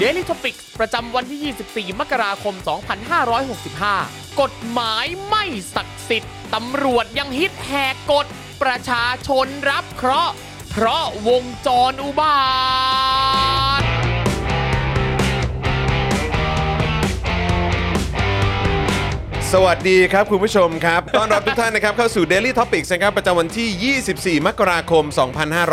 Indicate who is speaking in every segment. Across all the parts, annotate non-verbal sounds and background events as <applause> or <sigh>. Speaker 1: d a i l y t o p i c ประจำวันที่ 24 มกราคม 2565 กฎหมายไม่ศักดิ์สิทธิ์ตำรวจยังฮิตแหกกฎประชาชนรับเคราะห์ เพราะวงจรอุบาท
Speaker 2: สวัสดีครับ คุณผู้ชมครับ ต้อนรับทุกท่านนะครับเข้าสู่ Daily Topics นะครับประจำวันที่ 24 มกราคม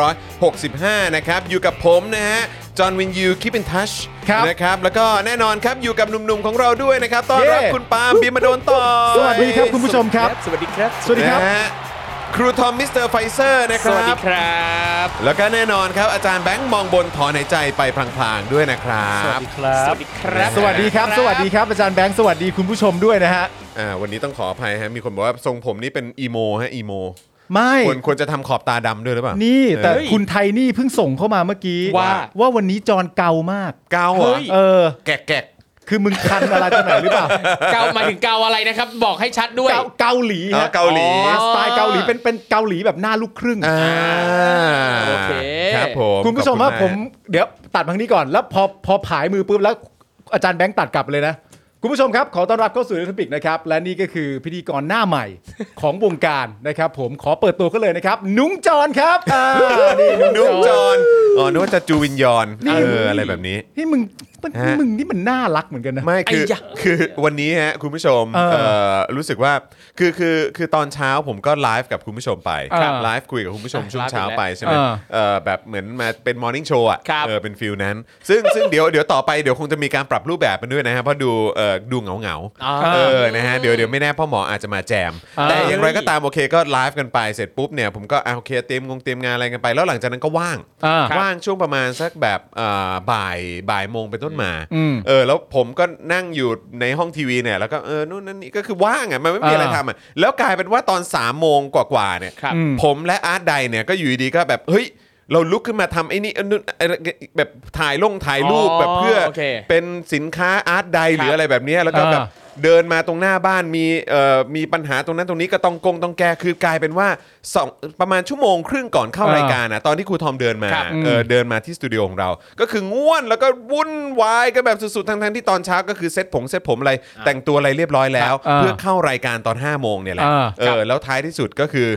Speaker 2: 2565 นะครับ อยู่กับผมนะฮะ จอห์นวินยูคิปินทัช
Speaker 3: ครับ
Speaker 2: นะครับ แล้วก็แน่นอนครับ อยู่กับหนุ่มๆของเราด้วยนะครับ ต้อนรับ
Speaker 3: เย้
Speaker 2: คุณปาล์มบีมาโดนต่อ
Speaker 3: สวัสดีครับคุณผู้ชมครับ
Speaker 1: สวัสดีครับ
Speaker 3: สวัสดีครับ
Speaker 2: นะฮะครูทอมมิสเตอร์ไฟเซอร์นะค
Speaker 1: สวัส
Speaker 2: รั
Speaker 1: ดี
Speaker 2: บ
Speaker 1: ครับ
Speaker 2: แล้วก็แน่นอนครับ อาจารย์แบงค์มองบนถอนหายใจไปพลางๆด้วยนะครับ
Speaker 1: สวัสดีครับ
Speaker 3: สวัสดีครับ สวัสดีครับ อาจารย์แบงค์สวัสดีคุณผู้ชมด้วยนะฮะ
Speaker 2: อ่าวันนี้ต้องขออภัยฮะมีคนบอกว่าทรงผมนี่เป็นอีโมฮะอีโม
Speaker 3: ไม่
Speaker 2: ควรควรจะทำขอบตาดำด้วยหรือเปล่า
Speaker 3: นี่แต่
Speaker 2: เออ
Speaker 3: คุณไทนี่เพิ่งส่งเข้ามาเมื่อกี้
Speaker 1: ว่า
Speaker 3: ว่าวันนี้จอนเกามาก
Speaker 2: เกาเหร
Speaker 1: เฮ้
Speaker 2: อย
Speaker 3: เออ
Speaker 2: แกะแกะ
Speaker 3: คือมึงคันอะไรตรงไหนหรือเปล่า
Speaker 1: เกาหมายถึงเกาอะไรนะครับ บอกให้ชัดด้วย
Speaker 3: เกาเกาหลี
Speaker 2: อ๋อ
Speaker 3: ฮะ
Speaker 2: เกาหลี
Speaker 3: อ๋อสไตล์เกาหลีเป็นเป็นเกาหลีแบบหน้าลูกครึ่ง
Speaker 2: อ่า
Speaker 1: โอเค
Speaker 2: ครับผม
Speaker 3: คุณผู้ชมว่า
Speaker 2: ขอบ
Speaker 3: ผ
Speaker 2: ณ
Speaker 3: มเดี๋ยวตัดพังนี้ก่อนแล้วพอพอผายมือปุ๊บแล้วอาจารย์แบงค์ตัดกลับเลยนะ คุณผู้ชมครับ ขอต้อนรับเข้าสู่เรทอปิกนะครับ และนี่ก็คือพิธีกรหน้าใหม่ ของวงการนะครับ ผมขอเปิดตัวก็เลยนะครับ นุ้งจรครับอ่านี่
Speaker 2: มากนุ๊กจอนอ๋อนึกว่าจะจูวินยอนเอออะไรแบบนี้
Speaker 3: นี่มึงมัน
Speaker 2: ฮะ
Speaker 3: มึงนี่มันน่ารักเหมือนกันนะ
Speaker 2: ไม่คือ
Speaker 1: ไอ้ยะ
Speaker 2: คือวันนี้ฮะคุณผู้ชม
Speaker 3: เออ
Speaker 2: เอ่อรู้สึกว่าคือคือคือตอนเช้าผมก็ไลฟ์กับคุณผู้ชมไป
Speaker 3: ครับ
Speaker 2: ไลฟ์คุยกับคุณผู้ชม
Speaker 1: อ่ะ
Speaker 2: ช่ว
Speaker 1: ไล
Speaker 2: ง
Speaker 1: ฟ์
Speaker 2: เช้า
Speaker 1: อีกแล้ว
Speaker 2: ไปใช่ไหม
Speaker 3: เออ
Speaker 2: เอ่อแบบเหมือนมาเป็นมอร์นิ่งโชว์อ่ะ
Speaker 1: ครับ
Speaker 2: เออเป็นฟิลนั้น ซึ่งซึ่งเดี๋ยวเดี๋ยวต่อไปเดี๋ยวคงจะมีการปรับรูปแบบมันด้วยนะฮะเพราะดูเอ่อดูเหงาเหงาๆ
Speaker 1: อ่า
Speaker 2: เออนะฮะเดี๋ยวเดี๋ยวไม่แน่พ่อหมออาจจะมาแจม
Speaker 3: อ่า
Speaker 2: แต่อย่างไรก็ตามโอเคก็ไลฟ์กันไปเสร็จปุ๊บเนี่ยผมก็อ่ะโอเคเตรียมงงเตรียมงานอะไรกันไป แล้วหลังจากนั้นก็ว่าง
Speaker 3: อ่า
Speaker 1: ครับ
Speaker 2: ว่างช่วงประมาณสักแบบเอ่อบ่ายบ่ายโมงเป็นต้นมา
Speaker 3: อืม
Speaker 2: เออแล้วผมก็นั่งอยู่ในห้องทีวีเนี่ยแล้วก็เออนู่นนั่นนี่ก็คือว่างอ่ะมันไม่มี
Speaker 3: อ่า
Speaker 2: อะไรทำอ่ะแล้วกลายเป็นว่าตอน3ามโมงกว่าๆเนี่ย
Speaker 1: ครับ
Speaker 3: อืม
Speaker 2: ผมและอาร์ตไดเนี่ยก็อยู่ดีๆก็แบบเฮ้ย เราลุกขึ้นมาทำไอ้นี่เออนู่นเออแบบถ่ายลงถ่ายรูป
Speaker 1: อ๋อ
Speaker 2: แบบเพื่อ
Speaker 1: โอเค
Speaker 2: เป็นสินค้าอาร์ตไดหรืออะไรแบบเนี้ยแล้วก็
Speaker 3: อ่า
Speaker 2: แบบเดินมาตรงหน้าบ้านมีเอ่อมีปัญหาตรงนั้นตรงนี้ก็ต้องกงต้องแก้คือกลายเป็นว่าสองประมาณชั่วโมงครึ่งก่อนเข้ารายการอ่ะตอนที่ครูทอมเดินมา
Speaker 1: ครับ
Speaker 2: เออเดินมาที่สตูดิโอของเรา ก็คือง่วนแล้วก็วุ่นวายกันแบบสุดๆ ทั้งๆที่ตอนเช้าก็คือเซ็ตผมเซ็ตผมอะไร แต่งตัวอะไรเรียบร้อยแล้ว
Speaker 3: อ่า
Speaker 2: เพื่อเข้ารายการตอน 5 โมงเนี่ยแหละ
Speaker 3: อ่า
Speaker 2: เออแล้วท้ายที่สุดก็คือ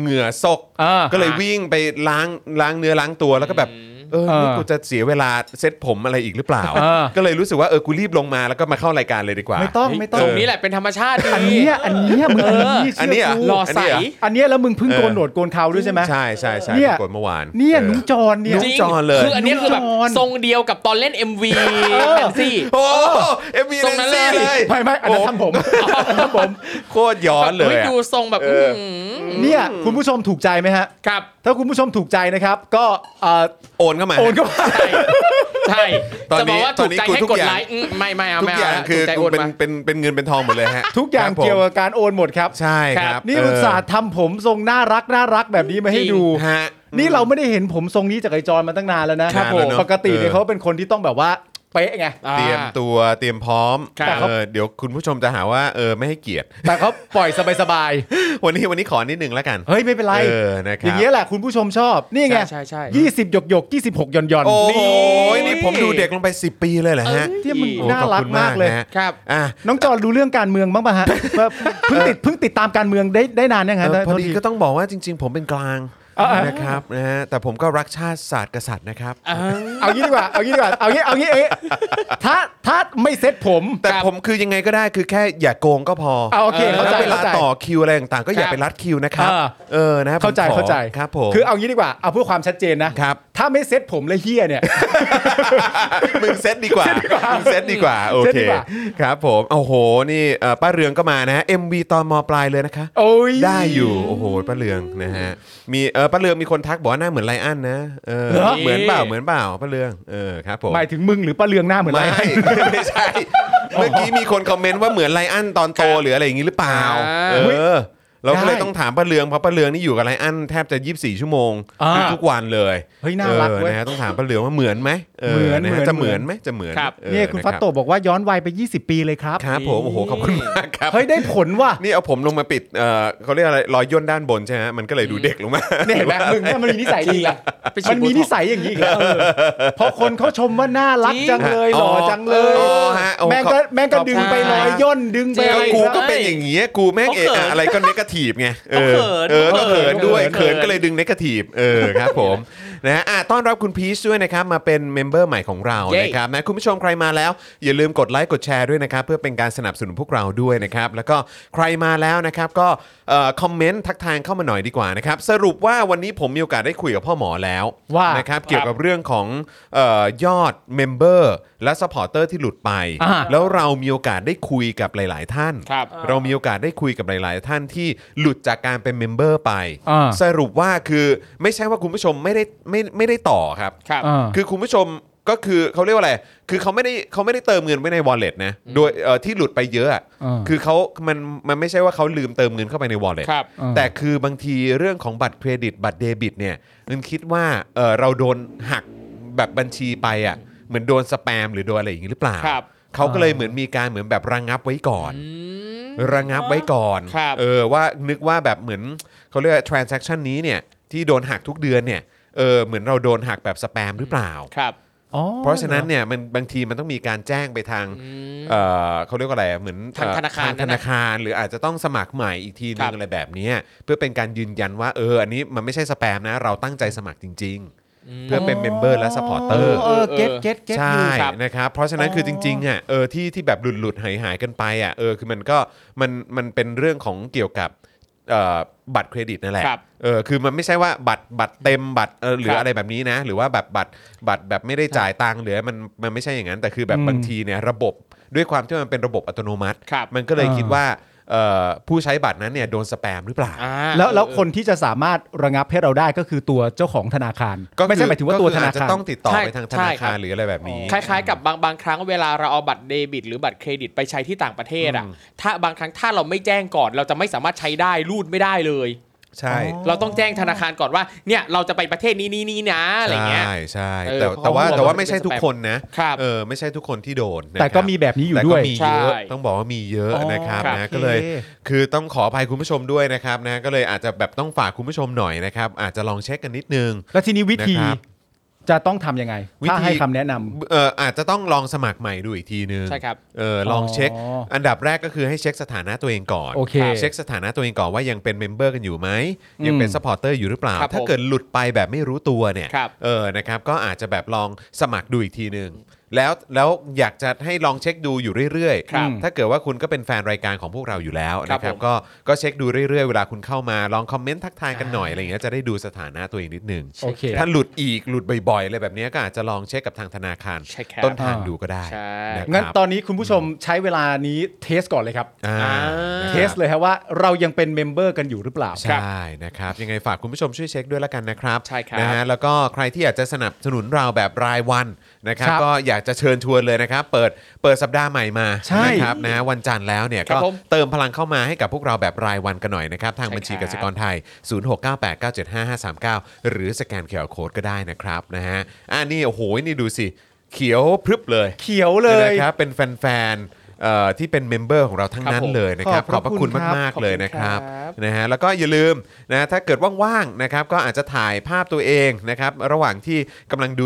Speaker 2: เหงื่อซก
Speaker 3: อ่า
Speaker 2: ก็เลยวิ่งไปล้างล้างเนื้อล้างตัวแล้วก็แบบ เออนี่
Speaker 3: อ่า
Speaker 2: กูจะเสียเวลาเซ็ตผมอะไรอีกหรือเปล่า
Speaker 3: อ่า
Speaker 2: ก็เลยรู้สึกว่าเออกูรีบลงมาแล้วก็มาเข้ารายการเลยดีกว่า
Speaker 3: ไม่ต้องไม่ต้อง
Speaker 1: ตรงนี้แหละเป็นธรรมชาติ
Speaker 3: อัน
Speaker 1: ดี
Speaker 3: เนี้ยอันเนี้ยมึงอันนี้
Speaker 2: อัน
Speaker 3: เชื่
Speaker 2: เนี้ย
Speaker 3: อกู
Speaker 1: หล่อใส
Speaker 2: นเนี้ย
Speaker 3: อันเนี้ยแล้วมึงเพิ่งโกนหนวดโกนเขาด้วยใช่ไหม
Speaker 2: ใช่ใช่ใช่
Speaker 3: เนี่ย
Speaker 2: ปรากฏเมื่อวาน
Speaker 3: เนี่ย
Speaker 2: ออ
Speaker 3: นุ้งจรเนี่ย
Speaker 2: นุ้งจรเลย
Speaker 1: คืออันเนี้ยคือแบบ
Speaker 3: นุ้งจร
Speaker 1: ทรงเดียวกับตอนเล่น MV แอนซี่
Speaker 2: โอ้เอ็มวี
Speaker 1: ต
Speaker 2: เล
Speaker 1: รง
Speaker 2: น
Speaker 1: นั้น
Speaker 2: ซี่
Speaker 1: เลย
Speaker 2: เลย
Speaker 3: ไม่ไม่อันนั้นทำผมอันนั้นทำผม
Speaker 2: โคตรย้อนเลย
Speaker 1: ฮ้
Speaker 2: อะ
Speaker 1: ดูทรงแบบ
Speaker 2: เออ
Speaker 1: หือ
Speaker 3: เนี่ยคุณผู้ชมถูกใจไหมฮะ
Speaker 1: ครับ
Speaker 3: ถ้าคุณผู้ชมถูกใจนะครับ ก็เอ่อ
Speaker 2: โอนเข้ามา
Speaker 3: โอนก็มา
Speaker 1: ใช่ใช่
Speaker 2: ตอน
Speaker 1: จะ
Speaker 2: นี้
Speaker 1: บอกว่า
Speaker 2: ตอ
Speaker 1: ถู
Speaker 2: น
Speaker 1: ก
Speaker 2: นี้
Speaker 1: ใจ
Speaker 2: กู
Speaker 1: ให้
Speaker 2: ทุก
Speaker 1: กด
Speaker 2: อย่าง
Speaker 1: ไลค์อืมไม่ไม่เอา
Speaker 2: ทุ
Speaker 1: ไม่
Speaker 2: ก
Speaker 1: เอา
Speaker 2: อย่าง
Speaker 1: แล้ว
Speaker 2: คือ
Speaker 1: ถูกใจโอน
Speaker 2: เป็น
Speaker 1: มา
Speaker 2: เป็นเป็นเงินเป็นทองหมดเลยฮะ
Speaker 3: <laughs> <laughs> ทุกอย่า
Speaker 2: ค
Speaker 3: ง
Speaker 2: รับผม
Speaker 3: เกี่ยวกับการโอนหมดครับ
Speaker 2: ใช่
Speaker 1: ค
Speaker 2: ค
Speaker 1: รั
Speaker 2: รับบ
Speaker 3: นี่อุตส่าห์ทำผมทรงน่ารักน่ารักแบบนี้มาให้ดู
Speaker 2: เออฮะ
Speaker 3: นี่เราไม่ได้เห็นผมทรงนี้จากไอจอนมาตั้งนานแล้วนะครับ
Speaker 2: ผม
Speaker 3: ปกติเนี่ย
Speaker 2: เออ
Speaker 3: เขาเป็นคนที่ต้องแบบว่า ไป ป๊ะไง
Speaker 1: อ่า
Speaker 2: เตรียมตัวเตรียมพร้อม
Speaker 1: ครับ
Speaker 2: เออเดี๋ยวคุณผู้ชมจะหาว่าเออไม่ให้เกียรติ <laughs>
Speaker 3: แต่เขาปล่อยสบาย
Speaker 2: วันนี้วันนี้ขอนิดนึงแล้วกัน
Speaker 3: ๆ เฮ้ย ไม่เป็นไร
Speaker 2: เออนะค
Speaker 3: อ
Speaker 2: รั
Speaker 3: ย่างเงี้ยแหละคุณผู้ชมชอบ นี่ไง
Speaker 1: ใช่ใช่ใช่
Speaker 3: ยี่สิบหยกหยกยี่สิบหกหย่อนหย่อน
Speaker 2: โอ้โหนี่ผมดูเด็กลงไป 10 ปีเลยเหรอฮะ
Speaker 3: เอ้ยที่มัน
Speaker 2: โอ้
Speaker 3: น่า
Speaker 2: ขอบ
Speaker 3: รัก
Speaker 2: คุณ
Speaker 3: มากเลย
Speaker 2: นะฮะ
Speaker 1: ครับ
Speaker 2: อ่ะ
Speaker 3: น้องจอนดูเรื่องการเมืองบ้างป่ะฮะ แบบเพิ่งติดเพิ่งติดตามการเมืองได้ได้นานยัง
Speaker 2: เอ
Speaker 3: ฮะ
Speaker 2: อพอดี
Speaker 3: โทษ
Speaker 2: ก็ต้องบอกว่าจริง ๆ ผมเป็นกลาง
Speaker 3: เออเออ
Speaker 2: นะครับนะฮะแต่ผมก็รักชาติศาสตร์กษัตริย์นะครับ
Speaker 1: อ่า
Speaker 3: เอางี้ดีกว่า เอางี้ดีกว่า เอางี้ เอางี้ เอ้ยถ้าถ้าไม่เซ็ตผม
Speaker 2: แต่
Speaker 1: ครับ
Speaker 2: ผมคือยังไงก็ได้คือแค่อย่าโกงก็พอ
Speaker 3: เอาโอเค
Speaker 2: แล้ว
Speaker 3: เข้าใจ
Speaker 2: เวลา
Speaker 3: เข้าใจ
Speaker 2: ต่อคิวอะไรต่างๆ ก็อย่า
Speaker 1: ครับ
Speaker 2: ไปรัดคิวนะครับ
Speaker 3: เออ
Speaker 2: เออนะครับ
Speaker 3: เข้าใจ
Speaker 2: ผมอ
Speaker 3: เข้าใจ
Speaker 2: ครับผม
Speaker 3: คือเอางี้ดีกว่า เอาเพื่อความชัดเจนนะ
Speaker 2: ครับ
Speaker 3: ถ้าไม่เซ็ตผมและเฮีย
Speaker 2: <laughs>
Speaker 3: เนี่ย
Speaker 2: มึงเซตดีกว่ามึงเซตดีกว่า โอ
Speaker 3: เซ็ต
Speaker 2: เค
Speaker 3: ดีกว่า
Speaker 2: ครับผมโอ้โห นี่เอ่อป้าเรืองก็มานะ MV ตอนมปลายเลยนะคะ
Speaker 3: โอ้ย
Speaker 2: ได้อยู่ โอ้โหป้าเรืองนะฮะมีเออป้าเรืองมีคนทักบอกว่าหน้าเหมือนไลอ้อนนะเออ
Speaker 3: เหรอ
Speaker 2: เหมือนเปล่าเหมือนเปล่าป้าเรืองเออครับผม
Speaker 3: หมายถึงมึงหรือป้าเลืองหน้าเหมือน
Speaker 2: ไม่
Speaker 3: ไร
Speaker 2: ไม่ <laughs> ใช่ เมื่อกี้มีคนคอมเมนต์ว่าเหมือนไลอ้อนตอนโตหรืออะไรอย่างนี้หรือเปล่า
Speaker 1: อ่า
Speaker 2: เออเราก็เลย
Speaker 3: ได้
Speaker 2: ต้องถามป้าเรืองเพราะป้าเรืองนี่อยู่กับไลอ้อนแทบจะ 24 ชั่วโมง
Speaker 3: อ่า
Speaker 2: ทุกวันเลย
Speaker 3: เฮ้ยน่ารัก
Speaker 2: ออ
Speaker 3: เว้ย
Speaker 2: นะฮะต้องถามป้าเรืองว่าเหมือนไหม
Speaker 3: เหมือน
Speaker 2: นะฮะ
Speaker 3: เหมือน
Speaker 2: จะเหมือนไหมจะเหมือน
Speaker 1: ครับ
Speaker 2: ออ
Speaker 3: เนี่ยคุณ
Speaker 2: ะ
Speaker 3: ฟัตโตบอกว่าย้อนวัยไป 20 ปีเลยครับ
Speaker 2: ครับผมโอ้โหขอบคุณมากครับ
Speaker 3: เฮ้ย ได้ผลว่ะ
Speaker 2: นี่เอาผมลงมาปิดเอ่อเขาเรียกอะไรรอยย่นด้านบนใช่ไหมฮะมันก็เลยดูเด็กลงมา
Speaker 3: เนี่ยเห็นไหมมึงเนี่ยมันมีนิสัยดีอ่ะ
Speaker 1: ไปฉีด
Speaker 3: มันมีนิสัยอย่างนี้อีกแล้วเอ
Speaker 2: <laughs>
Speaker 3: อพอคนเขาชมว่าน่ารัก
Speaker 1: จริง
Speaker 3: จังเลย
Speaker 2: อ๋
Speaker 3: ห
Speaker 2: อ
Speaker 3: ล่อจังเลย
Speaker 2: อ๋อฮะโอ้
Speaker 3: แม่งก็
Speaker 2: ขอบ
Speaker 3: แม่งก็
Speaker 2: ขอบ
Speaker 3: ดึงไป
Speaker 2: คุณ
Speaker 3: ลอยย่นดึง
Speaker 1: จ
Speaker 3: ไป
Speaker 1: ริง
Speaker 3: อะไร
Speaker 2: กูก็
Speaker 3: อีแล้ว
Speaker 2: เป็นอย่างเงี้ยกูแม่งเอะอะอะไรก็เนกาทีฟไงเออ
Speaker 1: ก็เขิน
Speaker 2: เออก็เขินด้วย
Speaker 1: เขิ
Speaker 2: เขิน
Speaker 1: น
Speaker 2: ก็เลยดึงเนกาทีฟเออครับผมนะฮะอ่ะต้อนรับคุณพีชด้วยนะครับมาเป็นเมมเบอร์ใหม่ของเรานะครับนะคุณผู้ชมใครมาแล้ว อย่าลืมกดไลค์กดแชร์ด้วยนะครับ เพื่อเป็นการสนับสนุนพวกเราด้วยนะครับ แล้วก็ใครมาแล้วนะครับก็เอ่อคอมเมนต์ทักทายเข้ามาหน่อยดีกว่านะครับสรุปว่าวันนี้ผมมีโอกาสได้คุยกับพ่อหมอแล้ว
Speaker 3: ว่า
Speaker 2: นะครับเกี่ยวกับเรื่องของเออยอดเมมเบอร์และสปอร์เตอร์ที่หลุดไป
Speaker 3: อ่า
Speaker 2: แล้วเรามีโอกาสได้คุยกับหลาย ๆ ท่าน
Speaker 1: ครับ
Speaker 2: เรามีโอกาสได้คุยกับหลาย ๆ ท่านที่หลุดจากการเป็นเมมเบอร์ไป
Speaker 3: อ่า
Speaker 2: สรุปว่าคือไม่ใช่ว่าคุณผู้ชมไม่ได้ไม่ไม่ได้ต่อครับ
Speaker 1: ครับ
Speaker 3: อ่า
Speaker 2: คือคุณผู้ชมก็คือเขาเรียกว่าอะไร คือเขาไม่ได้เขาไม่ได้เติมเงินไว้ใน wallet นะ โดยเอ่อที่หลุดไปเยอะอะ
Speaker 3: อ่า
Speaker 2: คือเขามันมันไม่ใช่ว่าเขาลืมเติมเงินเข้าไปใน wallet
Speaker 1: ครับ
Speaker 2: แต่คือบางทีเรื่องของบัตรเครดิตบัตรเดบิตเนี่ยมันคิดว่าเอ่อเราโดนหักแบบบัญชีไปอ่ะเหมือนโดนสแปมหรือโดนอะไรอย่างนี้หรือเปล่า
Speaker 1: ครับ
Speaker 2: เขาก็เลยเหมือนมีการเหมือนแบบระงงับไว้ก่อน
Speaker 1: อืม
Speaker 2: ระงับไว้ก่อน
Speaker 1: ครับ
Speaker 2: เออว่านึกว่าแบบเหมือนเขาเรียกว่า transaction นี้เนี่ยที่โดนหักทุกเดือนเนี่ยเออเหมือนเราโดนหักแบบสแปมหรือเปล่า
Speaker 1: ครับ
Speaker 3: อ๋อ
Speaker 2: เพราะฉะนั้นเนี่ยมันบางทีมันต้องมีการแจ้งไปทางเออเขาเรียกว่าอะไรเหมือน
Speaker 1: ทาง
Speaker 2: เอ่อ
Speaker 1: ธนาคาร
Speaker 2: ทงธ
Speaker 1: นะ
Speaker 2: นาคาร หรืออาจจะต้องสมัครใหม่อีกทีนึ
Speaker 1: ครั
Speaker 2: ง
Speaker 1: บ
Speaker 2: อะไรแบบเนี้ยเพื่อเป็นการยืนยันว่าเอออันนี้มันไม่ใช่สแปมนะ เราตั้งใจสมัครจริง ๆ เพื่อเป็นเมมเบอร์และสปอร์เตอร์
Speaker 3: เออเก็ตเก็ตเก็ต
Speaker 2: ใช่
Speaker 3: อยู่
Speaker 1: ครับ
Speaker 2: นะครับเพราะฉะนั้นคือจริงๆอ่ะเออที่ที่แบบหลุดหลุดหายหายๆกันไปอ่ะเออคือมันก็มันมันเป็นเรื่องของเกี่ยวกับเอ่อบัตรเครดิตนั่นแหละ
Speaker 1: ครับ
Speaker 2: เออคือมันไม่ใช่ว่าบัตรบัตรเต็มบัตรเออหรือ
Speaker 1: ครับ
Speaker 2: อะไรแบบนี้นะ หรือว่าแบบบัตรบัตรแบบไม่ได้จ่ายตังค์หรือมันมันไม่ใช่อย่างนั้น แต่คือแบบ
Speaker 3: อืม
Speaker 2: บางทีเนี่ยระบบด้วยความที่มันเป็นระบบอัตโนมัติ
Speaker 1: ครับ
Speaker 2: มันก็เลย
Speaker 3: อ่า
Speaker 2: คิดว่าเอ่อผู้ใช้บัตรนั้นเนี่ยโดนสแปมหรือเปล่า
Speaker 1: อ่า
Speaker 3: แล้วแล้ว
Speaker 1: เออ
Speaker 3: คนที่จะสามารถระงับให้เราได้ก็คือตัวเจ้าของธนาคาร
Speaker 2: ก็คือ
Speaker 3: ไม่ใช่หมายถึงว่าตัว
Speaker 2: ก็
Speaker 3: ธ
Speaker 2: คือ
Speaker 3: นา
Speaker 2: อจจะ
Speaker 3: คาร
Speaker 2: ต้องติดต่อ
Speaker 1: ใช่
Speaker 2: ไปทางธ
Speaker 1: ใช่
Speaker 2: นา
Speaker 1: ครั
Speaker 2: คาร
Speaker 1: บ
Speaker 2: หรืออะไรแบบนี้
Speaker 1: คล้ายๆกับบางบางครั้งเวลาเราเอาบัตรเดบิต หรือบัตรเครดิตไปใช้ที่ต่างประเทศอ่ะถ้าบางครั้งถ้าเราไม่แจ้งก่อน เราจะไม่สามารถใช้ได้รูดไม่ได้เลย
Speaker 2: ใช่
Speaker 3: อ๋อ
Speaker 1: เราต้องแจ้งธนาคารก่อนว่าเนี่ยเราจะไปประเทศนี้นี้นี้นะอะไรเงี้ย
Speaker 2: ใช่ใช่
Speaker 1: เออ
Speaker 2: แต่
Speaker 1: เพราะ
Speaker 2: แต่ว่า
Speaker 1: เขาบอกว่า
Speaker 2: แต่ว่า
Speaker 1: มั
Speaker 2: ไม่
Speaker 1: นเป็น
Speaker 2: ใช่ทุกคนนะครับ เออไม่ใช่ทุกคนที่โดนนะครับ
Speaker 3: แต่ก็มีแบบนี้อยู่
Speaker 2: แต่
Speaker 3: ด้
Speaker 2: ก็
Speaker 3: วย
Speaker 2: มีเยอะ
Speaker 1: ใช่
Speaker 2: ต้องบอกว่ามีเยอะ
Speaker 3: อ๋อ
Speaker 2: นะครับ
Speaker 1: ครับ
Speaker 2: นะ
Speaker 3: โอเค
Speaker 2: ก็เลยคือต้องขออภัยคุณผู้ชมด้วยนะครับนะก็เลยอาจจะแบบต้องฝากคุณผู้ชมหน่อยนะครับอาจจะลองเช็คกันนิดนึง
Speaker 3: แล้วทีนี้วิธี
Speaker 2: นะครับ
Speaker 3: จะต้องทำยังไง
Speaker 2: วิธี
Speaker 3: ถ้าให้คำแนะนำ
Speaker 2: เอออาจจะต้องลองสมัครใหม่ดูอีกทีนึง
Speaker 1: ใช่ครับ
Speaker 2: เออลองเช็ค
Speaker 3: อ๋ออั
Speaker 2: อันดับแรกก็คือให้เช็คสถานะตัวเองก่อน
Speaker 3: โอเค
Speaker 2: เช็คสถานะตัวเองก่อนว่ายังเป็นเมมเบอร์กันอยู่ไหมยังเป็น
Speaker 3: อืม
Speaker 2: สปอร์เตอร์อยู่หรือเปล่า
Speaker 1: ครับ
Speaker 2: ถ้า
Speaker 1: ผม
Speaker 2: เกิดหลุดไปแบบไม่รู้ตัวเนี่ย
Speaker 1: ครับ
Speaker 2: เออนะครับก็อาจจะแบบลองสมัครดูอีกทีนึง แล้วแล้วอยากจะให้ลองเช็คดูอยู่เรื่อย
Speaker 1: ครับ
Speaker 2: ถ้าเกิดว่าคุณก็เป็นแฟนรายการของพวกเราอยู่แล้วนะค
Speaker 1: ครั
Speaker 2: รั
Speaker 1: ผ
Speaker 2: บบ
Speaker 1: ม
Speaker 2: ก็ก็เช็คดูเรื่อยๆเวลาคุณเข้ามาลองคอมเมนต์ทักทายกันหน่อยอะไรอย่างเงี้ยจะได้ดูสถานะตัวเองนิดนึง
Speaker 3: โอเค
Speaker 2: ถ้าหลุดอีกหลุดบ่อยๆอะไรแบบเนี้ยก็อาจจะลองเช็คกับทางธนาคาร
Speaker 1: ใช่ครับ
Speaker 2: ต้นทางดูก็ได้
Speaker 1: ใช่
Speaker 2: ะครับ
Speaker 3: งั้นตอนนี้คุณผู้ชมใช้เวลานี้เทสก่อนเลยครับ
Speaker 2: อ่า
Speaker 1: อ่า
Speaker 2: นะครับ
Speaker 3: เทสเลยครับว่าเรายังเป็นเมมเบอร์กันอยู่หรือเปล่า
Speaker 2: ใช่นะครับ ยังไงฝากคุณผู้ชมช่วยเช็คด้วยละกันนะครับ
Speaker 1: ใช่ครับ
Speaker 2: นะฮะแล้วก็ใครที่อยากจะสนับสนุนเราแบบรายวันนะครับ
Speaker 3: ครับ
Speaker 2: ก็อยากจะเชิญชวนเลยนะครับ เปิดเปิดสัปดาห์ใหม่มา
Speaker 3: ใช่
Speaker 2: นะครับนะฮะวันจันทร์แล้วเนี่ย
Speaker 1: ครั
Speaker 2: ก็
Speaker 1: บผม
Speaker 2: เติมพลังเข้ามาให้กับพวกเราแบบรายวันกันหน่อยนะครับ ทางบัญชีกสิกรไทย 0698975539 หรือสแกนเคอร์โคดก็ได้นะครับนะฮะอ่านี่โอ้โหนี่ดูสิ เขียวพรึบเลย
Speaker 3: เขียวเลย
Speaker 2: นะครับเป็นแฟนๆเอ่อที่เป็นเมมเบอร์ของเราทั้งนั้น
Speaker 4: ครับผม
Speaker 2: เลยนะครับข
Speaker 3: ข
Speaker 2: อ
Speaker 3: อ
Speaker 2: บบ พ
Speaker 3: พ
Speaker 2: ระ
Speaker 3: ระคุ
Speaker 2: คุณ
Speaker 3: ณครับ
Speaker 2: มาก
Speaker 3: ขอบ
Speaker 2: ๆ
Speaker 3: คุณ
Speaker 2: เลยนะครับ
Speaker 4: ครับ
Speaker 2: นะฮะแล้วก็อย่าลืมนะถ้าเกิดว่างๆนะครับก็อาจจะถ่ายภาพตัวเองนะครับระหว่างที่กำลังดู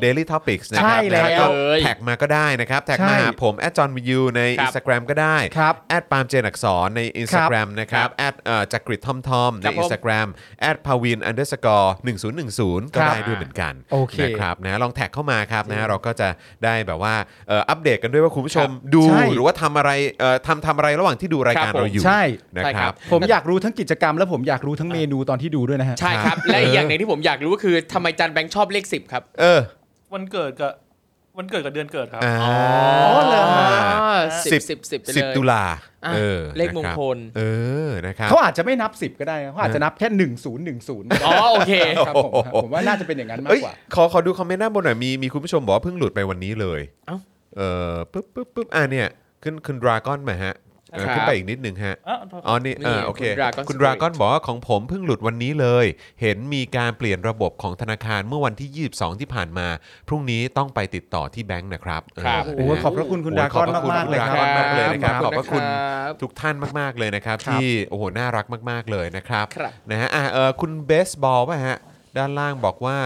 Speaker 2: เดลิทอพิกส์นะครั
Speaker 3: ใช่แล้
Speaker 2: นะ
Speaker 3: ว
Speaker 2: ฮะก็
Speaker 4: เลย
Speaker 2: แท็กมาก็ได้นะครับแท็ก
Speaker 3: ใช่
Speaker 2: มาหาผมแอดจอห์นวิวใน
Speaker 4: ครับ
Speaker 2: Instagram ก็ได้
Speaker 3: ครับ
Speaker 2: แอดปาล์มเจนอักษรใน Instagram นะครับแอดเอ่อจักริดทอมทอมใน
Speaker 4: ครับผม
Speaker 2: Instagram แอดพาวินอันเดอร์สกอร์1010 ก็
Speaker 3: ครับ
Speaker 2: ได้ด้วยเหมือนกัน
Speaker 3: โอเค
Speaker 2: นะครับ ครับนะลองแท็กเข้ามาครับนะเราก็จะได้แบบว่าเอ่ออัปเดตกันด้วยว่าคุณผู้ชมดู
Speaker 3: ใช่
Speaker 2: หรือว่าทำอะไรเอ่อทำทำอะไรระหว่างที่ดูรายการ
Speaker 4: ครับผม
Speaker 2: เราอยู่
Speaker 3: ใช่
Speaker 2: นะ
Speaker 4: ใช่
Speaker 2: ค
Speaker 4: ครั
Speaker 2: รับ
Speaker 4: บ
Speaker 3: ผมอยากรู้ทั้งกิจกรรม และผมอยากรู้ทั้งเมนูตอนที่ดูด้วยนะฮะ
Speaker 4: ใช่ครับ และอีกอย่างหนึ่งที่ผมอยากรู้ก็คือทำไมจันแบงค์ชอบเลขสิบครับ
Speaker 2: เออ
Speaker 5: วันเกิดกับวันเกิดกับเดือนเกิดครับ
Speaker 2: อ่า
Speaker 3: อ๋อเหรอ
Speaker 4: สิบ
Speaker 2: สิ
Speaker 4: สิ
Speaker 2: บ
Speaker 4: บสิบไป
Speaker 2: สิบ
Speaker 4: เลย
Speaker 2: ตุลา
Speaker 4: อ่ะ
Speaker 2: เออ
Speaker 4: เลขมงคล
Speaker 2: นะครับเออนะครับ
Speaker 3: เขาอาจจะไม่นับ 10 ก็ได้นะเขาอาจจะนับแค่ 1010
Speaker 4: อ๋อโอเค
Speaker 3: ครับผมครับผมว่าน่าจะเป็นอย่างนั้นมา
Speaker 2: เอ้
Speaker 3: ก
Speaker 2: ย
Speaker 3: กว่า
Speaker 2: ขอขอดูคอมเมนต์หน้าบนหน่อยมีมีคุณผู้ชมบอกว่าเพิ่งหลุดไปวันนี้เลย
Speaker 4: เอ้า
Speaker 2: เออปึ๊บปึ๊บปึ๊บอ่ะเนี่ยขึ้นขึ้นดราก้อนมาฮะเออ
Speaker 4: ครับ
Speaker 2: ขึ้นไปอีกนิดนึงฮะ
Speaker 5: อ่ะ
Speaker 2: อ๋อนี่เอ
Speaker 4: นี่
Speaker 2: อโอเค
Speaker 4: คุณ Dragon
Speaker 2: คุณดราก้อนบอกว่าของผมเพิ่งหลุดวันนี้เลย เห็นมีการเปลี่ยนระบบของธนาคารเมื่อวันที่ 22 ที่ผ่านมา พรุ่งนี้ต้องไปติดต่อที่แบงค์นะครับ
Speaker 4: ครับ
Speaker 2: เ
Speaker 3: โอ้โหขอบพระคุณคุณดราก้อน
Speaker 2: ขอบพระคุณ
Speaker 3: มากๆเลยค
Speaker 2: ณด
Speaker 3: รับ
Speaker 2: ก้อนมากเลยนะครับข
Speaker 4: ข
Speaker 2: อ
Speaker 4: อ
Speaker 2: บบ พ
Speaker 4: พ
Speaker 2: ระ
Speaker 4: ระคุ
Speaker 2: คุณ
Speaker 4: ณครับ
Speaker 2: ทุกท่านมากๆเลยนะครับ
Speaker 3: ครับ
Speaker 2: ที่โอ้โหน่ารักมากๆเลยนะครับ
Speaker 4: ครับ
Speaker 2: นะฮะอ่ะเออคุณเบสบอลป่ะฮะด้านล่างบอกว่า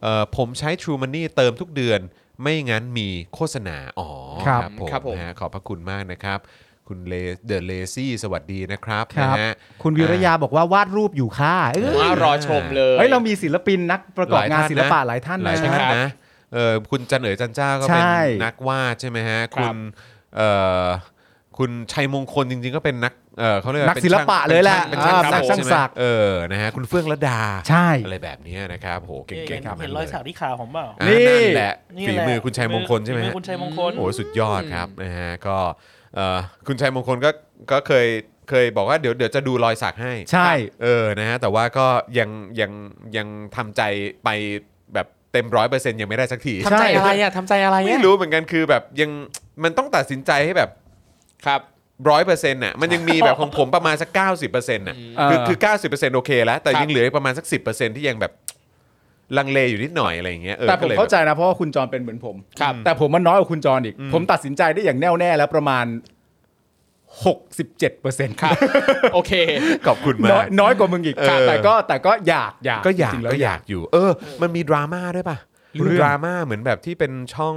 Speaker 2: เออผมใช้ True Money เติมทุกเดือน ไม่งั้นมีโฆษณาอ๋อ
Speaker 3: ครับ
Speaker 2: ผม
Speaker 4: ครับผม
Speaker 2: นะฮะขอบพระคุณมากนะครับ คุณเลเดอะเลซี่สวัสดีนะครับ
Speaker 3: ครับ
Speaker 2: นะฮะ
Speaker 3: คุณวิรยาบอกว่าวาดรูปอยู่ค่ะเอ้ย
Speaker 4: ว่ารอชมเลย
Speaker 3: เฮ้ยเรามีศิลปินนักประกอบงานศิลปะหลายท่าน
Speaker 2: ห
Speaker 3: นะ
Speaker 2: ลายท่าน
Speaker 4: ครับ
Speaker 2: นะเออคุณจันเอ๋ยจันจ้าก็เป็น
Speaker 3: ใช่
Speaker 2: นักวาดใช่ไหมฮะ
Speaker 4: ค
Speaker 2: คุ
Speaker 4: รับ
Speaker 2: ณเอ่อคุณชัยมงคลจริงๆก็เป็นนักเออเขาเรียกว่า
Speaker 3: นักศิลปะเลยแหละ
Speaker 2: เป็นช่าง
Speaker 4: อ่า
Speaker 2: เป็นช่าง
Speaker 3: นักสร้าง
Speaker 2: ส
Speaker 3: ส
Speaker 2: ร
Speaker 3: ร
Speaker 2: ร
Speaker 3: ร
Speaker 2: ค์
Speaker 3: ค์
Speaker 2: เออนะฮะคุณเฟื่องระดา
Speaker 3: ใช่
Speaker 2: อะไรแบบเนี้ยนะครับโหเก่
Speaker 5: เห็
Speaker 2: งๆ
Speaker 5: น
Speaker 2: ทั้ง
Speaker 5: เห็น
Speaker 2: ล
Speaker 5: รอยสักที่ขาผมเปล่า
Speaker 2: อ่า
Speaker 3: นี่
Speaker 2: นั่นแหละ
Speaker 5: นี่
Speaker 2: ฝี
Speaker 5: แหละ
Speaker 2: มือคุณชัยมงคลใช่ไหม
Speaker 5: ฝี
Speaker 2: ฮะ
Speaker 5: อคุณชัยมงคล
Speaker 2: โอ้สุดยอดครับนะฮะก็เอ่อคุณชัยมงคลก็ก็เคยเคยบอกว่าเดี๋ยวเดี๋ยวจะดูรอยสักให้
Speaker 3: ใช่
Speaker 2: เออนะฮะแต่ว่าก็ยังยังยังทำใจไปแบบเต็มร้อยเปอร์เซ็นต์ยังไม่ได้สักที
Speaker 4: ทำ
Speaker 3: ใช่
Speaker 4: ใจอะไรอ่ะทำใจอะไรอ่ะ
Speaker 2: ไม่รู้เหมือนกันคือแบบยังมันต้องตัดสินใจให้แบบ
Speaker 4: ครับ
Speaker 2: ร้อยเปอร์เซ็นต์น่ะมันยังมีแบบของผมประมาณสัก 90เปอร์เซ็นต์น่ะ
Speaker 3: เออ
Speaker 2: คือคือ 90เปอร์เซ็นต์โอเคแล้ว แต่
Speaker 4: ครับ
Speaker 2: ยังเหลืออีกประมาณสัก 10%ที่ยังแบบลังเลอยู่นิดหน่อยอะไรอย่างเงี้ยเออ
Speaker 3: แต่ผ
Speaker 2: ก็
Speaker 3: ม
Speaker 2: ลยบบ
Speaker 3: เข้าใจนะเพราะว่าคุณจรเป็นเหมือนผม
Speaker 4: ครับ
Speaker 3: แต่ผมมันน้อยกว่าคุณจรอีก ผมตัดสินใจได้อย่างแน่วแน่แล้วประมาณ 67เปอร์เซ็นต์
Speaker 4: ครับ โอเค
Speaker 2: ขอบคุณมาก
Speaker 3: น้อยน้อยกว่ามึงอีก
Speaker 2: เออ
Speaker 3: แต่ก็แต่ก็อยากอยาก
Speaker 2: ก็อยาก
Speaker 3: จริงๆแล้ว
Speaker 2: ก็อยากอยู่ เออ มันมีดราม่าด้วยป่ะ
Speaker 3: เรื่อง
Speaker 2: ดราม่าเหมือนแบบที่เป็นช่อง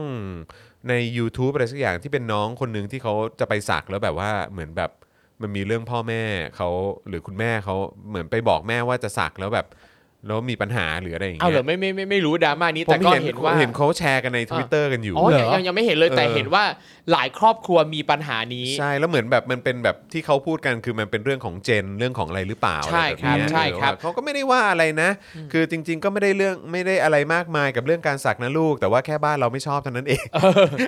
Speaker 2: ใน YouTube อะไรสักอย่างที่เป็นน้องคนหนึ่งที่เขาจะไปสักแล้วแบบว่าเหมือนแบบมันมีเรื่องพ่อแม่เขาหรือคุณแม่เขาเหมือนไปบอกแม่ว่าจะสักแล้วแบบแล้วมีปัญหาหรืออะไรอย่าง
Speaker 4: เอา
Speaker 2: เงี้
Speaker 4: เหรอย ไม่ไม่ไม่ไม่รู้ดราม่านี้
Speaker 2: ผ
Speaker 4: แต่
Speaker 2: ม
Speaker 4: ก็
Speaker 2: เห็น
Speaker 4: เห็นว่า
Speaker 2: เห็นเขาแชร์กันใน Twitter กันอยู่
Speaker 4: อ๋อ
Speaker 3: เหรอ
Speaker 4: ยังยังยังไม่เห็นเลยแต่
Speaker 2: เออ
Speaker 4: เห็นว่าหลายครอบครัวมีปัญหานี้
Speaker 2: ใช่แล้วเหมือนแบบมันเป็นแบบที่เขาพูดกันคือมันเป็นเรื่องของเจนเรื่องของอะไรหรือเปล่า
Speaker 4: ใช่ครับ
Speaker 2: อะไแนี้
Speaker 4: ใช่ครับ
Speaker 2: เออเขาก็ไม่ได้ว่าอะไรนะ คือจริง ๆ ก็ไม่ได้เรื่องไม่ได้อะไรมากมายกับเรื่องการสักนะลูก แต่ว่าแค่บ้านเราไม่ชอบเท่านั้นเอง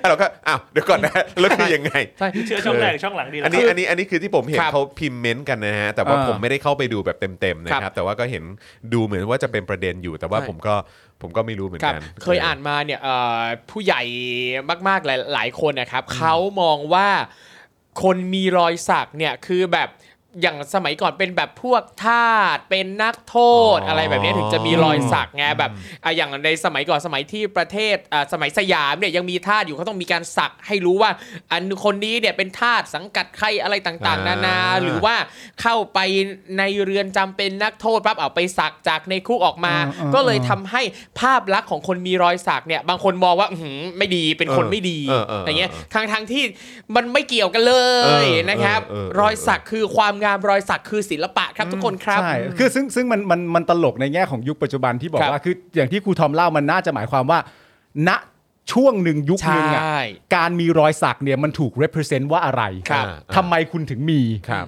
Speaker 2: เราก็อ้าวเดี๋ยวก่อนนะแล้วคือยังไง
Speaker 4: ใช่
Speaker 5: เชื่อช่องแรกช่องหลังดี
Speaker 2: อัน
Speaker 5: แล้ว
Speaker 2: นี้
Speaker 5: ครับ
Speaker 2: อันนี้อันนี้คือที่ผมเห็น
Speaker 4: ครับ
Speaker 2: เขาพิมพ์เม้นต์กันนะฮะแต่ว่า
Speaker 3: เออ
Speaker 2: ผมไม่ได้เข้าไปดูแบบเต็มๆนะค
Speaker 4: ค
Speaker 2: รั
Speaker 4: รั
Speaker 2: บบ แต่ว่าก็เห็นดูเหมือนว่าจะเป็นประเด็นอยู่ แต่ว่า
Speaker 4: ใช่
Speaker 2: ผมก็ผมก็ไม่รู้เหมือน
Speaker 4: ครับ
Speaker 2: กัน
Speaker 4: เคยอ่านมาเนี่ยเอ่อผู้ใหญ่มากๆหลายหลายคนนะครับเขามองว่าคนมีรอยสักเนี่ยคือแบบอย่างสมัยก่อนเป็นแบบพวกทาสเป็นนักโทษ
Speaker 2: อ๋ออ
Speaker 4: อะไรแบบนี้ถึงจะมีรอยสักไงแบบอ่ะอย่างในสมัยก่อนสมัยที่ประเทศอ่ะสมัยสยามเนี่ยยังมีทาสอยู่เขาต้องมีการสักให้รู้ว่า อันคนนี้เนี่ยเป็นทาสสังกัดใครอะไรต่าง ๆ นานา
Speaker 2: อ่า
Speaker 4: หรือว่าเข้าไปในเรือนจำเป็นนักโทษปั๊บเอาไปสักจากในคุกออกมา
Speaker 3: อ่าอ่า
Speaker 4: ก็เลยทำ ทำให้ภาพลักษณ์ของคนมีรอยสักเนี่ยบางคนมองว่าอื้อหือไม่ดีเป็นคน
Speaker 2: เออ
Speaker 4: ไม่ดี
Speaker 2: เออเออ
Speaker 4: อะไรเงี้ย
Speaker 2: เออ
Speaker 4: ทางทางๆที่มันไม่เกี่ยวกันเล
Speaker 2: เออย เออ
Speaker 4: นะครับ
Speaker 2: เออเออ
Speaker 4: รอยสักคือความงามรอยสักคือศิลปะครับทุกคนครับ
Speaker 3: ใช่ คือซึ่งซึ่งมันมันมันตลกในแง่ของยุคปัจจุบันที่บอก
Speaker 4: ครับ
Speaker 3: ว่า คืออย่างที่ครูทอมเล่ามันน่าจะหมายความว่า ณ ช่วงหนึ่งยุคหนึ่งอะ
Speaker 4: ใช่
Speaker 3: การมีรอยสักเนี่ยมันถูก represent ว่าอะไร
Speaker 4: ครับ
Speaker 3: ทำไมคุณถึงมี
Speaker 2: ครับ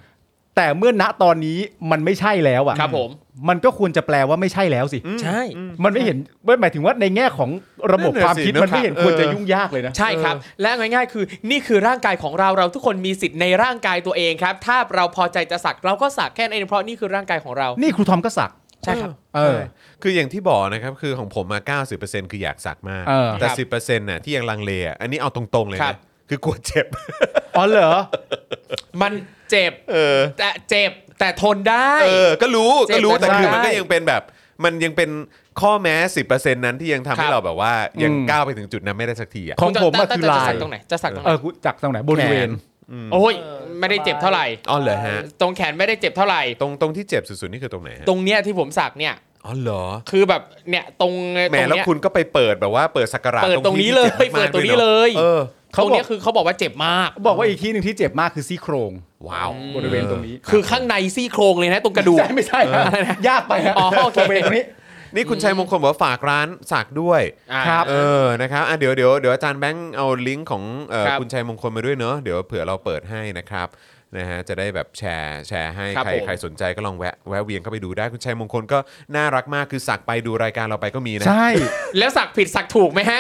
Speaker 3: แต่เมื่อณตอนนี้มันไม่ใช่แล้วอะ
Speaker 4: ครับผม
Speaker 3: มันก็ควรจะแปลว่าไม่ใช่แล้วสิ
Speaker 4: ใช่
Speaker 3: มันไม่เห็นไม่หมายถึงว่าในแง่ของระบบ
Speaker 2: นั่น
Speaker 3: ค
Speaker 2: น่ะ
Speaker 3: วามคิด
Speaker 2: สินะ
Speaker 3: มันไม่เห็น
Speaker 2: ครับ
Speaker 3: ควรจะยุ่งยากเลยนะ
Speaker 4: ใช่ครับ และง่ายๆ คือนี่คือร่างกายของเราเราทุกคนมีสิทธิ์ในร่างกายตัวเองครับ ถ้าเราพอใจจะสักเราก็สักแค่นั้นเองเพราะนี่คือร่างกายของเรา
Speaker 3: นี่ครูทอมก็สัก
Speaker 4: ใช่ครับ
Speaker 3: เออ
Speaker 2: ใช่คืออย่างที่บอกนะครับคือของผมมา 90%คืออยากสักมาก
Speaker 3: เออ
Speaker 2: แต่
Speaker 4: ครับ
Speaker 2: 10%น่ะที่ยังลังเลอ่ะอันนี้เอาตรงๆเลย
Speaker 4: ครั
Speaker 2: นะ
Speaker 4: บ
Speaker 2: คือกลัวเจ็บ
Speaker 3: อ๋อเหรอ
Speaker 4: มันเจ็บ
Speaker 2: เออ
Speaker 4: แต่เจ็บแต่ทนได้
Speaker 2: เออ ก็รู้
Speaker 4: เจ็บ
Speaker 2: ก็รู้
Speaker 4: แต่
Speaker 2: แต่คือ
Speaker 4: ทนได้
Speaker 2: มันก็ยังเป็นแบบ มันยังเป็น ข้อแม้ 10%นั้นที่ยังทำ
Speaker 1: ค
Speaker 2: ให้
Speaker 1: รับ
Speaker 2: เราแบบว่ายัง
Speaker 3: อืม
Speaker 2: ก้าวไปถึงจุดนั้นไม่ได้สักทีอ่ะ
Speaker 3: ของผมอะ
Speaker 1: จะ
Speaker 3: คือลาย
Speaker 1: จะสักตรงไหนจะสักตรงไห
Speaker 3: เอน อกูจักตรงไหนบริเวณ
Speaker 1: โอ้ย
Speaker 5: เออ
Speaker 1: ไม่ได้เจ็บเท่าไหร่
Speaker 2: อ๋อเหรอฮะ
Speaker 1: ตรงแขนไม่ได้เจ็บเท่าไหร่
Speaker 2: ตรงตรงที่เจ็บสุดๆนี่คือตรงไหนฮะ
Speaker 1: ตรงเนี้ยที่ผมสักเนี่ย
Speaker 2: อ๋อเหรอ
Speaker 1: คือแบบเนี่ยตรงต
Speaker 2: แหม
Speaker 1: รง
Speaker 2: แล้ว
Speaker 1: เนี้ย
Speaker 2: คุณก็ไปเปิดแบบว่าเปิดสักการะ
Speaker 1: เปิดตรงนี้
Speaker 2: ที่
Speaker 1: เลย
Speaker 2: จ็บมากๆ
Speaker 1: เปิดตรงนี้
Speaker 2: วอะ
Speaker 1: เลย
Speaker 2: เออ
Speaker 1: ตรงเนี้ยคือเขาบอกว่าเจ็บมาก
Speaker 3: บอกว่าอีกที่หนึ่งที่เจ็บมากคือซี่โครง
Speaker 2: ว้าว
Speaker 3: บริเวณตรงนี้
Speaker 1: คือข้างในซี่โครงเลยนะ ตรงกระดูก
Speaker 3: ใช่ไม่ใช่ฮะยากไปฮะ
Speaker 1: อ๋อโอเค
Speaker 3: บริเวณตรงนี้
Speaker 2: นี่คุณชัยมงคลบอกว่าฝากร้านสักด้วย
Speaker 1: อ่า
Speaker 3: ครับ
Speaker 2: เออ นะครับอ่ะเดี๋ยวเดี๋ยวเดี๋ยวอาจารย์แบงค์เอาลิงก์ของเอ่อ
Speaker 1: ครับ
Speaker 2: คุณชัยมงคลมาด้วยเนอะเดี๋ยวเผื่อเราเปิดให้นะครับ นะฮะ จะได้แบบแชร์แชร์ให้
Speaker 1: ครับ
Speaker 2: ใคร
Speaker 1: ผม
Speaker 2: ใครสนใจก็ลองแวะแวะเวียนเข้าไปดูได้ คุณชัยมงคลก็น่ารักมาก คือสักไปดูรายการเราไปก็มีนะ
Speaker 3: ใช่
Speaker 1: แล้วสักผิดสักถูกไหมฮะ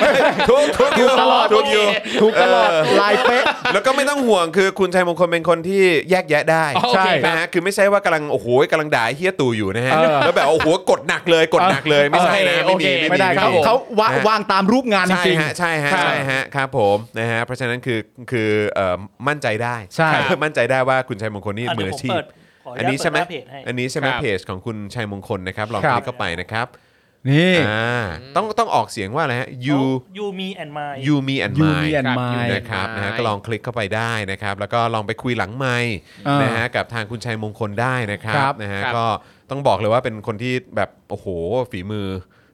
Speaker 2: ทุกทุกอยู่
Speaker 1: ตลอด
Speaker 2: ทุกอยู่
Speaker 3: ถูกตลอดลายเป๊ะ
Speaker 2: แล้วก็ไม่ต้องห่วงคือคุณชัยมงคลเป็นคนที่แยกแยะได้
Speaker 1: อ๋อโอเค
Speaker 2: ใช่
Speaker 1: ครับ
Speaker 2: นะฮะคือไม่ใช่ว่ากำลังโอ้โหกำลังด่าไอ้เฮี้ยตู่อยู่นะฮะ
Speaker 3: เออ
Speaker 2: แล้วแบบโอ้โหกดหนักเลยกดหนักเลยไม่ใช่นะ
Speaker 1: โอ
Speaker 2: ไม่
Speaker 1: เคโอเค
Speaker 2: มีไม่
Speaker 3: ไม่ได้ครับ
Speaker 2: มี
Speaker 3: เขาวะ
Speaker 2: ฮะ
Speaker 3: วางตามรูปงานจ
Speaker 2: ใช่
Speaker 3: ริง
Speaker 2: ฮะใช่ฮะ
Speaker 3: ครับ
Speaker 2: ใช่ฮะครับผมนะฮะเพราะฉะนั้นคือคือเอ่อมั่นใจได้
Speaker 3: ใช่
Speaker 2: ครับ <laughs> มั่นใจได้ว่าคุณชัยมงคลนี่
Speaker 5: อ่ะ
Speaker 2: มือ
Speaker 5: เดี๋ยว
Speaker 2: อาชี
Speaker 5: ผม
Speaker 2: พ
Speaker 5: เปิดขออนุญาต
Speaker 2: อันนี้ใช่ไหม
Speaker 5: เปิดหน้าเพจให้
Speaker 2: อันนี้ใช่ไหม
Speaker 1: ครับ
Speaker 2: เพจของคุณชัยมงคลนะครับลองคลิกเข้าไปนะครับ
Speaker 3: ๆนี่
Speaker 2: อ่าต้องต้องออกเสียงว่าอะไรฮะ you
Speaker 5: ยูมีแอนไม
Speaker 2: you me and
Speaker 3: ยู
Speaker 2: my
Speaker 3: เนีย
Speaker 1: ค
Speaker 3: น
Speaker 1: รับ
Speaker 3: ไม้
Speaker 2: นะครับ
Speaker 1: ไม่
Speaker 2: นะฮะก็ลองคลิกเข้าไปได้นะครับ แล้วก็ลองไปคุยหลังไมค์
Speaker 3: อ่าน
Speaker 2: นะฮะกับทางคุณชัยมงคลได้นะครั
Speaker 3: ครับ บ
Speaker 2: นะฮะ
Speaker 1: ครับ
Speaker 2: ก็ต้องบอกเลยว่าเป็นคนที่แบบโอ้โหฝีมือ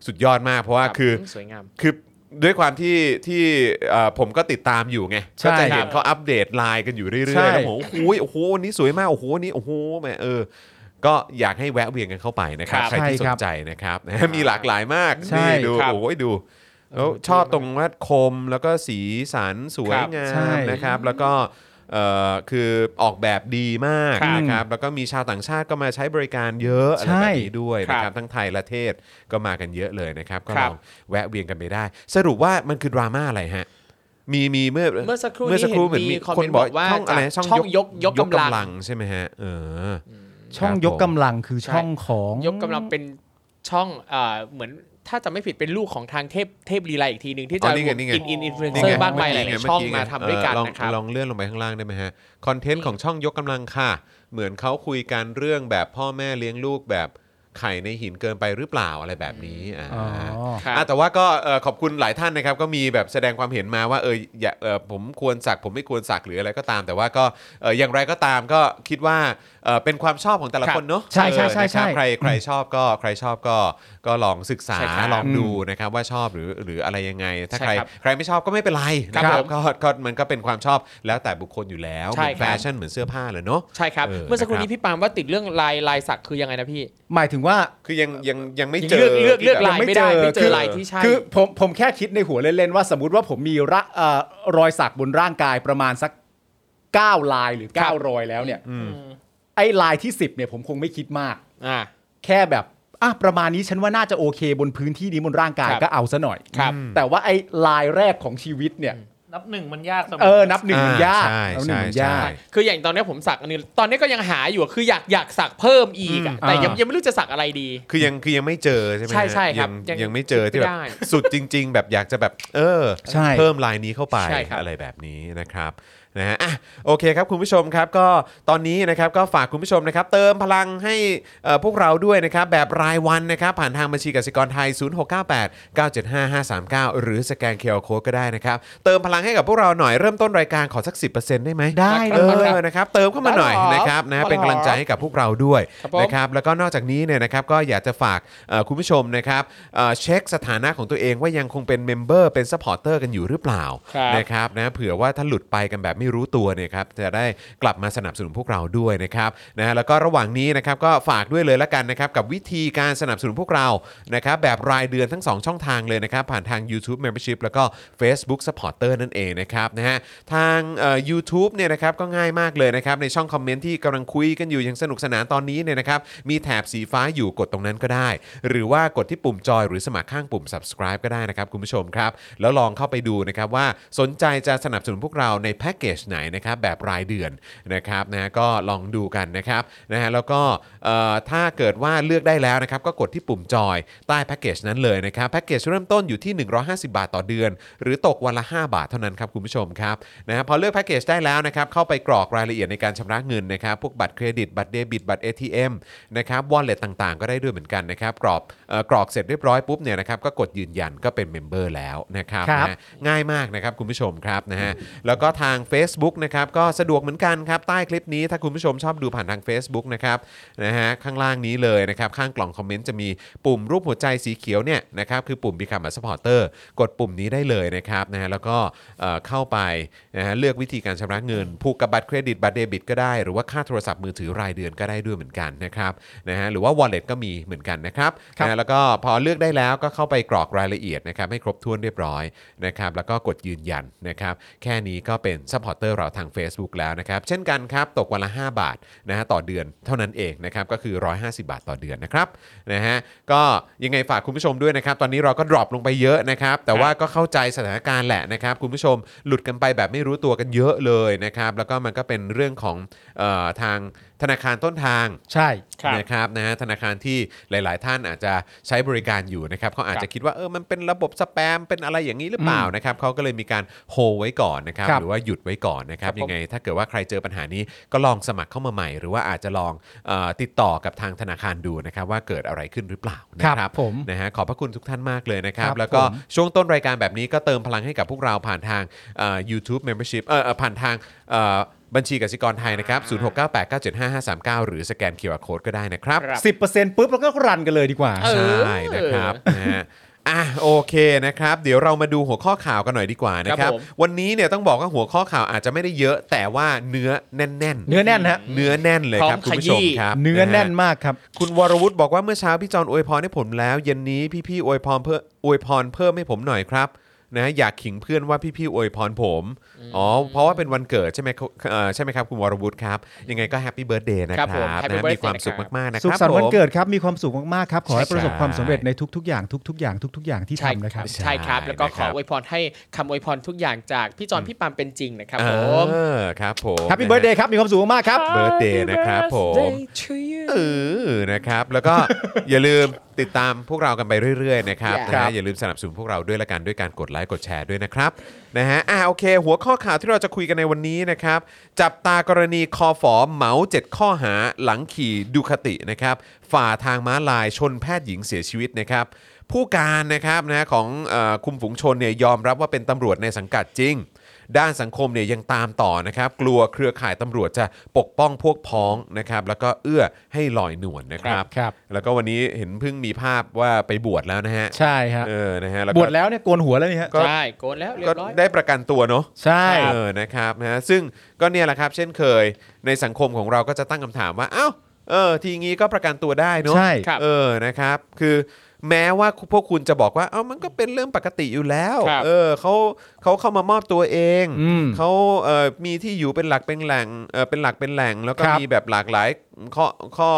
Speaker 2: สุดยอดมากเพราะว่า
Speaker 1: ครับ
Speaker 2: คือ
Speaker 1: สวยงาม
Speaker 2: คือด้วยความที่ที่เอ่อผมก็ติดตามอยู่ไง
Speaker 3: ใช่
Speaker 2: ก็จะเห็
Speaker 1: ค
Speaker 2: น
Speaker 1: รับ
Speaker 2: เขาอัปเดตไลน์กันอยู่เรื่อยๆ
Speaker 3: ใช่
Speaker 2: แล้วผมโอ้โหโอ้โหวันนี้สวยมากโอ้โหวันนี้โอ้โหแหมเออ ก็อยากให้แวะเวียนกันเข้าไปนะครับ
Speaker 1: ครับ
Speaker 2: ใครที่สนใจนะครับ <laughs> นะฮะมีหลากหลายมาก
Speaker 3: ใช่
Speaker 2: นี่ดู
Speaker 1: ครับ
Speaker 2: โอ้ยดู แล้วชอบตรงว่าคมแล้วก็สีสันสวยงา
Speaker 3: ใช่
Speaker 2: มนะครับ แล้วก็เอ่อคือออกแบบดีมาก
Speaker 3: ครับ
Speaker 2: นะครับแล้วก็มีชาวต่างชาติก็มาใช้บริการเยอะอะไร
Speaker 3: ใช่
Speaker 2: แบบนี้ด้วยนะค
Speaker 1: ครั
Speaker 2: รับบ ทั้งไทยและเทศก็มากันเยอะเลยนะครับ ก็
Speaker 1: ค
Speaker 2: ล
Speaker 1: รับ
Speaker 2: องแวะเวียนกันไปได้ สรุปว่ามันคือดราม่าอะไรฮะ มีมีเมื่อ
Speaker 1: เมื่อสักครู่
Speaker 2: เมื่อ
Speaker 1: นี้
Speaker 2: สักค
Speaker 1: เห็
Speaker 2: รู่
Speaker 1: น
Speaker 2: เหมือน
Speaker 1: มี
Speaker 2: มี
Speaker 1: คอม
Speaker 2: ค
Speaker 1: เม
Speaker 2: น
Speaker 1: นต์
Speaker 2: บบ อ
Speaker 1: อก กว่า
Speaker 2: ช่องอะไร
Speaker 1: จาก
Speaker 2: ช่อง
Speaker 1: ช่องยกยกกำลัง
Speaker 2: ใช่ไหมฮะเออ
Speaker 3: ช่อง
Speaker 2: ครับ
Speaker 3: ยก
Speaker 2: ผม
Speaker 3: กำลังคือช่องของ
Speaker 1: ยกกำลังเป็นช่องเอ่อเหมือนถ้าจะไม่ผิดเป็นลูกของทางเทพเทพลีลาอีกทีหนึ่งที่
Speaker 2: อ๋
Speaker 1: จะ
Speaker 2: อนี่ไงนี่ไง
Speaker 1: อินอินอินฟลูเอน
Speaker 2: นี่
Speaker 1: เซอ
Speaker 2: ไง
Speaker 1: ร์บ้านใหม่ห
Speaker 2: เอ
Speaker 1: ลาย
Speaker 2: กี้
Speaker 1: ๆช่อง
Speaker 2: ไ
Speaker 1: มาทำด้วยกัน
Speaker 2: เออลอง
Speaker 1: นะครับ
Speaker 2: ลองเลื่อนลงไปข้างล่างได้ไหมฮะ คอนเทนต์ของช่องยกกำลังค่ะ เหมือนเขาคุยกันเรื่องแบบพ่อแม่เลี้ยงลูกแบบไข่ในหินเกินไปหรือเปล่าอะไรแบบนี้อ่า
Speaker 3: อ๋อ
Speaker 1: ครับ
Speaker 2: อ่ะแต่ว่าก็เอ่อขอบคุณหลายท่านนะครับ ก็มีแบบแสดงความเห็นมาว่าเอออย่าเออผมควรสักผมไม่ควรสักหรืออะไรก็ตาม แต่ว่าก็เอออย่างไรก็ตามก็คิดว่าเออเป็นความชอบของแต่ละคนเนอะ
Speaker 3: ใช่ใช่ใช่
Speaker 2: เออนะค
Speaker 3: ใช่
Speaker 2: รับใครใครชอบก็ใครชอบก็ก็ลองศึกษา
Speaker 1: ใช่ครับ
Speaker 2: ลองดูนะครับว่าชอบหรือหรืออะไรยังไง ถ้า
Speaker 1: ใช่
Speaker 2: ใคร
Speaker 1: ครับ
Speaker 2: ใครไม่ชอบก็ไม่เป็นไรนะค
Speaker 1: ครั
Speaker 2: รับบ
Speaker 1: ผม
Speaker 2: ก็ก็มันก็เป็นความชอบแล้วแต่บุคคลอยู่แล้วเห
Speaker 1: ใช่ครับ
Speaker 2: มือนแฟชั่นเหมือนเสื้อผ้าเลยเนาะ
Speaker 1: ใช่ครับ
Speaker 2: เออ
Speaker 1: เมื่อสักครู่
Speaker 2: นะครับ
Speaker 1: นี้พี่ปาล์มว่าติดเรื่องลายลายสักคือยังไงนะพี่
Speaker 3: หมายถึงว่า
Speaker 2: คือยังยังยังไม่เจ
Speaker 1: เลื
Speaker 2: อ
Speaker 1: อกเลือกเลือก
Speaker 2: ที่แบบ
Speaker 1: ลายไม่ได้ไม่เจอลายที่ใช่
Speaker 3: คือผมผมแค่คิดในหัวเล่น ๆ ว่าสมมติว่าผมมีระเอ่อรอยสักบนร่างกายประมาณสัก 9 ลายหรือ
Speaker 1: ครับ
Speaker 3: 9 รอยแล้วเนี่ย ไอ้ลายที่ 10เนี่ยผมคงไม่คิดมาก
Speaker 1: อ่า
Speaker 3: แค่แบบอ่ะประมาณนี้ฉันว่าน่าจะโอเคบนพื้นที่นี้บนร่างกาย
Speaker 1: ครับ
Speaker 3: ก็เอาซะหน่อย
Speaker 1: ครับ
Speaker 3: แต่ว่าไอ้ลายแรกของชีวิตเนี่ย
Speaker 5: นับหนึ่งมันยากเสมอ
Speaker 3: เออ นับหนึ่งมันยาก
Speaker 2: อ่า
Speaker 3: นั
Speaker 2: ใช่
Speaker 3: บหนึ่งมัน
Speaker 2: ใช่
Speaker 3: ยาก
Speaker 2: ใช่
Speaker 1: คืออย่างตอนเนี้ยผมสักอันนี้ตอนนี้ก็ยังหาอยู่อะคืออยากอยากสักเพิ่มอีกอะแต่ยัง
Speaker 3: อ่ายั
Speaker 1: ยังไม่รู้จะสักอะไรดี
Speaker 2: คือยังคือยังไม่เจอใช่ไหมฮะ
Speaker 1: ใช่ใช่ครับ
Speaker 2: ยั
Speaker 1: ยัง ง
Speaker 2: ยังไม่เจอที่แบ
Speaker 1: คิด
Speaker 2: บ
Speaker 1: ไม่ได้
Speaker 2: สุดจริง ๆ แบบอยากจะแบบเออ
Speaker 3: ใช่
Speaker 2: เพิ่มลายนี้เข้าไป
Speaker 1: ใช่ครับ
Speaker 2: อะไรแบบนี้นะครับนะฮะอ่ะโอเคครับคุณผู้ชมครับก็ตอนนี้นะครับก็ฝากคุณผู้ชมนะครับ เติมพลังให้เอ่อพวกเราด้วยนะครับ แบบรายวันนะครับ ผ่านทางบัญชีกสิกรไทย 0698 975 539 หรือสแกนเคอร์โคก็ได้นะครับ เติมพลังให้กับพวกเราหน่อยเริ่มต้นรายการขอสัก 10%ได้ไหม
Speaker 3: ได้
Speaker 2: เอ
Speaker 3: เลย
Speaker 2: อนะครับเติมเข้ามาหน่อย
Speaker 1: ได้หรอ
Speaker 2: นะครับนะเป็นกำลังใจให้กับพวกเราด้วย
Speaker 1: ครับผม
Speaker 2: นะครับ นะครับแล้วก็นอกจากนี้เนี่ยนะครับก็อยากจะฝากเอ่อคุณผู้ชมนะครับเอ่อเช็คสถานะของตัวเองว่ายังคงเป็นเมมเบอร์เป็นสปอร์เตอร์กันอยู่หรือเปล่า
Speaker 1: ครับ
Speaker 2: นะครับนะเผื่อว่าถ้าหลุดไปกันแบบไม่รู้ตัวเนี่ยครับจะได้กลับมาสนับสนุนพวกเราด้วยนะครับนะแล้วก็ระหว่างนี้นะครับก็ฝากด้วยเลยละกันนะครับกับวิธีการสนับสนุนพวกเรานะครับแบบรายเดือนทั้ง 2 ช่องทางเลยนะครับผ่านทาง YouTube Membership แล้วก็ Facebook Supporter นั่นเองนะครับนะฮะทางเอ่อ u t u b e เนี่ยนะครับก็ง่ายมากเลยนะครับในช่องคอมเมนต์ที่กำลังคุยกันอยู่อย่างสนุกสนานตอนนี้เนี่ยนะครับมีแถบสีฟ้าอยู่กดตรงนั้นก็ได้ หรือว่ากดที่ปุ่มจอยหรือสมัครข้างปุ่ม subscribe ก็ได้นะครับคุณผู้ชมครับแล้วลองเข้าไปดูนะครับว่าสนใจจะสนับสนุนพวกเราในแพ็กเกจไหนนะครับแบบรายเดือนนะครับนะฮะก็ลองดูกันนะครับนะฮะแล้วก็เอ่อถ้าเกิดว่าเลือกได้แล้วนะครับก็กดที่ปุ่มจอยใต้แพ็กเกจนั้นเลยนะครับแพ็กเกจเริ่มต้นอยู่ที่ 150 บาทต่อเดือน หรือตกวันละ 5 บาทเท่านั้น านั้นครับคุณผู้ชมครับนะฮะพอเลือกแพ็กเกจได้แล้วนะครับเข้าไปกรอกรายละเอียดในการชำระเงินนะครับพวกบัตรเครดิตบัตรเดบิตบัตร ATM นะครับวอลเล็ตต่างๆ ก็ได้ด้วยเหมือนกันนะครับกรอบเอ่อกรอกเสร็จเรียบร้อยปุ๊บเนี่ยนะครับก็กดยืนยันก็เป็นเมมเบอร์แล้วนะครับ
Speaker 3: ครับ
Speaker 2: นะฮะ ง่ายมากนะครับคุณผู้ชมครับนะฮะแล้วก็ทาง Facebook นะครับก็สะดวกเหมือนกันครับ ใต้คลิปนี้ถ้าคุณผู้ชมชอบดูผ่านทาง Facebook นะครับนะฮะข้างล่างนี้เลยนะครับข้างกล่องคอมเมนต์จะมีปุ่มรูปหัวใจสีเขียวเนี่ยนะครับคือปุ่ม Become a supporter กดปุ่มนี้ได้เลยนะครับนะฮะแล้วก็เอ่อเข้าไปนะฮะเลือกวิธีการชำระเงิน ผูกกับบัตรเครดิตบัตรเดบิตก็ได้ หรือว่าค่าโทรศัพท์มือถือรายเดือนก็ได้ด้วยเหมือนกันนะครับนะฮะหรือว่า wallet ก็มีเหมือนกันนะครับ
Speaker 3: ครับ
Speaker 2: นะฮะแล้วก็พอเลือกได้แล้วก็เข้าไปกรอกรายละเอียดนะครับให้ครบถ้วนเรียบร้อย นะครับแล้วก็กดยืนยันนะครับแค่นี้ก็เป็นซัพพอร์เตอร์เราทาง Facebook แล้วนะครับเช่นกันครับ ตกวันละ 5 บาทนะฮะต่อเดือนเท่านั้นเองนะครับก็คือ 150 บาทต่อเดือนนะครับนะฮะก็ยังไงฝากคุณผู้ชมด้วยนะครับ ตอนนี้เราก็ดรอปลงไปเยอะนะครับ แต่ว่าก็เข้าใจสถานการณ์แหละนะครับ คุณผู้ชมหลุดกันไปแบบไม่รู้ตัวกันเยอะเลยนะครับแล้วก็มันก็เป็นเรื่องของเออทางธนาคารต้นทาง
Speaker 3: ใช่
Speaker 5: ครับ
Speaker 2: นะครับนะฮะธนาคารที่หลาย ๆ ท่านอาจจะใช้บริการอยู่นะครับเขาอาจจะคิดว่าเออมันเป็นระบบสแปมเป็นอะไรอย่างนี้หรือเปล่านะครับเขาก็เลยมีการโฮไว้ก่อนนะครับ
Speaker 3: ครับ
Speaker 2: หรือว่าหยุดไว้ก่อนนะครับ
Speaker 5: ครับผม
Speaker 2: ยังไงถ้าเกิดว่าใครเจอปัญหานี้ก็ลองสมัครเข้ามาใหม่ หรือว่าอาจจะลองเออติดต่อกับทางธนาคารดูนะครับว่าเกิดอะไรขึ้นหรือเปล่านะค
Speaker 3: ครั
Speaker 2: รับบ
Speaker 3: ผม
Speaker 2: นะฮะขอบพระคุณทุกท่านมากเลยนะครับ
Speaker 3: ครับ
Speaker 2: แล้วก็
Speaker 3: ผม
Speaker 2: ช่วงต้นรายการแบบนี้ก็เติมพลังให้กับพวกเราผ่านทางเอ่อ YouTube Membership เอ่อเอ่อผ่านทางเอ่อบัญชีกสิกรไทยนะครับ0698975539 หรือสแกน QR Code ก็ได้นะครับ
Speaker 5: ครับ
Speaker 3: ิบเปอร์เซ็นต์ปุ๊บแล้วก็รันกันเลยดีกว่า
Speaker 1: เออ
Speaker 2: ใช่นะครับนะฮะอ่ะโอเคนะครับ เดี๋ยวเรามาดูหัวข้อข่าวกันหน่อยดีกว่านะค
Speaker 1: ครั
Speaker 2: รับ
Speaker 1: บผม
Speaker 2: วันนี้เนี่ยต้องบอกว่าหัวข้อข่าวอาจจะไม่ได้เยอะ แต่ว่าเนื้อแน่นๆ
Speaker 3: เนื้อแน่นฮะ
Speaker 2: เนื้อแน่นเลยครับคุณผู้ชมครับ
Speaker 3: เนื้อแน่นะ
Speaker 2: ฮะ
Speaker 3: มากครับ
Speaker 2: คุณวรวุฒิบอกว่าเมื่อเช้าพี่จอนอวยพรให้ผมแล้ว เย็นนี้พี่ๆอวยพรเพิ่มอวยพรเพิ่มให้ผมหน่อยครับนะอยากขิงเพื่อนว่าพี่ๆอวยพรผมอ๋อเพราะว่าเป็นวันเกิดใช่ไหมครับเอ่อใช่ไหมครับคุณวรวุฒิครับยังไงก็แฮปปี้เบิร์ดเดย์นะ
Speaker 1: ค
Speaker 2: ค
Speaker 1: รั
Speaker 2: รับบ
Speaker 1: ผม
Speaker 2: นะ
Speaker 1: Happy
Speaker 2: มีความสุข
Speaker 1: Birthday
Speaker 2: มากๆนะครับ
Speaker 3: สุขสันต์วัน
Speaker 2: ผม
Speaker 3: เกิดครับ มีความสุขมาก ๆ ครับ ขอให้ประสบความ
Speaker 2: ใช่
Speaker 3: สำเร็จในทุก ๆ อย่างทุก ๆ อย่างทุก ๆ อย่างที่
Speaker 1: ใช่
Speaker 3: ทำนะครับ
Speaker 1: ใช่ครับ
Speaker 2: ใช่
Speaker 1: แล้วก็ขอ
Speaker 2: นะครับ
Speaker 1: อวยพรให้คำอวยพรทุกอย่างจากพี่จอนพี่ปามเป็นจริงนะครับผม
Speaker 2: เออครับผม
Speaker 3: แฮปปี้เบิร์ดเดย์ครับ มีความสุขมากๆครับ
Speaker 2: เบิร์ดเดย์นะครับผมเออนะครับ แล้วก็ <laughs> อย่าลืมติดตามพวกเรากันไปเรื่อยๆนะครับ
Speaker 1: Yeah
Speaker 2: นะฮะอย่าลืมสนับสนุนพวกเราด้วยละกันด้วยการกดไลค์กดแชร์ด้วยนะครับนะฮะอ่าโอเค หัวข้อข่าวที่เราจะคุยกันในวันนี้นะครับ จับตากรณีคอฝอเหมา 7 ข้อหาหลังขี่ดูคาตินะครับ ฝ่าทางม้าลายชนแพทย์หญิงเสียชีวิตนะครับ ผู้การนะครับนะฮะของเออคุมฝูงชนเนี่ยยอมรับว่าเป็นตำรวจในสังกัดจริง ด้านสังคมเนี่ยยังตามต่อนะครับ กลัวเครือข่ายตำรวจจะปกป้องพวกพ้องนะครับ แล้วก็เอื้อให้ลอยนวลนะครับ
Speaker 3: ครับ
Speaker 2: แล้วก็วันนี้เห็นเพิ่งมีภาพว่าไปบวชแล้วนะฮะ
Speaker 3: ใช่ฮะ
Speaker 2: เออนะฮะแล้ว
Speaker 3: บ
Speaker 2: ก็
Speaker 3: วชแล้วเนี่ยโกนหัวแล้วนี่ฮะ
Speaker 2: ก็
Speaker 1: ใช่โกนแล้วเรีย
Speaker 2: ก็
Speaker 1: บร้อย
Speaker 2: ได้ประกันตัวเนาะ
Speaker 3: ใช่
Speaker 2: เออ นะครับ นะ ซึ่งก็เนี่ยแหละครับ เช่นเคย ในสังคมของเราก็จะตั้งคำถามว่า เอ้า เออ ทีงี้ก็ประกันตัวได้เนอะ
Speaker 3: ใช่
Speaker 1: ครับ
Speaker 2: เออ นะครับ คือแม้ว่าพวกคุณจะบอกว่า เอ้า มันก็เป็นเรื่องปกติอยู่แล้ว
Speaker 1: ครับ
Speaker 2: เออเขาเขาเข้ามามอบตัวเอง
Speaker 3: อืม
Speaker 2: เขาเออมีที่อยู่เป็นหลักเป็นแหล่ง เออเป็นหลักเป็นแหล่ง แล้วก็
Speaker 3: ครับ
Speaker 2: มีแบบหลากหลายข้อ ข้อ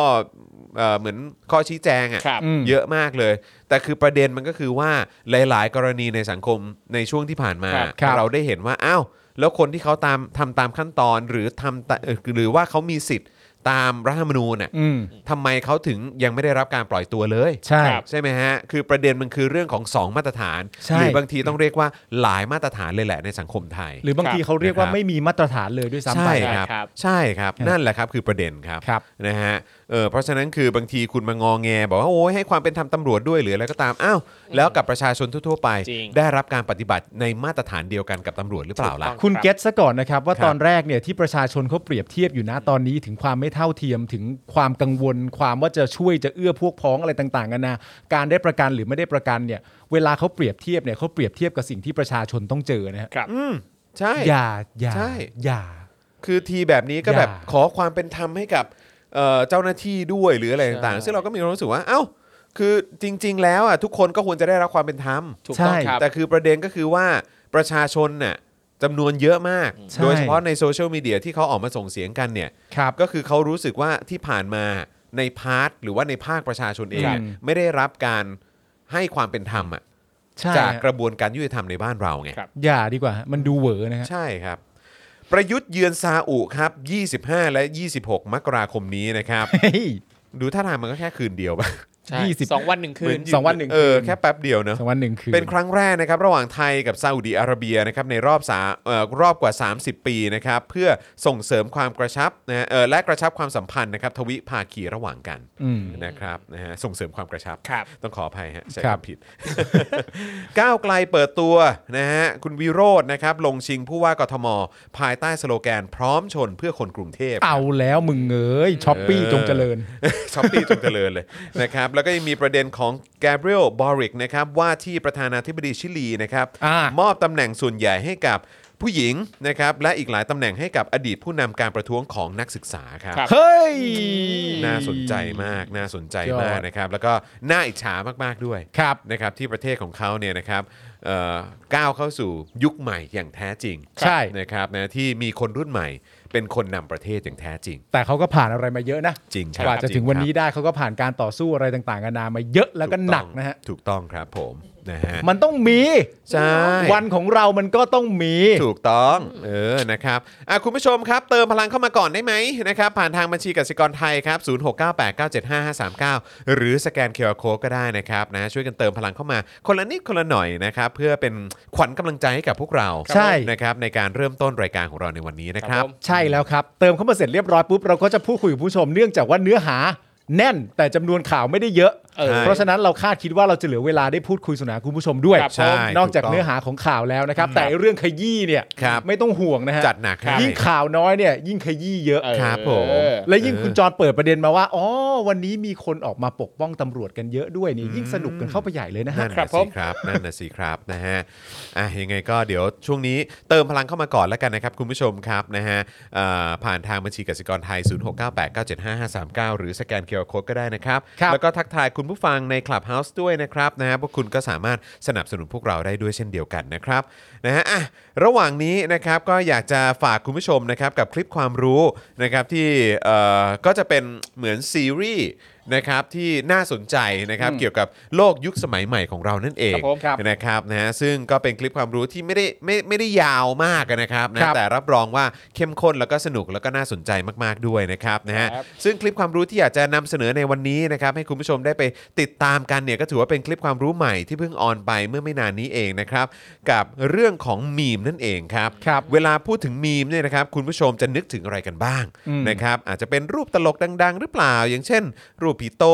Speaker 2: เออเหมือนข้อชี้แจง
Speaker 1: ครั
Speaker 2: อะ่ะ
Speaker 1: บ
Speaker 3: อืม
Speaker 2: เยอะมากเลย แต่คือประเด็นมันก็คือว่าหลาย ๆ กรณีในสังคมในช่วงที่ผ่านมา
Speaker 1: ครับ
Speaker 3: ครับ
Speaker 2: เราได้เห็นว่าอ้าวแล้วคนที่เขาตามทำตามขั้นตอนหรือทำตาเอ่อหรือว่าเขามีสิทธิ์ตามรัฐธรรมนูญน่ะ
Speaker 3: อืม
Speaker 2: ทำไมเขาถึงยังไม่ได้รับการปล่อยตัวเลย
Speaker 3: ใช่
Speaker 5: ครับ
Speaker 2: ใช่ไหมฮะคือประเด็นมันคือเรื่องของ 2 มาตรฐาน
Speaker 3: ใช่
Speaker 2: หรือบางทีต้องเรียกว่าหลายมาตรฐานเลยแหละในสังคมไทย
Speaker 3: หรือบางทีเขาเรียกว่าไม่มีมาตรฐานเลยด้วยซ้ำไป
Speaker 2: ใช่ครับ
Speaker 1: ครับ
Speaker 2: ใช่ครับนั่นแหละครับคือประเด็นครับ
Speaker 3: ครับ
Speaker 2: นะฮะเออเพราะฉะนั้นคือบางทีคุณมางอแงบอกว่าโอ้ยให้ความเป็นธรรมตำรวจด้วยหรืออะไรก็ตามอ้าวแล้วกับประชาชนทั่วๆไป
Speaker 1: จริง
Speaker 2: ได้รับการปฏิบัติในมาตรฐานเดียวกันกับตำรวจหรือเปล่าล่ะ
Speaker 3: คุณเก็ตซะก่อนนะครับว่า
Speaker 2: ครับ
Speaker 3: ตอนแรกเนี่ยที่ประชาชนเขาเปรียบเทียบอยู่นะตอนนี้ถึงความไม่เท่าเทียมถึงความกังวล ความว่าจะช่วยจะเอื้อพวกพ้องอะไรต่างๆกันานะการได้ประกันหรือไม่ได้ประกันเนี่ยเวลาเขาเปรียบเทียบเนี่ยเขาเปรียบเทียบกับสิ่งที่ประชาชนต้องเจอนะฮะ
Speaker 5: ครับ
Speaker 2: ืมใช่
Speaker 3: อย่าอย่า
Speaker 2: ใช่
Speaker 3: อย่า
Speaker 2: คือทีแบบนี้ก็แบบ
Speaker 3: อย่า
Speaker 2: ขอความเป็นธรรมให้กับเอ่อเจ้าหน้าที่ด้วยหรืออะไรต่างๆ ซึ่งเราก็มีความรู้สึกว่าเอ้าคือจริง ๆ แล้วอ่ะทุกคนก็ควรจะได้รับความเป็นธรรม
Speaker 1: ถูกต้อง
Speaker 3: ใช่
Speaker 1: ครับ
Speaker 2: แต่คือประเด็นก็คือว่าประชาชนน่ะจำนวนเยอะมาก
Speaker 3: ใช่
Speaker 2: โดยเฉพาะในโซเชียลมีเดียที่เขาออกมาส่งเสียงกันเนี่ย
Speaker 3: ครับ
Speaker 2: ก็คือเขารู้สึกว่าที่ผ่านมาในพาร์ทหรือว่าในภาคประชาชนเองเนี่ย
Speaker 3: อืม
Speaker 2: ไม่ได้รับการให้ความเป็นธรรมอะ
Speaker 3: ใช่
Speaker 2: จาก
Speaker 3: ฮะ
Speaker 2: กระบวนการยุติธรรมในบ้านเราไง
Speaker 5: ครับ
Speaker 3: อย่าดีกว่าฮะมันดูเหวอนะฮะ
Speaker 2: ใช่ครับ ประยุทธ์เยือนซาอุครับ 25 และ 26 มกราคมนี้นะครับ <laughs>
Speaker 3: เฮ้ย
Speaker 2: ดูท่าทางมันก็แค่คืนเดียวปะ
Speaker 1: ใช่
Speaker 3: ยี่สิบ
Speaker 1: สองวันหนึ่งคืน
Speaker 3: สองวันหนึ่ง
Speaker 2: เออ
Speaker 3: คืน
Speaker 2: แค่แป๊บเดียวเนอะ
Speaker 3: สองวันหนึ่งคืน
Speaker 2: เป็นครั้งแรกนะครับระหว่างไทยกับซาอุดีอาระเบียนะครับในรอบสาเอ่อรอบกว่า 30 ปีนะครับเพื่อส่งเสริมความกระชับนะฮะเอ่อและกระชับความสัมพันธ์นะครับทวิภาคีระหว่างกัน
Speaker 3: อืม
Speaker 2: นะครับนะฮะส่งเสริมความกระชับ
Speaker 1: ครับ
Speaker 2: ต้องขออภัยฮะใช้
Speaker 3: ครับ
Speaker 2: คำผิด <laughs> ก้าวไกลเปิดตัวนะฮะคุณวิโรจน์นะครับลงชิงผู้ว่ากทม ภายใต้สโลแกน พร้อมชนเพื่อคนกรุงเทพ
Speaker 3: เอาแล้วมึงเอ้ยช้อปปี้
Speaker 2: เออ
Speaker 3: จงเจริญ
Speaker 2: <laughs> ช้อปปี้จงเจริญเลยนะครับแล้วก็ยังมีประเด็นของแกเบรียลบอริกนะครับว่าที่ประธานาธิบดีชิลีนะครับ
Speaker 3: อ่าม
Speaker 2: อบตำแหน่งส่วนใหญ่ให้กับผู้หญิงนะครับและอีกหลายตำแหน่งให้กับอดีตผู้นำการประท้วงของนักศึกษาครับ
Speaker 1: ครับ
Speaker 3: เฮ้ย
Speaker 2: น่าสนใจมากน่าสนใจมาก
Speaker 3: ยอด
Speaker 2: นะครับแล้วก็น่าอิจฉามากๆด้วย
Speaker 3: ครับ
Speaker 2: นะครับที่ประเทศของเขาเนี่ยนะครับเอ่อก้าวเข้าสู่ยุคใหม่อย่างแท้จริง
Speaker 3: ใช่
Speaker 2: นะครับนะที่มีคนรุ่นใหม่เป็นคนนำประเทศอย่างแท้จริง
Speaker 3: แต่เขาก็ผ่านอะไรมาเยอะนะ
Speaker 2: จริงครับ
Speaker 3: กว่าจะถึงวัน
Speaker 2: จริงครับ
Speaker 3: นี้ได้เขาก็ผ่านการต่อสู้อะไรต่างๆกันานามาเยอะแล้วก็หนักนะฮะ
Speaker 2: ถูกต้องครับผมนะฮะ
Speaker 3: มันต้องมี
Speaker 2: ใช่
Speaker 3: วันของเรามันก็ต้องมี
Speaker 2: <laughs> ถูกต้อง เออ นะครับอ่ะคุณผู้ชมครับ เติมพลังเข้ามาก่อนได้ไหมนะครับ ผ่านทางบัญชีกสิกรไทยครับ 0698975539 หรือสแกนเคอร์โคก็ได้นะครับ นะ ช่วยกันเติมพลังเข้ามา คนละนิดคนละหน่อยนะครับ เพื่อเป็นขวัญกำลังใจให้กับพวกเรา
Speaker 3: ใช่
Speaker 2: นะครับ ในการเริ่มต้นรายการของเราในวันนี้นะครับ
Speaker 1: ครับผม
Speaker 3: ใช่แล้วครับ เติมเข้ามาเสร็จเรียบร้อยปุ๊บเราก็จะพูดคุยกับผู้ชมเนื่องจากว่าเนื้อหาแน่นแต่จำนวนข่าวไม่ได้เยอะ
Speaker 1: เออ
Speaker 2: ใช่
Speaker 3: เพราะฉะนั้นเราคาดคิดว่าเราจะเหลือเวลาได้พูดคุยสนทนาคุณผู้ชมด้วย
Speaker 1: ครับ
Speaker 2: ใช่
Speaker 3: นอกจาก
Speaker 2: ถูต้ง
Speaker 3: เนื้อหาของข่าวแล้วนะครับ แต่เรื่องขยี้เนี่ย
Speaker 2: ครับ
Speaker 3: ไม่ต้องห่วงนะฮะ
Speaker 2: จัดหนักให้
Speaker 3: ยิ่งข่าวน้อยเนี่ยยิ่งขยี้เยอะ
Speaker 1: เออ
Speaker 2: ครับผม
Speaker 3: และยิ่งคุณจรเปิดประเด็นมาว่าอ๋อวันนี้มีคนออกมาปกป้องตำรวจกันเยอะด้วยนี่ยิ่งสนุกกันเข้าไปใหญ่เลยนะ
Speaker 2: นั่
Speaker 3: ฮะ
Speaker 2: นนะสิครับ นั่นนะสิครับนะฮะอ่ะยังไงก็เดี๋ยวช่วงนี้เติมพลังเข้ามาก่อนแล้วกันนะครับ คุณผู้ชมครับนะฮะเอ่อผ่านทางบัญชีกสิกรไทย 0698975539 หรือสแกนเคอร์โคก็ได้นะครับ
Speaker 3: ครับ
Speaker 2: แล้วก็ทักทายคุณผู้ฟังใน Clubhouse ด้วยนะครับนะฮะพวกคุณก็สามารถสนับสนุนพวกเราได้ด้วยเช่นเดียวกันนะครับนะฮะอ่ะระหว่างนี้นะครับก็อยากจะฝากคุณผู้ชมนะครับกับคลิปความรู้นะครับที่เอ่อก็จะเป็นเหมือนซีรีส์นะครับที่น่าสนใจนะครับเกี่ยวกับโลกยุคสมัยใหม่ของเรานั่นเอ
Speaker 1: ค
Speaker 2: ง
Speaker 1: รับผม
Speaker 3: ครับ
Speaker 2: นะครับนะฮะซึ่งก็เป็นคลิปความรู้ที่ไม่ได้ไม่ไม่ได้ยาวมากนะครับนะครับ แต่รับรองว่าเข้มข้นแล้วก็สนุกแล้วก็น่าสนใจมาก ๆด้วยนะครับนะฮะ
Speaker 1: ครับ
Speaker 2: ซึ่งคลิปความรู้ที่อยากจะนำเสนอในวันนี้นะครับให้คุณผู้ชมได้ไปติดตามกันเนี่ยก็ถือว่าเป็นคลิปความรู้ใหม่ที่เพิ่งออนไปเมื่อไม่นานนี้เองนะครับกับเรื่องของมีมนั่นเองครับ
Speaker 3: ครับ
Speaker 2: เวลาพูดถึงมีมเนี่ยนะครับคุณผู้ชมจะนึกถึงอะไรกันบ้าง
Speaker 3: อืม
Speaker 2: นะครับอาจจะเป็นรูปตลกดัง ๆ หรือเปล่า อย่างเช่น รูปผีโต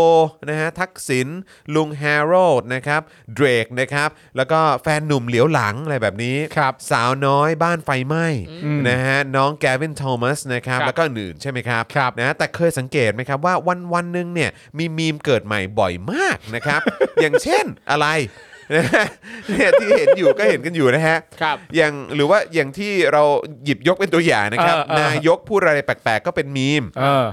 Speaker 2: นะฮะทักษิณลุงแฮโรดนะครับเดรกนะครับแล้วก็แฟนหนุ่มเหลียวหลังอะไรแบบนี้
Speaker 3: ครับ
Speaker 2: สาวน้อยบ้านไฟไหม้
Speaker 3: อืม
Speaker 2: นะฮะน้องแกวินโทมัสนะครั
Speaker 1: ค
Speaker 2: บ
Speaker 1: รับ
Speaker 2: แล้วก็อื่นๆใช่ไหมครับ
Speaker 3: ครับ
Speaker 2: นะแต่เคยสังเกตไหมครับว่าวันวันๆหนึ่งเนี่ยมีมีมเกิดใหม่บ่อยมาก
Speaker 3: <laughs>
Speaker 2: นะครับ อย่างเช่นอะไรนะฮะเนี่ยที่เห็นอยู่ก็เห็นกันอยู่นะฮะ
Speaker 1: ครับ
Speaker 2: อย่างหรือว่าอย่างที่เราหยิบยกเป็นตัวอย่างนะครับ
Speaker 3: เออเออ
Speaker 2: นายกพูดอะไรแปลกๆ ก็เป็นมีม
Speaker 3: เออ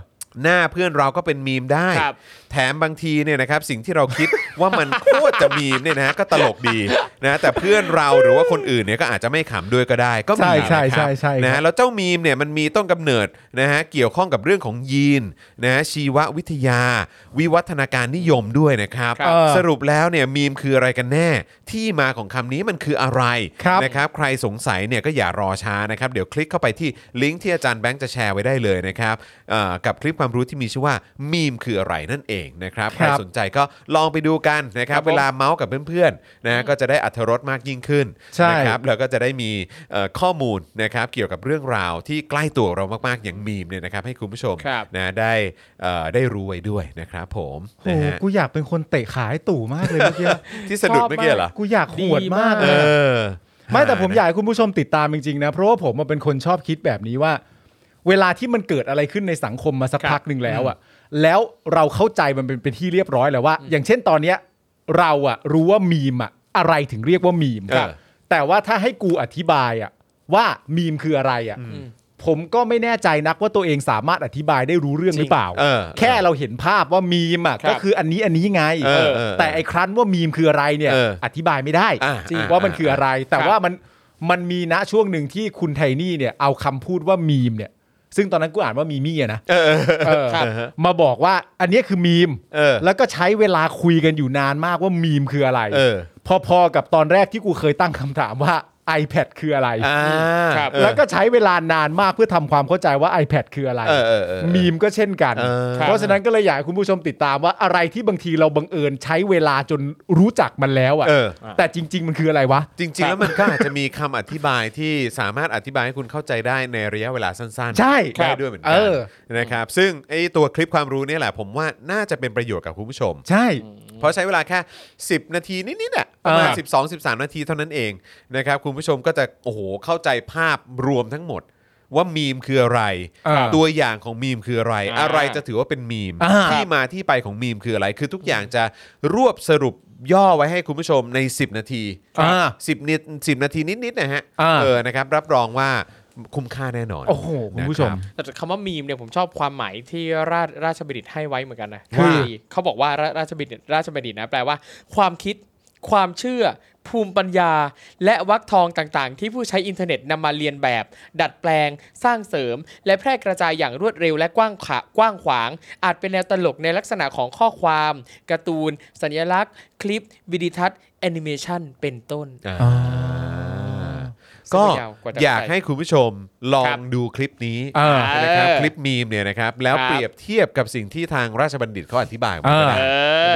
Speaker 2: หน้าเพื่อนเราก็เป็นมีมได้
Speaker 1: ครับ
Speaker 2: แถมบางทีเนี่ยนะครับสิ่งที่เราคิด ว่ามันโคตรจะมีมเนี่ยนะฮะก็ตลกดีนะแต่เพื่อนเราหรือว่าคนอื่นเนี่ยก็อาจจะไม่ขำด้วยก็ได้ ก็มี
Speaker 3: ใช่
Speaker 2: นะครับ
Speaker 3: ใช่ใช่ใช่
Speaker 2: นะ
Speaker 3: ครั
Speaker 2: ฮะ
Speaker 3: บ
Speaker 2: แล้วเจ้ามีมเนี่ยมันมีต้นกำเนิดนะฮะเกี่ยวข้องกับเรื่องของยีนนะฮะชีววิทยา วิวัฒนาการนิยมด้วยนะครับ
Speaker 3: ครับเออ
Speaker 2: สรุปแล้วเนี่ยมีมคืออะไรกันแน่ ที่มาของคำนี้มันคืออะไร
Speaker 3: ครับ
Speaker 2: นะครับใครสงสัยเนี่ยก็อย่ารอช้านะครับเดี๋ยวคลิกเข้าไปที่ลิงก์ที่อาจารย์แบงค์จะแชร์ไว้ได้เลยนะครับเอ่อกับคลิปความรู้ที่มีชื่อว่ามีมคืออะไรนั่นเองนะครับ
Speaker 3: ครับ
Speaker 2: ใครสนใจก็ลองไปดูกันนะครับ
Speaker 1: ครับผม
Speaker 2: เวลาเมาส์กับเพื่อนๆนะก็จะได้อัธรสมากยิ่งขึ้น
Speaker 3: ใช่
Speaker 2: นะครับแล้วก็จะได้มีเอ่อข้อมูลนะครับเกี่ยวกับเรื่องราวที่ใกล้ตัวเรามากๆ อย่างมีมเนี่ยนะครับ ให้คุณผู้ชม
Speaker 1: ครับ
Speaker 2: นะได้เอ่อได้รู้ไว้ด้วยนะครับผม
Speaker 3: โห
Speaker 2: นะฮะ
Speaker 3: กูอยากเป็นคนเตะขายตู่มากเลยเมื่อกี้
Speaker 2: ที่สะดุดเมื่อกี้เหรอ
Speaker 3: กูอยากหวดมาก
Speaker 2: เอ
Speaker 3: เลย
Speaker 2: อ
Speaker 3: ไม่แต่ผมอยากให้คุณผู้ชมติดตามจริงๆนะ เพราะว่าผมอะเป็นคนชอบคิดแบบนี้ว่า เวลาที่มันเกิดอะไรขึ้นในสังคมมาสัก
Speaker 1: ครับ
Speaker 3: พักหนึ่งแล้วอ่ะ แล้วเราเข้าใจมันเป็นเป็นที่เรียบร้อยแล้วว่า อย่างเช่นตอนเนี้ยเราอ่ะรู้ว่ามีมอ่ะอะไรถึงเรียกว่ามีม
Speaker 2: เออ
Speaker 3: แต่ว่าถ้าให้กูอธิบายอ่ะว่ามีมคืออะไรอ่ะผมก็ไม่แน่ใจนักว่าตัวเองสามารถอธิบายได้รู้เรื่องหรือเปล่า
Speaker 2: เออ
Speaker 3: แค่เราเห็นภาพว่ามีมอ่ะ
Speaker 1: ครับ
Speaker 3: ก็คืออันนี้อันนี้ไง
Speaker 2: เออเออ
Speaker 3: แต่ไอ้ครั้นว่ามีมคืออะไรเนี่ย
Speaker 2: เออ
Speaker 3: อธิบายไม่ได้
Speaker 2: อ่าจริง
Speaker 3: ว่ามันคืออะไร แต่ว่ามันมันมีณช่วงหนึ่งที่คุณไทนี่เนี่ยเอาคำพูดว่ามีมเนี่ย ซึ่งตอนนั้นกูอ่านว่ามีมี่อะนะเออ
Speaker 1: ครับ
Speaker 3: มาบอกว่าอันเนี้ยคือมีม
Speaker 2: เออ
Speaker 3: แล้วก็ใช้เวลาคุยกันอยู่นานมากว่ามีมคืออะไร
Speaker 2: เออ
Speaker 3: พอๆกับตอนแรกที่กูเคยตั้งคำถามว่า iPad คืออะไร
Speaker 2: อ่า
Speaker 1: ครับ
Speaker 2: เออ
Speaker 3: แล้วก็ใช้เวลานานมากเพื่อทำความเข้าใจว่า iPad คืออะไร
Speaker 2: เออเออเออ
Speaker 3: มีมก็เช่นกัน
Speaker 2: เออ
Speaker 3: เพราะฉะนั้นก็เลยอยากให้คุณผู้ชมติดตามว่าอะไรที่บางทีเราบังเอิญใช้เวลาจนรู้จักมันแล้ว
Speaker 2: เอ
Speaker 3: อะ่ะ
Speaker 2: อ
Speaker 3: แต่จริง ๆ มันคืออะไรวะ
Speaker 2: จริง ๆ แล้วมันก็อาจจะมีคำอธิบายที่สามารถอธิบายให้คุณเข้าใจได้ในระยะเวลาสั้นๆ
Speaker 3: ใช่
Speaker 2: ได้
Speaker 3: ครับ
Speaker 2: ด้วยเหมือน
Speaker 3: เอ
Speaker 2: กัน
Speaker 3: อ
Speaker 2: นะครับซึ่งไอ้ตัวคลิปความรู้เนี่ยแหละผมว่าน่าจะเป็นประโยชน์กับคุณผู้ชม
Speaker 3: ใช่
Speaker 2: เพราะใช้เวลาแค่ 10 นาทีนิดๆอ่ะประมาณ
Speaker 3: เออ
Speaker 2: 12 13 นาทีเท่านั้นเองนะครับคุณผู้ชมก็จะโอ้โหเข้าใจภาพรวมทั้งหมด ว่ามีมคืออะไร
Speaker 3: เออ
Speaker 2: ตัวอย่างของมีมคืออะไร
Speaker 1: อ่า
Speaker 2: อะไรจะถือว่าเป็นมีม
Speaker 3: อ่า
Speaker 2: ที่มาที่ไปของมีมคืออะไร คือทุกอย่างจะรวบสรุปย่อไว้ให้คุณผู้ชมใน 10 นาที
Speaker 3: อ่า
Speaker 2: สิบนิดสิบนาทีนิดๆนะฮะ
Speaker 3: อ่า
Speaker 2: เออนะครับรับรองว่าคุ้มค่าแน่นอน
Speaker 3: โอ้โหคุณผู้ชม
Speaker 2: นะรับ
Speaker 1: แต่คำว่ามีมเนี่ยผมชอบความหมายที่ราชราชบัณฑิตให้ไว้เหมือนกันนะ
Speaker 2: ว่า
Speaker 1: คือเขาบอกว่าราราชบัณฑิตราชบัณฑิตนะแปลว่า ความคิด ความเชื่อ ภูมิปัญญา และวักทองต่างๆ ที่ผู้ใช้อินเทอร์เน็ตนำมาเรียนแบบ ดัดแปลง สร้างเสริม และแพร่กระจายอย่างรวดเร็วและกว้างขากว้างขวาง อาจเป็นแนวตลกในลักษณะของข้อความการ์ตูน สัญลักษณ์ คลิป วิดีทัศน์แอนิเมชันเป็นต้น
Speaker 2: อ่า
Speaker 3: อ่า
Speaker 1: ซึ่
Speaker 2: ก็
Speaker 1: งมันยาวกว่าจะ
Speaker 2: อยากให้คุณผู้ชมลอ
Speaker 1: ครั
Speaker 2: ง
Speaker 1: บ
Speaker 2: ดูคลิปนี้
Speaker 3: เออ
Speaker 2: นะครับ
Speaker 1: เออ
Speaker 2: คลิปมีมเนี่ยนะครับแล้ว
Speaker 1: ครับ
Speaker 2: เปรียบเทียบกับสิ่งที่ทางราชบัณฑิตเขาอธิบายมาก็ได้
Speaker 1: เอ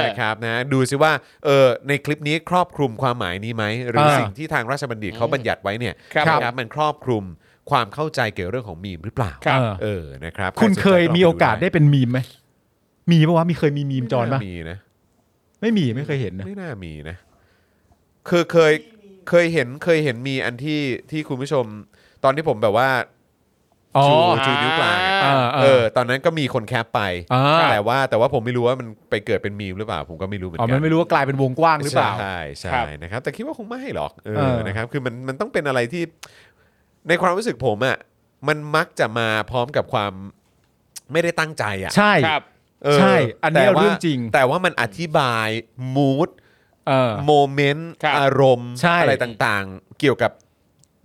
Speaker 1: อ
Speaker 2: นะครับนะดูสิว่าเออในคลิปนี้ครอบคลุมความหมายนี้ไหมหรือ
Speaker 3: เออ
Speaker 2: สิ่งที่ทางราชบัณฑิตเขาบัญญัติไว้เนี่ย
Speaker 1: ครับ
Speaker 2: นะมันครอบคลุมความเข้าใจเกี่ยวกับเรื่องของมีมหรือเปล่า
Speaker 3: ครับ
Speaker 2: เออนะครับ
Speaker 3: คุณ
Speaker 2: ใรสนใจ
Speaker 3: เคยมีโอกาสได้เป็นมีมไหมมีปะวะมีเคยมีมีมจอนปะ
Speaker 2: มีนะ
Speaker 3: ไม่มีไม่เคยเห็นนะ
Speaker 2: ไม่น่ามีนะคือเคยเคยเห็นเคยเห็นมีอันที่ที่คุณผู้ชม ตอนที่ผมแบบว่า
Speaker 3: อ๋อ
Speaker 2: ชูชูนิ้วกลางอะ
Speaker 3: เออ
Speaker 2: เอ
Speaker 3: เออ
Speaker 2: อตอนนั้นก็มีคนแคปไป
Speaker 3: อ่า
Speaker 2: แต่ว่าแต่ว่าผมไม่รู้ว่ามันไปเกิดเป็นมีมหรือเปล่า ผมก็ไม่รู้เหมือน
Speaker 3: อ๋อ
Speaker 2: กั
Speaker 3: มันไม่รู้ว่ากลายเป็นวงกว้างหรือเปล่า
Speaker 2: ใช่ใช่
Speaker 1: ครับ
Speaker 2: นะครับ แต่คิดว่าคงไม่หรอกเอ
Speaker 3: เอ
Speaker 2: อ
Speaker 3: อ
Speaker 2: นะครับคือมันมันต้องเป็นอะไรที่ในความรู้สึกผมอ่ะมันมักจะมาพร้อมกับความไม่ได้ตั้งใจอ่ะ
Speaker 3: ใช่
Speaker 1: ครับ
Speaker 2: เออ
Speaker 3: ใช่อันนี้
Speaker 2: แต่ว่า
Speaker 3: เรื่องจริง
Speaker 2: แต่ว่ามันอธิบาย มูด
Speaker 3: เออ
Speaker 2: โมเมนต์
Speaker 1: ครับ
Speaker 2: อารมณ์
Speaker 3: ใช่
Speaker 2: อะไรต่างๆ เกี่ยวกับ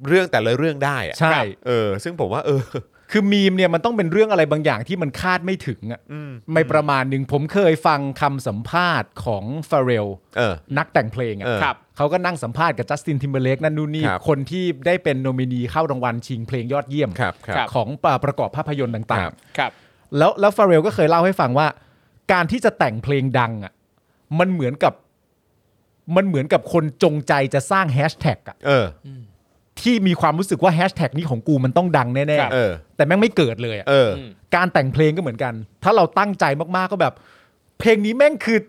Speaker 2: เรื่องแต่ละเรื่องได้อะ
Speaker 3: ใช่
Speaker 2: เออ ซึ่งผมว่า เออ
Speaker 3: คือมีมเนี่ยมันต้องเป็นเรื่องอะไรบางอย่างที่มันคาดไม่ถึงอ่ะ
Speaker 2: อืม
Speaker 3: ไม่ประมาณหนึ่งผมเคยฟังคำสัมภาษณ์ของฟาเรล
Speaker 2: เออ
Speaker 3: นักแต่งเพลงอ่ะ
Speaker 2: เออ
Speaker 1: ครับ
Speaker 3: เขาก็นั่งสัมภาษณ์กับจัสตินทิมเบเลกนั่นนู่นนี่
Speaker 2: ครับ
Speaker 3: คนที่ได้เป็นโนมินีเข้ารางวัลชิงเพลงยอดเยี่ยม
Speaker 2: ครับครับ
Speaker 1: ครับ
Speaker 3: ของประกอบภาพยนตร์ต่า
Speaker 2: ครั
Speaker 3: ง
Speaker 2: บ
Speaker 1: ครับ
Speaker 3: ๆ แล้วแล้วฟาเรลก็เคยเล่าให้ฟังว่า การที่จะแต่งเพลงดังอ่ะมันเหมือนกับมันเหมือนกับคนจงใจจะสร้างแฮชแท็กอ่ะ
Speaker 2: เออ
Speaker 3: ที่มีความรู้สึกว่าแฮชแท็กนี้ของกูมันต้องดังแน่
Speaker 1: ครับ
Speaker 2: เออ
Speaker 3: ๆแต่แม่งไม่เกิดเลยอะ
Speaker 2: เออ
Speaker 1: อืม
Speaker 3: การแต่งเพลงก็เหมือนกัน ถ้าเราตั้งใจมากๆก็แบบ เพลงนี้แม่งคือ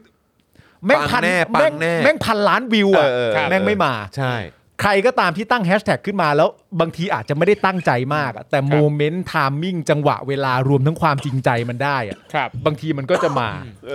Speaker 3: แม่งพัน
Speaker 2: ปังแน่ปังแน่
Speaker 3: ม่ม่งพันล้านวิวอะ
Speaker 2: เออเออ
Speaker 3: แม่งไม่มา
Speaker 2: ใช่
Speaker 3: ใครก็ตามที่ตั้งแฮชแท็กขึ้นมาแล้วบางทีอาจจะไม่ได้ตั้งใจมากอะแต่โมเมนต์ไทมิ่งจังหวะเวลารวมทั้งความจริงใจมันได้อะ
Speaker 1: ครับ
Speaker 3: บางทีมันก็จะมา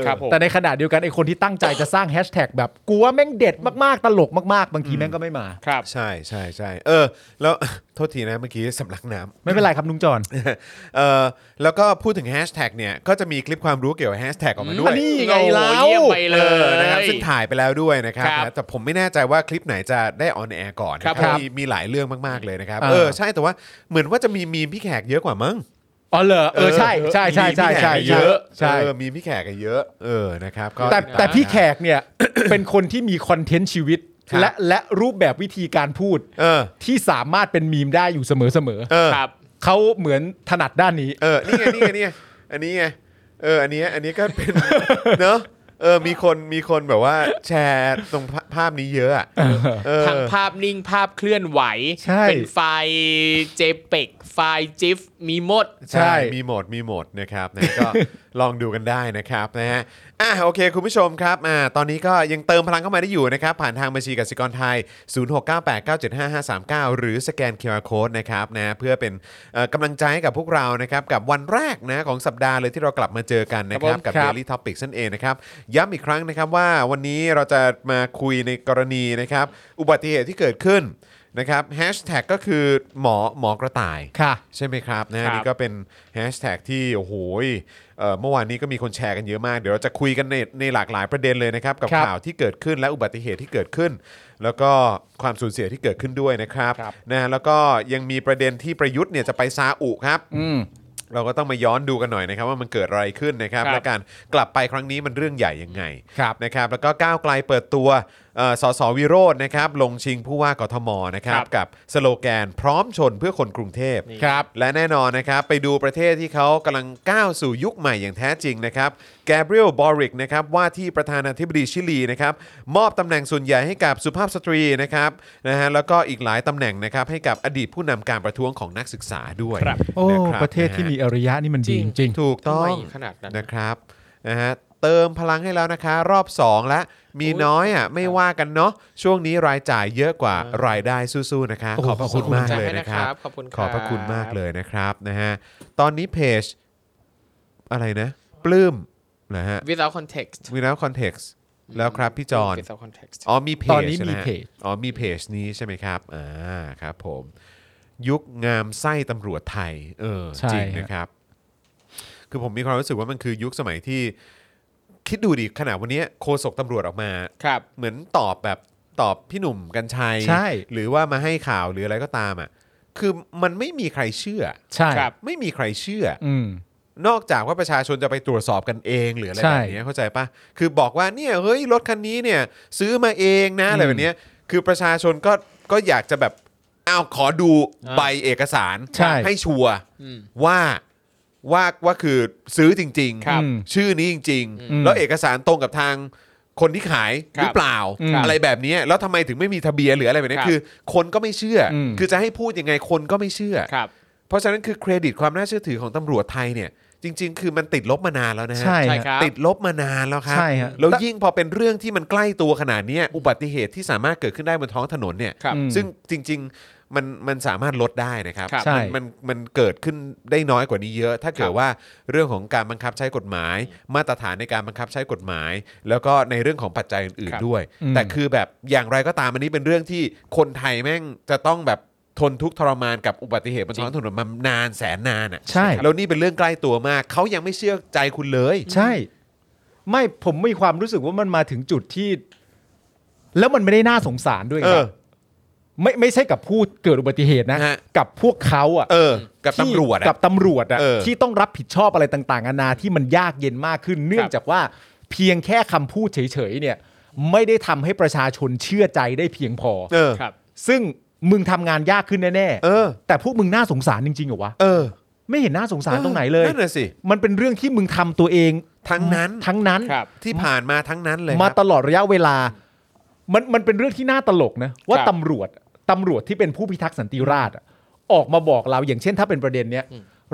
Speaker 1: ครับผม
Speaker 3: แต่ในขณะเดียวกันไอคนที่ตั้งใจจะสร้างแฮชแท็กแบบกูว่าแม่งเด็ดมากๆตลกมากๆ บางทีแม่งก็ไม่มา
Speaker 1: ครับ
Speaker 2: ใช่ใช่ใช่เออ แล้ว <laughs> โทษทีนะเมื่อกี้สำลักน้
Speaker 3: ไม่เป็นไรครับนุ้งจอน
Speaker 2: ำ เออแล้วก็พูดถึงแฮชแท็กเนี่ย ก็จะมีคลิปความรู้เกี่ยวกับแฮชแท็กออกมาด้ว
Speaker 3: อั
Speaker 2: ย
Speaker 3: นนี้ไง
Speaker 1: โอ้โห
Speaker 3: แล้ว
Speaker 1: เยี่ยมไป
Speaker 2: เออนะครับ
Speaker 1: เลย
Speaker 2: ซึ่งถ่ายไปแล้วด้วยนะครับ
Speaker 1: ครับ
Speaker 2: นะแต่ผมไม่แน่ใจว่าคลิปไหนจะได้ออนแอร์ก่อนนะครับ
Speaker 1: ผม
Speaker 2: มีมีหลายเรื่องมากๆเลยนะครับ
Speaker 3: อ่า
Speaker 2: เออ ใช่แต่ว่าเหมือนว่าจะมีมีมพี่แขกเยอะกว่ามั้ง
Speaker 3: อ๋อเหรอเออใช่ใช่ใช่ใช่ใช่
Speaker 2: มีพี่แขกเยอะ
Speaker 3: ใช่
Speaker 2: เออมีพี่แขกกันเยอะ เออนะครับก็
Speaker 3: แต่
Speaker 2: ติดาม
Speaker 3: แต่พี่
Speaker 2: นะ
Speaker 3: แขกเนี่ย <coughs> เป็นคนที่มีคอนเทนต์ชีวิต
Speaker 2: ครับ
Speaker 3: และและรูปแบบวิธีการพูด
Speaker 2: เออ
Speaker 3: ที่สามารถเป็นมีมได้อยู่เสมอเสมอ
Speaker 2: เออ
Speaker 1: ครับ
Speaker 3: เขาเหมือนถนัดด้านนี้
Speaker 2: เออ นี่ไง นี่ไง นี่ไง อันนี้ไง เออ อันเนี้ยอันนี้ก็เป็น
Speaker 3: <laughs>
Speaker 2: เนอะเออ มีคน มีคนแบบว่าแชร์ตรงภาภาพนี้เยอะอะเออ
Speaker 1: ทั้งภาพนิ่งภาพเคลื่อนไหว
Speaker 3: ใช่
Speaker 1: เป็นไฟล์ JPEG ไฟล์ GIF มีหมด
Speaker 2: ใช่
Speaker 3: ใช่
Speaker 2: มีโหมด มีโหมดนะครับนะ <laughs> ก็ลองดูกันได้นะครับนะฮะ อ่ะ โอเค คุณผู้ชมครับ อ่า ตอนนี้ก็ยังเติมพลังเข้ามาได้อยู่นะครับ ผ่านทางบัญชีกสิกรไทย 0698975539 หรือสแกน QR Code นะครับนะ เพื่อเป็นเอ่อกำลังใจให้กับพวกเรา นะครับ กับวันแรกนะของสัปดาห์เลยที่เรากลับมาเจอกันนะครับ
Speaker 3: ครั
Speaker 2: กั
Speaker 3: บบ ผมครับ
Speaker 2: Daily Topic นั่นเองนะครับ ย้ำอีกครั้งนะครับว่าวันนี้เราจะมาคุยในกรณีนะครับ อุบัติเหตุที่เกิดขึ้นนะครับแฮชแท็กก็คือหมอหมอกระต่าย
Speaker 3: ค่ะ
Speaker 2: ใช่ไหมครับนะ
Speaker 1: ครั
Speaker 2: ฮะ
Speaker 1: บ
Speaker 2: นี่ก็เป็นแฮชแท็กที่โอ้โหยเอ่อเมื่อวานนี้ก็มีคนแชร์กันเยอะมาก เดี๋ยวเราจะคุยกันในในหลากหลายประเด็นเลยนะครับ กับ
Speaker 3: ครับ
Speaker 2: ข่าวที่เกิดขึ้นและอุบัติเหตุที่เกิดขึ้น แล้วก็ความสูญเสียที่เกิดขึ้นด้วยนะครับ
Speaker 3: ครับ
Speaker 2: นะฮะแล้วก็ยังมีประเด็นที่ประยุทธ์เนี่ยจะไปซาอุครับ
Speaker 3: อืม
Speaker 2: เราก็ต้องมาย้อนดูกันหน่อยนะครับ ว่ามันเกิดอะไรขึ้นนะครับ
Speaker 1: ครับ
Speaker 2: และการกลับไปครั้งนี้มันเรื่องใหญ่ยังไง
Speaker 3: ครับ
Speaker 2: นะครับ แล้วก็ก้าวไกลเปิดตัว เอ่อสสวิโรจน์นะครับ ลงชิงผู้ว่ากทมนะครั
Speaker 1: ค
Speaker 2: บ
Speaker 1: รับ
Speaker 2: กับสโลแกนพร้อมชนเพื่อคนกรุงเทพ
Speaker 3: ครับ
Speaker 2: และแน่นอนนะครับไปดูประเทศที่เขากำลังก้าวสู่ยุคใหม่อย่างแท้จริงนะครับแกเบรียลบอริกนะครับว่าที่ประธานาธิบดีชิลีนะครับมอบตำแหน่งส่วนใหญ่ให้กับสุภาพสตรีนะครับนะฮะแล้วก็อีกหลายตำแหน่งนะครับให้กับอดีตผู้นำการประท้วงของนักศึกษาด้วย
Speaker 1: ครับ
Speaker 3: โอ้
Speaker 2: นคบ
Speaker 3: ประเทศที่มี
Speaker 2: น
Speaker 3: อารยะนี่มันดีจ
Speaker 1: จริง
Speaker 3: ริง
Speaker 2: ฮถูกต้อง
Speaker 1: ทำไมขนาดนั้น
Speaker 2: นะครับนะฮะเติมพลังให้แล้วนะคะ รอบ 2 แล้วมีน้อยอ่ะไม่ว่ากันเนาะช่วงนี้รายจ่ายเยอะกว่ารายได้สู้ๆนะคะ
Speaker 3: โอ้
Speaker 2: ข
Speaker 3: โห
Speaker 2: อบพระคุณมากเลยนะครับ
Speaker 1: ขอบคุณ
Speaker 2: ขอบพระคุณมากเลยนะครับนะฮะตอนนี้เพจอะไรนะ ปลื้มนะฮะ
Speaker 1: without context
Speaker 2: มีแล้วคอนเท็กซ์แล้วครับพี่จอน
Speaker 1: without context
Speaker 2: อ๋อมีเพจ
Speaker 3: ตอนนี้
Speaker 2: ใช่ไห
Speaker 3: มี
Speaker 2: ฮะ
Speaker 3: เพจ
Speaker 2: อ๋อมีเพจนี้ใช่ไหมครับอ่าครับผมยุคงามไส้ตำรวจไทยเออ
Speaker 3: ใช่
Speaker 2: จริง
Speaker 3: ฮะ
Speaker 2: นะครับ คือผมมีความรู้สึกว่ามันคือยุคสมัยที่ คิดดูดิขนาดวันนี้โคศกตำรวจออกมา
Speaker 1: ครับ
Speaker 2: เหมือนตอบแบบตอบพี่หนุ่มกัญชัย
Speaker 3: ใช่
Speaker 2: หรือว่ามาให้ข่าวหรืออะไรก็ตามอ่ะคือมันไม่มีใครเชื่อ
Speaker 3: ๆ ใช่
Speaker 1: ครับ
Speaker 2: ไม่มีใครเชื่อ
Speaker 3: อืม
Speaker 2: นอกจากว่าประชาชนจะไปตรวจสอบกันเองหรืออะไร
Speaker 3: ใช่
Speaker 2: แบบนี้เข้าใจปะคือบอกว่าเนี่ยเฮ้ยรถคันนี้เนี่ยซื้อมาเองนะอะไร
Speaker 3: อืม
Speaker 2: แบบเนี้ยคือประชาชนก็ก็อยากจะแบบอ้าวขอดูใบเอกสาร
Speaker 3: ใช่
Speaker 2: ให้ชัวร์
Speaker 1: อืม
Speaker 2: ว่าว่าว่าคือซื้อจริง
Speaker 1: ครับ
Speaker 3: อืม
Speaker 2: ชื่อนี้จริง
Speaker 3: อื
Speaker 2: ๆ
Speaker 3: ม
Speaker 2: แล้วเอกสารตรงกับทางคนที่ขายหรื
Speaker 1: ค
Speaker 2: อ
Speaker 1: รับ
Speaker 2: เปล่า
Speaker 3: ครับ
Speaker 2: อะไรแบบเนี้ยแล้วทำไมถึงไม่มีทะเบียนหรืออะไรแบบเนี้
Speaker 1: ครั
Speaker 2: ย
Speaker 1: บ
Speaker 2: คือ คนก็ไม่เชื่ออ
Speaker 3: ม
Speaker 2: คือจะให้พูดยังไงคนก็ไม่เชื่อ
Speaker 1: ครับ
Speaker 2: เพราะฉะนั้นคือเครดิตความน่าเชื่อถือของตำรวจไทยเนี่ย จริง ๆ คือมันติดลบมานานแล้วนะฮะ
Speaker 3: ใช่
Speaker 1: ใช่
Speaker 3: ฮะ
Speaker 1: ครับ
Speaker 2: ติดลบมานานแล้วครับ
Speaker 3: ใช่ฮะ
Speaker 2: แล้วยิ่งพอเป็นเรื่องที่มันใกล้ตัวขนาดเนี้ยอุบัติเหตุที่สามารถเกิดขึ้นได้บนท้องถนนเนี่ย
Speaker 1: ครับ
Speaker 3: อืม
Speaker 2: ซึ่งจริง ๆ มันมันสามารถลดได้นะครับ
Speaker 1: ครับ
Speaker 2: มั
Speaker 3: ใช่
Speaker 2: นมันมันเกิดขึ้นได้น้อยกว่านี้เยอะ ถ้าเกิด
Speaker 1: ครับ
Speaker 2: ว่าเรื่องของการบังคับใช้กฎหมาย มาตรฐานในการบังคับใช้กฎหมาย แล้วก็ในเรื่องของปัจจัยอื่น
Speaker 1: ครับ
Speaker 2: ๆด้วย
Speaker 3: อืม
Speaker 2: แต่คือแบบอย่างไรก็ตามอันนี้เป็นเรื่องที่คนไทยแม่งจะต้องแบบทนทุกข์ทรมานกับอุบัติเหตุบนท้องถนนมานานแสนนานอ่ะ
Speaker 3: ใช่
Speaker 2: แล้วนี่เป็นเรื่องใกล้ตัวมากเขายังไม่เชื่อใจคุณเลย
Speaker 3: ใช่ ไม่ผมมีความรู้สึกว่ามันมาถึงจุดที่ แล้วมันไม่ได้น่าสงสารด้วย
Speaker 2: เอ
Speaker 3: ครั
Speaker 2: อ
Speaker 3: บไม่ไม่ใช่กับผู้เกิดอุบัติเหตุนะ
Speaker 2: ฮะ
Speaker 3: กับพวกเขาอ่ะ
Speaker 2: เออ กับ
Speaker 3: ที่
Speaker 2: ตำรวจอะ
Speaker 3: กับตำรวจอะ
Speaker 2: เออ
Speaker 3: ที่ต้องรับผิดชอบอะไรต่างๆนานาที่มันยากเย็นมากขึ้น เนื่องจากว่าเพียงแค่คำพูดเฉยๆเนี่ย ไม่ได้ทำให้ประชาชนเชื่อใจได้เพียงพอ
Speaker 2: เออ
Speaker 1: ครับ
Speaker 3: ซึ่งมึงทำงานยากขึ้นแน่
Speaker 2: เออ
Speaker 3: แต่พวกมึงน่าสงสารจริงๆเหรอวะ
Speaker 2: เออ
Speaker 3: ไม่เห็นน่าสงสารตรงไหนเลย
Speaker 2: นั่นน่ะสิ
Speaker 3: มันเป็นเรื่องที่มึงทำตัวเอง
Speaker 2: ทั้งนั้น
Speaker 3: ทั้งนั้น
Speaker 1: ครับ
Speaker 2: ที่ผ่านมาทั้งนั้นเลย
Speaker 3: มา
Speaker 2: ครับ
Speaker 3: ตลอดระยะเวลา มันมันเป็นเรื่องที่น่าตลกนะว่า
Speaker 1: ครับ
Speaker 3: ตำรวจตำรวจที่เป็นผู้พิทักษ์สันติราษฎร์อะออกมาบอกเราอย่างเช่นถ้าเป็นประเด็นเนี้ย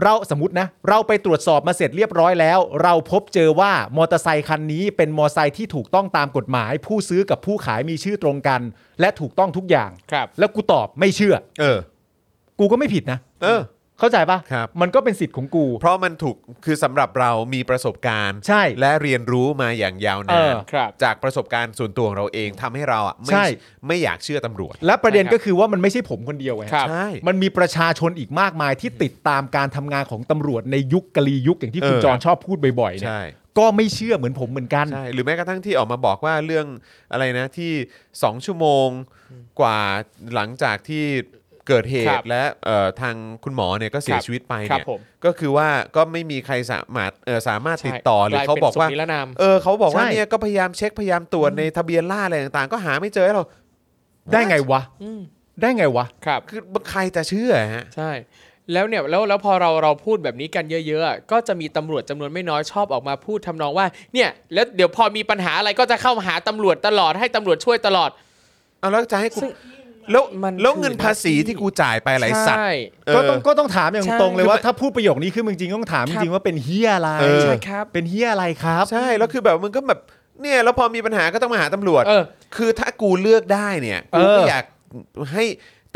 Speaker 3: เราสมมตินะ เราไปตรวจสอบมาเสร็จเรียบร้อยแล้ว เราพบเจอว่ามอเตอร์ไซคันนี้เป็นมอเตอร์ไซค์ที่ถูกต้องตามกฎหมาย ผู้ซื้อกับผู้ขายมีชื่อตรงกัน และถูกต้องทุกอย่าง
Speaker 1: ครับ
Speaker 3: แล้วกูตอบไม่เชื่อ
Speaker 2: เออ
Speaker 3: กูก็ไม่ผิดนะ
Speaker 2: เออ
Speaker 3: เข้าใจปะ
Speaker 2: ครับ
Speaker 3: มันก็เป็นสิทธิ์ของกู
Speaker 2: เพราะมันถูกคือสำหรับเรามีประสบการณ์
Speaker 3: ใช่
Speaker 2: และเรียนรู้มาอย่างยา
Speaker 3: เอน
Speaker 2: วาน
Speaker 3: อ
Speaker 1: ครับ
Speaker 2: จากประสบการณ์ส่วนตัวของเราเองทำให้เราอ่ะไม่
Speaker 3: ใช่
Speaker 2: ไม่อยากเชื่อตำรวจ
Speaker 3: และประเด็น
Speaker 1: ใช่ครับ
Speaker 3: ก็คือว่ามันไม่ใช่ผมคนเดียวไง
Speaker 1: ครับ
Speaker 2: ใช่
Speaker 3: มันมีประชาชนอีกมากมายที่ติดตามการทำงานของตำรวจในยุคกะลียุคอย่างที่คุณ
Speaker 2: เออ
Speaker 3: จรชอบพูดบ่อยๆเนี่ย
Speaker 2: ใช่
Speaker 3: ก็ไม่เชื่อเหมือนผมเหมือนกัน
Speaker 2: ใช่หรือแม้กระทั่งที่ออกมาบอกว่าเรื่องอะไรนะที่ 2 ชั่วโมงกว่าหลังจากที่เกิดเห
Speaker 1: ครั
Speaker 2: ตุ
Speaker 1: บ
Speaker 2: และเอ่อทางคุณหมอเนี่ยก็เสี
Speaker 1: ค
Speaker 2: ย
Speaker 1: รับ
Speaker 2: ชีวิตไป
Speaker 1: ครั
Speaker 2: เนี่ย
Speaker 1: บผม
Speaker 2: ก็คือว่าก็ไม่มีใครสามารถเอ่อสามารถติดต่อหรือเขาบอกว่า
Speaker 1: ลยป็นศพนิรนาม
Speaker 2: เออเขาบอกว่า
Speaker 3: ใช่
Speaker 2: เนี่ยก็พยายามเช็คพยายามตรวจในทะเบียนล่าอะไรต่างๆ ก็หาไม่เจอให้เรา
Speaker 3: ได้ไงวะ
Speaker 1: อืม
Speaker 3: ได้ไงวะ
Speaker 1: ครับ
Speaker 2: คือใครจะเชื่อฮะ
Speaker 1: ใช่ แล้วเนี่ยแล้วแล้วพอเราเราพูดแบบนี้กันเยอะๆอะก็จะมีตำรวจจำนวนไม่น้อยชอบออกมาพูดทำนองว่า เนี่ย แล้วเดี๋ยวพอมีปัญหาอะไรก็จะเข้ามาหาตำรวจตลอดให้ตำรวจช่วยตลอด
Speaker 2: เอาแล้วจะให้กู
Speaker 1: ซึ่ง
Speaker 2: แล้ว
Speaker 1: มัน
Speaker 2: แล้ว
Speaker 1: คือ
Speaker 2: เงินภาษีที่กูจ่ายไปอะไรสัตว์
Speaker 1: ใช่
Speaker 2: เออ
Speaker 3: ก็ต้องก็ต้องถามอย่าง
Speaker 1: ใช่
Speaker 3: ตรงเลย
Speaker 2: คือ
Speaker 3: ว่า
Speaker 2: มัน
Speaker 3: ถ้าพูดประโยคนี้ขึ้นมาจริงๆต้องถาม
Speaker 1: ค
Speaker 3: จ
Speaker 1: รับ
Speaker 3: ริงๆว่าเป็นเฮียอะไร
Speaker 2: เออ
Speaker 1: ใช่ครับ
Speaker 3: เป็นเฮียอะไรครับ
Speaker 2: ใช่แล้วคือแบบมันก็แบบเนี่ยแล้วพอมีปัญหาก็ต้องมาหาตำรวจ
Speaker 1: เออ
Speaker 2: คือถ้ากูเลือกได้เนี่ย
Speaker 3: เอ
Speaker 2: กู
Speaker 3: อ
Speaker 2: ก็อยากให้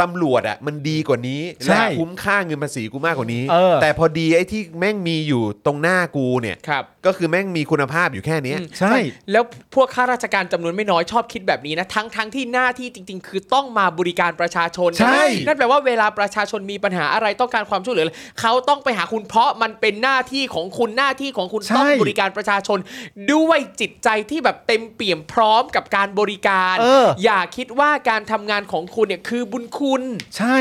Speaker 2: ตำรวจอ่ะมันดีกว่านี้
Speaker 3: ใช่
Speaker 2: และคุ้มค่าเงินภาษีกูมากกว่านี้
Speaker 3: เออ
Speaker 2: แต่พอดีไอ้ที่แม่งมีอยู่ตรงหน้ากูเนี่ย
Speaker 1: ครับ
Speaker 2: ก็คือแม่งมีคุณภาพอยู่แค่เนี้ย
Speaker 3: ใช่
Speaker 1: แล้วพวกข้าราชการจำนวนไม่น้อยชอบคิดแบบนี้นะ ทั้งทั้งที่หน้าที่จริง ๆ คือต้องมาบริการประชาชน
Speaker 3: ใช่
Speaker 1: นั่นแปลว่าเวลาประชาชนมีปัญหาอะไรต้องการความช่วยเหลือ เขาต้องไปหาคุณเพราะมันเป็นหน้าที่ของคุณหน้าที่ของคุณ
Speaker 3: ใช่
Speaker 1: ต้องบริการประชาชน ด้วยจิตใจที่แบบเต็มเปี่ยมพร้อมกับการบริการ
Speaker 3: เออ
Speaker 1: ย่าคิดว่าการทำงานของคุณเนี่ยคือบุญคุณ
Speaker 3: ใช่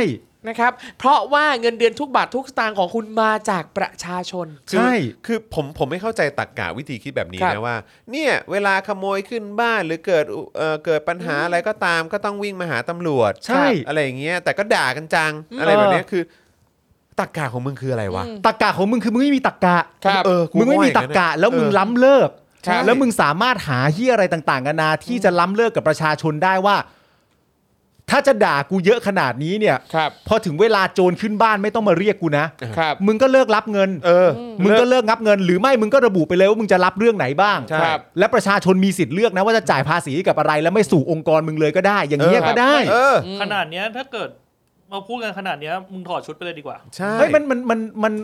Speaker 4: นะครับ เพราะว่าเงินเดือนทุกบาททุกสตางค์ของคุณมาจากประชาชน
Speaker 2: คือ
Speaker 3: ใช่
Speaker 2: คือผมผมไม่เข้าใจตรกกะวิธีคิดแบบนี้
Speaker 4: ครับ
Speaker 2: นะว่า เนี่ยเวลาขโมยขึ้นบ้านหรือเกิดอุเอ่อเกิดปัญหาอะไรก็ตามก็ต้องวิ่งมาหาตำรวจ
Speaker 3: ใช่
Speaker 2: อะไรอย่างเงี้ยแต่ก็ด่ากันจัง อะไรแบบเนี้ยคือตรกกะของมึงคืออะไรวะ
Speaker 4: อืม
Speaker 3: ตักกะของมึงคือมึงไม่มีตักกะ
Speaker 4: ครับ
Speaker 2: เออกู
Speaker 3: มึงไม่มี
Speaker 2: ว่าอย่างนั้
Speaker 3: ตั
Speaker 2: น
Speaker 3: ก
Speaker 2: นะ
Speaker 3: กะแล้วมึง
Speaker 2: เออ
Speaker 3: ล้ำเลิก
Speaker 4: ใช่
Speaker 3: แล้วมึงสามารถหาเฮียอะไรต่างๆกันานาที่จะล้ำเลิกกับประชาชนได้ว่า ถ้าจะด่ากูเยอะขนาดนี้เนี่ย
Speaker 4: ครับ
Speaker 3: พอถึงเวลาโจรขึ้นบ้านไม่ต้องมาเรียกกูนะ
Speaker 4: ครับ
Speaker 3: มึงก็เลิกรับเงิน
Speaker 2: เออ
Speaker 3: มึงก็เลิกงับเงิน หรือไม่มึงก็ระบุไปเลยว่ามึงจะรับเรื่องไหนบ้าง
Speaker 2: ใช่
Speaker 4: ครับ
Speaker 3: และประชาชนมีสิทธิ์เลือกนะว่าจะจ่ายภาษีกับอะไร แล้วไม่สู่องค์กรมึงเลยก็ได้ อย่างเงี้ย
Speaker 2: เออ
Speaker 3: ก็ได้
Speaker 2: เออ
Speaker 5: ขนาดเนี้ยถ้าเกิดมาพูดกันขนาดเนี้ยมึงถอดชุดไปเลยดีกว่า
Speaker 2: ใช่
Speaker 3: เฮ้ยมันมันมันมัน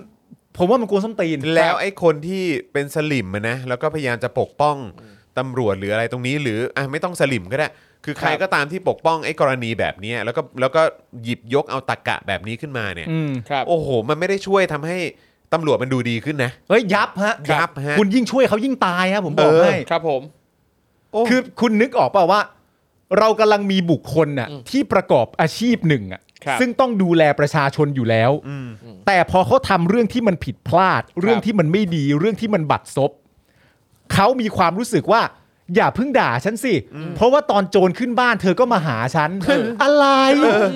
Speaker 3: ผมว่ามันกวนส้มตีน
Speaker 2: แล้วไอ้คนที่เป็นสลิมอะนะแล้วก็พยายามจะปกป้องตำรวจหรืออะไรตรงนี้ หรืออ่ะไม่ต้องสลิมก็ได้ คือใคร
Speaker 4: ครับ
Speaker 2: ก็ตามที่ปกป้องไอ้กรณีแบบเนี้ยแล้วก็แล้วก็หยิบยกเอาตรกกะแบบนี้ขึ้นมาเนี่ย
Speaker 3: อืม
Speaker 4: ครับ
Speaker 2: โอ้โห มันไม่ได้ช่วยทำให้ตำรวจมันดูดีขึ้นนะ
Speaker 3: เฮ้ยยับฮะ
Speaker 2: ยับฮะ
Speaker 3: คุณยิ่งช่วยเขายิ่งตายฮะผมบอก
Speaker 2: เออ
Speaker 3: ให้
Speaker 4: ครับผม
Speaker 2: โอ้
Speaker 3: คือคุณนึกออกเปล่าว่า เรากำลังมีบุคคลน่ะที่ประกอบอาชีพหนึ่งอ่ะ
Speaker 4: ครับ
Speaker 3: ซึ่งต้องดูแลประชาชนอยู่แล้ว
Speaker 2: ม
Speaker 3: แต่พอเขาทำเรื่องที่มันผิดพลาด เรื่องที่มันไม่ดีเรื่องที่มันบัดซบเขามีความรู้สึกว่า อย่าเพิ่งด่าฉันสิ เพราะว่าตอนโจรขึ้นบ้านเธอก็มาหาฉันอะไร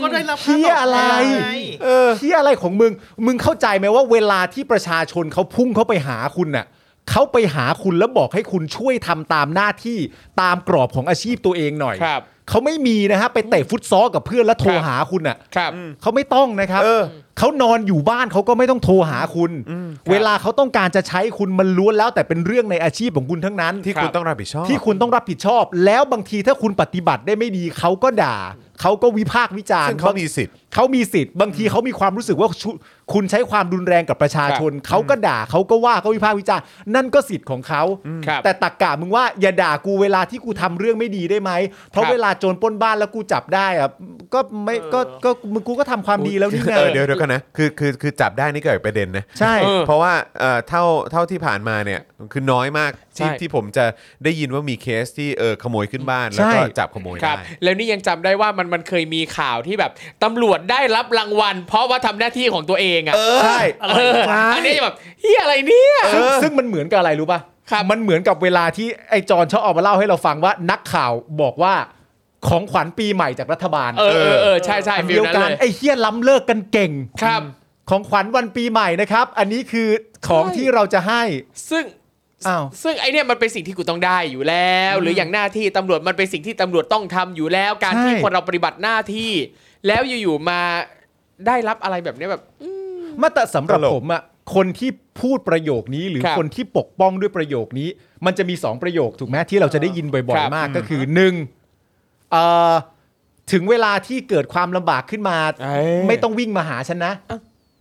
Speaker 5: ก็ได้รับค่า
Speaker 3: เฮีย
Speaker 5: ตอบแทน
Speaker 3: อะไร
Speaker 5: ไง
Speaker 2: เออ
Speaker 3: เฮียอะไรของมึง มึงเข้าใจไหมว่าเวลาที่ประชาชนเขาพุ่งเขาไปหาคุณน่ะเขาไปหาคุณแล้วบอกให้คุณช่วยทำตามหน้าที่ตามกรอบของอาชีพตัวเองหน่อย
Speaker 4: ครับ
Speaker 3: เขาไม่มีนะฮะไปเตะฟุตซอลกับเพื่อนแล้วโทรหาคุณน่ะ
Speaker 4: ครับ
Speaker 3: เขาไม่ต้องนะครับ
Speaker 2: เออ
Speaker 3: เขานอนอยู่บ้านเขาก็ไม่ต้องโทรหาคุณ เวลาเขาต้องการจะใช้คุณมันล้วนแล้ว แต่เป็นเรื่องในอาชีพของคุณทั้งนั้น
Speaker 2: ที่
Speaker 4: ครับ
Speaker 2: คุณต้องรับผิดชอบ
Speaker 3: ที่คุณต้องรับผิดชอบ แล้วบางทีถ้าคุณปฏิบัติได้ไม่ดีเขาก็ด่า เขาก็วิพากษ์วิจาร
Speaker 2: ซึ่
Speaker 3: ณ์
Speaker 2: งเขา
Speaker 3: บาง
Speaker 2: มีสิทธิ์
Speaker 3: เขามีสิทธิ์บางทีเขามีความรู้สึกว่าชุคุณใช้ความรุนแรงกับประชาชนเขาก็ด่าเขาก็ว่าเขาวิพากษ์วิจารณ์นั่นก็สิทธิ์ของเขา
Speaker 4: ครับ
Speaker 3: แต่ตักกะมึงว่าอย่าด่ากูเวลาที่กูทำเรื่องไม่ดีได้ไหม เพราะ
Speaker 4: ครับ
Speaker 3: เวลาโจรปล้นบ้านแล้วกูจับได้อะก็ไม่
Speaker 5: เออ
Speaker 3: ก็ก็มึงกูก็ทำความดีแล้วนี่ไง
Speaker 2: เออเดี๋ยวเดี๋ยวกันนะ คือคือคือจับได้นี่เกิดประเด็นนะ
Speaker 3: ใช่
Speaker 4: เออ
Speaker 2: เพราะว่าเอ่อเท่าเท่าที่ผ่านมาเนี่ยคือน้อยมากที่
Speaker 4: ใช่
Speaker 2: ที่ผมจะได้ยินว่ามีเคสที่เออขโมยขึ้นบ้าน แล้วก็
Speaker 3: ใช่
Speaker 2: จับขโมย
Speaker 4: ครับ
Speaker 2: ได้
Speaker 4: แล้วนี่ยังจำได้ว่ามันมันเคยมีข่าวที่แบบตำรวจได้รับรางวัล เพราะว่าทำหน้าที่ของตัวเองอะ
Speaker 2: เออ ใช่
Speaker 5: อะไร
Speaker 4: เออ
Speaker 2: ใช่
Speaker 4: อันนี้แบบเฮียอะไรเนี่ย
Speaker 3: ซึ่งซึ่งมันเหมือนกับอะไรรู้ป่ะ
Speaker 4: ครับ
Speaker 3: มันเหมือนกับเวลาที่ไอ้จอนชอบเอามาเล่าให้เราฟังว่านักข่าวบอกว่าของขวัญปีใหม่จากรัฐบาล
Speaker 4: เออเออเออใช่ใช่
Speaker 3: อัน
Speaker 4: ฟิ
Speaker 3: เดี
Speaker 4: ล
Speaker 3: ยว
Speaker 4: นั้น
Speaker 3: กั
Speaker 4: เล
Speaker 3: น
Speaker 4: ย
Speaker 3: ไอ้เฮี้ยล้ำเลิกกันเก่ง
Speaker 4: ครับ
Speaker 3: ของขวัญวันปีใหม่นะครับ อันนี้คือของ
Speaker 4: ใช่
Speaker 3: ที่เราจะให้
Speaker 4: ซึ่ง
Speaker 3: อ้าว
Speaker 4: ซึ่งไอเนี่ยมันเป็นสิ่งที่กูต้องได้อยู่แล้ว หรืออย่างหน้าที่ตำรวจมันเป็นสิ่งที่ตำรวจต้องทำอยู่แล้ว การที่
Speaker 3: ใช่
Speaker 4: คนเราปฏิบัติหน้าที่ แล้วอยู่ๆมาได้รับอะไรแบบเนี้ยแบบ
Speaker 3: มาแต่สำหรับ
Speaker 2: ตลก
Speaker 3: ผมอะคนที่พูดประโยคนี้หรือ
Speaker 4: ครับ
Speaker 3: คนที่ปกป้องด้วยประโยคนี้ มันจะมีสองประโยคถูกไหมที่เราจะได้ยินบ่อ
Speaker 4: ค
Speaker 3: ย
Speaker 4: รับ
Speaker 3: ๆมากก็คือหนึ่งเอ่อถึงเวลาที่เกิดความลำบากขึ้นมา
Speaker 4: เอ้ย
Speaker 3: ไม่ต้องวิ่งมาหาฉันนะ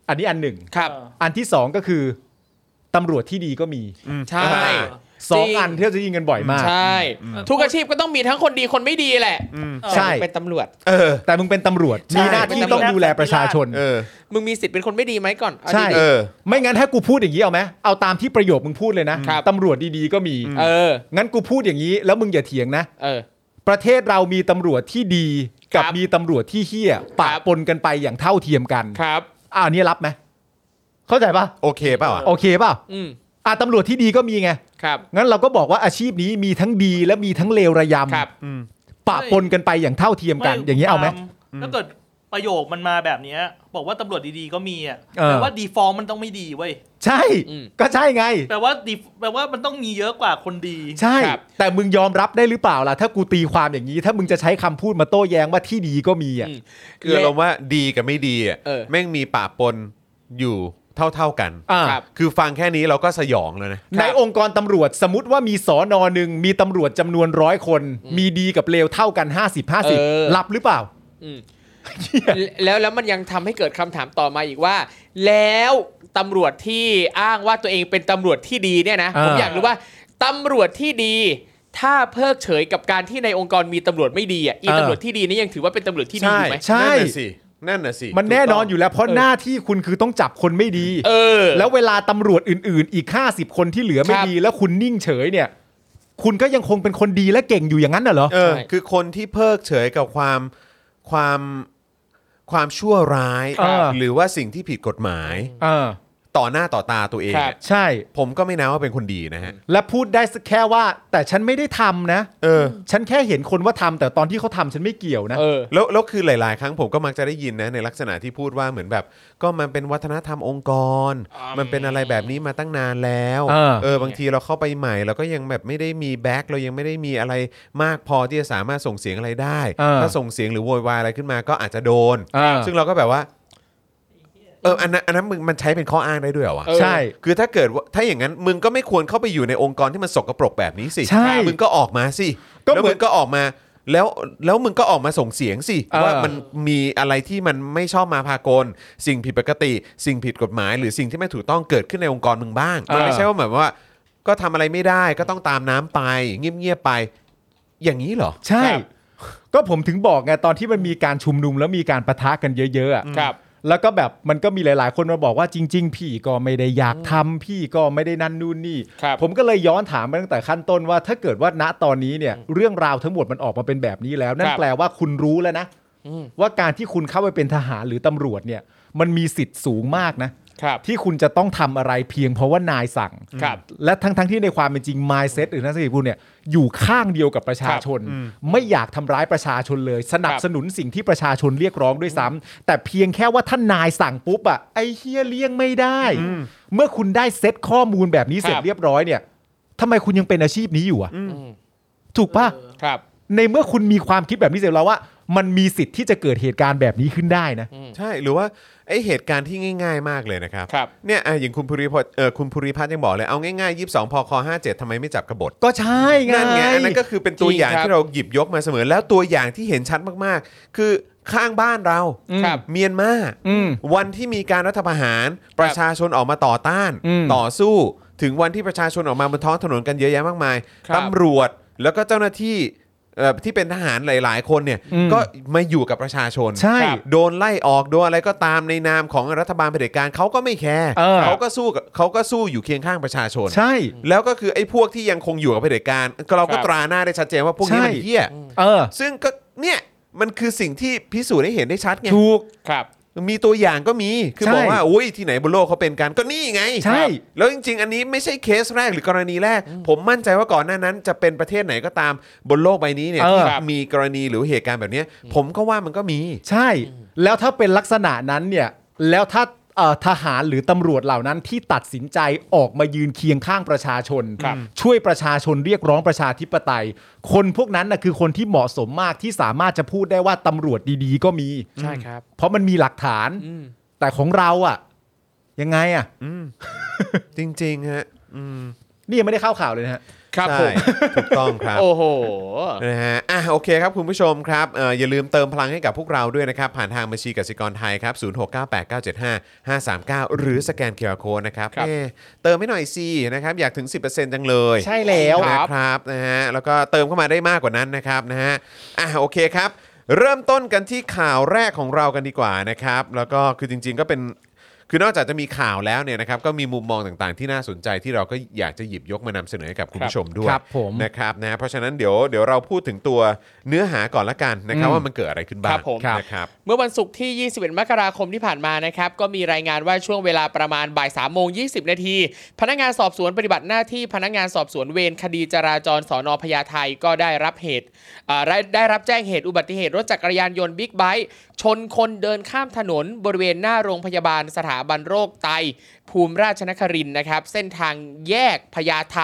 Speaker 3: อันนี้อันหนึ่ง
Speaker 4: ครับ
Speaker 3: อันที่สองก็คือตำรวจที่ดีก็มี
Speaker 4: ใช่
Speaker 2: อ่า
Speaker 3: สอง
Speaker 4: จริ
Speaker 3: อันที่เราจะยินกันบ่อยมาก
Speaker 4: ใช่ ทุกอาชีพก็ต้องมีทั้งคนดีคนไม่ดีแหละ
Speaker 3: ใช่
Speaker 4: แต่มึงเป็นตำรวจ
Speaker 2: เออ
Speaker 3: แต่มึงเป็นตำรวจ
Speaker 4: ใช่
Speaker 3: มีหน้าที่ต้องดูแลประชาชน
Speaker 2: เออ
Speaker 4: มึงมีสิทธิ์เป็นคนไม่ดีไหมก่อนเอา
Speaker 3: ใช่
Speaker 4: ดีๆ
Speaker 2: เออ
Speaker 3: ไม่งั้นถ้ากูพูดอย่างนี้เอาไหมเอาตามที่ประโยคมึงพูดเลยนะครับ ตำรวจดีๆก็มี
Speaker 4: เออ
Speaker 3: งั้นกูพูดอย่างนี้ แล้วมึงอย่าเถียงนะ
Speaker 4: เออ
Speaker 3: ประเทศเรามีตำรวจที่ดีกับ
Speaker 4: ครับ
Speaker 3: มีตำรวจที่เฮี้ยปะ
Speaker 4: ครับ
Speaker 3: ปนกันไปอย่างเท่าเทียมกัน
Speaker 4: ครับ
Speaker 3: อ่านี่รับไหมเข้าใจป่ะ
Speaker 2: โอเคเปล่าอ่ะ
Speaker 3: โอเคป่ะ
Speaker 4: อืม
Speaker 3: อ่าตำรวจที่ดีก็มีไง
Speaker 4: ครับ
Speaker 3: งั้นเราก็บอกว่าอาชีพนี้มีทั้งดีและมีทั้งเลวระย
Speaker 4: ครับ
Speaker 2: อืม
Speaker 3: ำปะปนกันไปอย่างเท่าเทียมกัน อย่างนี้เอาไหม
Speaker 5: ตถ้าเกิดประโยคมันมาแบบเนี้ย บอกว่าตำรวจดีๆก็มีอ่ะ
Speaker 3: เออ
Speaker 5: แปลว่าดีฟอร์มมันต้องไม่ดีเว้ย
Speaker 3: ใช่
Speaker 4: อืม
Speaker 3: ก็ใช่ไง
Speaker 5: แปลว่า default แปลว่ามันต้องมีเยอะกว่าคนดี
Speaker 3: ใช่
Speaker 4: ครับ
Speaker 3: แต่มึงยอมรับได้หรือเปล่าล่ะถ้ากูตีความอย่างนี้ ถ้ามึงจะใช้คำพูดมาโต้แย้งว่าที่ดีก็มีอ่ะ
Speaker 4: อืม
Speaker 2: คืออารมณ์ว่าดีกับไม่ดีอ่ะ
Speaker 4: เออ
Speaker 2: แม่งมีป่าปนอยู่เท่าๆกัน
Speaker 3: อ่า
Speaker 4: ครับ
Speaker 2: คือฟังแค่นี้เราก็สยองแล้วนะ
Speaker 3: ในองค์กรตำรวจสมมติว่ามีสอนอหนึ่งมีตำรวจจำนวนร้อยคน มีดีกับเลวเท่ากัน 50
Speaker 4: เออ
Speaker 3: 50รับหรือเปล่า
Speaker 4: อืมแล้วแล้วมันยังทำให้เกิดคำถามต่อมาอีกว่า แล้วตำรวจที่อ้างว่าตัวเองเป็นตำรวจที่ดีเนี่ยนะ
Speaker 3: อ่า
Speaker 4: ผมอยากรู้ว่าตำรวจที่ดี ถ้าเพิกเฉยกับการที่ในองค์กรมีตำรวจไม่ดีอ่ะอีตำรวจที่ดีนี่ยังถือว่าเป็นตำรวจที่ดีอยู่ไหม
Speaker 3: ใช่
Speaker 2: นั่นน่ะสิ นั่นน่ะสิ
Speaker 3: มันแน่นอนอยู่แล้วเพราะ
Speaker 4: เออ
Speaker 3: หน้าที่คุณคือต้องจับคนไม่ดี
Speaker 4: เออ
Speaker 3: แล้วเวลาตำรวจอื่นๆ อีก 50 คนที่เหลือไม่
Speaker 4: ครับ
Speaker 3: ดี แล้วคุณนิ่งเฉยเนี่ย คุณก็ยังคงเป็นคนดีและเก่งอยู่อย่างนั้นน่ะเหรอ
Speaker 2: เออ
Speaker 4: ใช่
Speaker 2: คือคนที่เพิกเฉยกับความความ ความชั่วร้าย
Speaker 3: เออ
Speaker 2: หรือว่าสิ่งที่ผิดกฎหมาย
Speaker 3: เออ
Speaker 2: ต่อหน้าต่อตาตัวเอง
Speaker 6: ครับ
Speaker 3: ใช่
Speaker 2: ผมก็ไม่นับว่าเป็นคนดีนะฮะ
Speaker 3: และพูดได้สักแค่ว่า แต่ฉันไม่ได้ทำนะ
Speaker 2: เออ
Speaker 3: ฉันแค่เห็นคนว่าทำแต่ตอนที่เขาทำฉันไม่เกี่ยวนะ
Speaker 6: เออ
Speaker 2: แล้วแล้วคือหลาย ๆ ครั้งผมก็มักจะได้ยินนะในลักษณะที่พูดว่าเหมือนแบบ ก็มันเป็นวัฒนธรรมองค์กร
Speaker 6: อ่ามั
Speaker 2: มันเป็นอะไรแบบนี้มาตั้งนานแล้ว
Speaker 3: เออ
Speaker 2: บางทีเราเข้าไปใหม่เราก็ยังแบบไม่ได้มีแบ็คเรายังไม่ได้มีอะไรมากพอที่จะสามารถส่งเสียงอะไรได้
Speaker 3: เออ
Speaker 2: ถ้าส่งเสียงหรือโวยวายอะไรขึ้นมาก็อาจจะโดน
Speaker 3: เออ
Speaker 2: ซึ่งเราก็แบบว่าเอออันนั้นอันนั้นมึงมันใช้เป็นข้ออ้างได้ด้วยเหรอวะ
Speaker 6: เออ
Speaker 3: ใช่
Speaker 2: คือถ้าเกิดว่าถ้าอย่างนั้นมึงก็ไม่ควรเข้าไปอยู่ในองค์กรที่มันสกปรกแบบนี้สิ
Speaker 3: ใช่
Speaker 2: มึงก็ออกมาสิ
Speaker 3: ก็
Speaker 2: แล้ว
Speaker 3: เหมื
Speaker 2: มึ
Speaker 3: อน
Speaker 2: งก็ออกมา แล้วแล้วมึงก็ออกมาส่งเสียงสิ
Speaker 3: เออ
Speaker 2: ว่ามันมีอะไรที่มันไม่ชอบมาพากล สิ่งผิดปกติ สิ่งผิดกฎหมาย หรือสิ่งที่ไม่ถูกต้องเกิดขึ้นในองค์กรมึงบ้างมันไม่ใช่ว่าเหมือนว่า ก็ทำอะไรไม่ได้ก็ต้องตามน้ำไป เงียบๆไป อย่างนี้เหรอ
Speaker 3: ใช่
Speaker 6: ครับ
Speaker 3: ก็ผมถึงบอกไงตอนที่มันมีการชุมนุมแล้วมีการปะทะกันเยอะๆอะ
Speaker 6: ครับ
Speaker 3: แล้วก็แบบมันก็มีหลาย ๆ คนมาบอกว่าจริง ๆ พี่ก็ไม่ได้อยากทำพี่ก็ไม่ได้นั่นนู่นนี่
Speaker 6: ครับ
Speaker 3: ผมก็เลยย้อนถามมาตั้งแต่ขั้นต้นว่าถ้าเกิดว่าณตอนนี้เนี่ย เรื่องราวทั้งหมดมันออกมาเป็นแบบนี้แล้ว นั่น
Speaker 6: ครับ
Speaker 3: แปลว่าคุณรู้แล้วนะ
Speaker 6: อืม
Speaker 3: ว่าการที่คุณเข้าไปเป็นทหารหรือตำรวจเนี่ย มันมีสิทธิ์สูงมากนะ
Speaker 6: ครับ
Speaker 3: ที่คุณจะต้องทำอะไรเพียงเพราะว่านายสั่ง
Speaker 6: ครับ
Speaker 3: และทั้งทั้งๆที่ในความเป็นจริง mindset หรือทัศนคติคุณเนี่ยอยู่ข้างเดียวกับประชาชน ไม่อยากทำร้ายประชาชนเลย สนับ
Speaker 6: ครับ
Speaker 3: สนุนสิ่งที่ประชาชนเรียกร้องด้วยซ้ำแต่เพียงแค่ว่าท่านนายสั่งปุ๊บอะไอ้เฮียเลี่ยงไม่ได้ เมื่อคุณได้เซตข้อมูลแบบนี้เสร็จ
Speaker 6: ครับ
Speaker 3: เรียบร้อยเนี่ยทำไมคุณยังเป็นอาชีพนี้อยู่อะถูกปะ
Speaker 6: ครับ
Speaker 3: ในเมื่อคุณมีความคิดแบบนี้เสร็จแล้วว่า มันมีสิทธิ์ที่จะเกิดเหตุการณ์แบบนี้ขึ้นได้นะ
Speaker 2: ใช่หรือว่าไอเหตุการณ์ที่ง่าย ๆ มากเลยนะครับ
Speaker 6: ครับ
Speaker 2: เนี่ยอ่ะอย่างคุณภูริพัฒน์เออคุณภูริพัฒน์ยังบอกเลยเอาง่ายๆ22พค57ทำไมไม่จับกบฏ
Speaker 3: ก็ใช่ไง
Speaker 2: นั่นไงอันนั้นก็คือเป็นตัวอย่าง
Speaker 6: จริงครับ
Speaker 2: ที่เราหยิบยกมาเสมอ แล้วตัวอย่างที่เห็นชัดมากๆ คือข้างบ้านเรา
Speaker 6: ครับ
Speaker 2: เมียนมา
Speaker 3: อืม
Speaker 2: วันที่มีการรัฐประหาร ประชาชนออกมาต่อต้าน
Speaker 3: อืม
Speaker 2: ต่อสู้ ถึงวันที่ประชาชนออกมาบนท้องถนนกันเยอะแยะมากมาย
Speaker 6: ครับ
Speaker 2: ตำรวจแล้วก็เจ้าหน้าที่เอ่อที่เป็นทหารหลาย ๆ คนเนี่ยก็มาอยู่กับประชาชน
Speaker 3: ใช่
Speaker 6: ครับ
Speaker 2: โดนไล่ออกโดนอะไรก็ตามในนามของรัฐบาลเผด็จการเขาก็ไม่แคร์
Speaker 3: เออ
Speaker 2: เขาก็สู้กับเขาก็สู้อยู่เคียงข้างประชาชน
Speaker 3: ใช่
Speaker 2: แล้วก็คือไอ้พวกที่ยังคงอยู่กับเผด็จการเราก็
Speaker 6: ครับ
Speaker 2: ตราหน้าได้ชัดเจนว่าพวกนี้มัน
Speaker 3: ใช่
Speaker 2: เหี้ย
Speaker 3: เออ
Speaker 2: ซึ่งก็เนี่ยมันคือสิ่งที่พิสูจน์ให้เห็นได้ชัดไง
Speaker 3: ถูก
Speaker 6: ครับ
Speaker 2: มีตัวอย่างก็มีคือ
Speaker 3: ใช่
Speaker 2: บอกว่าอุ้ยที่ไหนบนโลกเขาเป็นกันก็นี่ไง
Speaker 3: ใช่
Speaker 2: แล้วจริง ๆ อันนี้ไม่ใช่เคสแรกหรือกรณีแรก ผมมั่นใจว่าก่อนหน้านั้น จะเป็นประเทศไหนก็ตามบนโลกใบนี้เนี่ยที่
Speaker 6: เออ
Speaker 2: มีกรณีหรือเหตุการณ์แบบเนี้ยผมก็ว่ามันก็มี
Speaker 3: ใช่ แล้วถ้าเป็นลักษณะนั้นเนี่ย แล้วถ้าเอ่อทหารหรือตำรวจเหล่านั้นที่ตัดสินใจออกมายืนเคียงข้างประชาชน
Speaker 6: ครับ
Speaker 3: ช่วยประชาชนเรียกร้องประชาธิปไตย คนพวกนั้นนะคือคนที่เหมาะสมมากที่สามารถจะพูดได้ว่าตำรวจดีๆ ก็มี
Speaker 6: ใช่ครับ
Speaker 3: เพราะมันมีหลักฐาน
Speaker 6: อืม
Speaker 3: แต่ของเราอะยังไงอะ
Speaker 2: จริงๆฮะ
Speaker 3: นี่ยังไม่ได้เข้าข่าวเลยนะฮะ
Speaker 6: ครับ
Speaker 2: ใช่
Speaker 6: ผม
Speaker 2: ถูกต้องครับ
Speaker 6: โอ้โห
Speaker 2: นะฮะ อ่ะ โอเคครับ คุณผู้ชมครับเอ่ออย่าลืมเติมพลังให้กับพวกเราด้วยนะครับ ผ่านทางบัญชีกสิกรไทยครับ 0698975539 หรือสแกนเคอร์โคนะครับ
Speaker 6: ครับ
Speaker 2: แม่เติมให้หน่อยสินะครับ อยากถึง 10%จังเลย
Speaker 3: ใช่แล้ว
Speaker 2: นะครับนะฮะ แล้วก็เติมเข้ามาได้มากกว่านั้นนะครับนะฮะ อ่ะ โอเคครับ เริ่มต้นกันที่ข่าวแรกของเรากันดีกว่านะครับ แล้วก็คือจริง ๆ ก็เป็น คือนอกจากจะมีข่าวแล้วเนี่ยนะครับ ก็มีมุมมองต่างๆ ที่น่าสนใจที่เราก็อยากจะหยิบยกมานำเสนอให้กับคุณผู้ชมด้วย
Speaker 3: ครับผม
Speaker 2: นะครับนะเพราะฉะนั้นเดี๋ยวเดี๋ยวเราพูดถึงตัวเนื้อหาก่อนละกันนะครับว่ามันเกิดอะไรขึ้นบ้าง
Speaker 4: ครับผม
Speaker 2: นะครับ
Speaker 4: เมื่อวันศุกร์ที่ 21 มกราคมที่ผ่านมานะครับ ก็มีรายงานว่าช่วงเวลาประมาณบ่าย3โมง 20 นาที พนักงานสอบสวนปฏิบัติหน้าที่พนักงานสอบสวนเวรคดีจราจรสอนอพญาไทก็ได้รับเหตุอ่าได้ได้รับแจ้งเหตุอุบัติเหตุรถจักรยานยนต์บิ๊กไบค์ชนคนเดินข้ามถนนบริเวณหน้าโรงพยาบาลสถาบันโรคไต ภูมิราชนครินทร์นะครับ เส้นทางแยกพญาไท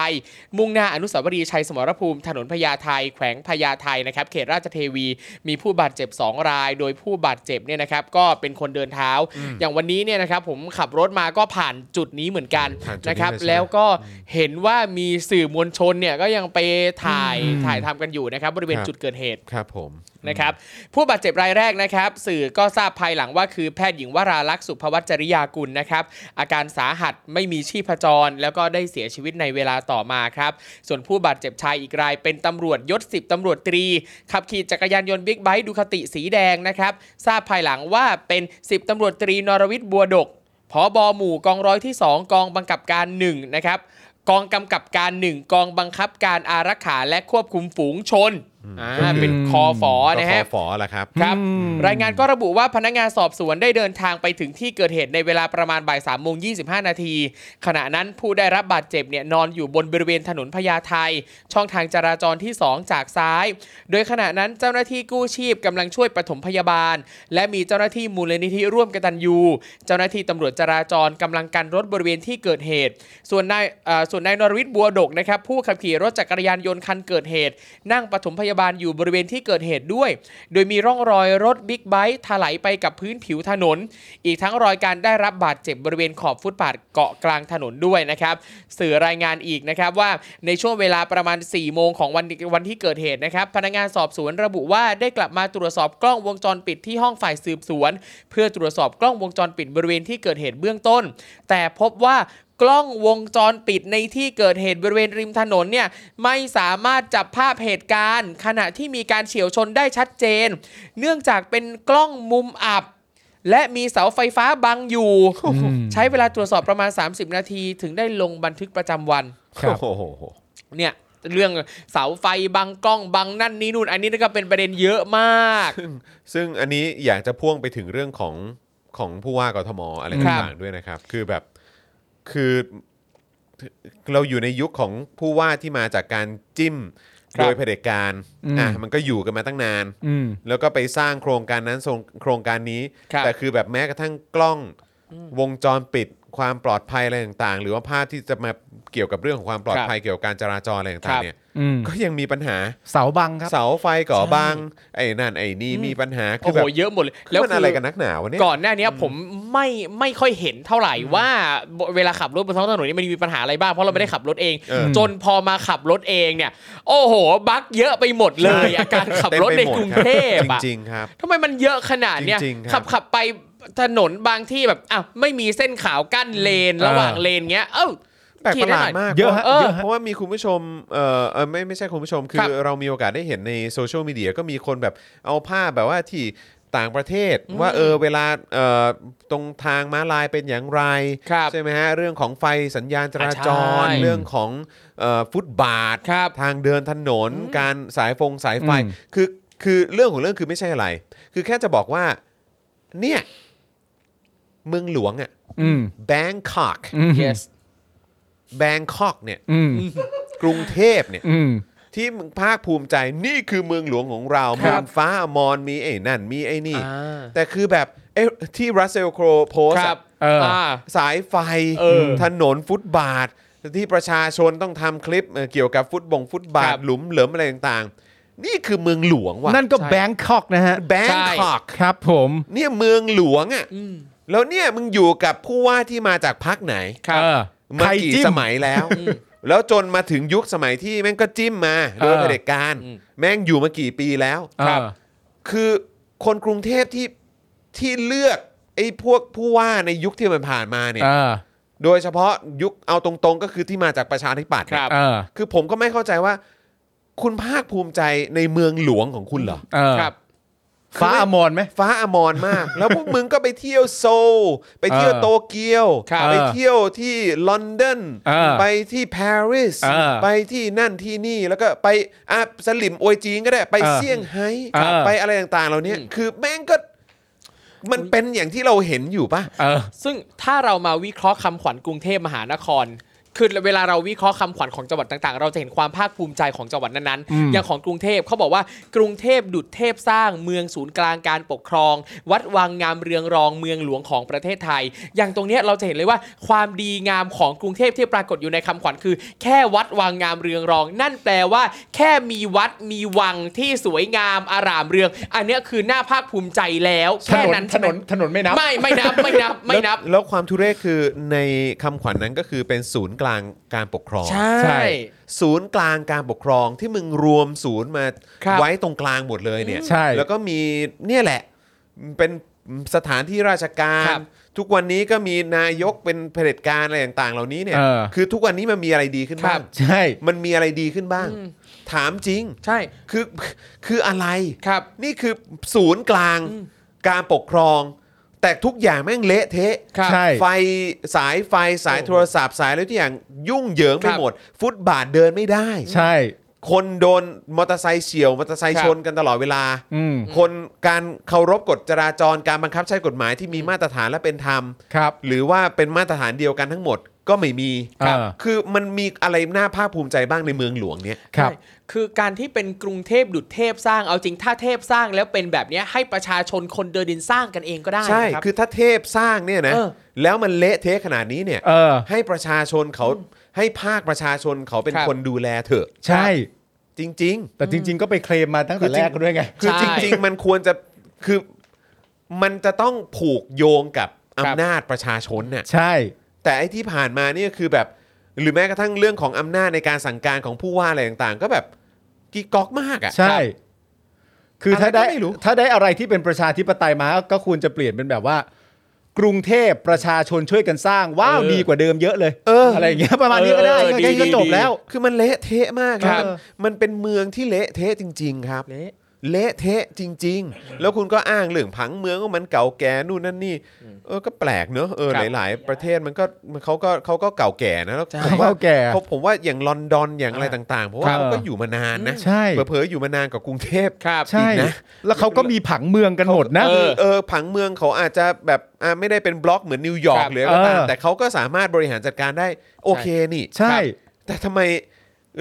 Speaker 4: มุ่งหน้าอนุสาวรีย์ชัยสมรภูมิ ถนนพญาไท แขวงพญาไทนะครับ เขตราชเทวี มีผู้บาดเจ็บ 2 ราย โดยผู้บาดเจ็บเนี่ยนะครับ ก็เป็นคนเดินเท้า อย่างวันนี้เนี่ยนะครับ ผมขับรถมาก็ผ่านจุดนี้เหมือนกัน
Speaker 2: ผ่านจุดนี้
Speaker 4: นะครับ
Speaker 2: เลยใช่ไหม
Speaker 4: แล้วก็เห็นว่ามีสื่อมวลชนเนี่ยก็ยังไปถ่ายถ่ายทำกันอยู่นะครับ บริเวณจุดเกิดเหตุ
Speaker 2: ครับผม
Speaker 4: นะครับผู้บาดเจ็บรายแรกนะครับ สื่อก็ทราบภายหลังว่าคือแพทย์หญิงวราลักษณ์สุภวัชจริยากุลนะครับ อาการสาหัสไม่มีชีพจร แล้วก็ได้เสียชีวิตในเวลาต่อมาครับ ส่วนผู้บาดเจ็บชายอีกรายเป็นตำรวจยศ 10ตำรวจตรี ขับขี่จักรยานยนต์บิ๊กไบค์ดูคาติสีแดงนะครับ ทราบภายหลังว่าเป็น 10ตำรวจตรีนรวิทย์บัวดกผอบอหมู่กองร้อยที่ 2 กองบังคับการ 1 นะครับ กองกำกับการ 1 กองบังคับการอารักขาและควบคุมฝูงชน อ่า
Speaker 3: ก็คือ
Speaker 4: เป็นคอฟอนะฮะ
Speaker 2: ก็ฟอละครับ
Speaker 4: ครับ
Speaker 3: อืม
Speaker 4: รายงานก็ระบุว่าพนักงานสอบสวนได้เดินทางไปถึงที่เกิดเหตุในเวลาประมาณบ่ายสามโมงยีนาที ขณะนั้นผู้ได้รับบาดเจ็บเนี่ยนอนอยู่บนบริเวณถนนพญาไทช่องทางจราจรที่ 2 จากซ้าย โดยขณะนั้นเจ้าหน้าที่กู้ชีพกำลังช่วยปฐมพยาบาล และมีเจ้าหน้าที่มูลนิธิร่วมกตัญญู เจ้าหน้าที่ตำรวจจราจรกำลังกันรถบริเวณที่เกิดเหตุ ส่วนนายเอ่อส่วนนายนรวิทย์บัวดกนะครับผู้ขับขี่รถจักรยานยนต์คันเกิดเหตุ นั่งปฐมพยาบาลอยู่บริเวณที่เกิดเหตุด้วย โดยมีร่องรอยรถบิ๊กไบค์ถลายไปกับพื้นผิวถนน อีกทั้งรอยการได้รับบาดเจ็บบริเวณขอบฟุตปาดเกาะกลางถนนด้วยนะครับ สื่อรายงานอีกนะครับว่าในช่วงเวลาประมาณ 4 โมงของวันวันที่เกิดเหตุนะครับ พนักงานสอบสวนระบุว่าได้กลับมาตรวจสอบกล้องวงจรปิดที่ห้องฝ่ายสืบสวน เพื่อตรวจสอบกล้องวงจรปิดบริเวณที่เกิดเหตุเบื้องต้น แต่พบว่ากล้องวงจรปิดในที่เกิดเหตุบริเวณริมถนนเนี่ยไม่สามารถจับภาพเหตุการณ์ ขณะที่มีการเฉียวชนได้ชัดเจน เนื่องจากเป็นกล้องมุมอับ และมีเสาไฟฟ้าบังอยู่ ใช้เวลาตรวจสอบประมาณ 30 นาที ถึงได้ลงบันทึกประจำวัน
Speaker 3: ครับ
Speaker 2: โอ้โห
Speaker 4: เนี่ยเรื่องเสาไฟบังกล้องบังนั่นนี่นู่น อันนี้ก็เป็นประเด็นเยอะมาก
Speaker 2: ซึ่งอันนี้อยากจะพ่วงไปถึงเรื่องของของผู้ว่ากทมอะไร
Speaker 4: ครับ
Speaker 2: ต่างๆด้วยนะครับ คือแบบคือเราอยู่ในยุคของผู้ว่าที่มาจากการจิ้ม
Speaker 4: ครับ
Speaker 2: โดยเผด็จการ
Speaker 3: อืม
Speaker 2: อ่ะมันก็อยู่กันมาตั้งนาน
Speaker 3: อืม
Speaker 2: แล้วก็ไปสร้างโครงการนั้นส่งโครงการนี้
Speaker 4: ครับ
Speaker 2: แต่คือแบบแม้กระทั่งกล้องวงจรปิดความปลอดภัยอะไรต่างๆ หรือว่าภาพที่จะมาเกี่ยวกับเรื่องของความปลอดภัยเกี่ยวกับการจราจรอะไร
Speaker 4: ครั
Speaker 2: ต่าง
Speaker 4: บ
Speaker 2: ๆเนี่ย
Speaker 3: อืม
Speaker 2: ก็ยังมีปัญหา
Speaker 3: เสาบังครับ
Speaker 2: เสาไฟก่อบางไอ้นั่นไอ้นี่มีปัญหาคื
Speaker 4: โอ้
Speaker 2: อ
Speaker 4: โห
Speaker 2: แบบ
Speaker 4: เยอะหมดเลย
Speaker 2: แล้วมันอะไรกันนักหนาวะเนี่ย
Speaker 4: ก่อนหน้านี้ผมไม่ไม่ค่อยเห็นเท่าไหร่ว่าเวลาขับรถบนท้องถนนนี่มันมีปัญหาอะไรบ้างเพราะเราไม่ได้ขับรถเอง
Speaker 2: เออ
Speaker 4: จนพอมาขับรถเองเนี่ย โอ้โห บั๊กเยอะไปหมดเลยอะการขับรถในกรุงเทพ
Speaker 2: ต็มไปหมดค
Speaker 4: อะ
Speaker 2: บจริงๆครับ
Speaker 4: ทำไมมันเยอะขนาดเนี้ย
Speaker 2: จริงๆครั
Speaker 4: ขั
Speaker 2: บ
Speaker 4: บขับไปถนนบางที่แบบอ้าวไม่มีเส้นขาวกั้นเลนระหว่างเลนเงี้ย เอ้า
Speaker 2: แปลกประหลาดมาก
Speaker 3: เยอะฮะ
Speaker 2: พรา
Speaker 4: เยอะฮะ
Speaker 2: เพราะว่ามีคุณผู้ชมเออเอ่อไม่ไม่ใช่คุณผู้ชม คื
Speaker 4: ครั
Speaker 2: อบ เรามีโอกาสได้เห็นในโซเชียลมีเดียก็มีคนแบบเอาภาพแบบว่าที่ต่างประเทศ ว่าเออเวลาเอ่อตรงทางม้าลายเป็นอย่างไร
Speaker 4: ครับ
Speaker 2: ใช่ไหมฮะ เรื่องของไฟสัญญาณจราจร
Speaker 4: อ่าใช่
Speaker 2: เรื่องของเอ่อฟุตบาท
Speaker 4: ครับ
Speaker 2: ทางเดินถนน การสายฟงสายไฟ
Speaker 3: อืม
Speaker 2: คือคือเรื่องของเรื่องคือไม่ใช่อะไร คือแค่จะบอกว่าเนี่ยเมืองหลวงอะ
Speaker 3: อืม
Speaker 2: แบงคอก
Speaker 3: อืม
Speaker 4: yes
Speaker 2: แบงคอกเนี่ย
Speaker 3: อืม
Speaker 2: กรุงเทพเนี่ย
Speaker 3: อืม
Speaker 2: ที่ภาคภูมิใจนี่คือเมืองหลวงของเรา
Speaker 3: ค
Speaker 2: เมื
Speaker 3: รั
Speaker 2: อบ งฟ้าอมรมีไอ้นั่นมีไอ้นี่
Speaker 4: อ่า
Speaker 2: แต่คือแบบเอ๊ะที่รัสเซลโครว์โพสต์
Speaker 4: ค
Speaker 2: อะ
Speaker 4: รับ
Speaker 3: เอออ่
Speaker 4: า
Speaker 2: สายไฟ
Speaker 4: เออ
Speaker 2: ถนนฟุตบาท ที่ประชาชนต้องทำคลิปเอ่อเกี่ยวกับฟุตบงฟุตบา
Speaker 4: ค
Speaker 2: ท
Speaker 4: รับ
Speaker 2: หลุมเหลิมอะไรต่างๆ นี่คือเมืองหลวงว่ะ
Speaker 3: นั่นก็
Speaker 4: ใช่
Speaker 3: แบงคอกนะฮะ
Speaker 2: แบงคอก
Speaker 3: ครับผม
Speaker 2: เนี่ยเมืองหลวงอ่ะ
Speaker 4: อืม
Speaker 2: แล้วเนี่ยมึงอยู่กับผู้ว่าที่มาจากพรรคไหน
Speaker 4: ครับ
Speaker 3: เออ
Speaker 2: มา
Speaker 3: ใคร
Speaker 2: กี่
Speaker 3: จิ้ม
Speaker 2: สมัยแล้ว แล้วจนมาถึงยุคสมัยที่แม่งก็จิ้มมาโดย
Speaker 3: เออ
Speaker 2: เผด็จการ
Speaker 4: อืม
Speaker 2: แม่งอยู่มากี่ปีแล้ว
Speaker 3: เออ
Speaker 2: คือคนกรุงเทพที่ที่เลือกไอ้พวกผู้ว่าในยุคที่มันผ่านมาเนี่ย
Speaker 3: เออ
Speaker 2: โดยเฉพาะยุคเอาตรงๆ ก็คือที่มาจากประชาธิปัตย์
Speaker 4: ค
Speaker 2: เนี่ย
Speaker 4: รับ
Speaker 3: เออ
Speaker 2: คือผมก็ไม่เข้าใจว่า คุณภาคภูมิใจในเมืองหลวงของคุณเหรอ
Speaker 3: เออ
Speaker 4: ครับ
Speaker 3: ฟ้าอมรไหม
Speaker 2: ฟ้าอมรมาก แล้วพวกมึงก็ไปเที่ยวโซลไปเที่ยว
Speaker 3: เออ
Speaker 2: โตเกียว
Speaker 4: ครับ
Speaker 2: ไปเที่ยวที่ลอนดอน
Speaker 3: เออ
Speaker 2: ไปที่ปารีส
Speaker 3: เออ
Speaker 2: ไปที่นั่นที่นี่แล้วก็ไปอ่ะสลิมอวยจีนก็ได้ ไป
Speaker 3: เออ
Speaker 2: เซี่ยงไฮ้
Speaker 3: เออ
Speaker 2: ไปอะไรต่างๆเหล่านี้
Speaker 4: อืม
Speaker 2: คือแม่งก็มันเป็นอย่างที่เราเห็นอยู่ปะ
Speaker 3: เออ
Speaker 4: ซึ่งถ้าเรามาวิเคราะห์คำขวัญกรุงเทพมหานคร คือเวลาเราวิเคราะห์คำขวัญของจังหวัดต่างๆ เราจะเห็นความภาคภูมิใจของจังหวัดนั้น
Speaker 3: อืม
Speaker 4: ๆ อย่างของกรุงเทพเขาบอกว่ากรุงเทพดุจเทพสร้างเมืองศูนย์กลางการปกครอง วัดวังงามเรืองรองเมืองหลวงของประเทศไทย อย่างตรงเนี้ยเราจะเห็นเลยว่าความดีงามของกรุงเทพที่ปรากฏอยู่ในคำขวัญคือ แค่วัดวังงามเรืองรอง นั่นแปลว่า แค่มีวัดมีวังที่สวยงามอารามเรือง อันเนี้ยคือหน้าภาคภูมิใจแล้วแค่นั้น
Speaker 3: ถ
Speaker 4: ใช่ไห
Speaker 3: น
Speaker 4: ม
Speaker 3: นถนนไม่นับ
Speaker 4: ไม่ไม่นับไม่นับไม่นับ
Speaker 2: แล้วแล้วความทุเรศคือในคำขวัญนั้นก็คือเป็นศูนย์กลางการปกครอง
Speaker 3: ใช่
Speaker 2: ศูนย์กลางการปกครองที่มึงรวมศูนย์มา
Speaker 4: ครับ
Speaker 2: ไว้ตรงกลางหมดเลยเนี่ย
Speaker 3: ใช่
Speaker 2: แล้วก็มีเนี่ยแหละเป็นสถานที่ราชการ
Speaker 4: ครับ
Speaker 2: ทุกวันนี้ก็มีนายกเป็นเผด็จการอะไรต่างๆ เหล่านี้เนี่ย
Speaker 3: เออ
Speaker 2: คือทุกวันนี้มันมีอะไรดีขึ้นบ้าง
Speaker 3: ใช่
Speaker 2: มันมีอะไรดีขึ้นบ้าง ถามจริง
Speaker 4: ใช่
Speaker 2: คือ <laughs> คืออะไร
Speaker 4: ครับ
Speaker 2: นี่คือศูนย์กลางการปกครอง แต่ทุกอย่างแม่งเละเทะ
Speaker 4: ครับ
Speaker 3: ใช่
Speaker 2: ไฟสายไฟสาย
Speaker 4: โอ้โห
Speaker 2: โทรศัพท์สายอะไรทุกอย่างยุ่งเหยิงไป
Speaker 4: ครับ
Speaker 2: หมด ฟุตบาทเดินไม่ได้
Speaker 3: ใช่
Speaker 2: คนโดนมอเตอร์ไซค์เฉียวมอเตอร์ไซค์
Speaker 4: ครั
Speaker 2: ช
Speaker 4: บ
Speaker 2: นกันตลอดเวลา
Speaker 3: อืม
Speaker 2: คนการเคารพกฎจราจรการบังคับใช้กฎหมายที่มีมาตรฐานและเป็นธรรม
Speaker 3: ครับ
Speaker 2: หรือว่าเป็นมาตรฐานเดียวกันทั้งหมดก็ไม่มี
Speaker 3: ครับ
Speaker 2: คือมันมีอะไรน่าภาคภูมิใจบ้างในเมืองหลวงเนี่ย
Speaker 3: ครับ
Speaker 4: ใช่คือการที่เป็นกรุงเทพดุจเทพสร้าง เอาจริงถ้าเทพสร้างแล้วเป็นแบบเนี้ยให้ประชาชนคนเดินดินสร้างกันเองก็ได้
Speaker 2: ใช่
Speaker 4: นะรับ
Speaker 2: คือถ้าเทพสร้างเนี่ยนะ
Speaker 4: เออ
Speaker 2: แล้วมันเละเทะขนาดนี้เนี่ย
Speaker 3: เออ
Speaker 2: ให้ประชาชนเขาให้ภาคประชาชนเขาเป็น
Speaker 4: ครับ
Speaker 2: คนดูแลเถอะ
Speaker 3: ใช่
Speaker 2: จริง
Speaker 3: แต่จริง ๆ ก็ไปเคลมมาตั้ง
Speaker 2: คื
Speaker 3: แต่
Speaker 2: อจริ
Speaker 3: แรง กด้วยไง
Speaker 2: ๆ คือ
Speaker 4: ใช่
Speaker 2: จริง ๆ มันควรจะคือมันจะต้องผูกโยงกับ
Speaker 4: ครับ
Speaker 2: อำนาจประชาชนเนี่ย
Speaker 3: ใช่
Speaker 2: แต่ไอ้ที่ผ่านมาเนี่ยคือแบบ หรือแม้กระทั่งเรื่องของอำนาจในการสั่งการของผู้ว่าอะไรต่างๆ ก็แบบกีก๊อกมากอ่ะ
Speaker 3: ใช่ คือถ้า
Speaker 2: อะไรก็
Speaker 3: ได้
Speaker 2: ไม่รู้
Speaker 3: ถ้าได้อะไรที่เป็นประชาธิปไตยมาก็ควรจะเปลี่ยนเป็นแบบว่า กรุงเทพประชาชนช่วยกันสร้าง ว้าว
Speaker 4: เออ
Speaker 3: ดีกว่าเดิมเยอะเลย
Speaker 2: เออ
Speaker 3: อะไรอย่างเงี้ยประมาณนี้ก็ได้
Speaker 4: เออ
Speaker 3: แค่นี้ก็
Speaker 4: ดี
Speaker 3: จบ
Speaker 4: ดี
Speaker 3: แล้ว
Speaker 2: คือมันเละเทะมาก
Speaker 3: ครับ
Speaker 2: มันมันเป็นเมืองที่เละเทะจริง ๆ ครับ
Speaker 4: เละ
Speaker 2: เละเทะจริง ๆ แล้วคุณก็อ้างเรื่องผังเมืองว่ามันเก่าแก่นู่นนั่นนี่ เออ ก็แปลกเนอะเออ
Speaker 4: ครับ
Speaker 2: หลาย ๆ ประเทศมันก็มันเขาก็เขาก็เก่าแก่นะแล้ว
Speaker 4: ใช่
Speaker 2: ผมว่า
Speaker 3: เก่าแก่
Speaker 2: เขาผมว่าอย่างลอนดอนอย่างอะไรต่างๆ เพราะว่า
Speaker 3: ครับ
Speaker 2: เขาก็อยู่มานานนะ
Speaker 3: ใช่
Speaker 2: เผลอๆอยู่มานานกว่ากรุงเทพ
Speaker 4: ครับ
Speaker 3: ใช่
Speaker 2: อีกนะ
Speaker 3: แล้วเขาก็มีผังเมืองกันหมดนะ
Speaker 4: เออ
Speaker 2: เออ ผังเมืองเขาอาจจะแบบอ่าไม่ได้เป็นบล็อกเหมือนนิวยอร์ก
Speaker 4: ครับ
Speaker 2: หรืออะไรก็ตาม
Speaker 3: เออ
Speaker 2: แต่เขาก็สามารถบริหารจัดการได้โอเคนี่
Speaker 3: ใช่
Speaker 2: แต่ทำไม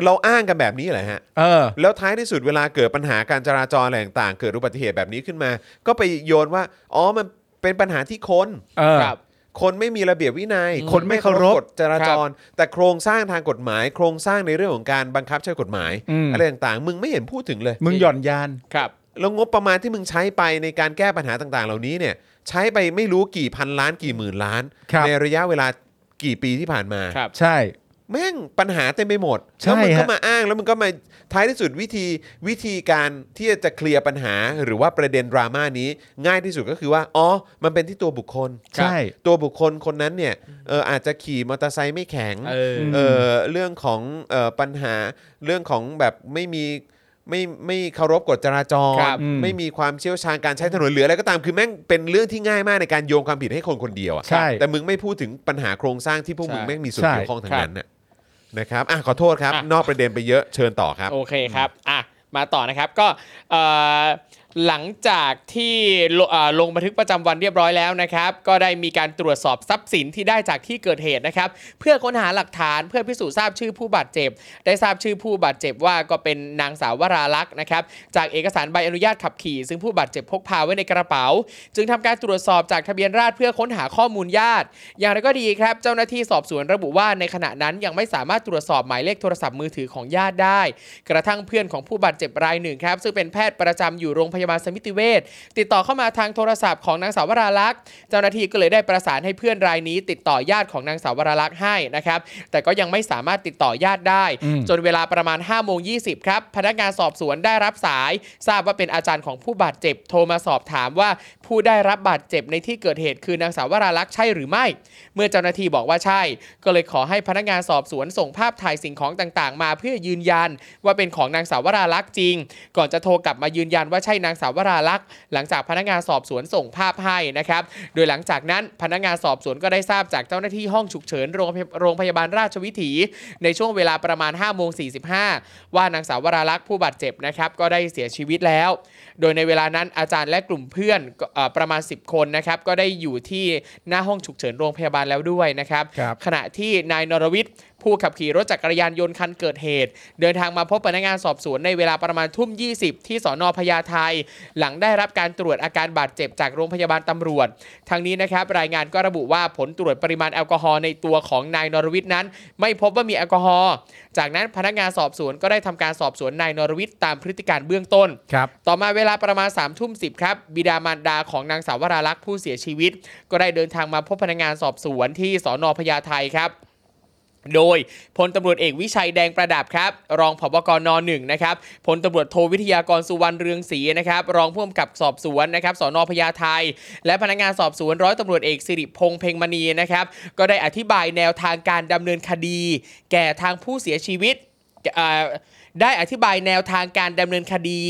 Speaker 2: เราอ้างกันแบบนี้เหรอฮะ
Speaker 3: เออ
Speaker 2: แล้วท้ายที่สุดเวลาเกิดปัญหาการจราจรอะไรต่างๆเกิดอุบัติเหตุแบบนี้ขึ้นมา ก็ไปโยนว่า อ๋อมันเป็นปัญหาที่คน
Speaker 3: เออ
Speaker 4: ครับ
Speaker 2: คนไม่มีระเบียบวินัย
Speaker 3: อืม
Speaker 2: คนไม่เคารพ
Speaker 3: ค
Speaker 2: กฎ
Speaker 3: น
Speaker 2: จราจร แต่โครงสร้างทางกฎหมาย โครงสร้างในเรื่องของการบังคับใช้กฎหมาย
Speaker 3: อืม
Speaker 2: อะไรต่างๆ มึงไม่เห็นพูดถึงเลย
Speaker 3: มึงหย่อนยาน
Speaker 4: ครับ
Speaker 2: แล้วงบประมาณที่มึงใช้ไปในการแก้ปัญหาต่างๆ เหล่านี้เนี่ยใช้ไปไม่รู้กี่พันล้านกี่หมื่นล้าน
Speaker 3: ครับ
Speaker 2: ในระยะเวลากี่ปีที่ผ่านมา
Speaker 4: ครับ
Speaker 3: ใช่
Speaker 2: แม่งปัญหาเต็มไปหมด
Speaker 3: ใช่
Speaker 2: แล้วมึงก็
Speaker 3: ฮะ
Speaker 2: มาอ้างแล้วมึงก็มาท้ายที่สุดวิธีวิธีการที่จะเคลียร์ปัญหาหรือว่าประเด็นดราม่านี้ ง่ายที่สุดก็คือว่า อ๋อ มันเป็นที่ตัวบุคคล
Speaker 3: ใช่
Speaker 2: ตัวบุคคลคนนั้นเนี่ยเอออาจจะขี่มอเตอร์ไซค์ไม่แข็ง
Speaker 4: เออ
Speaker 2: เออเรื่องของเออปัญหาเรื่องของแบบไม่มีไม่ไม่เคารพกฎจราจร
Speaker 4: ครับ
Speaker 3: อืม
Speaker 2: ไม่มีความเชี่ยวชาญการใช้ถนนหรืออะไรก็ตามคือแม่งเป็นเรื่องที่ง่ายมากในการโยงความผิดให้คนคนเดียวอะ
Speaker 3: ใช่
Speaker 2: แต่มึงไม่พูดถึงปัญหาโครงสร้างที่พวกมึง
Speaker 4: ใช่
Speaker 2: แม่งมีส่วน
Speaker 3: ใช่
Speaker 2: เกี่ยวข้องทั้งนั้นน่ะนะครับ อ่ะขอโทษครับ
Speaker 4: อ่ะ
Speaker 2: นอกประเด็นไปเยอะเชิญต่อครับ
Speaker 4: โอเคครับ อ่ะ มาต่อนะครับ ก็เอ่อหลังจากที่ลงเอ่อลงบันทึกประจำวันเรียบร้อยแล้วนะครับ ก็ได้มีการตรวจสอบทรัพย์สินที่ได้จากที่เกิดเหตุนะครับ เพื่อค้นหาหลักฐานเพื่อพิสูจน์ทราบชื่อผู้บาดเจ็บ ได้ทราบชื่อผู้บาดเจ็บว่าก็เป็นนางสาววราลักษณ์นะครับ จากเอกสารใบอนุญาตขับขี่ ซึ่งผู้บาดเจ็บพกพาไว้ในกระเป๋า จึงทำการตรวจสอบจากทะเบียนราษฎร์เพื่อค้นหาข้อมูลญาติ อย่างไรก็ดีครับ เจ้าหน้าที่สอบสวนระบุว่าในขณะนั้นยังไม่สามารถตรวจสอบหมายเลขโทรศัพท์มือถือของญาติได้ กระทั่งเพื่อนของผู้บาดเจ็บรายหนึ่งครับซึ่งเป็นแพทย์ประจำอยู่โรงพยาบาลสมิติเวชติดต่อเข้ามาทางโทรศัพท์ของนางสาววราลักษณ์เจ้าหน้าที่ก็เลยได้ประสานให้เพื่อนรายนี้ ติดต่อญาติของนางสาววราลักษณ์ให้นะครับ แต่ก็ยังไม่สามารถติดต่อญาติได้
Speaker 3: อืม
Speaker 4: จนเวลาประมาณ5้าโมงยีครับ พนักงานสอบสวนได้รับสาย ทราบว่าเป็นอาจารย์ของผู้บาดเจ็บ โทรมาสอบถามว่าผู้ได้รับบาดเจ็บในที่เกิดเหตุคือนางสาววราลักษณ์ใช่หรือไม่ เมื่อเจ้าหน้าที่บอกว่าใช่ ก็เลยขอให้พนักงานสอบสวนส่งภาพถ่ายสิ่งของต่างๆ มาเพื่อยืนยัน ว่าเป็นของนางสาววราลักษณ์จริง ก่อนจะโทรกลับมายืนยันว่าใช่นางสาววราลักษณ์หลังจากพนักงานสอบสวนส่งภาพให้นะครับ โดยหลังจากนั้นพนักงานสอบสวนก็ได้ทราบจากเจ้าหน้าที่ห้องฉุกเฉินโรงพยโรงพยาบาลราชวิถี ในช่วงเวลาประมาณ5โมง45 ว่านางสาววราลักษณ์ผู้บาดเจ็บนะครับก็ได้เสียชีวิตแล้ว โดยในเวลานั้นอาจารย์และกลุ่มเพื่อนก็เอ่อประมาณ 10 คนนะครับก็ได้อยู่ที่หน้าห้องฉุกเฉินโรงพยาบาลแล้วด้วยนะครับ
Speaker 3: ครับ
Speaker 4: ขณะที่นายนรวิทย์ผู้ขับขี่รถจักรยานยนต์คันเกิดเหตุ เดินทางมาพบพนักงานสอบสวนในเวลาประมาณทุ่ม 20 ที่สอนอพญาไทหลังได้รับการตรวจอาการบาดเจ็บจากโรงพยาบาลตำรวจ ทางนี้นะครับรายงานก็ระบุว่าผลตรวจปริมาณแอลกอฮอล์ในตัวของนายนรวิทย์นั้น ไม่พบว่ามีแอลกอฮอล์จากนั้นพนักงานสอบสวนก็ได้ทำการสอบสวนนายนรวิทย์ตามพฤติการเบื้องต้น
Speaker 3: ครับ
Speaker 4: ต่อมาเวลาประมาณ3ามทุ่มสิครับบิดามารดาของนางสาววราลักษณ์ผู้เสียชีวิต ก็ได้เดินทางมาพบพนักงานสอบสวนที่สอนอพญาไทครับ โดยพลตำรวจเอกวิชัยแดงประดับครับ รองผบกนหนึ่งนะครับพลตำรวจโทวิทยากรสุวรรณเรืองศรีนะครับ รองผู้กำกับสอบสวนนะครับสอนอพญาไทและพนักงานสอบสวนร้อยตำรวจเอกสิริพงษ์เพ็งมณีนะครับ ก็ได้อธิบายแนวทางการดำเนินคดี แก่ทางผู้เสียชีวิตเอ่อ ได้อธิบายแนวทางการดำเนินคดี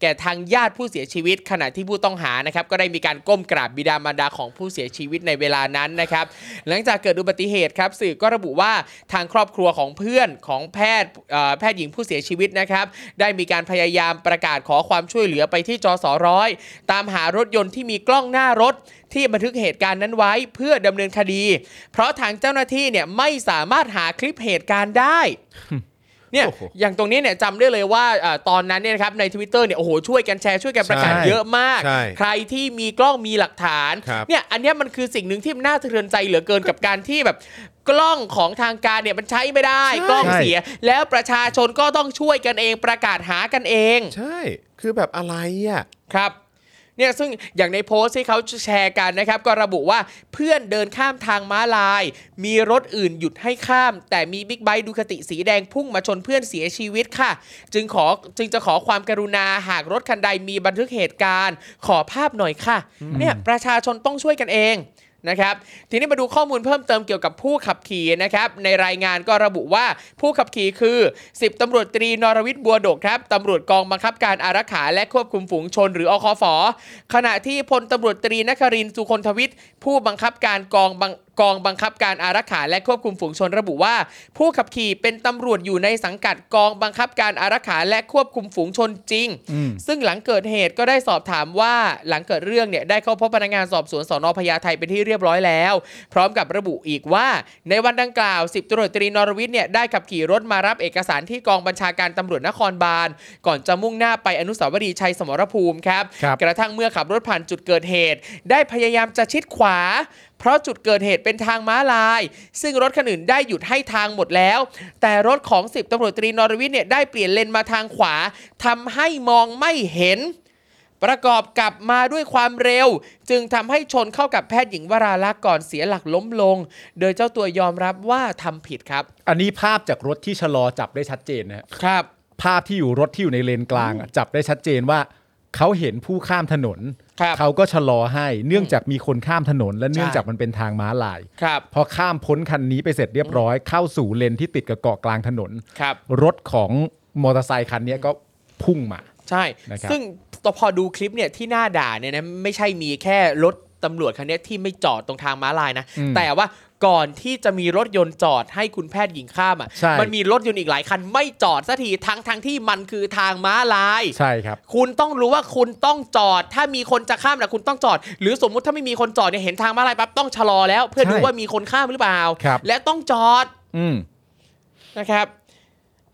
Speaker 4: แก่ทางญาติผู้เสียชีวิต ขณะที่ผู้ต้องหานะครับก็ได้มีการก้มกราบบิดามารดาของผู้เสียชีวิตในเวลานั้นนะครับ หลังจากเกิดอุบัติเหตุครับสื่อก็ระบุว่าทางครอบครัวของเพื่อนของแพทย์เอ่อแพทย์หญิงผู้เสียชีวิตนะครับ ได้มีการพยายามประกาศขอความช่วยเหลือไปที่จสร้อยตามหารถยนต์ที่มีกล้องหน้ารถ ที่บันทึกเหตุการณ์นั้นไว้เพื่อดำเนินคดี เพราะทางเจ้าหน้าที่เนี่ยไม่สามารถหาคลิปเหตุการณ์ได้ เนี่ย
Speaker 2: โอ้โห
Speaker 4: อย่างตรงนี้เนี่ยจำได้เลยว่าเอ่อตอนนั้นเนี่ยนะครับใน Twitter เนี่ยโอ้โหช่วยกันแชร์ช่วยกันประกาศ
Speaker 3: ใช่
Speaker 4: เยอะมาก
Speaker 2: ใช่
Speaker 4: ใครที่มีกล้องมีหลักฐาน
Speaker 2: ครับ
Speaker 4: เนี่ยอันเนี้ยมันคือสิ่งหนึ่งที่น่าสะเทือนใจเหลือเกินกับการที่แบบกล้องของทางการเนี่ยมันใช้ไม่ได้
Speaker 2: ใช่
Speaker 4: กล้องเสีย แล้วประชาชนก็ต้องช่วยกันเองประกาศหากันเอง
Speaker 2: ใช่คือแบบอะไรอ่ะ
Speaker 4: ครับเนี่ยซึ่งอย่างในโพสต์ที่เขาแชร์กันนะครับ ก็ระบุว่าเพื่อนเดินข้ามทางม้าลาย มีรถอื่นหยุดให้ข้าม แต่มีบิ๊กไบค์ดูคาติสีแดงพุ่งมาชนเพื่อนเสียชีวิตค่ะ จึงขอจึงจะขอความกรุณาหากรถคันใดมีบันทึกเหตุการณ์ ขอภาพหน่อยค่ะ เนี่ยประชาชนต้องช่วยกันเอง นะครับทีนี้มาดูข้อมูลเพิ่มเติมเกี่ยวกับผู้ขับขี่นะครับในรายงานก็ระบุว่าผู้ขับขี่คือ 10ตำรวจตรีนรวิทย์บัวโดกครับตำรวจกองบังคับการอารักขาและควบคุมฝูงชนหรืออคฝขณะที่พลตำรวจตรีนครินทร์สุคนทวิทย์ผู้บังคับการกองบังกองบังคับการอารักขาและควบคุมฝูงชนระบุว่า ผู้ขับขี่เป็นตำรวจอยู่ในสังกัดกองบังคับการอารักขาและควบคุมฝูงชนจริง
Speaker 3: อืม
Speaker 4: ซึ่งหลังเกิดเหตุก็ได้สอบถามว่าหลังเกิดเรื่องเนี่ยได้เข้าพบพนักงานสอบสวนสอนอพญาไทเป็นที่เรียบร้อยแล้ว พร้อมกับระบุอีกว่า ในวันดังกล่าว 10ตำรวจตรีนรวิทย์เนี่ยได้ขับขี่รถมารับเอกสารที่กองบัญชาการตำรวจนครบาล ก่อนจะมุ่งหน้าไปอนุสาวรีย์ชัยสมรภูมิครับ
Speaker 3: ครับ
Speaker 4: กระทั่งเมื่อขับรถผ่านจุดเกิดเหตุ ได้พยายามจะชิดขวา เพราะจุดเกิดเหตุเป็นทางม้าลาย ซึ่งรถคันอื่นได้หยุดให้ทางหมดแล้ว แต่รถของ10ตำรวจตรีนรวิทย์เนี่ยได้เปลี่ยนเลนมาทางขวาทำให้มองไม่เห็น ประกอบกับมาด้วยความเร็ว จึงทำให้ชนเข้ากับแพทย์หญิงวราลักษณ์ก่อนเสียหลักล้มลง โดยเจ้าตัวยอมรับว่าทำผิดครับ
Speaker 3: อันนี้ภาพจากรถที่ชะลอจับได้ชัดเจนนะฮะ
Speaker 4: ครับ
Speaker 3: ภาพที่อยู่รถที่อยู่ในเลนกลางอะจับได้ชัดเจนว่าเขาเห็นผู้ข้ามถนน
Speaker 4: ครับ
Speaker 3: เขาก็ชะลอให้เนื่องจากมีคนข้ามถนน และเนื่องจากมันเป็นทางม้าลาย
Speaker 4: ครับ
Speaker 3: พอข้ามพ้นคันนี้ไปเสร็จเรียบร้อย เข้าสู่เลนที่ติดกับเกาะกลางถนน
Speaker 4: ครับ
Speaker 3: รถของมอเตอร์ไซคันเนี้ยก็พุ่งมา
Speaker 4: ใช่
Speaker 3: นะครับ
Speaker 4: ซึ่งตพอดูคลิปเนี่ยที่หน้าด่าเนี่ยนะไม่ใช่มีแค่รถตำรวจคันเนี้ยที่ไม่จอดตรงทางม้าลายนะ
Speaker 3: อืม
Speaker 4: แต่ว่าก่อนที่จะมีรถยนต์จอดให้คุณแพทย์หญิงข้ามอ่ะ
Speaker 3: ใช่
Speaker 4: มันมีรถยนต์อีกหลายคันไม่จอดสักทีทั้งทั้งที่มันคือทางม้าลาย
Speaker 3: ใช่ครับ
Speaker 4: คุณต้องรู้ว่าคุณต้องจอด ถ้ามีคนจะข้ามนะคุณต้องจอด หรือสมมุติถ้าไม่มีคนจอดเนี่ยเห็นทางม้าลายปั๊บต้องชะลอแล้ว เพื่อ
Speaker 3: ใช่
Speaker 4: ดูว่ามีคนข้ามหรือเปล่า
Speaker 3: ครับ
Speaker 4: และต้องจอด
Speaker 3: อืม
Speaker 4: นะครับ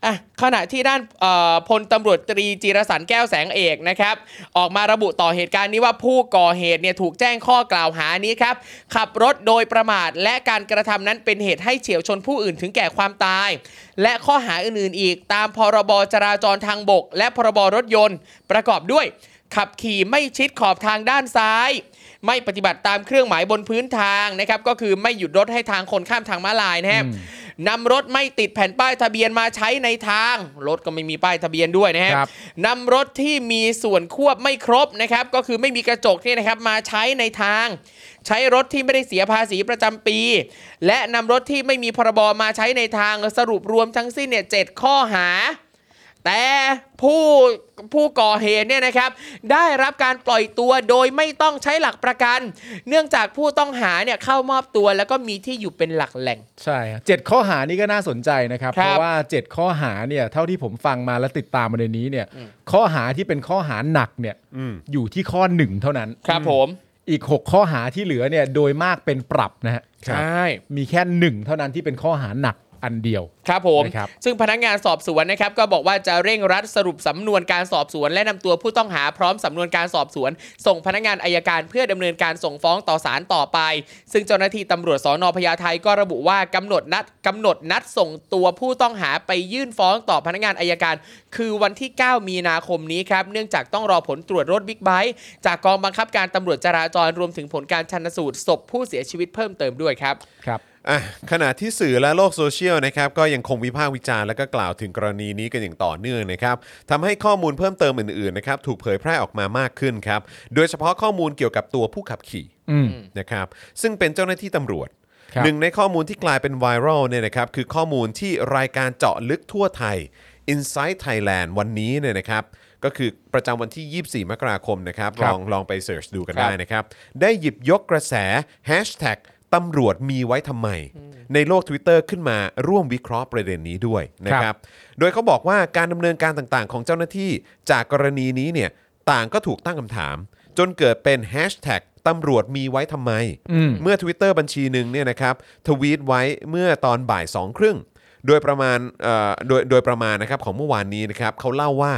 Speaker 4: อ่ะขณะที่ด้านเอ่อพลตำรวจตรีจิรสันแก้วแสงเอกนะครับ ออกมาระบุต่อเหตุการณ์นี้ว่าผู้ก่อเหตุเนี่ยถูกแจ้งข้อกล่าวหานี้ครับ ขับรถโดยประมาท และการกระทำนั้นเป็นเหตุให้เฉียวชนผู้อื่นถึงแก่ความตาย และข้อหาอื่นๆอีกตามพรบจราจรทางบก และพรบรถยนต์ ประกอบด้วย ขับขี่ไม่ชิดขอบทางด้านซ้าย ไม่ปฏิบัติตามเครื่องหมายบนพื้นทางนะครับก็คือไม่หยุดรถให้ทางคนข้ามทางม้าลายนะฮะ นำรถไม่ติดแผ่นป้ายทะเบียนมาใช้ในทาง รถก็ไม่มีป้ายทะเบียนด้วยนะฮะ
Speaker 3: ครับ
Speaker 4: นำรถที่มีส่วนควบไม่ครบนะครับ ก็คือไม่มีกระจกเนี่ยนะครับมาใช้ในทาง ใช้รถที่ไม่ได้เสียภาษีประจำปี และนำรถที่ไม่มีพรบมาใช้ในทางสรุปรวมทั้งสิ้นเนี่ยเจ็ดข้อหา แต่ผู้ผู้ก่อเหตุเนี่ยนะครับ ได้รับการปล่อยตัวโดยไม่ต้องใช้หลักประกัน เนื่องจากผู้ต้องหาเนี่ยเข้ามอบตัวแล้วก็มีที่อยู่เป็นหลักแหล่ง
Speaker 3: ใช่ฮะเจ็ดข้อหานี้ก็น่าสนใจนะครับ
Speaker 4: ครับ
Speaker 3: เพราะว่าเจ็ดข้อหาเนี่ยเท่าที่ผมฟังมาและติดตามมาในนี้เนี่ย ข้อหาที่เป็นข้อหาหนักเนี่ย
Speaker 2: อืม
Speaker 3: อยู่ที่ข้อหนึ่งเท่านั้น
Speaker 4: ครับผม
Speaker 3: อีก 6 ข้อหาที่เหลือเนี่ยโดยมากเป็นปรับนะฮะ
Speaker 2: ครับ
Speaker 3: มีแค่หนึ่งเท่านั้นที่เป็นข้อหาหนักอันเดียว
Speaker 4: ครับผม
Speaker 3: นะครับ
Speaker 4: ซึ่งพนักงานสอบสวนนะครับ ก็บอกว่าจะเร่งรัดสรุปสำนวนการสอบสวน และนำตัวผู้ต้องหาพร้อมสำนวนการสอบสวน ส่งพนักงานอายการเพื่อดำเนินการส่งฟ้องต่อศาลต่อไป ซึ่งเจ้าหน้าที่ตำรวจสอนอพญาไทก็ระบุว่ากำหนดนัดกำหนดนัดส่งตัวผู้ต้องหาไปยื่นฟ้องต่อพนักงานอายการ คือวันที่ 9 มีนาคมนี้ครับ เนื่องจากต้องรอผลตรวจรถบิ๊กไบค์จากกองบังคับการตำรวจจราจรรวมถึงผลการชันสูตรศพผู้เสียชีวิตเพิ่มเติมด้วยครับ
Speaker 3: ครับ
Speaker 2: อ่ะขณะที่สื่อและโลกโซเชียลนะครับก็ยังคงวิพากษ์วิจารณ์และก็กล่าวถึงกรณีนี้กันอย่างต่อเนื่องนะครับทำให้ข้อมูลเพิ่มเติมอื่นๆนะครับถูกเผยแพร่ออกมามากขึ้นครับโดยเฉพาะข้อมูลเกี่ยวกับตัวผู้ขับขี่
Speaker 3: อืม
Speaker 2: นะครับซึ่งเป็นเจ้าหน้าที่ตำรวจ
Speaker 3: ครับ
Speaker 2: หนึ่งในข้อมูลที่กลายเป็นไวรัลเนี่ยนะครับคือข้อมูลที่รายการเจาะลึกทั่วไทย Insight Thailand วันนี้เนี่ยนะครับ ก็คือประจำวันที่ 24 มกราคมนะครับ
Speaker 3: ค
Speaker 2: ล
Speaker 3: รับ
Speaker 2: องลองไปเสิร์ชดูกัน
Speaker 3: ครับ
Speaker 2: ได้นะครับ ได้หยิบยกกระแส Hashtag ตำรวจมีไว้ทำไม ในโลก Twitter ขึ้นมาร่วมวิเคราะห์ประเด็นนี้ด้วยนะครับ โดยเขาบอกว่าการดำเนินการต่างๆ ของเจ้าหน้าที่จากกรณีนี้เนี่ยต่างก็ถูกตั้งคำถาม จนเกิดเป็น Hashtag ตำรวจมีไว้ทำไม เมื่อ Twitter บัญชีหนึ่งเนี่ยนะครับทวีตไว้เมื่อตอนบ่ายสองครึ่งโดยประมาณเอ่อโดยโดยประมาณนะครับของเมื่อวานนี้นะครับเขาเล่าว่า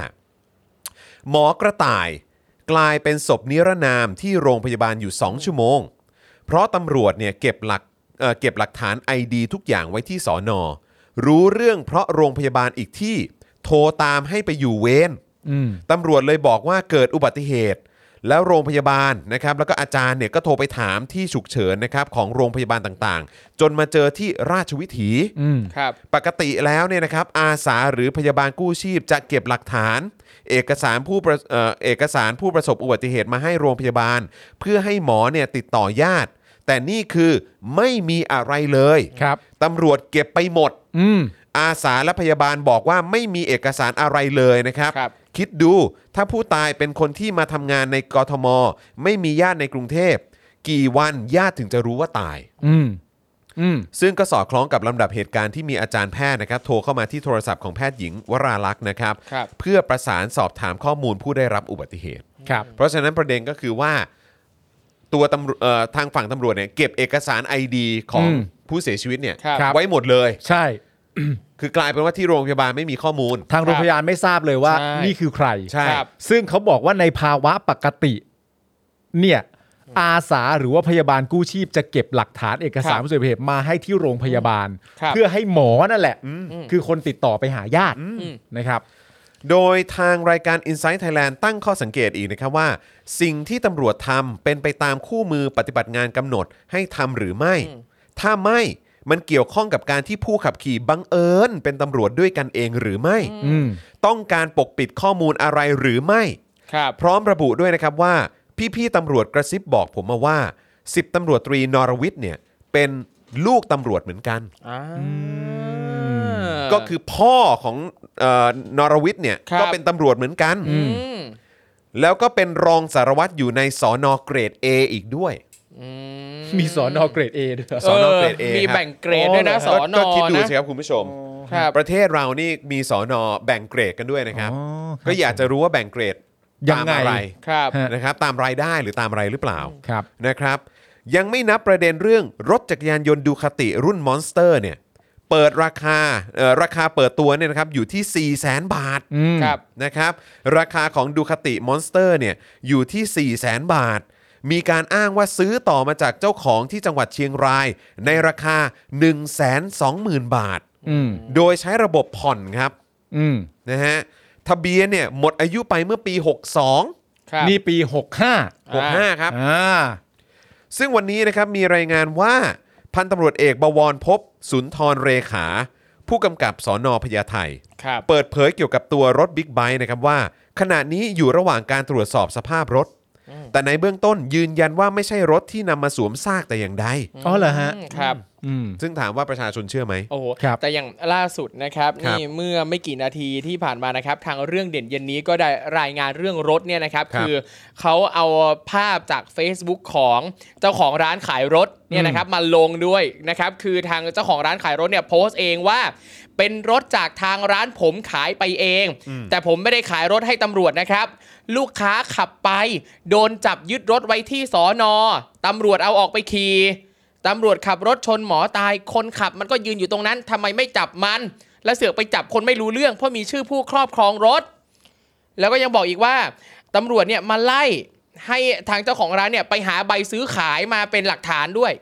Speaker 2: หมอกระต่ายกลายเป็นศพนิรนามที่โรงพยาบาลอยู่ 2 ชั่วโมง เพราะตำรวจเนี่ยเก็บหลักเอ่อเก็บหลักฐาน ID ทุกอย่างไว้ที่สอนอรู้เรื่องเพราะโรงพยาบาลอีกที่ โทรตามให้ไปอยู่เวร ตำรวจเลยบอกว่าเกิดอุบัติเหตุ แล้วโรงพยาบาลนะครับแล้วก็อาจารย์เนี่ยก็โทรไปถามที่ฉุกเฉินนะครับของโรงพยาบาลต่างๆ จนมาเจอที่ราชวิถี
Speaker 4: ครับ
Speaker 2: ปกติแล้วเนี่ยนะครับอาสาหรือพยาบาลกู้ชีพจะเก็บหลักฐาน เอกสารผู้ประเอ่อเอกสารผู้ประสบอุบัติเหตุมาให้โรงพยาบาล เพื่อให้หมอเนี่ยติดต่อญาติ แต่นี่คือไม่มีอะไรเลย
Speaker 3: ครับ
Speaker 2: ตำรวจเก็บไปหมด
Speaker 3: อืม
Speaker 2: อาสาและพยาบาลบอกว่าไม่มีเอกสารอะไรเลยนะครับ
Speaker 4: ครับ
Speaker 2: คิดดูถ้าผู้ตายเป็นคนที่มาทำงานในกทม ไม่มีญาติในกรุงเทพ กี่วันญาติถึงจะรู้ว่าตาย
Speaker 3: อืม อืม
Speaker 2: ซึ่งก็สอดคล้องกับลำดับเหตุการณ์ที่มีอาจารย์แพทย์นะครับ โทรเข้ามาที่โทรศัพท์ของแพทย์หญิงวราลักษณ์นะครับ
Speaker 4: ครับ
Speaker 2: เพื่อประสานสอบถามข้อมูลผู้ได้รับอุบัติเหตุ
Speaker 3: ครับ
Speaker 2: เพราะฉะนั้นประเด็นก็คือว่าตัวตำรวจเอ่อทางฝั่งตำรวจเนี่ยเก็บเอกสาร ID ของ
Speaker 3: อืม
Speaker 2: ผู้เสียชีวิตเนี่ย
Speaker 4: ครับ
Speaker 3: ครับ
Speaker 2: ไว้หมดเลย
Speaker 3: ใช่
Speaker 2: คือกลายเป็นว่าที่โรงพยาบาลไม่มีข้อมูล
Speaker 3: ทางโรงพยาบาลไม่ทราบเลยว่า
Speaker 4: ใช่
Speaker 3: นี่คือใคร
Speaker 2: ใช่
Speaker 4: ครับ
Speaker 3: ซึ่งเขาบอกว่าในภาวะปกติ เนี่ย อาสาหรือว่าพยาบาลกู้ชีพจะเก็บหลักฐานเอกสา
Speaker 4: ค
Speaker 3: ร
Speaker 4: รับ
Speaker 3: ผู้เสียชีวิตมาให้ที่โรงพยาบาล
Speaker 4: ครับ
Speaker 3: เพื่อให้หมอนั่นแหละ
Speaker 4: อืม
Speaker 3: คือคนติดต่อไปหาญาติ
Speaker 4: อืม
Speaker 3: นะครับ
Speaker 2: โดยทางรายการ Insight Thailand ตั้งข้อสังเกตอีกนะครับว่า สิ่งที่ตำรวจทำเป็นไปตามคู่มือปฏิบัติงานกำหนดให้ทำหรือไม่ ถ้าไม่มันเกี่ยวข้องกับการที่ผู้ขับขี่บังเอิญเป็นตำรวจด้วยกันเองหรือไม่
Speaker 3: อืม
Speaker 2: ต้องการปกปิดข้อมูลอะไรหรือไม่
Speaker 4: ครับ
Speaker 2: พร้อมระบุด้วยนะครับว่า พี่ๆตำรวจกระซิบบอกผมมาว่า 10ตำรวจตรีนรวิทย์เนี่ยเป็นลูกตำรวจเหมือนกัน
Speaker 4: อ่า
Speaker 2: ก็คือพ่อของเออนรวิทย์เนี่ย
Speaker 4: ครับ
Speaker 2: ก็เป็นตำรวจเหมือนกัน
Speaker 4: อืม
Speaker 2: แล้วก็เป็นรองสารวัตรอยู่ในสอนอเกรด A อีกด้วย
Speaker 4: อื
Speaker 3: มีสอนอเกรดเอด้วยเหรอ
Speaker 2: สอนอเกรด A
Speaker 4: มี
Speaker 2: ครับ
Speaker 4: แบ่งเกรดด้วยนะส
Speaker 2: ก็
Speaker 4: อนอ
Speaker 2: ก็คิดดู
Speaker 4: นะ
Speaker 2: สิครับคุณผู้ชม
Speaker 4: ครับ
Speaker 2: ประเทศเรานี่มีสอนอแบ่งเกรดกันด้วยนะครับ
Speaker 3: อ๋อครับ
Speaker 2: ก็อยากจะรู้ว่าแบ่งเกรด
Speaker 3: ยังไง
Speaker 2: ตามอะไร
Speaker 4: ครับ
Speaker 3: ฮะ
Speaker 2: นะครับตามรายได้หรือตามอะไรหรือเปล่า
Speaker 3: ครับ
Speaker 2: นะครับ ยังไม่นับประเด็นเรื่องรถจักรยานยนต์ดูคาติรุ่นมอนสเตอร์เนี่ยเปิดราคาเอ่อราคาเปิดตัวเนี่ยนะครับอยู่ที่ 4 0 0 0 0 0 บาท
Speaker 3: อืม
Speaker 4: ครับ
Speaker 2: นะครับราคาของดูคาติมอนสเตอร์เนี่ยอยู่ที่ 4 0 0 0 0 0 บาท มีการอ้างว่าซื้อต่อมาจากเจ้าของที่จังหวัดเชียงราย ในราคา 120,000 บาท
Speaker 3: อืม
Speaker 2: โดยใช้ระบบผ่อนครับ
Speaker 3: อืม
Speaker 2: นะฮะทะเบียนเนี่ยหมดอายุไปเมื่อปี 62
Speaker 4: ครับ
Speaker 3: นี่ปีหกห้า
Speaker 4: อ่า
Speaker 2: 65 ครับ
Speaker 3: อ่า
Speaker 2: ซึ่งวันนี้นะครับมีรายงานว่าพันตำรวจเอกบวรพบสุนทรเรขา ผู้กำกับสอนอพญาไท
Speaker 4: ครับ
Speaker 2: เปิดเผยเกี่ยวกับตัวรถบิ๊กไบค์นะครับว่า ขณะนี้อยู่ระหว่างการตรวจสอบสภาพรถ แต่ในเบื้องต้นยืนยันว่าไม่ใช่รถที่นำมาสวมซากแต่อย่างใด
Speaker 3: อ๋อเหรอฮะ
Speaker 4: ครับ
Speaker 3: อืม
Speaker 2: ซึ่งถามว่าประชาชนเชื่อไหม
Speaker 4: โอ้โห
Speaker 3: ครับ
Speaker 4: แต่อย่างล่าสุดนะครับ
Speaker 2: ครับ
Speaker 4: นี่เมื่อไม่กี่นาทีที่ผ่านมานะครับ ทางเรื่องเด่นเย็นนี้ก็ได้รายงานเรื่องรถเนี่ยนะครับ
Speaker 2: ครับ
Speaker 4: คือเขาเอาภาพจาก Facebook ของเจ้าของร้านขายรถเนี่ยนะครับมาลงด้วยนะครับ คือทางเจ้าของร้านขายรถเนี่ยโพสต์เองว่า เป็นรถจากทางร้านผมขายไปเอง
Speaker 2: อืม
Speaker 4: แต่ผมไม่ได้ขายรถให้ตำรวจนะครับ ลูกค้าขับไป โดนจับยึดรถไว้ที่สอนอตำรวจเอาออกไปขี่ตำรวจขับรถชนหมอตาย คนขับมันก็ยืนอยู่ตรงนั้นทำไมไม่จับมัน และเสือกไปจับคนไม่รู้เรื่อง เพราะมีชื่อผู้ครอบครองรถ แล้วก็ยังบอกอีกว่าตำรวจเนี่ยมาไล่ให้ทางเจ้าของร้านเนี่ยไปหาใบซื้อขายมาเป็นหลักฐานด้วย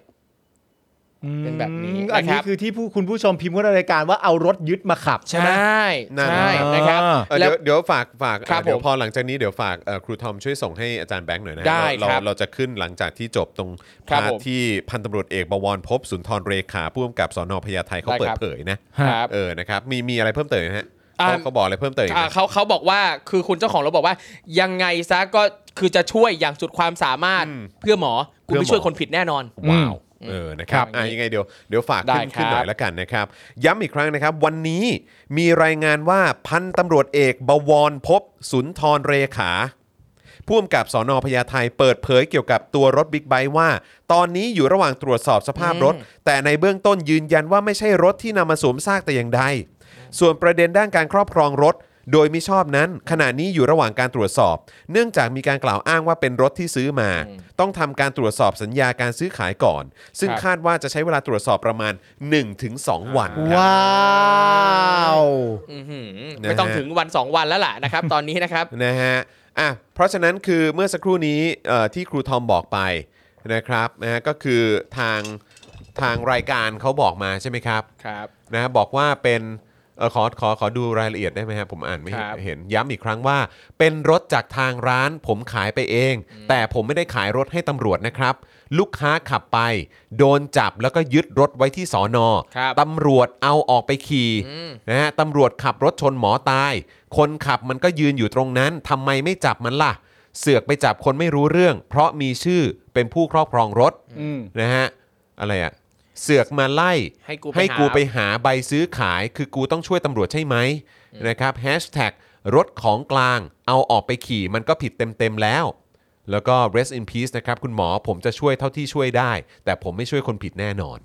Speaker 4: เป็นแบบนี้
Speaker 3: อืม
Speaker 4: นะครับ
Speaker 3: อันนี้คือที่ผู้คุณผู้ชมพิมพ์เข้าในรายการว่าเอารถยึดมาขับ
Speaker 4: ใช่
Speaker 2: นั่น
Speaker 4: ใช่นะครับ
Speaker 3: อ่า
Speaker 2: เอ่อเดี๋ยวเดี๋ยวฝากฝาก
Speaker 4: ครับ
Speaker 2: เอ่อเดี๋ยว
Speaker 4: ผม
Speaker 2: พอหลังจากนี้เดี๋ยวฝากเอ่อครูทอมช่วยส่งให้อาจารย์แบงค์หน่อยนะฮะ
Speaker 4: ได้
Speaker 2: เรา
Speaker 4: ครับ
Speaker 2: เราเราจะขึ้นหลังจากที่จบตรง
Speaker 4: ครับ
Speaker 2: พาร์ท
Speaker 4: ผม
Speaker 2: ที่พันตำรวจเอกบวรพบสุนทรเรขาผู้กำกับสนพญาไทเขา
Speaker 4: ได้ครับ
Speaker 2: เปิดเผยนะครับ เออนะครับมีมีอะไรเพิ่มเติมไหมฮะ
Speaker 4: อ่า
Speaker 2: เขาเขาบอกอะไรเพิ่มเติมอีกไห
Speaker 4: อ่าม เขาเขาบอกว่าคือคุณเจ้าของรถบอกว่า ยังไงซะก็คือจะช่วยอย่างสุดความสามารถ
Speaker 2: อืม
Speaker 4: เพื่อหมอ คุณ
Speaker 2: เพื่อหม
Speaker 4: ไม่
Speaker 2: อ
Speaker 4: ช่วยคนผิดแน่นอน
Speaker 2: ว้าว เออนะครับ
Speaker 1: ครับ
Speaker 2: อ่ะยังไงเดี๋ยวเดี๋ยวฝากขึ้น
Speaker 1: ได้ครับ
Speaker 2: ขึ้นหน่อยละกันนะครับ ย้ำอีกครั้งนะครับ วันนี้มีรายงานว่าพันตำรวจเอกบวรพบสุนทรเรขา ผู้กำกับสอนอพญาไทเปิดเผยเกี่ยวกับตัวรถบิ๊กไบค์ว่า ตอนนี้อยู่ระหว่างตรวจสอบสภาพรถ แต่ในเบื้องต้นยืนยันว่าไม่ใช่รถที่นำมาสวมซากแต่อย่างใด ส่วนประเด็นด้านการครอบครองรถ โดยมิชอบนั้น ขณะนี้อยู่ระหว่างการตรวจสอบ เนื่องจากมีการกล่าวอ้างว่าเป็นรถที่ซื้อมา ต้องทำการตรวจสอบสัญญาการซื้อขายก่อน ซึ่ง
Speaker 1: ครับ
Speaker 2: คาดว่าจะใช้เวลาตรวจสอบประมาณ 1-2 วันครับ
Speaker 3: ว้าว
Speaker 1: อื้อหือ
Speaker 2: นะฮะ
Speaker 1: ไม่ต้องถึงวัน 2 วันแล้วล่ะ
Speaker 4: <laughs>
Speaker 1: นะครับ ตอนนี้นะครับ
Speaker 2: นะฮะ อ่ะ เพราะฉะนั้นคือเมื่อสักครู่นี้เอ่อที่ครูทอมบอกไปนะครับนะฮะก็คือทางทางรายการเขาบอกมาใช่ไหมครับ
Speaker 1: ครับ
Speaker 2: นะฮะบอกว่าเป็นเออขอขอขอดูรายละเอียดได้ไหมครับผมอ่านไม่
Speaker 1: ครับ
Speaker 2: เห็นย้ำอีกครั้งว่า เป็นรถจากทางร้านผมขายไปเอง แต่ผมไม่ได้ขายรถให้ตำรวจนะครับ ลูกค้าขับไป โดนจับแล้วก็ยึดรถไว้ที่สอนอ
Speaker 1: ครับ
Speaker 2: ตำรวจเอาออกไปขี่
Speaker 1: อืม
Speaker 2: นะฮะตำรวจขับรถชนหมอตาย คนขับมันก็ยืนอยู่ตรงนั้นทำไมไม่จับมันล่ะ เสือกไปจับคนไม่รู้เรื่อง เพราะมีชื่อเป็นผู้ครอบครองรถ
Speaker 3: อืม
Speaker 2: นะฮะอะไรอะเสือกมาไล่
Speaker 1: ให้กู
Speaker 2: ให้กูไป
Speaker 1: หา
Speaker 2: หาใบซื้อขาย คือกูต้องช่วยตำรวจใช่ไหมนะครับแฮชแท็กรถของกลางเอาออกไปขี่มันก็ผิดเต็มๆแล้ว แล้วก็ rest in peace นะครับคุณหมอผมจะช่วยเท่าที่ช่วยได้ แต่ผมไม่ช่วยคนผิดแน่นอน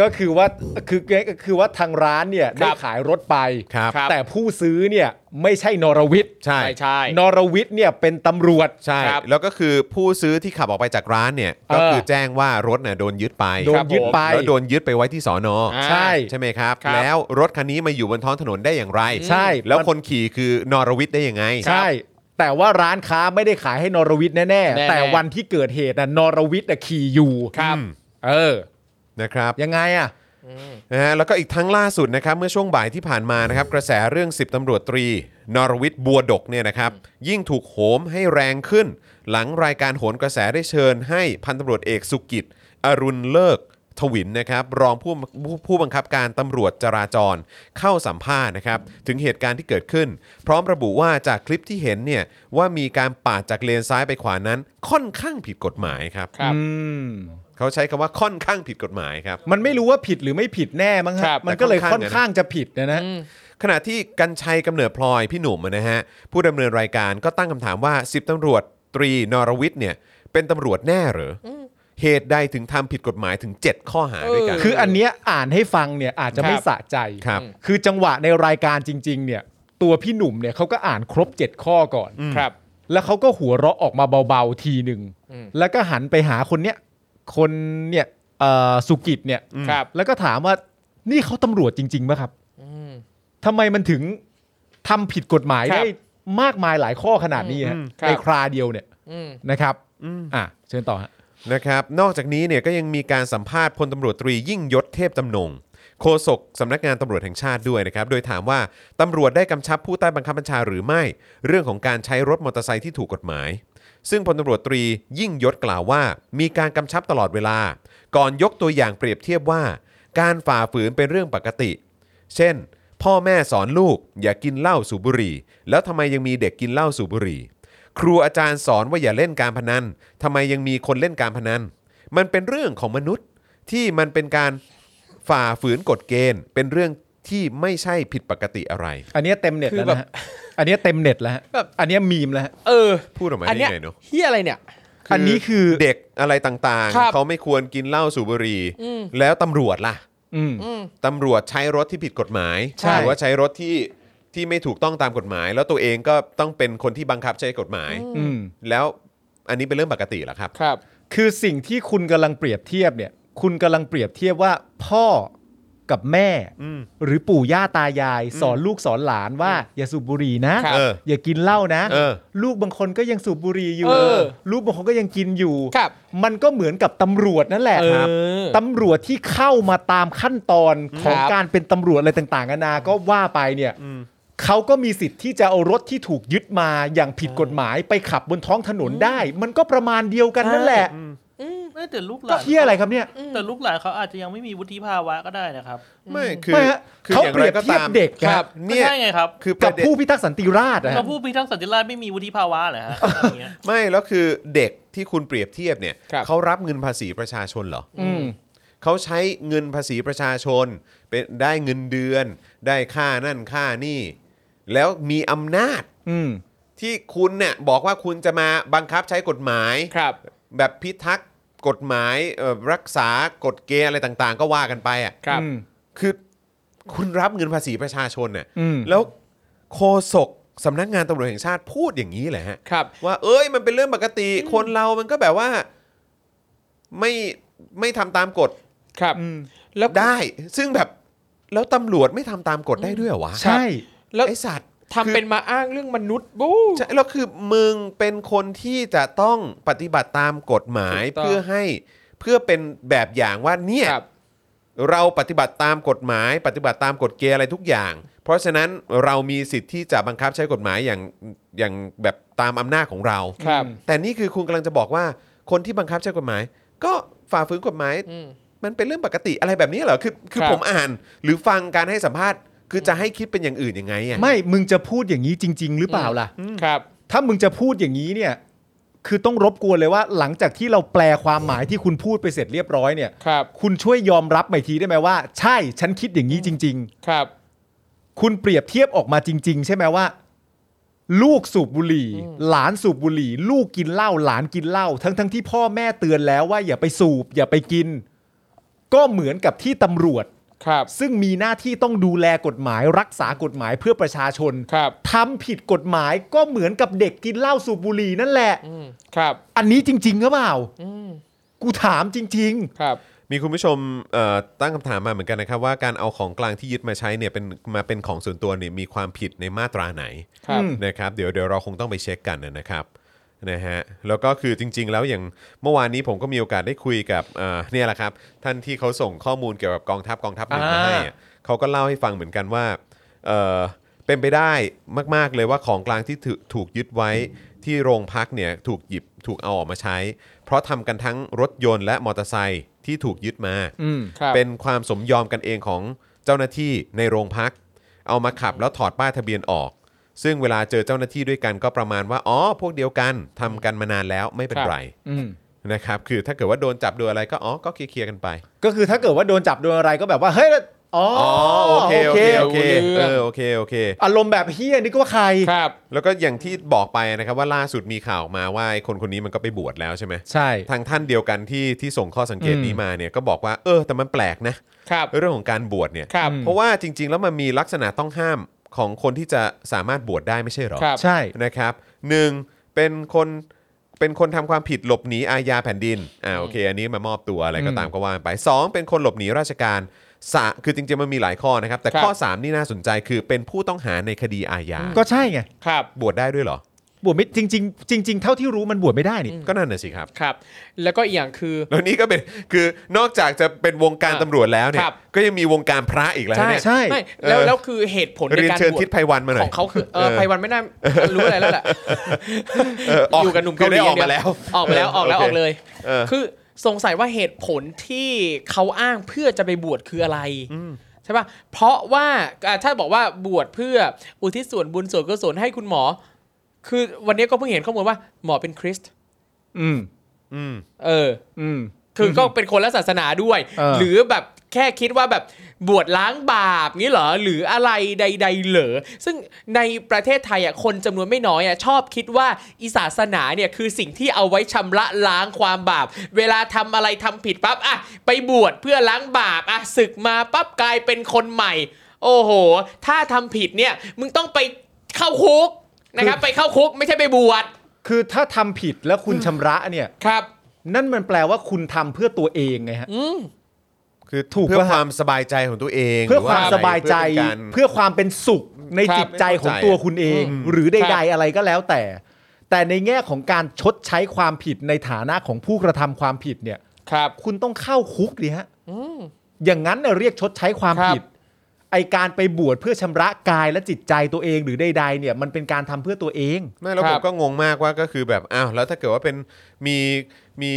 Speaker 3: ก็คือว่าคือก็คือว่าทางร้านเนี่ย
Speaker 1: ครั
Speaker 3: ได้
Speaker 1: บ
Speaker 3: ขายรถไป
Speaker 2: ครับ
Speaker 1: ครับ
Speaker 3: แต่ผู้ซื้อเนี่ยไม่ใช่นรวิทย์
Speaker 2: ใช่
Speaker 1: ใช่ใช่
Speaker 3: นรวิทย์เนี่ยเป็นตำรวจ
Speaker 2: ใช่
Speaker 1: ครับ
Speaker 2: แล้วก็คือผู้ซื้อที่ขับออกไปจากร้านเนี่ยก็คือ
Speaker 3: เออ
Speaker 2: แจ้งว่ารถเนี่ยโดนยึดไป
Speaker 3: โด
Speaker 1: คน รับ
Speaker 3: ยึด
Speaker 1: ผม
Speaker 3: ไป
Speaker 2: แล้วโดนยึดไปไว้ที่สอนอ
Speaker 1: อ่า
Speaker 3: ใช่
Speaker 2: ใช่ไหมครับ
Speaker 1: ครับ
Speaker 2: แล้วรถคันนี้มาอยู่บนท้องถนนได้อย่างไร
Speaker 3: ใช่
Speaker 2: แล้วคนขี่คือนอรวิทย์ได้ยังไง
Speaker 3: ใช่ แต่ว่าร้านค้าไม่ได้ขายให้นรวิทย์แน่
Speaker 1: แน่
Speaker 3: ๆ
Speaker 1: ๆ
Speaker 3: แต่วันที่เกิดเหตุน่ะนรวิทย์น่ะขี่อยู่
Speaker 1: ครับ
Speaker 3: เออ
Speaker 2: นะครับ
Speaker 3: ยังไงอ่ะ
Speaker 2: นะฮะแล้วก็อีกทั้งล่าสุดนะครับเมื่อช่วงบ่ายที่ผ่านมานะครับกระแสเรื่อง 10ตำรวจตรี นรวิทย์บัวดกเนี่ยนะครับยิ่งถูกโหมให้แรงขึ้น หลังรายการโหนกระแสได้เชิญให้พันตำรวจเอกสุกิจ อรุณเลิกทวินนะครับรองผู้ผู้ผู้บังคับการตำรวจจราจรเข้าสัมภาษณ์นะครับถึงเหตุการณ์ที่เกิดขึ้น พร้อมระบุว่าจากคลิปที่เห็นเนี่ยว่ามีการปาดจากเลนซ้ายไปขวานั้น ค่อนข้างผิดกฎหมายครับ
Speaker 1: ครับ
Speaker 3: อืม
Speaker 2: เขาใช้คำว่าค่อนข้างผิดกฎหมายครับ
Speaker 3: มันไม่รู้ว่าผิดหรือไม่ผิดแน่มั้งฮะ
Speaker 1: ครับ
Speaker 3: มันก็เลย
Speaker 2: แต่ค่
Speaker 3: ค่
Speaker 2: อ
Speaker 3: อนน
Speaker 2: ข้าง
Speaker 3: ข้างจะผิดนะนะ
Speaker 2: ขณะที่กัญชัยกำเนิดพลอยพี่หนุ่มอะนะฮะผู้ดำเนินรายการก็ตั้งคำถามว่า 10ตำรวจตรีนรวิทย์เนี่ยเป็นตำรวจแน่เหรออเหตุใดถึงทำผิดกฎหมายถึง 7 ข้อหาด้วยกัน
Speaker 1: เ
Speaker 3: คืออันเนี้ยอ่านให้ฟังเนี่ยอาจจะไม่
Speaker 1: ครับ
Speaker 3: สะใจ
Speaker 2: ครับ
Speaker 3: คือจังหวะในรายการจริง ๆ เนี่ย ตัวพี่หนุ่มเนี่ยเขาก็อ่านครบ 7 ข้อก่อน
Speaker 1: ครับ
Speaker 3: แล้วเขาก็หัวเราะออกมาเบา ๆ ทีหนึ่ง
Speaker 1: อืม
Speaker 3: แล้วก็หันไปหาคนเนี้ย คนเนี่ยเอ่อสุกิจเนี่ย
Speaker 1: ครับ
Speaker 3: แล้วก็ถามว่านี่เขาตำรวจจริงๆป่ะครับ
Speaker 1: อืม
Speaker 3: ทำไมมันถึงทำผิดกฎหมาย
Speaker 1: ครับ
Speaker 3: ได้มากมายหลายข้อขนาดนี้ฮะ
Speaker 2: อืม
Speaker 1: ครับ
Speaker 3: ในคราเดียวเนี่ย
Speaker 1: อืม
Speaker 3: นะครับอ่ะเชิญต่อฮะ
Speaker 2: นะครับนอกจากนี้เนี่ยก็ยังมีการสัมภาษณ์พลตำรวจตรียิ่งยศเทพจำนงโฆษกสำนักงานตำรวจแห่งชาติด้วยนะครับ โดยถามว่าตำรวจได้กำชับผู้ใต้บังคับบัญชาหรือไม่ เรื่องของการใช้รถมอเตอร์ไซค์ที่ถูกกฎหมาย ซึ่งพลตำรวจตรียิ่งยศกล่าวว่า มีการกำชับตลอดเวลา ก่อนยกตัวอย่างเปรียบเทียบว่า การฝ่าฝืนเป็นเรื่องปกติ เช่น พ่อแม่สอนลูก อย่ากินเหล้าสูบบุหรี่ แล้วทำไมยังมีเด็กกินเหล้าสูบบุหรี่ ครูอาจารย์สอนว่าอย่าเล่นการพนันทำไมยังมีคนเล่นการพนัน มันเป็นเรื่องของมนุษย์ที่มันเป็นการฝ่าฝืนกฎเกณฑ์ เป็นเรื่องที่ไม่ใช่ผิดปกติอะไร
Speaker 3: อันเนี้ยเต็มเน็ตแล้วนะฮะอันเนี้ยเต็มเน็ตแล้วฮะ
Speaker 1: แบบ
Speaker 3: อันเนี้ยมีมแล้วฮะ
Speaker 1: เออ
Speaker 2: พูดออกมา
Speaker 1: อัน
Speaker 2: ได้
Speaker 1: เนี้ย
Speaker 2: ยังไงเนาะ
Speaker 1: เฮียอะไรเนี่ย
Speaker 3: อันนี้คือ
Speaker 2: เด็กอะไรต่าง
Speaker 1: ครับ
Speaker 2: ๆ เขาไม่ควรกินเหล้าสูบบุหรี่ แล้วตำรวจล่ะ
Speaker 3: อืม
Speaker 1: อืม
Speaker 2: ตำรวจใช้รถที่ผิดกฎหมาย
Speaker 3: ใช่
Speaker 2: หรือว่าใช้รถที่ที่ไม่ถูกต้องตามกฎหมาย แล้วตัวเองก็ต้องเป็นคนที่บังคับใช้กฎหมาย
Speaker 3: อืม
Speaker 2: แล้วอันนี้เป็นเรื่องปกติเหรอครับ
Speaker 1: ครับ
Speaker 3: คือสิ่งที่คุณกำลังเปรียบเทียบเนี่ย คุณกำลังเปรียบเทียบว่าพ่อกับแม่
Speaker 2: อืม
Speaker 3: หรือปู่ย่าตายาย สอนลูกสอนหลานว่า อย่าสูบบุหรี่นะ
Speaker 1: ครับ
Speaker 2: เออ
Speaker 3: อย่ากินเหล้านะ
Speaker 2: เออ
Speaker 3: ลูกบางคนก็ยังสูบบุหรี่อยู่
Speaker 1: เออ
Speaker 3: ลูกบางคนก็ยังกินอยู่
Speaker 1: ครับ
Speaker 3: มันก็เหมือนกับตำรวจนั่นแหละ
Speaker 1: เออ
Speaker 3: ครับ <laughs> ตำรวจที่เข้ามาตามขั้นตอนของ
Speaker 1: ครับ
Speaker 3: การเป็นตำรวจอะไรต่างๆนานาก็ว่าไปเนี่ยเขาก็มีสิทธิ์ที่จะเอารถที่ถูกยึดมาอย่างผิดกฎหมายไปขับบนท้องถนนได้ มันก็ประมาณเดียวกันนั่นแหละ
Speaker 5: เอ้ยแต่ลูกห
Speaker 3: ก็
Speaker 5: ลาน
Speaker 3: เที่ยอะไรครับเนี่ย
Speaker 5: แต่ลูกหลานเขาอาจจะยังไม่มีวุฒิภาวะก็ได้นะครับ
Speaker 2: ไม่คือ
Speaker 3: ไม่ฮะ
Speaker 2: คือ
Speaker 3: เขา
Speaker 2: อย่าง
Speaker 3: เป
Speaker 2: ไร
Speaker 3: รียบ
Speaker 2: ก็
Speaker 3: เทีย
Speaker 2: ตา
Speaker 3: บ
Speaker 2: ม
Speaker 3: เด็ก
Speaker 1: ค
Speaker 3: ค
Speaker 1: รั
Speaker 3: รับ บ
Speaker 5: ก็
Speaker 2: เนี่ย
Speaker 5: ใช่ไงครับ
Speaker 2: คือป
Speaker 3: กั
Speaker 2: ระ
Speaker 3: บ
Speaker 2: เด็น
Speaker 3: ผู้พิทักษ์สันติราษฎร์นะฮะ
Speaker 5: เราผู้พิทักษ์สันติราษฎร์ไม่มีวุฒิภาวะเหรอฮะอะไรอย่างเงี้ย
Speaker 2: ไม่แล้วคือเด็กที่คุณเปรียบเทียบเนี่ย
Speaker 1: ครับ
Speaker 2: เขารับเงินภาษีประชาชนเหรอ
Speaker 3: อืม
Speaker 2: เขาใช้เงินภาษีประชาชนเป็นได้เงินเดือน ได้ค่านั่นค่านี่ แล้วมีอำนาจ
Speaker 3: อืม
Speaker 2: ที่คุณเนี่ยบอกว่าคุณจะมาบังคับใช้กฎหมาย
Speaker 4: ครับ
Speaker 2: แบบพิทักษ์กฎหมายเอ่อรักษากฎเกณฑ์อะไรต่างๆ ก็ว่ากันไปอ่ะ
Speaker 4: ครับ
Speaker 3: อืม
Speaker 2: คือคุณรับเงินภาษีประชาชนเนี่ย
Speaker 3: อืม
Speaker 2: แล้วโคศกสำนักงานตำรวจแห่งชาติพูดอย่างนี้แหละฮะ
Speaker 4: ครับ
Speaker 2: ว่าเอ้ยมันเป็นเรื่องปกติ คนเรามันก็แบบว่า ไม่ไม่ทำตามกฎ
Speaker 4: ครับ แล้ว
Speaker 2: ได้ ซึ่งแบบแล้วตำรวจไม่ทำตามกฎได้ด้วยเหรอวะ
Speaker 3: ใช่
Speaker 4: แล้ว
Speaker 2: ไอสัตว์
Speaker 4: ทำเป็นมาอ้างเรื่องมนุษย์บู๊
Speaker 2: ใช่แล้วคือมึงเป็นคนที่จะต้องปฏิบัติตามกฎหมาย
Speaker 4: ถูกต้อง
Speaker 2: เพื่อให้เพื่อเป็นแบบอย่างว่าเนี่ย
Speaker 4: ครับ
Speaker 2: เราปฏิบัติตามกฎหมาย ปฏิบัติตามกฎเกณฑ์อะไรทุกอย่าง เพราะฉะนั้นเรามีสิทธิ์ที่จะบังคับใช้กฎหมายอย่างอย่างแบบตามอำนาจของเรา
Speaker 4: ครับ
Speaker 2: แต่นี่คือคุณกำลังจะบอกว่าคนที่บังคับใช้กฎหมาย ก็ฝ่าฝืนกฎหมาย
Speaker 4: อืม
Speaker 2: มันเป็นเรื่องปกติอะไรแบบนี้เหรอคือคือ
Speaker 4: ครับ
Speaker 2: ผมอ่าน หรือฟังการให้สัมภาษณ์ คือจะให้คิดเป็นอย่างอื่นยังไงอ่ะ
Speaker 3: ไม่มึงจะพูดอย่างนี้จริง ๆ หรือเปล่าล่ะ
Speaker 4: ครับ
Speaker 3: ถ้ามึงจะพูดอย่างนี้เนี่ย คือต้องรบกวนเลยว่า หลังจากที่เราแปลความหมายที่คุณพูดไปเสร็จเรียบร้อยเนี่ย
Speaker 4: ครับ
Speaker 3: คุณช่วยยอมรับใหม่ทีได้ไหมว่า ใช่ฉันคิดอย่างนี้จริง
Speaker 4: ครับ
Speaker 3: ๆ คุณเปรียบเทียบออกมาจริง ๆ ใช่ไหมว่า ลูกสูบบุหรี่ หลานสูบบุหรี่ ลูกกินเหล้าหลานกินเหล้าทั้งๆที่พ่อแม่เตือนแล้วว่าอย่าไปสูบ อย่าไปกิน ก็เหมือนกับที่ตำรวจ
Speaker 4: ครับ
Speaker 3: ซึ่งมีหน้าที่ต้องดูแลกฎหมาย รักษากฎหมายเพื่อประชาชน
Speaker 4: ครับ
Speaker 3: ทำผิดกฎหมายก็เหมือนกับเด็กกินเหล้าสูบบุหรี่นั่นแหละ
Speaker 4: อืมครับ
Speaker 3: อันนี้จริงๆหรือเปล่ากูถามจริง
Speaker 4: ครับ
Speaker 2: มีคุณผู้ชมเอ่อตั้งคำถามมาเหมือนกันนะครับ ว่าการเอาของกลางที่ยึดมาใช้เนี่ยเป็นมาเป็นของส่วนตัวเนี่ยมีความผิดในมาตราไหน
Speaker 4: ครับ
Speaker 3: อืม
Speaker 2: นะครับเดี๋ยวเดี๋ยวเราคงต้องไปเช็คกันนะครับนะฮะแล้วก็คือจริง ๆ แล้วอย่างเมื่อวานนี้ผมก็มีโอกาสได้คุยกับเอ่อเนี่ยแหละครับ ท่านที่เขาส่งข้อมูลเกี่ยวกับกองทัพกองทัพหนึ่งมา
Speaker 4: อ่า
Speaker 2: ให้อะเขาก็เล่าให้ฟังเหมือนกันว่าเอ่อเป็นไปได้มาก ๆ เลยว่าของกลางที่ถูกถูกยึดไว้ที่โรงพักเนี่ยถูกหยิบถูกเอาออกมาใช้ เพราะทำกันทั้งรถยนต์และมอเตอร์ไซค์ที่ถูกยึดมา
Speaker 3: ๆ อืม
Speaker 4: ครับ
Speaker 2: เป็นความสมยอมกันเองของเจ้าหน้าที่ในโรงพัก เอามาขับแล้วถอดป้ายทะเบียนออก ซึ่งเวลาเจอเจ้าหน้าที่ด้วยกันก็ประมาณว่าอ๋อพวกเดียวกันทำกันมานานแล้วไม่เป็น
Speaker 4: ครับ
Speaker 2: ไร
Speaker 3: อืม
Speaker 2: นะครับคือถ้าเกิดว่าโดนจับโดยอะไรก็อ๋อก็เคลียร์ๆกันไป
Speaker 3: ก็คือถ้าเกิดว่าโดนจับโดนอะไรก็แบบว่า เฮ้ยแล้วอ๋ออ
Speaker 2: อ๋อโอเคโอเคโอเค
Speaker 4: โอเค
Speaker 2: เออโอเคโอเค
Speaker 3: อารมณ์แบบเฮียนี่ก็ว่าใคร
Speaker 4: ครับ
Speaker 2: แล้วก็อย่างที่บอกไปนะครับว่าล่าสุดมีข่าวออกมาว่าไอ้คนคนนี้มันก็ไปบวชแล้วใช่ไหม
Speaker 3: ใช่
Speaker 2: ทางท่านเดียวกันที่ที่ส่งข้อสังเกต
Speaker 3: อืม
Speaker 2: นี้มาเนี่ยก็บอกว่าเออแต่มันแปลกนะ
Speaker 4: ครับ
Speaker 2: เรื่องของการบวชเนี่ย
Speaker 4: ครับ
Speaker 2: เพราะว่าจริง ๆ แล้วมันมีลักษณะต้องห้ามของคนที่จะสามารถบวชได้ไม่ใช่หรอ
Speaker 4: ครับ
Speaker 3: ใช่
Speaker 2: นะครับหนึ่งเป็นคนเป็นคนทำความผิดหลบหนีอาญาแผ่นดินอ่าโอเค อันนี้มามอบตัวอะไรก็ตามก็ว่าไปสองเป็นคนหลบหนีราชการสะคือจริง ๆ มันมีหลายข้อนะครับ แต่
Speaker 4: ครับ
Speaker 2: ข้อ 3 นี่น่าสนใจคือเป็นผู้ต้องหาในคดีอาญา
Speaker 3: ก็ใช่ไง
Speaker 4: ครับ
Speaker 2: บวชได้ด้วยเหรอ
Speaker 3: บวชไม่จริง ๆ จริง ๆ เท่าที่รู้มันบวชไม่ได้นี่
Speaker 2: ก็นั่นน่ะสิครับ
Speaker 4: ครับ แล้วก็อีกอย่างคือ
Speaker 2: แล้วนี่ก็เป็นคือนอกจากจะเป็นวงการ
Speaker 4: อ่ะ
Speaker 2: ตำรวจแล้วเนี่
Speaker 4: ค
Speaker 2: ย
Speaker 4: รับ
Speaker 2: ก็ยังมีวงการพระอีกแล้วเนี่ย
Speaker 3: ใช่
Speaker 4: ไม่แล้ว
Speaker 2: เออ
Speaker 4: แล้วคือเหตุผล
Speaker 2: เรียน
Speaker 4: ในการ
Speaker 2: เชิญ
Speaker 4: บว
Speaker 2: ทิ
Speaker 4: ช
Speaker 2: ศไพวันมาหน่
Speaker 4: ข
Speaker 2: อ
Speaker 4: อย งเขาคือเออ
Speaker 2: เออ
Speaker 4: ไพวันไม่น่ารู้อะไรแล้วแหละ
Speaker 2: เออออก
Speaker 4: อยู่กับหนุ่มเกาห
Speaker 2: คือ
Speaker 4: ลี
Speaker 2: ได้ออกมาแล้ว
Speaker 4: ออกมาแล้วออกแล้วอ
Speaker 2: โอเค
Speaker 4: อกเลย
Speaker 2: เออ
Speaker 4: คือสงสัยว่าเหตุผลที่เขาอ้างเพื่อจะไปบวชคืออะไรใช่ป่ะเพราะว่าอ่ะถ้าบอกว่าบวชเพื่ออุทิศส่วนบุญส่วนกุศลให้คุณหมอ คือวันนี้ก็เพิ่งเห็นข้อมูลว่าหมอเป็นคริสต์
Speaker 3: อืม
Speaker 2: อืม
Speaker 4: เออ
Speaker 3: อืม
Speaker 4: คือก็เป็นคนละศาสนาด้วย
Speaker 3: เออ
Speaker 4: หรือแบบแค่คิดว่าแบบบวชล้างบาปงี้เหรอ หรืออะไรใด ๆ เหรอ ซึ่งในประเทศไทยอ่ะคนจำนวนไม่น้อยอ่ะชอบคิดว่าอีศาสนาเนี่ยคือสิ่งที่เอาไว้ชำระล้างความบาป เวลาทำอะไรทำผิดปั๊บอ่ะไปบวชเพื่อล้างบาปอ่ะศึกมาปั๊บกลายเป็นคนใหม่ โอ้โห ถ้าทำผิดเนี่ยมึงต้องไปเข้าคุกนะครับไปเข้าคุกไม่ใช่ไปบวช
Speaker 3: คือถ้าทำผิดแล้วคุณชำระเนี่ย
Speaker 4: ครับ
Speaker 3: นั่นมันแปลว่าคุณทำเพื่อตัวเองไงฮะ
Speaker 2: คือ
Speaker 3: ถูก
Speaker 2: เพื่อ
Speaker 3: ปะฮะ
Speaker 2: ความสบายใจของตัวเอง
Speaker 3: เพื่อ
Speaker 2: ห
Speaker 3: ความ
Speaker 2: รืะไร
Speaker 3: สบายใจ
Speaker 2: เพื่อเป็นการ
Speaker 3: เพื่อความเป็นสุขใน
Speaker 4: ครับ
Speaker 3: จิตใจของตัวคุณเอง
Speaker 4: อืม
Speaker 3: หรือใ
Speaker 4: ครั
Speaker 3: ด
Speaker 4: บ
Speaker 3: ๆอะไรก็แล้วแต่ แต่ในแง่ของการชดใช้ความผิดในฐานะของผู้กระทำความผิดเนี่ย
Speaker 4: ครับ
Speaker 3: คุณต้องเข้าคุกดิฮะอย่างนั้นน่ะเรียกชดใช้ความ
Speaker 4: ครับ
Speaker 3: ผิด ไอการไปบวชเพื่อชำระกายและจิตใจตัวเองหรือใดๆเนี่ย มันเป็นการทำเพื่อตัวเอง
Speaker 2: ไม่แล้ว
Speaker 4: ค
Speaker 2: ผ
Speaker 4: รั
Speaker 2: ม
Speaker 4: บ
Speaker 2: ก็งงมากว่าก็คือแบบอ้าวแล้วถ้าเกิดว่าเป็น มีมี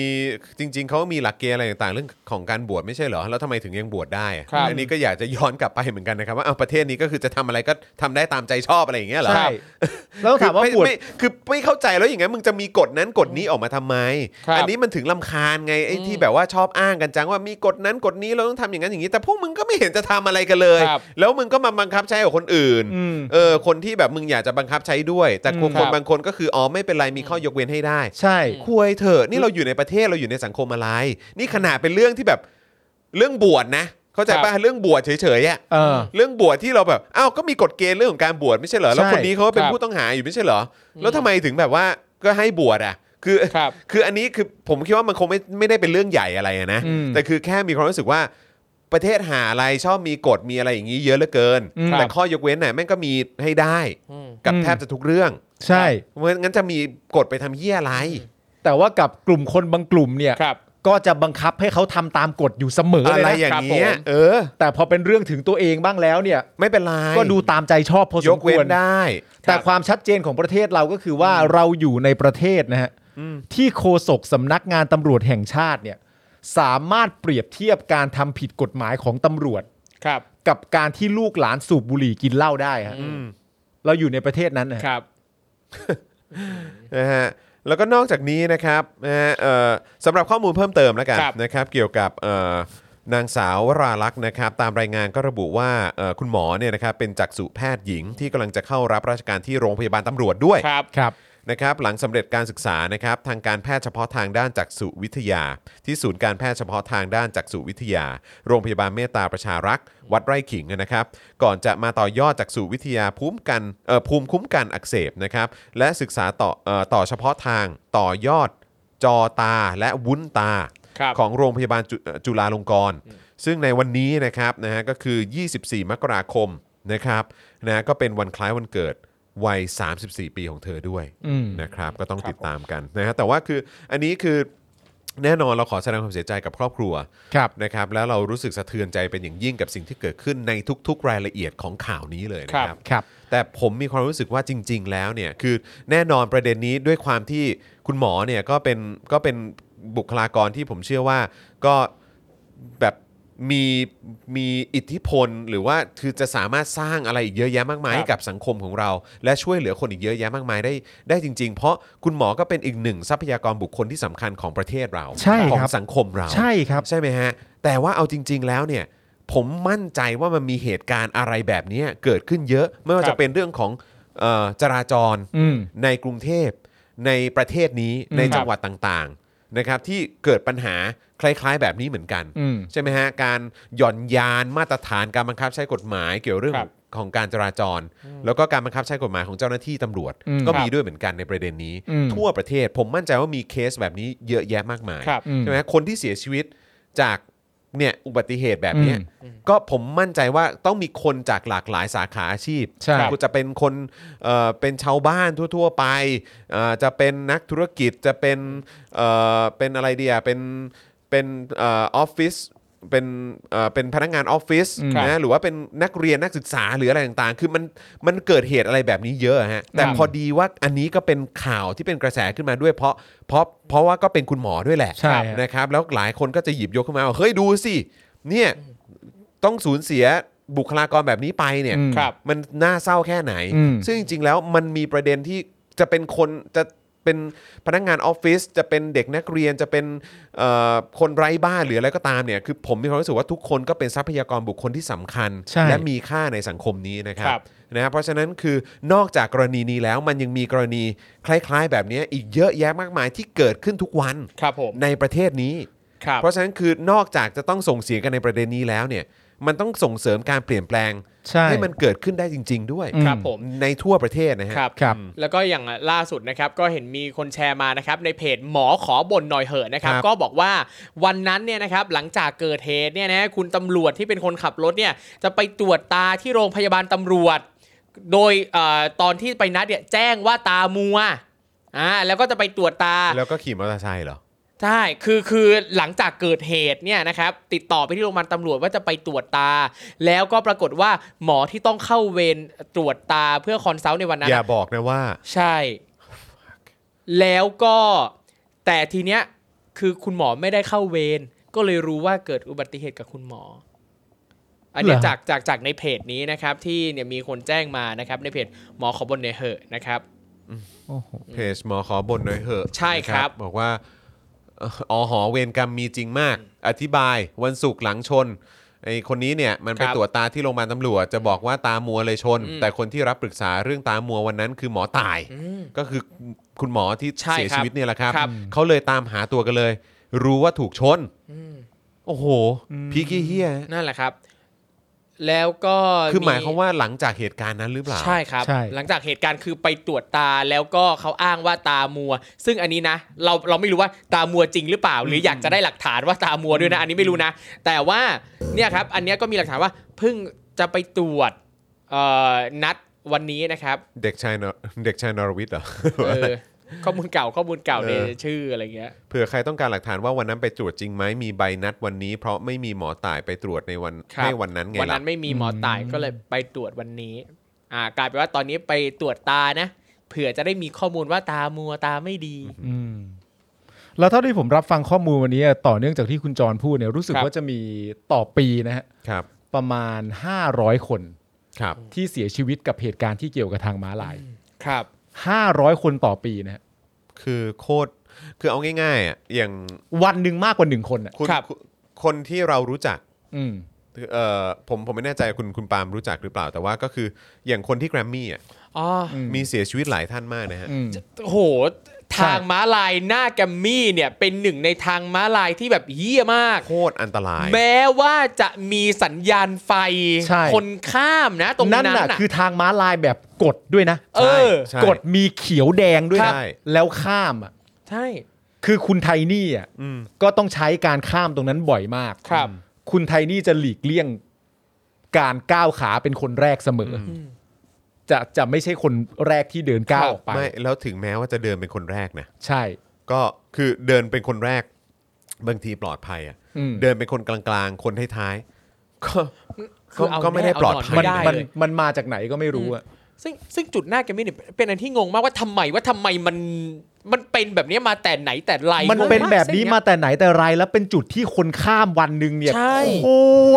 Speaker 2: จริง ๆเขามีหลักเกณฑ์อะไรต่างๆ เรื่องของการบวชไม่ใช่เหรอ แล้วทำไมถึงยังบวชได้อะ
Speaker 1: ครับ
Speaker 2: อันนี้ก็อยากจะย้อนกลับไปเหมือนกันนะครับว่าเอาประเทศนี้ก็คือจะทำอะไรก็ทำได้ตามใจชอบอะไรอย่างเงี้ยเหรอ
Speaker 3: ใช่แล้วต้องถามว่า
Speaker 2: คือ
Speaker 3: ปวด
Speaker 2: ไม่ไม่คือไม่เข้าใจแล้วอย่างงั้นมึงจะมีกฎนั้นกฎนี้ออกมาทำไม
Speaker 1: ครับ
Speaker 2: อันี้มันถึงลำคาญไงไอ้
Speaker 1: อืม
Speaker 2: ที่แบบว่าชอบอ้างกันจังว่ามีกฎนั้นกฎนี้เราต้องทำอย่างนั้นอย่างนี้ แต่พวกมึงก็ไม่เห็นจะทำอะไรกันเลย
Speaker 1: ครับ
Speaker 2: แล้วมึงก็มาบังคับใช้กับคนอื่น
Speaker 3: อืม
Speaker 2: เออคนที่แบบมึงอยากจะบังคับใช้ด้วย แต่คน
Speaker 1: อืมครับ
Speaker 2: บางคนก็คืออ๋อไม่เป็นไรมีข้อยกเว้นให้ได้
Speaker 3: ใช่
Speaker 2: คุยเถอะนี่เราอยู่ในประเทศเราอยู่ในสังคมอะไร นี่ขนาดเป็นเรื่องที่แบบเรื่องบวชนะ เข้าใจป่ะเรื่องบวชเฉยๆอ่ะ
Speaker 3: เออ
Speaker 2: เรื่องบวชที่เราแบบ อ้าว ก็มีกฎเกณฑ์เรื่องของการบวชไม่ใช่เหรอ แล้ว
Speaker 3: ใช่
Speaker 2: คนนี้เขาก็เป็
Speaker 1: คน รับ
Speaker 2: ผู้ต้องหาอยู่ไม่ใช่เหรอ
Speaker 1: อืม
Speaker 2: แล้วทำไมถึงแบบว่าก็ให้บวชอ่ะ คือ
Speaker 1: ครับ
Speaker 2: คืออันนี้คือผมคิดว่ามันคงไม่ไม่ได้เป็นเรื่องใหญ่อะไรอะนะ
Speaker 3: อืม
Speaker 2: แต่คือแค่มีความรู้สึกว่าประเทศหาอะไรชอบมีกฎมีอะไรอย่างนี้เยอะเหลือเกิน
Speaker 3: อืม
Speaker 2: แต่ข้อยกเว้นน่ะแม่งก็มีให้ได้
Speaker 1: อืม
Speaker 2: กับแทบจะทุกเรื่อง
Speaker 3: ใช่
Speaker 2: เพราะงั้นจะมีกฎไปทำเหี้ยอะไร
Speaker 3: แต่ว่ากับกลุ่มคนบางกลุ่มเนี่ย
Speaker 1: ครับ
Speaker 3: ก็จะบังคับให้เขาทำตามกฎอยู่เสมอ
Speaker 2: อะไร
Speaker 3: เลย
Speaker 2: อ
Speaker 3: นะ
Speaker 2: ย่างเงี้ย
Speaker 1: ครับผม
Speaker 2: เออ
Speaker 3: แต่พอเป็นเรื่องถึงตัวเองบ้างแล้วเนี่ย
Speaker 2: ไม่เป็นไร
Speaker 3: ก็ดูตามใจชอบพอส
Speaker 2: ย
Speaker 3: ม
Speaker 2: ก
Speaker 3: ค
Speaker 2: เว้
Speaker 3: วร
Speaker 2: นได้
Speaker 3: แต่ความชัดเจนของประเทศเราก็คือว่าเราอยู่ในประเทศนะฮะที่โฆษกสำนักงานตำรวจแห่งชาติเนี่ยสามารถเปรียบเทียบการทำผิดกฎหมายของตำรวจ
Speaker 1: ครับ
Speaker 3: กับการที่ลูกหลานสูบบุหรี่กินเหล้าได้ฮะ
Speaker 1: อืม
Speaker 3: เราอยู่ในประเทศนั้นนะฮะ
Speaker 1: ครับ
Speaker 2: นะฮะแล้วก็นอกจากนี้นะครับนะฮะเอ่อสำหรับข้อมูลเพิ่มเติมแล้วกัน
Speaker 1: ครับ
Speaker 2: นะครับเกี่ยวกับเอ่อนางสาววราลักษณ์นะครับตามรายงานก็ระบุว่าเอ่อคุณหมอเนี่ยนะครับเป็นจักษุแพทย์หญิงที่กำลังจะเข้ารับราชการที่โรงพยาบาลตำรวจด้วย
Speaker 1: ครับ
Speaker 3: ครับ
Speaker 2: นะครับหลังสำเร็จการศึกษานะครับทางการแพทย์เฉพาะทางด้านจักษุวิทยา ที่ศูนย์การแพทย์เฉพาะทางด้านจักษุวิทยา โรงพยาบาลเมตตาประชารักษ์วัดไร่ขิงนะครับก่อนจะมาต่อยอดจักษุวิทยาภูมิกันเอ่อภูมิคุ้มกันอักเสบนะครับและศึกษาต่อเอ่อต่อเฉพาะทางต่อยอดจอตาและวุ้นตา
Speaker 1: ครับ
Speaker 2: ของโรงพยาบาลจุเอ่อจุฬาลงกรณ์ซึ่งในวันนี้นะครับนะฮะก็คือ 24 มกราคมนะครับนะก็เป็นวันคล้ายวันเกิดวัย 34 ปีของเธอด้วย
Speaker 3: อืม
Speaker 2: นะครับก็ต้องติดตามกันนะฮะแต่ว่าคืออันนี้คือแน่นอนเราขอแสดงความเสียใจกับครอบครัว
Speaker 3: ครับ
Speaker 2: นะครับแล้วเรารู้สึกสะเทือนใจเป็นอย่างยิ่งกับสิ่งที่เกิดขึ้นในทุก ๆ รายละเอียดของข่าวนี้เลยนะครับ
Speaker 3: ครับ
Speaker 2: แต่ผมมีความรู้สึกว่าจริง ๆ แล้วเนี่ยคือแน่นอนประเด็นนี้ด้วยความที่คุณหมอเนี่ยก็เป็นก็เป็นบุคลากรที่ผมเชื่อว่าก็แบบมีมีอิทธิพล หรือว่าคือจะสามารถสร้างอะไรอีกเยอะแยะมากมาย
Speaker 1: ครับ
Speaker 2: ให้กับสังคมของเรา และช่วยเหลือคนอีกเยอะแยะมากมายได้ได้จริง ๆ เพราะคุณหมอก็เป็นอีกหนึ่งทรัพยากรบุคคลที่สำคัญของประเทศเรา
Speaker 3: ใช่ครับ
Speaker 2: ของสังคมเรา
Speaker 3: ใช่ครับ
Speaker 2: ใช่ไหมฮะ แต่ว่าเอาจริง ๆ แล้วเนี่ย ผมมั่นใจว่ามันมีเหตุการณ์อะไรแบบนี้เกิดขึ้นเยอะ ไม่ว่า
Speaker 1: ครั
Speaker 2: จะ
Speaker 1: บ
Speaker 2: เป็นเรื่องของเอ่อจราจร
Speaker 3: อืม
Speaker 2: ในกรุงเทพในประเทศนี้
Speaker 3: อืม
Speaker 2: ในจังหวัดต่างๆนะครับที่เกิดปัญหาคล้าย ๆ แบบนี้เหมือนกัน
Speaker 3: อืม
Speaker 2: ใช่ไหมฮะ การหย่อนยานมาตรฐานการบังคับใช้กฎหมายเกี่ยวเรื่อง
Speaker 1: ครับ
Speaker 2: ของการจราจร แล้วก็การบังคับใช้กฎหมายของเจ้าหน้าที่ตำรวจ
Speaker 3: อืม
Speaker 2: ก็
Speaker 3: ครับ
Speaker 2: มีด้วยเหมือนกันในประเด็นนี้
Speaker 3: อืม
Speaker 2: ทั่วประเทศผมมั่นใจว่ามีเคสแบบนี้เยอะแยะมากมาย
Speaker 1: ครับ
Speaker 3: อืม
Speaker 2: ใช่ไหมคนที่เสียชีวิตจากเนี่ยอุบัติเหตุแบบเนี้ย
Speaker 1: อืม
Speaker 2: ก็ผมมั่นใจว่าต้องมีคนจากหลากหลายสาขาอาชีพ
Speaker 3: ใช่
Speaker 2: คุณจะเป็นคนเอ่อเป็นชาวบ้านทั่ว ๆ ไปเอ่อจะเป็นนักธุรกิจจะเป็นเอ่อเป็นอะไรเดียเป็นเป็นเออออฟฟิศเป็นเอ่อเป็นพนักงานออฟฟิศ
Speaker 1: ครับ
Speaker 2: นะหรือว่าเป็นนักเรียนนักศึกษาหรืออะไรต่างๆ คือมันมันเกิดเหตุอะไรแบบนี้เยอะฮะแต่
Speaker 1: ครับ
Speaker 2: พอดีว่าอันนี้ก็เป็นข่าวที่เป็นกระแสขึ้นมาด้วยเพราะเพราะเพราะว่าก็เป็นคุณหมอด้วยแหละ
Speaker 3: ใช่ฮะ
Speaker 2: นะครับแล้วหลายคนก็จะหยิบยกขึ้นมาว่าเฮ้ยดูสิเนี่ยต้องสูญเสียบุคลากรแบบนี้ไปเนี่ย
Speaker 3: อืม
Speaker 1: ครับ
Speaker 2: มันน่าเศร้าแค่ไหน
Speaker 3: อืม
Speaker 2: ซึ่งจริง ๆ แล้วมันมีประเด็นที่จะเป็นคนจะเป็นพนักงานออฟฟิศจะเป็นเด็กนักเรียนจะเป็นเอ่อคนไร้บ้านหรืออะไรก็ตามเนี่ยคือผมมีความรู้สึกว่าทุกคนก็เป็นทรัพยากรบุคคลที่สำคัญ
Speaker 3: ใช่
Speaker 2: และมีค่าในสังคมนี้นะครั
Speaker 1: ครับ บ
Speaker 2: นะฮะเพราะฉะนั้นคือนอกจากกรณีนี้แล้วมันยังมีกรณีคล้าย ๆ แบบเนี้ยอีกเยอะแยะมากมายที่เกิดขึ้นทุกวัน
Speaker 1: ครับผม
Speaker 2: ในประเทศนี้
Speaker 1: ครับ
Speaker 2: เพราะฉะนั้นคือนอกจากจะต้องส่งเสียงกันในประเด็นนี้แล้วเนี่ย มันต้องส่งเสริมการเปลี่ยนแปลง
Speaker 3: ใช่
Speaker 2: มันเกิดขึ้นได้จริง ๆ ด้วย
Speaker 3: อืม
Speaker 1: ครับผม
Speaker 2: ในทั่วประเทศนะฮะ
Speaker 1: ครับ
Speaker 3: ครับ
Speaker 1: แล้วก็อย่างล่าสุดนะครับก็เห็นมีคนแชร์มานะครับในเพจหมอขอบ่นหน่อยเหอะนะครับ
Speaker 2: ครับ
Speaker 1: ก็บอกว่าวันนั้นเนี่ยนะครับหลังจากเกิดเหตุเนี่ยนะคุณตำรวจที่เป็นคนขับรถเนี่ยจะไปตรวจตาที่โรงพยาบาลตำรวจ โดยเออตอนที่ไปนัดเนี่ยแจ้งว่าตามัวอ่าแล้วก็จะไปตรวจตา
Speaker 2: แล้วก็ขี่มอเตอร์ไซค์เหรอ
Speaker 1: ใช่ คือคือหลังจากเกิดเหตุเนี่ยนะครับติดต่อไปที่โรงพยาบาลตำรวจว่าจะไปตรวจตา แล้วก็ปรากฏว่าหมอที่ต้องเข้าเวรตรวจตาเพื่อคอนซัลท์ในวันนั้
Speaker 2: อน ย่า
Speaker 1: อะ
Speaker 2: บอกนะว่า
Speaker 1: ใช่ แล้วก็
Speaker 4: แต่ทีเนี้ยคือคุณหมอไม่ได้เข้าเวรก็เลยรู้ว่าเกิดอุบัติเหตุกับคุณหมอ อันเนี้ย
Speaker 3: เหรอ
Speaker 4: จากจากจากในเพจนี้นะครับ ที่เนี่ยมีคนแจ้งมานะครับ ในเพจหมอขอบนเนยเหอะนะครับ
Speaker 3: โอ้โห
Speaker 2: เพจหมอขอบ่นหน่อยเหอะ
Speaker 4: ใช่ครับ
Speaker 2: นะบอกว่าเอ่ออ๋อหอเวรกรรมมีจริงมาก อธิบายวันศุกร์หลังชนไอคนนี้เนี่ยมันไปตรวจตาที่โรงพยาบาลตำรวจจะบอกว่าตามัวเลยชน แต่คนที่รับปรึกษาเรื่องตามัววันนั้นคือหมอตาย ก็คือคุณหมอที่
Speaker 4: ใช่ครับ
Speaker 2: เสียชีวิตเนี่ยแหละครับ
Speaker 4: ครับ
Speaker 2: เขาเลยตามหาตัวกันเลย รู้ว่าถูกชนโอ้โหพีกี้เฮีย
Speaker 4: นั่นแหละครับ แล้วก็
Speaker 2: คือหมายความว่าหลังจากเหตุการณ์นั้นหรือเปล่า
Speaker 4: ใช่ครับ
Speaker 3: ใช่
Speaker 4: หลังจากเหตุการณ์คือไปตรวจตาแล้วก็เขาอ้างว่าตามัว ซึ่งอันนี้นะ เราเราไม่รู้ว่าตามัวจริงหรือเปล่า หรืออยากจะได้หลักฐานว่าตามัวด้วยนะ อันนี้ไม่รู้นะ แต่ว่าเนี่ยครับ อันเนี้ยก็มีหลักฐานว่าเพิ่งจะไปตรวจเอ่อนัดวันนี้นะครับ
Speaker 2: <laughs> เด็กชายนเด็กชายนรวิทย์เหรอ
Speaker 4: เออข้อมูลเก่าข้อมูลเก่าใน
Speaker 2: เออ
Speaker 4: ชื่ออะไรเงี้ย
Speaker 2: เผื่อใครต้องการหลักฐานว่าวันนั้นไปตรวจจริงไหมมีใบนัดวันนี้ เพราะไม่มีหมอต่ายไปตรวจในวัน
Speaker 4: ครับ
Speaker 2: ให้วันนั้นไง
Speaker 4: วัน
Speaker 2: ล่ะ
Speaker 4: นั้นไม่มีหมอตายก็เลยไปตรวจวันนี้ อ่ากลายเป็นว่าตอนนี้ไปตรวจตานะเผื่อจะได้มีข้อมูลว่าตามัวตาไม่ดี
Speaker 3: อืมแล้วเท่าที่ผมรับฟังข้อมูลวันนี้อะต่อเนื่องจากที่คุณจรพูดเนี่ยรู้สึก
Speaker 4: ครับ
Speaker 3: ว่าจะมีต่อปีนะฮะ
Speaker 2: ครับ
Speaker 3: ประมาณ 500 คน
Speaker 2: ครับ
Speaker 3: ที่เสียชีวิตกับเหตุการณ์ที่เกี่ยวกับทางม้าลาย
Speaker 4: ครับ
Speaker 3: 500 คนต่อปีนะฮะ
Speaker 2: คือโคตรคือเอาง่ายๆอ่ะอย่าง
Speaker 3: วันหนึ่งมากกว่าหนึ่งคนอ่ะ
Speaker 2: คุณ
Speaker 4: ครับ
Speaker 2: คุณคนที่เรารู้จัก
Speaker 3: อืม
Speaker 2: เอ่อผมผมไม่แน่ใจคุณคุณปาล์มรู้จักหรือเปล่า แต่ว่าก็คืออย่างคนที่แกรมมี่อ่ะ
Speaker 4: อ๋ออ
Speaker 2: มีเสียชีวิตหลายท่านมากนะฮะ
Speaker 3: อืม
Speaker 4: โห ทางม้าลายหน้าแกรมมี่เนี่ยเป็นหนึ่งในทางม้าลายที่แบบเยี่ยมาก
Speaker 2: โคตรอันตราย
Speaker 4: แม้ว่าจะมีสัญญาณไฟ
Speaker 3: ใช่
Speaker 4: คนข้ามนะ ตรงนั้น
Speaker 3: น่ะ
Speaker 4: น่ะ
Speaker 3: คือทางม้าลายแบบกดด้วยนะ
Speaker 4: เออ
Speaker 2: ใช่
Speaker 3: กดมีเขียวแดงด้วยนะ
Speaker 2: ใช่
Speaker 3: แล้วข้ามอ่ะ
Speaker 4: ใช่
Speaker 3: คือคุณไทนี่อ่ะ
Speaker 2: อืม
Speaker 3: ก็ต้องใช้การข้ามตรงนั้นบ่อยมาก
Speaker 4: ครับ
Speaker 3: คุณไทนี่จะหลีกเลี่ยงการก้าวขาเป็นคนแรกเสมออจะจะไม่ใช่คนแรกที่เดินก้าวออกไป
Speaker 2: ไม่แล้วถึงแม้ว่าจะเดินเป็นคนแรกนะ
Speaker 3: ใช่
Speaker 2: ก็คือเดินเป็นคนแรกบางทีปลอดภัยอ่ะ
Speaker 3: อืม
Speaker 2: เดินเป็นคนกลางๆ คนท้ายๆก็
Speaker 4: คื
Speaker 2: ก็
Speaker 4: อเอา
Speaker 2: ก็ไม่ได้
Speaker 4: แน่
Speaker 2: ปลอด
Speaker 4: เอานอ
Speaker 2: ภั
Speaker 4: น
Speaker 2: ย
Speaker 4: ไม่ได้
Speaker 3: มัน
Speaker 4: เลย
Speaker 3: มันมาจากไหนก็ไม่รู้อ่ะ
Speaker 4: ซึ่งซึ่งจุดหน้าแกรมมี่เนี่ยเป็นอันที่งงมากว่าทำไมว่าทำไมมันมันเป็นแบบนี้มาแต่ไหนแต่ไร
Speaker 3: มัน
Speaker 4: งงาก
Speaker 3: เป็นแบบนี้
Speaker 4: เส้เย
Speaker 3: มาแต่ไหนแต่ไรแล้วเป็นจุดที่คนข้ามวันหนึ่งเนี่ย
Speaker 4: ใช่
Speaker 3: โค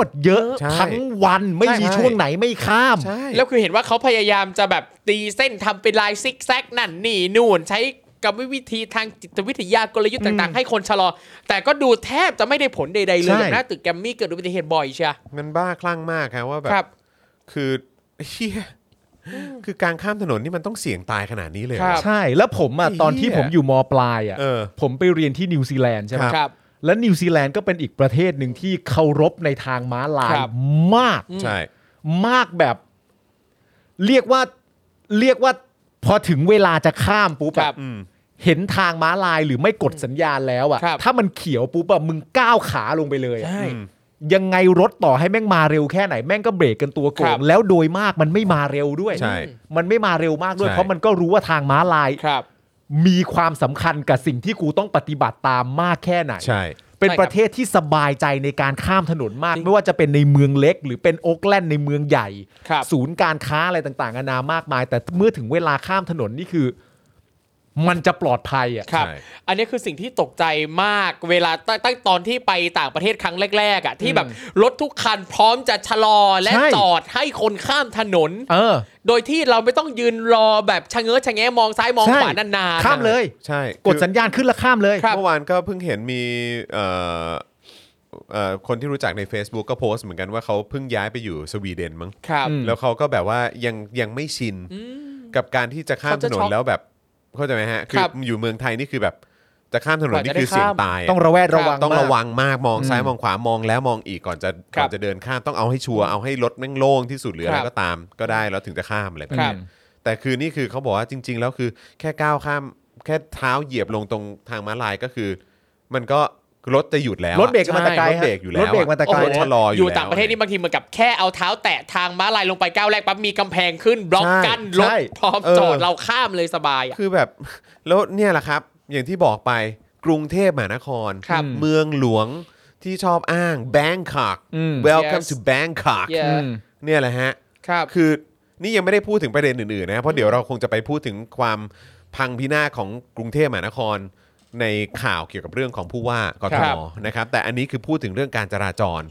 Speaker 3: ตรเยอะ
Speaker 2: ใช่
Speaker 3: ทั้งวันไม่มี
Speaker 2: ใช่
Speaker 3: ช่วงไหนไม่ข้าม
Speaker 2: ใช่
Speaker 4: แล้วคือเห็นว่าเขาพยายามจะแบบตีเส้นทำเป็นลายซิกแซกนั่นนี่นู่น ใช้กรรมวิธีทางจิตวิทยากลยุทธ์ต่าง ๆ ให้คนชะลอ แต่ก็ดูแทบจะไม่ได้ผลใด ๆ เลย
Speaker 3: ใช่
Speaker 4: กับหน้าตึกแกรมมี่เกิดอุบัติเหตุบ่อยเชีย
Speaker 2: มันบ้าคลั่งมากครับว่าแบ
Speaker 4: ครับ
Speaker 2: คือเฮียคือการข้ามถนนนี่มันต้องเสี่ยงตายขนาดนี้เลยเหรอ
Speaker 4: ครับ
Speaker 3: ใช่แล้วผมอ่ะ
Speaker 2: ไอ้
Speaker 3: ตอนที่
Speaker 2: เหี้ย
Speaker 3: ผมอยู่มปลายอ่ะ
Speaker 2: เออ
Speaker 3: ผมไปเรียนที่นิวซีแลนด์ใช่ไห
Speaker 2: ค
Speaker 3: ม
Speaker 2: รับ
Speaker 4: ครับ
Speaker 3: และนิวซีแลนด์ก็เป็นอีกประเทศหนึ่งที่เคารพในทางม้าลาย
Speaker 4: ครับ
Speaker 3: มาก
Speaker 2: ใช่
Speaker 3: มากแบบ เรียกว่าเรียกว่าพอถึงเวลาจะข้ามปุ๊บ
Speaker 4: ครั
Speaker 3: อะ
Speaker 4: บ
Speaker 2: อืม
Speaker 3: เห็นทางม้าลายหรือไม่กดสัญญาณแล้วอ่ะ
Speaker 4: ครับ
Speaker 3: ถ้ามันเขียวปุ๊บอะมึงก้าวขาลงไปเลยอะ
Speaker 4: ใช่
Speaker 2: อืม
Speaker 3: ยังไงรถต่อให้แม่งมาเร็วแค่ไหนแม่งก็เบรกกันตัวโก
Speaker 4: ครั
Speaker 3: ง
Speaker 4: บ
Speaker 3: แล้วโดยมากมันไม่มาเร็วด้วย
Speaker 2: ใช่
Speaker 3: มันไม่มาเร็วมากด้วย
Speaker 2: ใช่
Speaker 3: เพราะมันก็รู้ว่าทางม้าลาย
Speaker 4: ครับ
Speaker 3: มีความสำคัญกับสิ่งที่กูต้องปฏิบัติตามมากแค่ไหน
Speaker 2: ใช่
Speaker 3: เป็น
Speaker 4: ใช่ครับ
Speaker 3: ประเทศที่สบายใจในการข้ามถนนมาก
Speaker 4: จริง
Speaker 3: ไม่ว่าจะเป็นในเมืองเล็ก หรือเป็นโอ๊กแลนด์ในเมืองใหญ่
Speaker 4: ครับ
Speaker 3: ศูนย์การค้าอะไรต่างๆนานามากมาย แต่เมื่อถึงเวลาข้ามถนนนี่คือ มันจะปลอดภัยอ่ะ
Speaker 4: ครับ
Speaker 2: ใช่
Speaker 4: อันนี้คือสิ่งที่ตกใจมากเวลาตั้งตั้งตอนที่ไปต่างประเทศครั้งแรก ๆอ่ะที่แบบรถทุกคันพร้อมจะชะลอและ
Speaker 3: ใช่
Speaker 4: จอดให้คนข้ามถนน
Speaker 3: เออ
Speaker 4: โดยที่เราไม่ต้องยืนรอแบบชะเง้อชะแงะมองซ้ายมองขวานานๆ
Speaker 3: ข้ามเลย
Speaker 2: ใช่
Speaker 3: กดสัญญาณขึ้นแล้วข้ามเลย
Speaker 4: ครับ
Speaker 2: เมื่อวานก็เพิ่งเห็นมีเอ่อเอ่อคนที่รู้จักใน Facebook ก็โพสต์เหมือนกันว่าเขาเพิ่งย้ายไปอยู่สวีเดนมั้ง
Speaker 4: ครับ
Speaker 3: อืม
Speaker 2: แล้วเขาก็แบบว่ายังยังไม่ชินกับการที่จะข้ามถนน
Speaker 4: เขาจะช็อก
Speaker 2: แล้วแบบเข้าใจไหมฮะคือ
Speaker 4: ครับ
Speaker 2: อยู่เมืองไทยนี่คือแบบจะข้ามถนน
Speaker 4: กว่า
Speaker 2: นี่
Speaker 4: จะได้
Speaker 2: คือเสี่ยง
Speaker 4: ข้าม
Speaker 2: ตายอะ
Speaker 3: ต้องระแวดระวัง
Speaker 2: ต้อง
Speaker 3: มาก
Speaker 2: ระวังมากมอง
Speaker 3: อืม
Speaker 2: ซ้ายมองขวามองแล้วมองอีกก่อนจะ
Speaker 4: ค
Speaker 2: ก่
Speaker 4: รับ
Speaker 2: อนจะเดินข้ามต้องเอาให้ชัวร์เอาให้รถแม่งโล่งที่สุดหรืออะไร
Speaker 4: ครับ
Speaker 2: ก็ตามก็ได้แล้วถึงจะข้ามอะไรแบบ
Speaker 4: ครั
Speaker 2: นี้
Speaker 4: บ
Speaker 2: แต่คือนี่คือเขาบอกว่าจริง ๆ แล้วคือแค่ก้าวข้าม แค่เท้าเหยียบลงตรงทางม้าลายก็คือ มันก็รถจะหยุดแล้วอะ
Speaker 3: รถเบรกมาแต่ไกล
Speaker 2: ใช่รถเบรกอ
Speaker 3: ฮะ
Speaker 2: ยู่แล้ว
Speaker 3: รถเบรกมาแต่ไกล
Speaker 2: โอ้โหรถชะลออยู่
Speaker 4: อยู่
Speaker 2: แล้ว
Speaker 4: ต่างประเทศนี่บางทีเหมือนกับแค่เอาเท้าแตะทางม้าลายลงไปก้าวแรกปั๊บมีกำแพงขึ้นบล็อก
Speaker 2: ใช่
Speaker 4: กันรถ
Speaker 3: ใช่
Speaker 4: พร้อม
Speaker 2: เออ
Speaker 4: จอดเราข้ามเลยสบายอ่ะ
Speaker 2: คือแบบ <laughs> แล้วเนี่ยแหละครับ อย่างที่บอกไปกรุงเทพมหานคร
Speaker 4: ครับ
Speaker 2: เมืองหลวงที่ชอบอ้าง Bangkok
Speaker 3: อืม
Speaker 2: Welcome
Speaker 4: Yes
Speaker 2: to Bangkok
Speaker 4: Yeah
Speaker 3: ม
Speaker 2: เนี่ยแหละฮะ
Speaker 4: ครับ
Speaker 2: คือนี่ยังไม่ได้พูดถึงประเด็นอื่นๆนะเพราะเดี๋ยวเราคงจะไปพูดถึงความพังพินาศของกรุงเทพมหานคร ในข่าวเกี่ยวกับเรื่องของผู้ว่ากท
Speaker 4: ครั
Speaker 2: ม
Speaker 4: บ
Speaker 2: นะครับ แต่อันนี้คือพูดถึงเรื่องการจราจร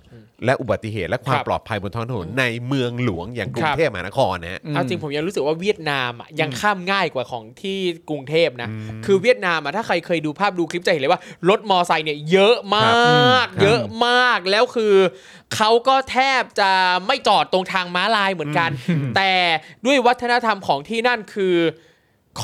Speaker 2: และอุบัติเหตุและความ
Speaker 4: ครับ
Speaker 2: ปลอดภัยบนท้องถนนในเมืองหลวงอย่างกรุง
Speaker 4: ครับ
Speaker 2: เทพมหานครนะฮะ
Speaker 4: เอาจริงผมยังรู้สึกว่าเวียดนามอะยังข้ามง่ายกว่าของที่กรุงเทพนะ คือเวียดนามอะถ้าใครเคยดูภาพดูคลิปจะเห็นเลยว่ารถมอไซค์เนี่ยเยอะม
Speaker 2: ครับอื
Speaker 4: าก
Speaker 2: ม
Speaker 4: เยอะมากแล้วคือเขาก็แทบจะไม่จอดตรงทางม้าลายเหมือนกัน แต่ด้วยวัฒนธรรมของที่นั่นคือ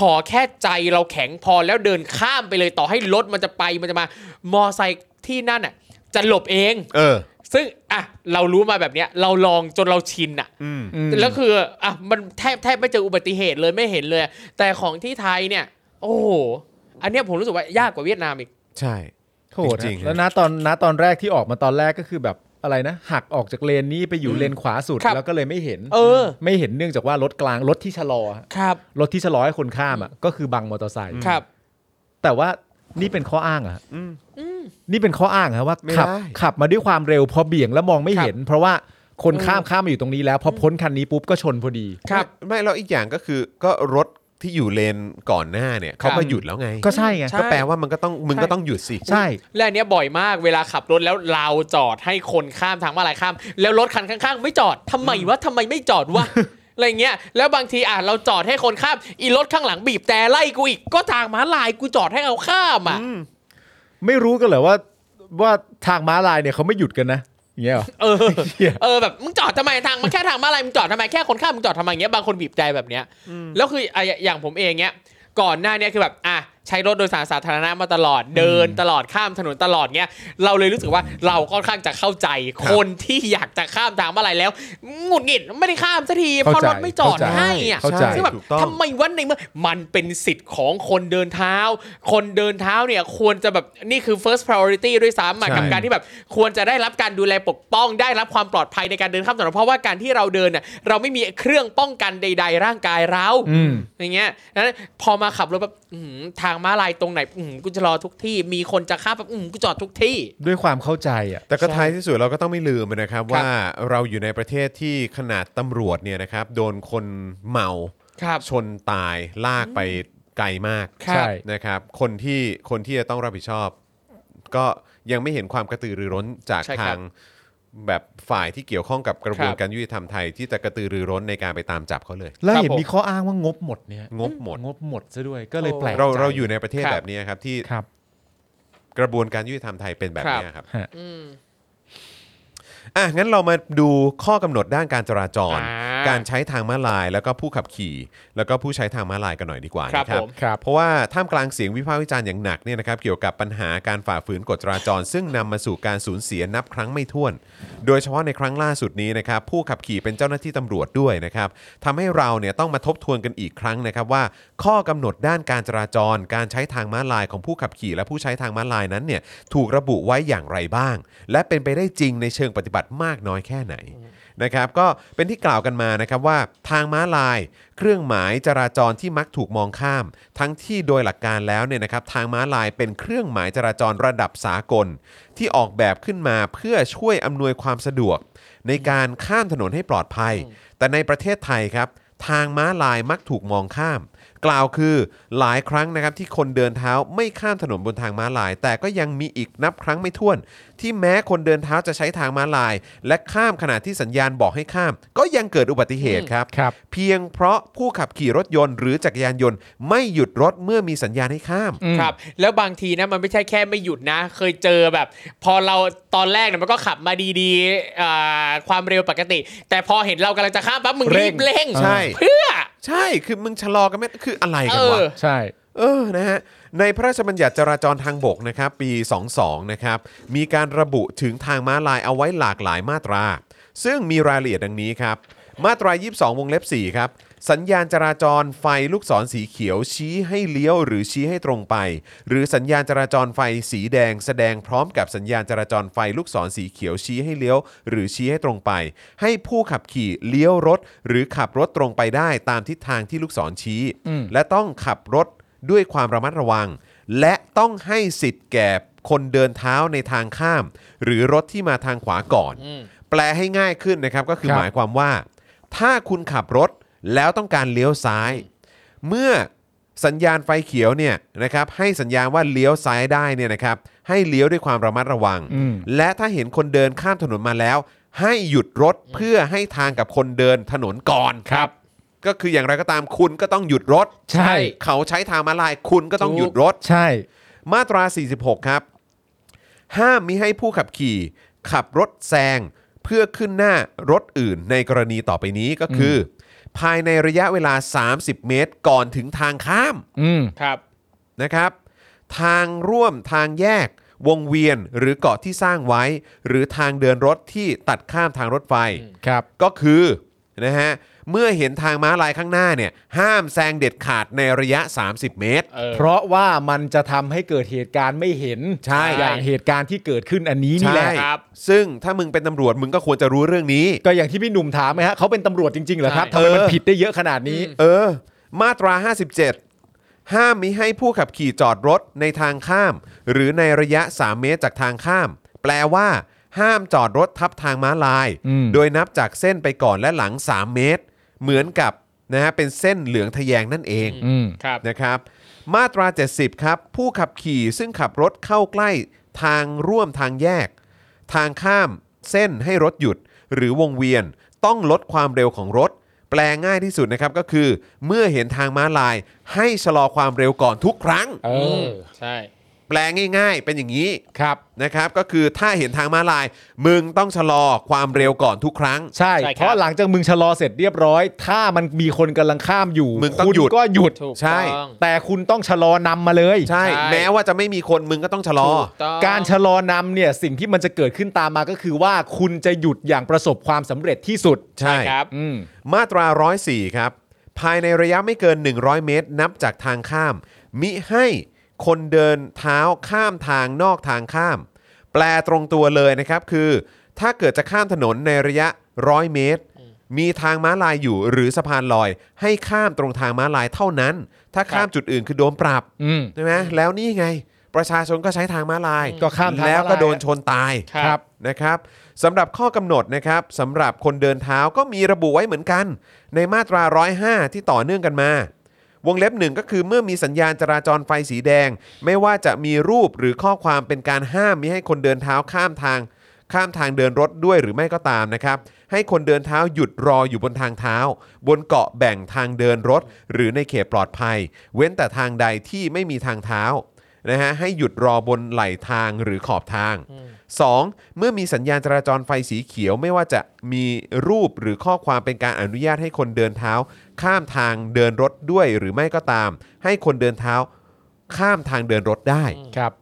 Speaker 4: ขอแค่ใจเราแข็งพอแล้วเดินข้ามไปเลยต่อให้รถมันจะไปมันจะมามอไซค์ที่นั่นอ่ะจะหลบเอง
Speaker 2: เออ
Speaker 4: ซึ่งอ่ะเรารู้มาแบบเนี้ยเราลองจนเราชินอ่ะ
Speaker 2: อืม
Speaker 4: แล้วคืออ่ะมันแทบแทบไม่เจออุบัติเหตุเลยไม่เห็นเลย แต่ของที่ไทยเนี่ย โอ้โหอันเนี้ยผมรู้สึกว่ายากกว่าเวียดนามอีก
Speaker 2: ใช่
Speaker 3: โหด
Speaker 2: จริง
Speaker 3: นะ
Speaker 2: ๆ
Speaker 3: แล้วนะตอนนะตอนแรกที่ออกมาตอนแรกก็คือแบบอะไรนะ หักออกจากเลนนี้ไปอยู่เลนขวาสุด
Speaker 4: ครับ
Speaker 3: แล้วก็เลยไม่เห็น
Speaker 4: เออ
Speaker 3: ไม่เห็นเนื่องจากว่ารถกลางรถที่ชะลอฮะ
Speaker 4: ครับ
Speaker 3: รถที่ชะลอให้คนข้ามอ่ะก็คือบังมอเตอร์ไซค์
Speaker 4: ครับ
Speaker 3: แต่ว่านี่เป็นข้ออ้างเหรอ่ะ
Speaker 2: อืม
Speaker 3: นี่เป็นข้ออ้างเหรอว่า
Speaker 2: ไม่
Speaker 3: ขั
Speaker 2: ได้
Speaker 3: ขับมาด้วยความเร็วพอเบี่ยงแล้วมองไม่เห็น เพราะว่าคนข้ามข้ามมาอยู่ตรงนี้แล้วพอพ้นคันนี้ปุ๊บก็ชนพอดี
Speaker 4: ครับ
Speaker 2: ไม่แล้วอีกอย่างก็คือก็รถที่อยู่เลนก่อนหน้าเนี่ยเขาก็หยุดแล้วไง
Speaker 3: ก็ใช่ไง
Speaker 4: ใช่
Speaker 2: ก็แปลว่ามันก็ต้องมึงก็ต้องหยุดสิ
Speaker 3: ใช่
Speaker 4: และอันเนี้ยบ่อยมากเวลาขับรถแล้วเราจอดให้คนข้ามทางมาลายข้าม แล้วรถคันข้างๆ ไม่จอดทำไมวะทำไมไม่จอดว <laughs> ะ อะไรเงี้ยแล้วบางทีอ่ะเราจอดให้คนข้าม อีรถข้างหลังบีบแต่ไล่กูอีกก็ทางม้าลายกูจอดให้เอาข้ามอ่ะ
Speaker 3: ไม่รู้กันเหรอว่าว่าทางม้าลายเนี่ยเขาไม่หยุดกันนะอย่างเงี้ยเหรอ
Speaker 4: เออ
Speaker 3: เหี้ย
Speaker 4: เออแบบมึงจอดทำไมทางมันแค่ทางม้าลายมึงจอดทำไมแค่คนข้ามมึงจอดทำไมเงี้ยบางคนบีบแต่แบบเนี้ยแล้วคืออ่ะอย่างอย่างผมเองเงี้ย ก่อนหน้าเนี้ยคือแบบอ่ะใช้รถโดยสารสาธารณะมาตลอดเดินตลอดข้ามถนนตลอดเงี้ยเราเลยรู้สึกว่าเราค่อนข้างจะเข้าใจ
Speaker 2: ครับ
Speaker 4: คนที่อยากจะข้ามทางมาลายแล้วหงุดหงิดไม่ได้ข้ามสักทีเพราะรถไม่จอดให้อ่ะ
Speaker 3: เข้าใจ
Speaker 4: ซึ่งแบบ
Speaker 2: ถูกต้อง
Speaker 4: ทำไมวันในเมื่อมันเป็นสิทธิ์ของคนเดินเท้า คนเดินเท้าเนี่ยควรจะแบบนี่คือ first priority ด้วยซ้ำอะ
Speaker 2: ใช่
Speaker 4: กับการที่แบบควรจะได้รับการดูแลปกป้อง ได้รับความปลอดภัยในการเดินข้ามถนนเพราะว่าการที่เราเดินน่ะเราไม่มีเครื่องป้องกันใด ๆ ร่างกายเรา
Speaker 3: อืม
Speaker 4: อย่างเงี้ยนั้นพอมาขับรถแบบอื้อหือทางม้าลายตรงไหนอื้อหือกูจะรอทุกที่ มีคนจะข้ามแบบอื้อหือกูจอดทุกที่
Speaker 3: ด้วยความเข้าใจอ่ะ
Speaker 2: แต่ก็
Speaker 4: ใช่
Speaker 2: ท้ายที่สุดเราก็ต้องไม่ลืมนะครับว่าเราอยู่ในประเทศที่ขนาดตำรวจเนี่ยนะครับโดนคนเมา
Speaker 4: ครับ
Speaker 2: ชนตายลากไปไกลมาก
Speaker 4: ครับใช่
Speaker 2: นะครับ คนที่คนที่จะต้องรับผิดชอบ ก็ยังไม่เห็นความกระตือรือร้นจาก
Speaker 4: ใช่ครั
Speaker 2: ทา
Speaker 4: บ
Speaker 2: งแบบฝ่ายที่เกี่ยวข้องกับกระบวน
Speaker 4: ครับ
Speaker 2: การยุติธรรมไทย ที่จะกระตือรือร้นในการไปตามจับเขาเลย
Speaker 3: แล้วเห็น
Speaker 4: ครับผม
Speaker 3: มีข้ออ้างว่างบหมดเนี่ย
Speaker 2: งบหมด
Speaker 3: งบหมดซะด้วยก็เลยแปลก
Speaker 2: เรา
Speaker 3: ใจ
Speaker 2: เราอยู่ในประเทศ
Speaker 4: ครับ
Speaker 2: แบบนี้ครับที่
Speaker 3: ครับ
Speaker 2: กระบวนการยุติธรรมไทยเป็นแบบนี้ครับ
Speaker 3: ฮะ
Speaker 4: อืม
Speaker 2: อ่ะงั้นเรามาดูข้อกำหนดด้านการจราจร
Speaker 4: อ่า
Speaker 2: การใช้ทางม้าลายแล้วก็ผู้ขับขี่ แล้วก็ผู้ใช้ทางม้าลายกันหน่อยดีกว่า
Speaker 4: ครับ
Speaker 2: นะ
Speaker 4: ผม
Speaker 3: ครับ
Speaker 2: เพราะว่าท่ามกลางเสียงวิพากษ์วิจารณ์อย่างหนักเนี่ยนะครับเกี่ยวกับปัญหาการฝ่าฝืนกฎจราจร ซึ่งนำมาสู่การสูญเสียนับครั้งไม่ถ้วน โดยเฉพาะในครั้งล่าสุดนี้นะครับผู้ขับขี่เป็นเจ้าหน้าที่ตำรวจด้วยนะครับทำให้เราเนี่ยต้องมาทบทวนกันอีกครั้งนะครับว่า ข้อกำหนดด้านการจราจร การใช้ทางม้าลายของผู้ขับขี่และผู้ใช้ทางม้าลายนั้นเนี่ยถูกระบุไว้อย่างไรบ้าง และเป็นไปได้จริงในเชิงปฏิบัติมากน้อยแค่ไหนนะครับก็เป็นที่กล่าวกันมานะครับว่าทางม้าลาย เครื่องหมายจราจรที่มักถูกมองข้าม ทั้งที่โดยหลักการแล้วเนี่ยนะครับทางม้าลายเป็นเครื่องหมายจราจรระดับสากล ที่ออกแบบขึ้นมาเพื่อช่วยอำนวยความสะดวก ในการข้ามถนนให้ปลอดภัย แต่ในประเทศไทยครับ ทางม้าลายมักถูกมองข้าม กล่าวคือหลายครั้งนะครับที่คนเดินเท้าไม่ข้ามถนนบนทางม้าลาย แต่ก็ยังมีอีกนับครั้งไม่ถ้วน ที่แม้คนเดินเท้าจะใช้ทางม้าลาย และข้ามขณะที่สัญญาณบอกให้ข้าม ก็ยังเกิดอุบัติเหตุครับ
Speaker 3: ครับ
Speaker 2: เพียงเพราะผู้ขับขี่รถยนต์หรือจักรยานยนต์ ไม่หยุดรถเมื่อมีสัญญาณให้ข้าม
Speaker 3: อืม
Speaker 4: ครับแล้วบางทีนะมันไม่ใช่แค่ไม่หยุดนะ เคยเจอแบบ พอเราตอนแรกเนี่ยมันก็ขับมาดีๆอ่าความเร็วปกติ แต่พอเห็นเรากำลังจะข้ามปั๊บมึงรีบเร่ง
Speaker 2: ใช่
Speaker 4: เพื่อ
Speaker 2: ใช่คือมึงชะลอกันไม่คืออะไรกันวะ
Speaker 4: เออ
Speaker 3: ใช่
Speaker 2: เออ นะฮะ ในพระราชบัญญัติจราจรทางบกนะครับ ปี 22 นะครับ มีการระบุถึงทางม้าลายเอาไว้หลากหลายมาตรา ซึ่งมีรายละเอียดดังนี้ครับ มาตรา 22 วงเล็บ 4 ครับ สัญญาณจราจรไฟลูกศรสีเขียวชี้ให้เลี้ยวหรือชี้ให้ตรงไป หรือสัญญาณจราจรไฟสีแดง แสดงพร้อมกับสัญญาณจราจรไฟลูกศรสีเขียวชี้ให้เลี้ยว หรือชี้ให้ตรงไป ให้ผู้ขับขี่เลี้ยวรถ หรือขับรถตรงไปได้ตามทิศทางที่ลูกศรชี้
Speaker 3: อืม
Speaker 2: และต้องขับรถ ด้วยความระมัดระวัง และต้องให้สิทธิ์แก่คนเดินเท้าในทางข้าม หรือรถที่มาทางขวาก่อน แปลให้ง่ายขึ้นนะครับก็คือ
Speaker 3: ครับ
Speaker 2: หมายความว่า ถ้าคุณขับรถแล้วต้องการเลี้ยวซ้าย เมื่อ สัญญาณไฟเขียวเนี่ยนะครับให้สัญญาณว่าเลี้ยวซ้ายได้เนี่ยนะครับให้เลี้ยวด้วยความระมัดระวัง
Speaker 3: อืม
Speaker 2: และถ้าเห็นคนเดินข้ามถนนมาแล้ว ให้หยุดรถเพื่อให้ทางกับคนเดินถนนก่อน
Speaker 4: ครับ
Speaker 2: ก็คืออย่างไรก็ตามคุณก็ต้องหยุดรถ
Speaker 3: ใช่
Speaker 2: เขาใช้ทางมาลายคุณก็ต้องหยุดรถ
Speaker 3: ใช่
Speaker 2: มาตรา 46 ครับ ห้ามมิให้ผู้ขับขี่ ขับรถแซง เพื่อขึ้นหน้ารถอื่นในกรณีต่อไปนี้ก็คืออภายในระยะเวลา 30 เมตรก่อนถึงทางข้าม
Speaker 3: อืม
Speaker 4: ครับ
Speaker 2: นะครับ ทางร่วมทางแยก วงเวียนหรือเกาะที่สร้างไว้ หรือทางเดินรถที่ตัดข้ามทางรถไฟ
Speaker 3: ครับ
Speaker 2: ก็คือนะฮะเมื่อเห็นทางม้าลายข้างหน้าเนี่ยห้ามแซงเด็ดขาดในระยะ 30 เมตร
Speaker 4: เออ
Speaker 3: เพราะว่ามันจะทำให้เกิดเหตุการณ์ไม่เห็น
Speaker 2: ใช่
Speaker 3: อย่างเหตุการณ์ที่เกิดขึ้นอันนี้นี่แหละ
Speaker 2: ใช่
Speaker 4: ครับ
Speaker 2: ซึ่งถ้ามึงเป็นตำรวจมึงก็ควรจะรู้เรื่องนี้
Speaker 3: ก็อย่างที่พี่หนุ่มถามไหมฮะเขาเป็นตำรวจจริงๆเหรอครับ
Speaker 4: ใช่
Speaker 3: ทำไมมัน
Speaker 2: เออ
Speaker 3: ผิดได้เยอะขนาดนี้
Speaker 2: เออ มาตรา 57 ห้ามมิให้ผู้ขับขี่จอดรถในทางข้าม หรือในระยะ 3 เมตรจากทางข้าม แปลว่า ห้ามจอดรถทับทางม้าลาย
Speaker 3: อืม
Speaker 2: โดยนับจากเส้นไปก่อนและหลัง 3 เมตร เหมือนกับนะฮะเป็นเส้นเหลืองทะแยงนั่นเอง
Speaker 3: อืม
Speaker 4: ครับ
Speaker 2: นะครับมาตรา 70 ครับ ผู้ขับขี่ซึ่งขับรถเข้าใกล้ทางร่วมทางแยก ทางข้ามเส้นให้รถหยุด หรือวงเวียนต้องลดความเร็วของรถ แปลง่ายที่สุดนะครับก็คือ เมื่อเห็นทางม้าลาย ให้ชะลอความเร็วก่อนทุกครั้ง
Speaker 3: เอ
Speaker 4: เอ
Speaker 3: อ
Speaker 4: อ ใช่
Speaker 2: แปลง่ายๆ เป็นอย่างนี้
Speaker 3: ครับ
Speaker 2: นะครับ ก็คือถ้าเห็นทางม้าลาย มึงต้องชะลอความเร็วก่อนทุกครั้ง
Speaker 3: ใช่
Speaker 4: ใช่ครับ
Speaker 3: เพราะหลังจากมึงชะลอเสร็จเรียบร้อย ถ้ามันมีคนกำลังข้ามอยู่
Speaker 2: มึงต้อง
Speaker 3: คุณ
Speaker 2: หยุด
Speaker 3: ก็หยุด
Speaker 4: ถูก
Speaker 2: ใช่
Speaker 4: ต้อง
Speaker 3: แต่คุณต้องชะลอนำมาเลย
Speaker 2: ใช่
Speaker 4: ใช่
Speaker 2: แม้ว่าจะไม่มีคนมึงก็ต้องชะลอ
Speaker 4: ถูต้อง
Speaker 3: การชะลอนำเนี่ยสิ่งที่มันจะเกิดขึ้นตามมาก็คือว่าคุณจะหยุดอย่างประสบความสำเร็จที่สุด
Speaker 2: ใช่
Speaker 4: ครับ
Speaker 3: อืม
Speaker 2: มาตรา 104 ครับ ภายในระยะไม่เกิน 100 เมตร นับจากทางข้าม มิให้คนเดินเท้าข้ามทางนอกทางข้าม แปลตรงตัวเลยนะครับคือ ถ้าเกิดจะข้ามถนนในระยะ 100 เมตร มีทางม้าลายอยู่หรือสะพานลอย ให้ข้ามตรงทางม้าลายเท่านั้น ถ้าข้ามจุดอื่นคือโดนปรับ
Speaker 3: อืม
Speaker 2: ใช่ไหมแล้วนี่ไง ประชาชนก็ใช้ทางม้าลาย
Speaker 3: ก็ข้ามทางม้าลาย
Speaker 2: แล้วก็โดนชนตาย
Speaker 4: ครับ
Speaker 2: นะครับสำหรับข้อกำหนดนะครับสำหรับคนเดินเท้าก็มีระบุไว้เหมือนกัน ในมาตรา 105 ที่ต่อเนื่องกันมา วงเล็บหนึ่งก็คือเมื่อมีสัญญาณจราจรไฟสีแดง ไม่ว่าจะมีรูปหรือข้อความเป็นการห้ามมิให้คนเดินเท้าข้ามทาง ข้ามทางเดินรถด้วยหรือไม่ก็ตามนะครับ ให้คนเดินเท้าหยุดรออยู่บนทางเท้า บนเกาะแบ่งทางเดินรถ หรือในเขตปลอดภัย เว้นแต่ทางใดที่ไม่มีทางเท้านะฮะให้หยุดรอบนไหลทางหรือขอบทาง 2. เมื่อมีสัญญาณจราจรไฟสีเขียวไม่ว่าจะมีรูปหรือข้อความเป็นการอนุญาตให้คนเดินเท้า ข้ามทางเดินรถด้วยหรือไม่ก็ตาม ให้คนเดินเท้า ข้ามทางเดินรถได้
Speaker 3: ครับ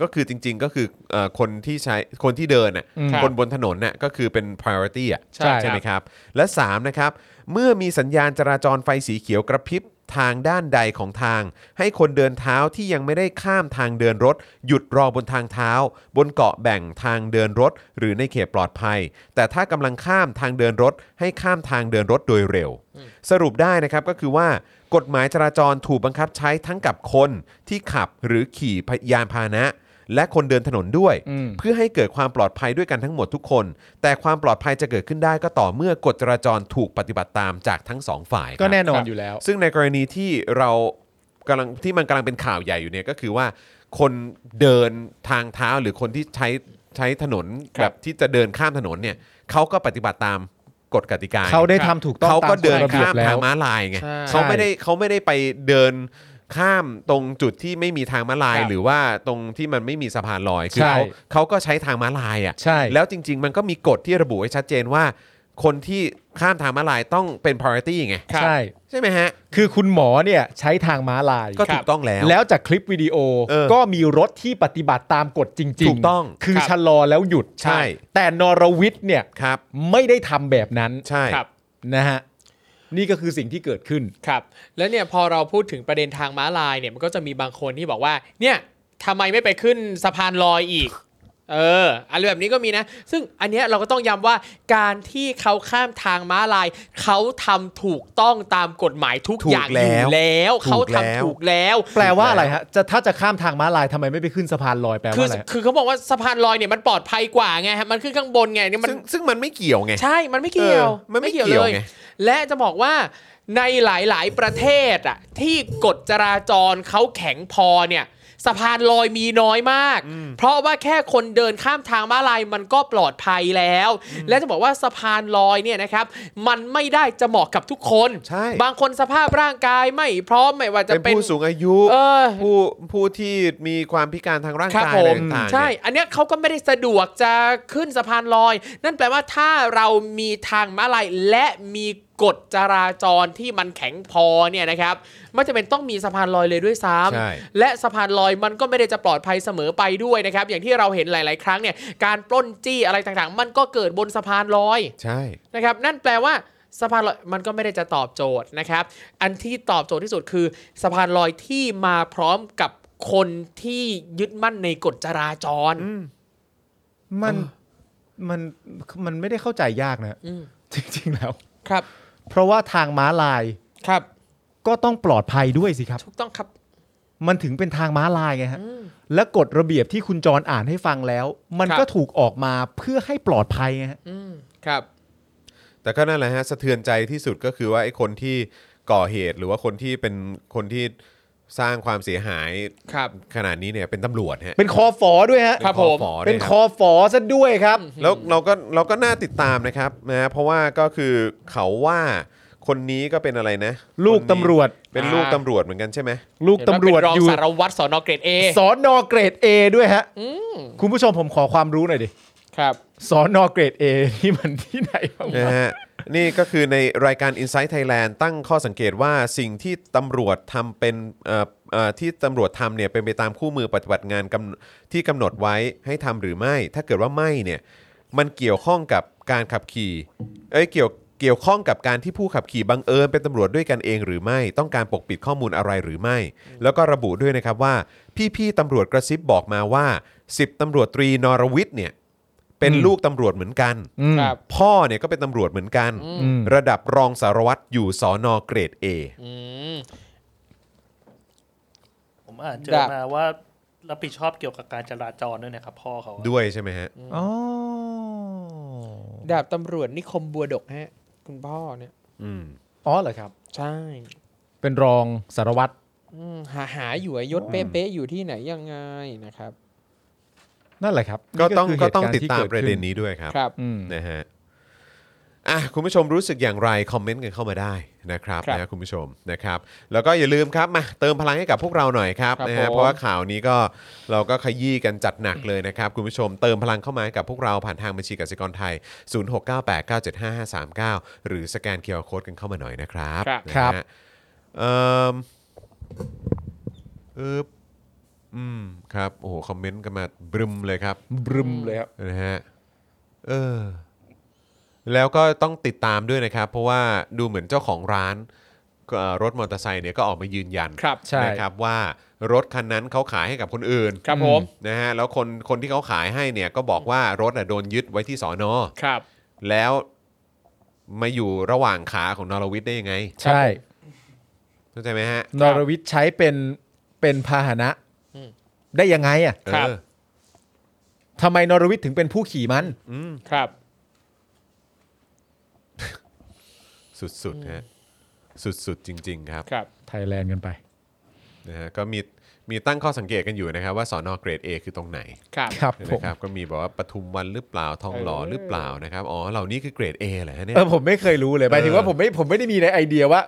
Speaker 2: ก็คือจริงๆก็คือเอ่อคนที่ใช้คนที่เดินน่ะ
Speaker 3: อืม
Speaker 2: คนบนถนนน่ะก็คือเป็น priority อ่ะ
Speaker 3: ใช่
Speaker 2: ไหมครับ และ3นะครับเมื่อมีสัญญาณจราจรไฟสีเขียวกระพริบทางด้านใดของทาง ให้คนเดินเท้าที่ยังไม่ได้ข้ามทางเดินรถ หยุดรอบนทางเท้า บนเกาะแบ่งทางเดินรถ หรือในเขตปลอดภัย แต่ถ้ากำลังข้ามทางเดินรถ ให้ข้ามทางเดินรถโดยเร็ว สรุปได้นะครับก็คือว่ากฎหมายจราจรถูกบังคับใช้ทั้งกับคนที่ขับหรือขี่ยานพาหนะ และคนเดินถนนด้วย
Speaker 3: อืม
Speaker 2: เพื่อให้เกิดความปลอดภัยด้วยกันทั้งหมดทุกคน แต่ความปลอดภัยจะเกิดขึ้นได้ก็ต่อเมื่อกฎจราจรถูกปฏิบัติตามจากทั้งสองฝ่าย
Speaker 3: ก็แน่นอ
Speaker 2: คน รับ
Speaker 3: อยู่แล้ว
Speaker 2: ซึ่งในกรณีที่เรากำลังที่มันกำลังเป็นข่าวใหญ่อยู่เนี่ยก็คือว่า คนเดินทางเท้าหรือคนที่ใช้ใช้ถนนแบบที่จะเดินข้ามถนนเนี่ยเขาก็ปฏิบัติตามกฎกติกา
Speaker 3: เขาได้ทำถูกต้อง
Speaker 2: เขาก็
Speaker 3: ตม
Speaker 2: เดิน
Speaker 3: กฎระบีย
Speaker 2: ข้า
Speaker 3: บ
Speaker 2: ม
Speaker 3: แล้
Speaker 2: ทาง
Speaker 3: ว
Speaker 2: ม้าลายไง
Speaker 4: ใช่
Speaker 2: เขาไม่ได้เขาไม่ได้ไปเดินข้ามตรงจุดที่ไม่มีทางม้าลาย
Speaker 3: ครับ
Speaker 2: หรือว่าตรงที่มันไม่มีสะพานลอยคือ
Speaker 3: ใช่
Speaker 2: เขาเขาก็ใช้ทางม้าลายอ่ะ
Speaker 3: ใช่
Speaker 2: แล้วจริง ๆ มันก็มีกฎที่ระบุไว้ชัดเจนว่า คนที่ข้ามทางม้าลายต้องเป็น priority ไง
Speaker 3: ใช่
Speaker 2: ใช่ไหมฮะ
Speaker 3: คือคุณหมอเนี่ยใช้ทางม้าลาย
Speaker 2: ก็ถูกต้องแล้ว
Speaker 3: แล้วจากคลิปวิดีโอ
Speaker 2: เออ
Speaker 3: ก็มีรถที่ปฏิบัติตามกฎจริงๆ
Speaker 2: ถูกต้อง
Speaker 3: คื
Speaker 4: ค
Speaker 3: อ
Speaker 4: รับ
Speaker 3: ชะลอแล้วหยุด
Speaker 2: ใช่
Speaker 3: แต่นรวิทย์เนี่ย
Speaker 2: ครับ
Speaker 3: ไม่ได้ทำแบบนั้น
Speaker 2: ใช่
Speaker 4: ครับ
Speaker 3: นะฮะนี่ก็คือสิ่งที่เกิดขึ้น
Speaker 4: ครับ แล้วเนี่ยพอเราพูดถึงประเด็นทางม้าลายเนี่ยมันก็จะมีบางคนที่บอกว่า เนี่ยทำไมไม่ไปขึ้นสะพานลอยอีก เอออะไรแบบนี้ก็มีนะ ซึ่งอันเนี้ยเราก็ต้องย้ำว่าการที่เขาข้ามทางม้าลาย เขาทำถูกต้องตามกฎหมายทุก
Speaker 2: ถู
Speaker 4: อก ย่างอยู่
Speaker 2: แล้ว
Speaker 4: แล้ว
Speaker 2: ถู
Speaker 4: เขา
Speaker 2: กแล้ว
Speaker 4: ทำถูกแล้ว
Speaker 3: แปลว่าอะไรฮะจะถ้าจะข้ามทางม้าลายทำไมไม่ไปขึ้นสะพานลอยแปล
Speaker 4: คือ
Speaker 3: ว่าอะไรฮะ
Speaker 4: คือเขาบอกว่าสะพานลอยเนี่ยมันปลอดภัยกว่าไงฮะมันขึ้นข้างบนไงเนี่ยมัน
Speaker 2: ซึ่งซึ่งมันไม่เกี่ยวไง
Speaker 4: ใช่ มันไม่เกี่ยว
Speaker 2: เออมันไม่เกี่ยวไง
Speaker 4: และจะบอกว่า ในหลายๆ ประเทศอะที่กฎจราจรเขาแข็งพอเนี่ยสะพานลอยมีน้อยมาก เพราะว่าแค่คนเดินข้ามทางม้าลายมันก็ปลอดภัยแล้ว และจะบอกว่าสะพานลอยเนี่ยนะครับ มันไม่ได้จะเหมาะกับทุกคน
Speaker 2: ใช่
Speaker 4: บางคนสภาพร่างกายไม่พร้อมไม่ว่าจะ
Speaker 2: เป็น
Speaker 4: เป็น
Speaker 2: ผู้สูงอายุ
Speaker 4: เออ
Speaker 2: ผู้ผู้ที่มีความพิการทางร่าง
Speaker 4: ครับ
Speaker 2: กาย
Speaker 4: ผ
Speaker 2: อะไร
Speaker 4: ม
Speaker 2: ต่างๆ
Speaker 4: ใช่
Speaker 2: เนี่ย
Speaker 4: อันเนี้ยเขาก็ไม่ได้สะดวกจะขึ้นสะพานลอย นั่นแปลว่าถ้าเรามีทางม้าลายและมีกฎจราจรที่มันแข็งพอเนี่ยนะครับไม่จำเป็นต้องมีสะพานลอยเลยด้วยซ้
Speaker 2: ใช่
Speaker 4: ำและสะพานลอยมันก็ไม่ได้จะปลอดภัยเสมอไปด้วยนะครับ อย่างที่เราเห็นหลาย ๆ ครั้งเนี่ยการปล้นจี้อะไรต่างๆ มันก็เกิดบนสะพานลอย
Speaker 2: ใช่
Speaker 4: นะครับนั่นแปลว่าสะพานลอยมันก็ไม่ได้จะตอบโจทย์นะครับ อันที่ตอบโจทย์ที่สุดคือสะพานลอยที่มาพร้อมกับคนที่ยึดมั่นในกฎจราจร
Speaker 3: มันมันมันไม่ได้เข้าใจยากนะ
Speaker 4: อืม
Speaker 3: จริงๆแล้ว
Speaker 4: ครับ
Speaker 3: เพราะว่าทางม้าลาย
Speaker 4: ครับ
Speaker 3: ก็ต้องปลอดภัยด้วยสิครับ
Speaker 4: ถูกต้องครับ
Speaker 3: มันถึงเป็นทางม้าลายไงฮะ และกฎระเบียบที่คุณจรอ่านให้ฟังแล้ว มัน
Speaker 4: ครับ
Speaker 3: ก็ถูกออกมาเพื่อให้ปลอดภัยไงฮะ
Speaker 4: อืมครับ
Speaker 2: แต่ก็นั่นแหละฮะสะเทือนใจที่สุดก็คือว่าไอ้คนที่ก่อเหตุหรือว่าคนที่เป็นคนที่สร้างความเสียหาย
Speaker 4: ครับ
Speaker 2: ขนาดนี้เนี่ยเป็นตำรวจฮะ
Speaker 3: เป็นคอฝอด้วยฮะ
Speaker 4: ครับผม
Speaker 2: เป็นคอฝอด้วยครับ
Speaker 3: เป็นคอฝอซะด้วยครับ
Speaker 2: แล้วเราก็เราก็น่าติดตามนะครับนะฮะเพราะว่าก็คือเขาว่าคนนี้ก็เป็นอะไรนะ
Speaker 3: ลู
Speaker 2: ค
Speaker 3: ก
Speaker 2: นนี้
Speaker 3: ตำรวจ
Speaker 2: เป็น
Speaker 4: อ่า
Speaker 2: ลูกตำรวจเหมือนกันใช่ไหม
Speaker 3: ลูกตำรวจ
Speaker 4: เห็นว่าเป็นรอง
Speaker 3: อยู่
Speaker 4: สารวัตรสอนอเกรดเอ
Speaker 3: สอนอเกรด A ด้วยฮะ คุณผู้ชมผมขอความรู้หน่อยดิ
Speaker 4: ครับ
Speaker 3: สอนอเกรด A นี่มันที่ไหนบ้างวะ
Speaker 2: นะฮะนี่ก็คือในรายการ Inside Thailand ตั้งข้อสังเกตว่าสิ่งที่ตำรวจทำเป็นเอ่อเอ่อที่ตำรวจทำเนี่ยเป็นไปตามคู่มือปฏิบัติงานกำที่กำหนดไว้ให้ทำหรือไม่ ถ้าเกิดว่าไม่เนี่ยมันเกี่ยวข้องกับการขับขี่เอ้ยเกี่ยวเกี่ยวข้องกับการที่ผู้ขับขี่บังเอิญเป็นตำรวจด้วยกันเองหรือไม่ ต้องการปกปิดข้อมูลอะไรหรือไม่ แล้วก็ระบุด้วยนะครับว่า พี่ๆตำรวจกระซิบบอกมาว่า 10ตำรวจตรีนรวิทย์เนี่ยเป็น
Speaker 3: อืม
Speaker 2: ลูกตำรวจเหมือนกัน
Speaker 3: อืม
Speaker 4: ครับ
Speaker 2: พ่อเนี่ยก็เป็นตำรวจเหมือนกัน
Speaker 3: อืม
Speaker 2: ระดับรองสารวัตรอยู่สอนอเกรด A
Speaker 4: อืม
Speaker 5: ผมอ่านเจ
Speaker 4: ค
Speaker 5: อ
Speaker 4: รับ
Speaker 5: มาว่ารับผิดชอบเกี่ยวกับการจราจรด้วยนะครับพ่อเขาอะ
Speaker 2: ด้วยใช่ไหมฮะ
Speaker 3: อ๋อ
Speaker 4: ดาบตำรวจนิคมบัวดกฮะคุณพ่อเนี่ย
Speaker 2: อืม
Speaker 3: อ๋อเหรอครับ
Speaker 4: ใช่
Speaker 3: เป็นรองสารวัตร
Speaker 4: อืมหาหาอยู่อะยศเป๊ะๆอยู่ที่ไหนยังไงนะครับ
Speaker 3: นั่นแหละครับ
Speaker 2: ก็ต้อง
Speaker 3: นี่คื
Speaker 2: ก็ต้องติดตาม
Speaker 3: ห
Speaker 2: ป
Speaker 3: ก
Speaker 2: ระ
Speaker 3: ณ์ที่กิขึ้
Speaker 2: เด็นนี้ด้วยครับ
Speaker 4: ครับ
Speaker 3: อืม
Speaker 2: นะฮะอ่ะคุณผู้ชมรู้สึกอย่างไร คอมเมนต์กันเข้ามาได้นะครับ
Speaker 4: ครับ
Speaker 2: นะคุณผู้ชมนะครับ แล้วก็อย่าลืมครับมาเติมพลังให้กับพวกเราหน่อยครับ
Speaker 4: ครับ
Speaker 2: นะฮะ
Speaker 4: ผม
Speaker 2: เพราะว่าข่าวนี้ก็เราก็ขยี้กันจัดหนักเลยนะครับ คุณผู้ชมเติมพลังเข้ามาให้กับพวกเราผ่านทางบัญชีกสิกรไทย 0698975539 หรือสแกนเคอร์โคดกันเข้ามาหน่อยนะครับ
Speaker 4: ครับ
Speaker 2: นะฮะ
Speaker 3: ครับ
Speaker 2: เอิ่ม อึบอืม ครับ โอ้โห คอมเมนต์กันมาบรึมเลยครับ
Speaker 3: บรึมเลยครับ
Speaker 2: นะฮะ เออ แล้วก็ต้องติดตามด้วยนะครับ เพราะว่าดูเหมือนเจ้าของร้านเอ่อรถมอเตอร์ไซค์เนี่ยก็ออกมายืนยัน
Speaker 4: ครับ
Speaker 3: ใช่
Speaker 2: นะครับว่ารถคันนั้นเขาขายให้กับคนอื่น
Speaker 4: ครับผม
Speaker 2: นะฮะ แล้วคนคนที่เขาขายให้เนี่ยก็บอกว่ารถอ่ะโดนยึดไว้ที่สอนอ
Speaker 4: ครับ
Speaker 2: แล้วมาอยู่ระหว่างขาของนรวิทย์ได้ยังไง
Speaker 3: ใช่
Speaker 2: เข้าใจไหมฮะ
Speaker 3: นรวิทย์ใช้เป็นเป็นพาหนะ ได้ยังไงอ่ะ
Speaker 4: ครับ
Speaker 2: เออ
Speaker 3: ทำไมนรวิทย์ถึงเป็นผู้ขี่มัน
Speaker 4: ครับ
Speaker 2: สุดๆฮะ สุดๆจริง ๆ ครับ
Speaker 4: ครับ
Speaker 3: ไทยแลนด์กันไป
Speaker 2: นะฮะก็มีมีตั้งข้อสังเกตกันอยู่นะครับว่าสอนอเกรด A คือตรงไหน
Speaker 4: ครับ
Speaker 3: ครับผม
Speaker 2: นะครับก็มีบอกว่าปทุมวันหรือเปล่าทองหล่อหรือเปล่านะครับอ๋อเหล่านี้คือเกรด A เหรอฮะเนี่ย
Speaker 3: เออผมไม่เคยรู้เลยหมายถึงว่า
Speaker 2: เออ
Speaker 3: ผมไม่ผมไม่ได้มีในไอเดียว่า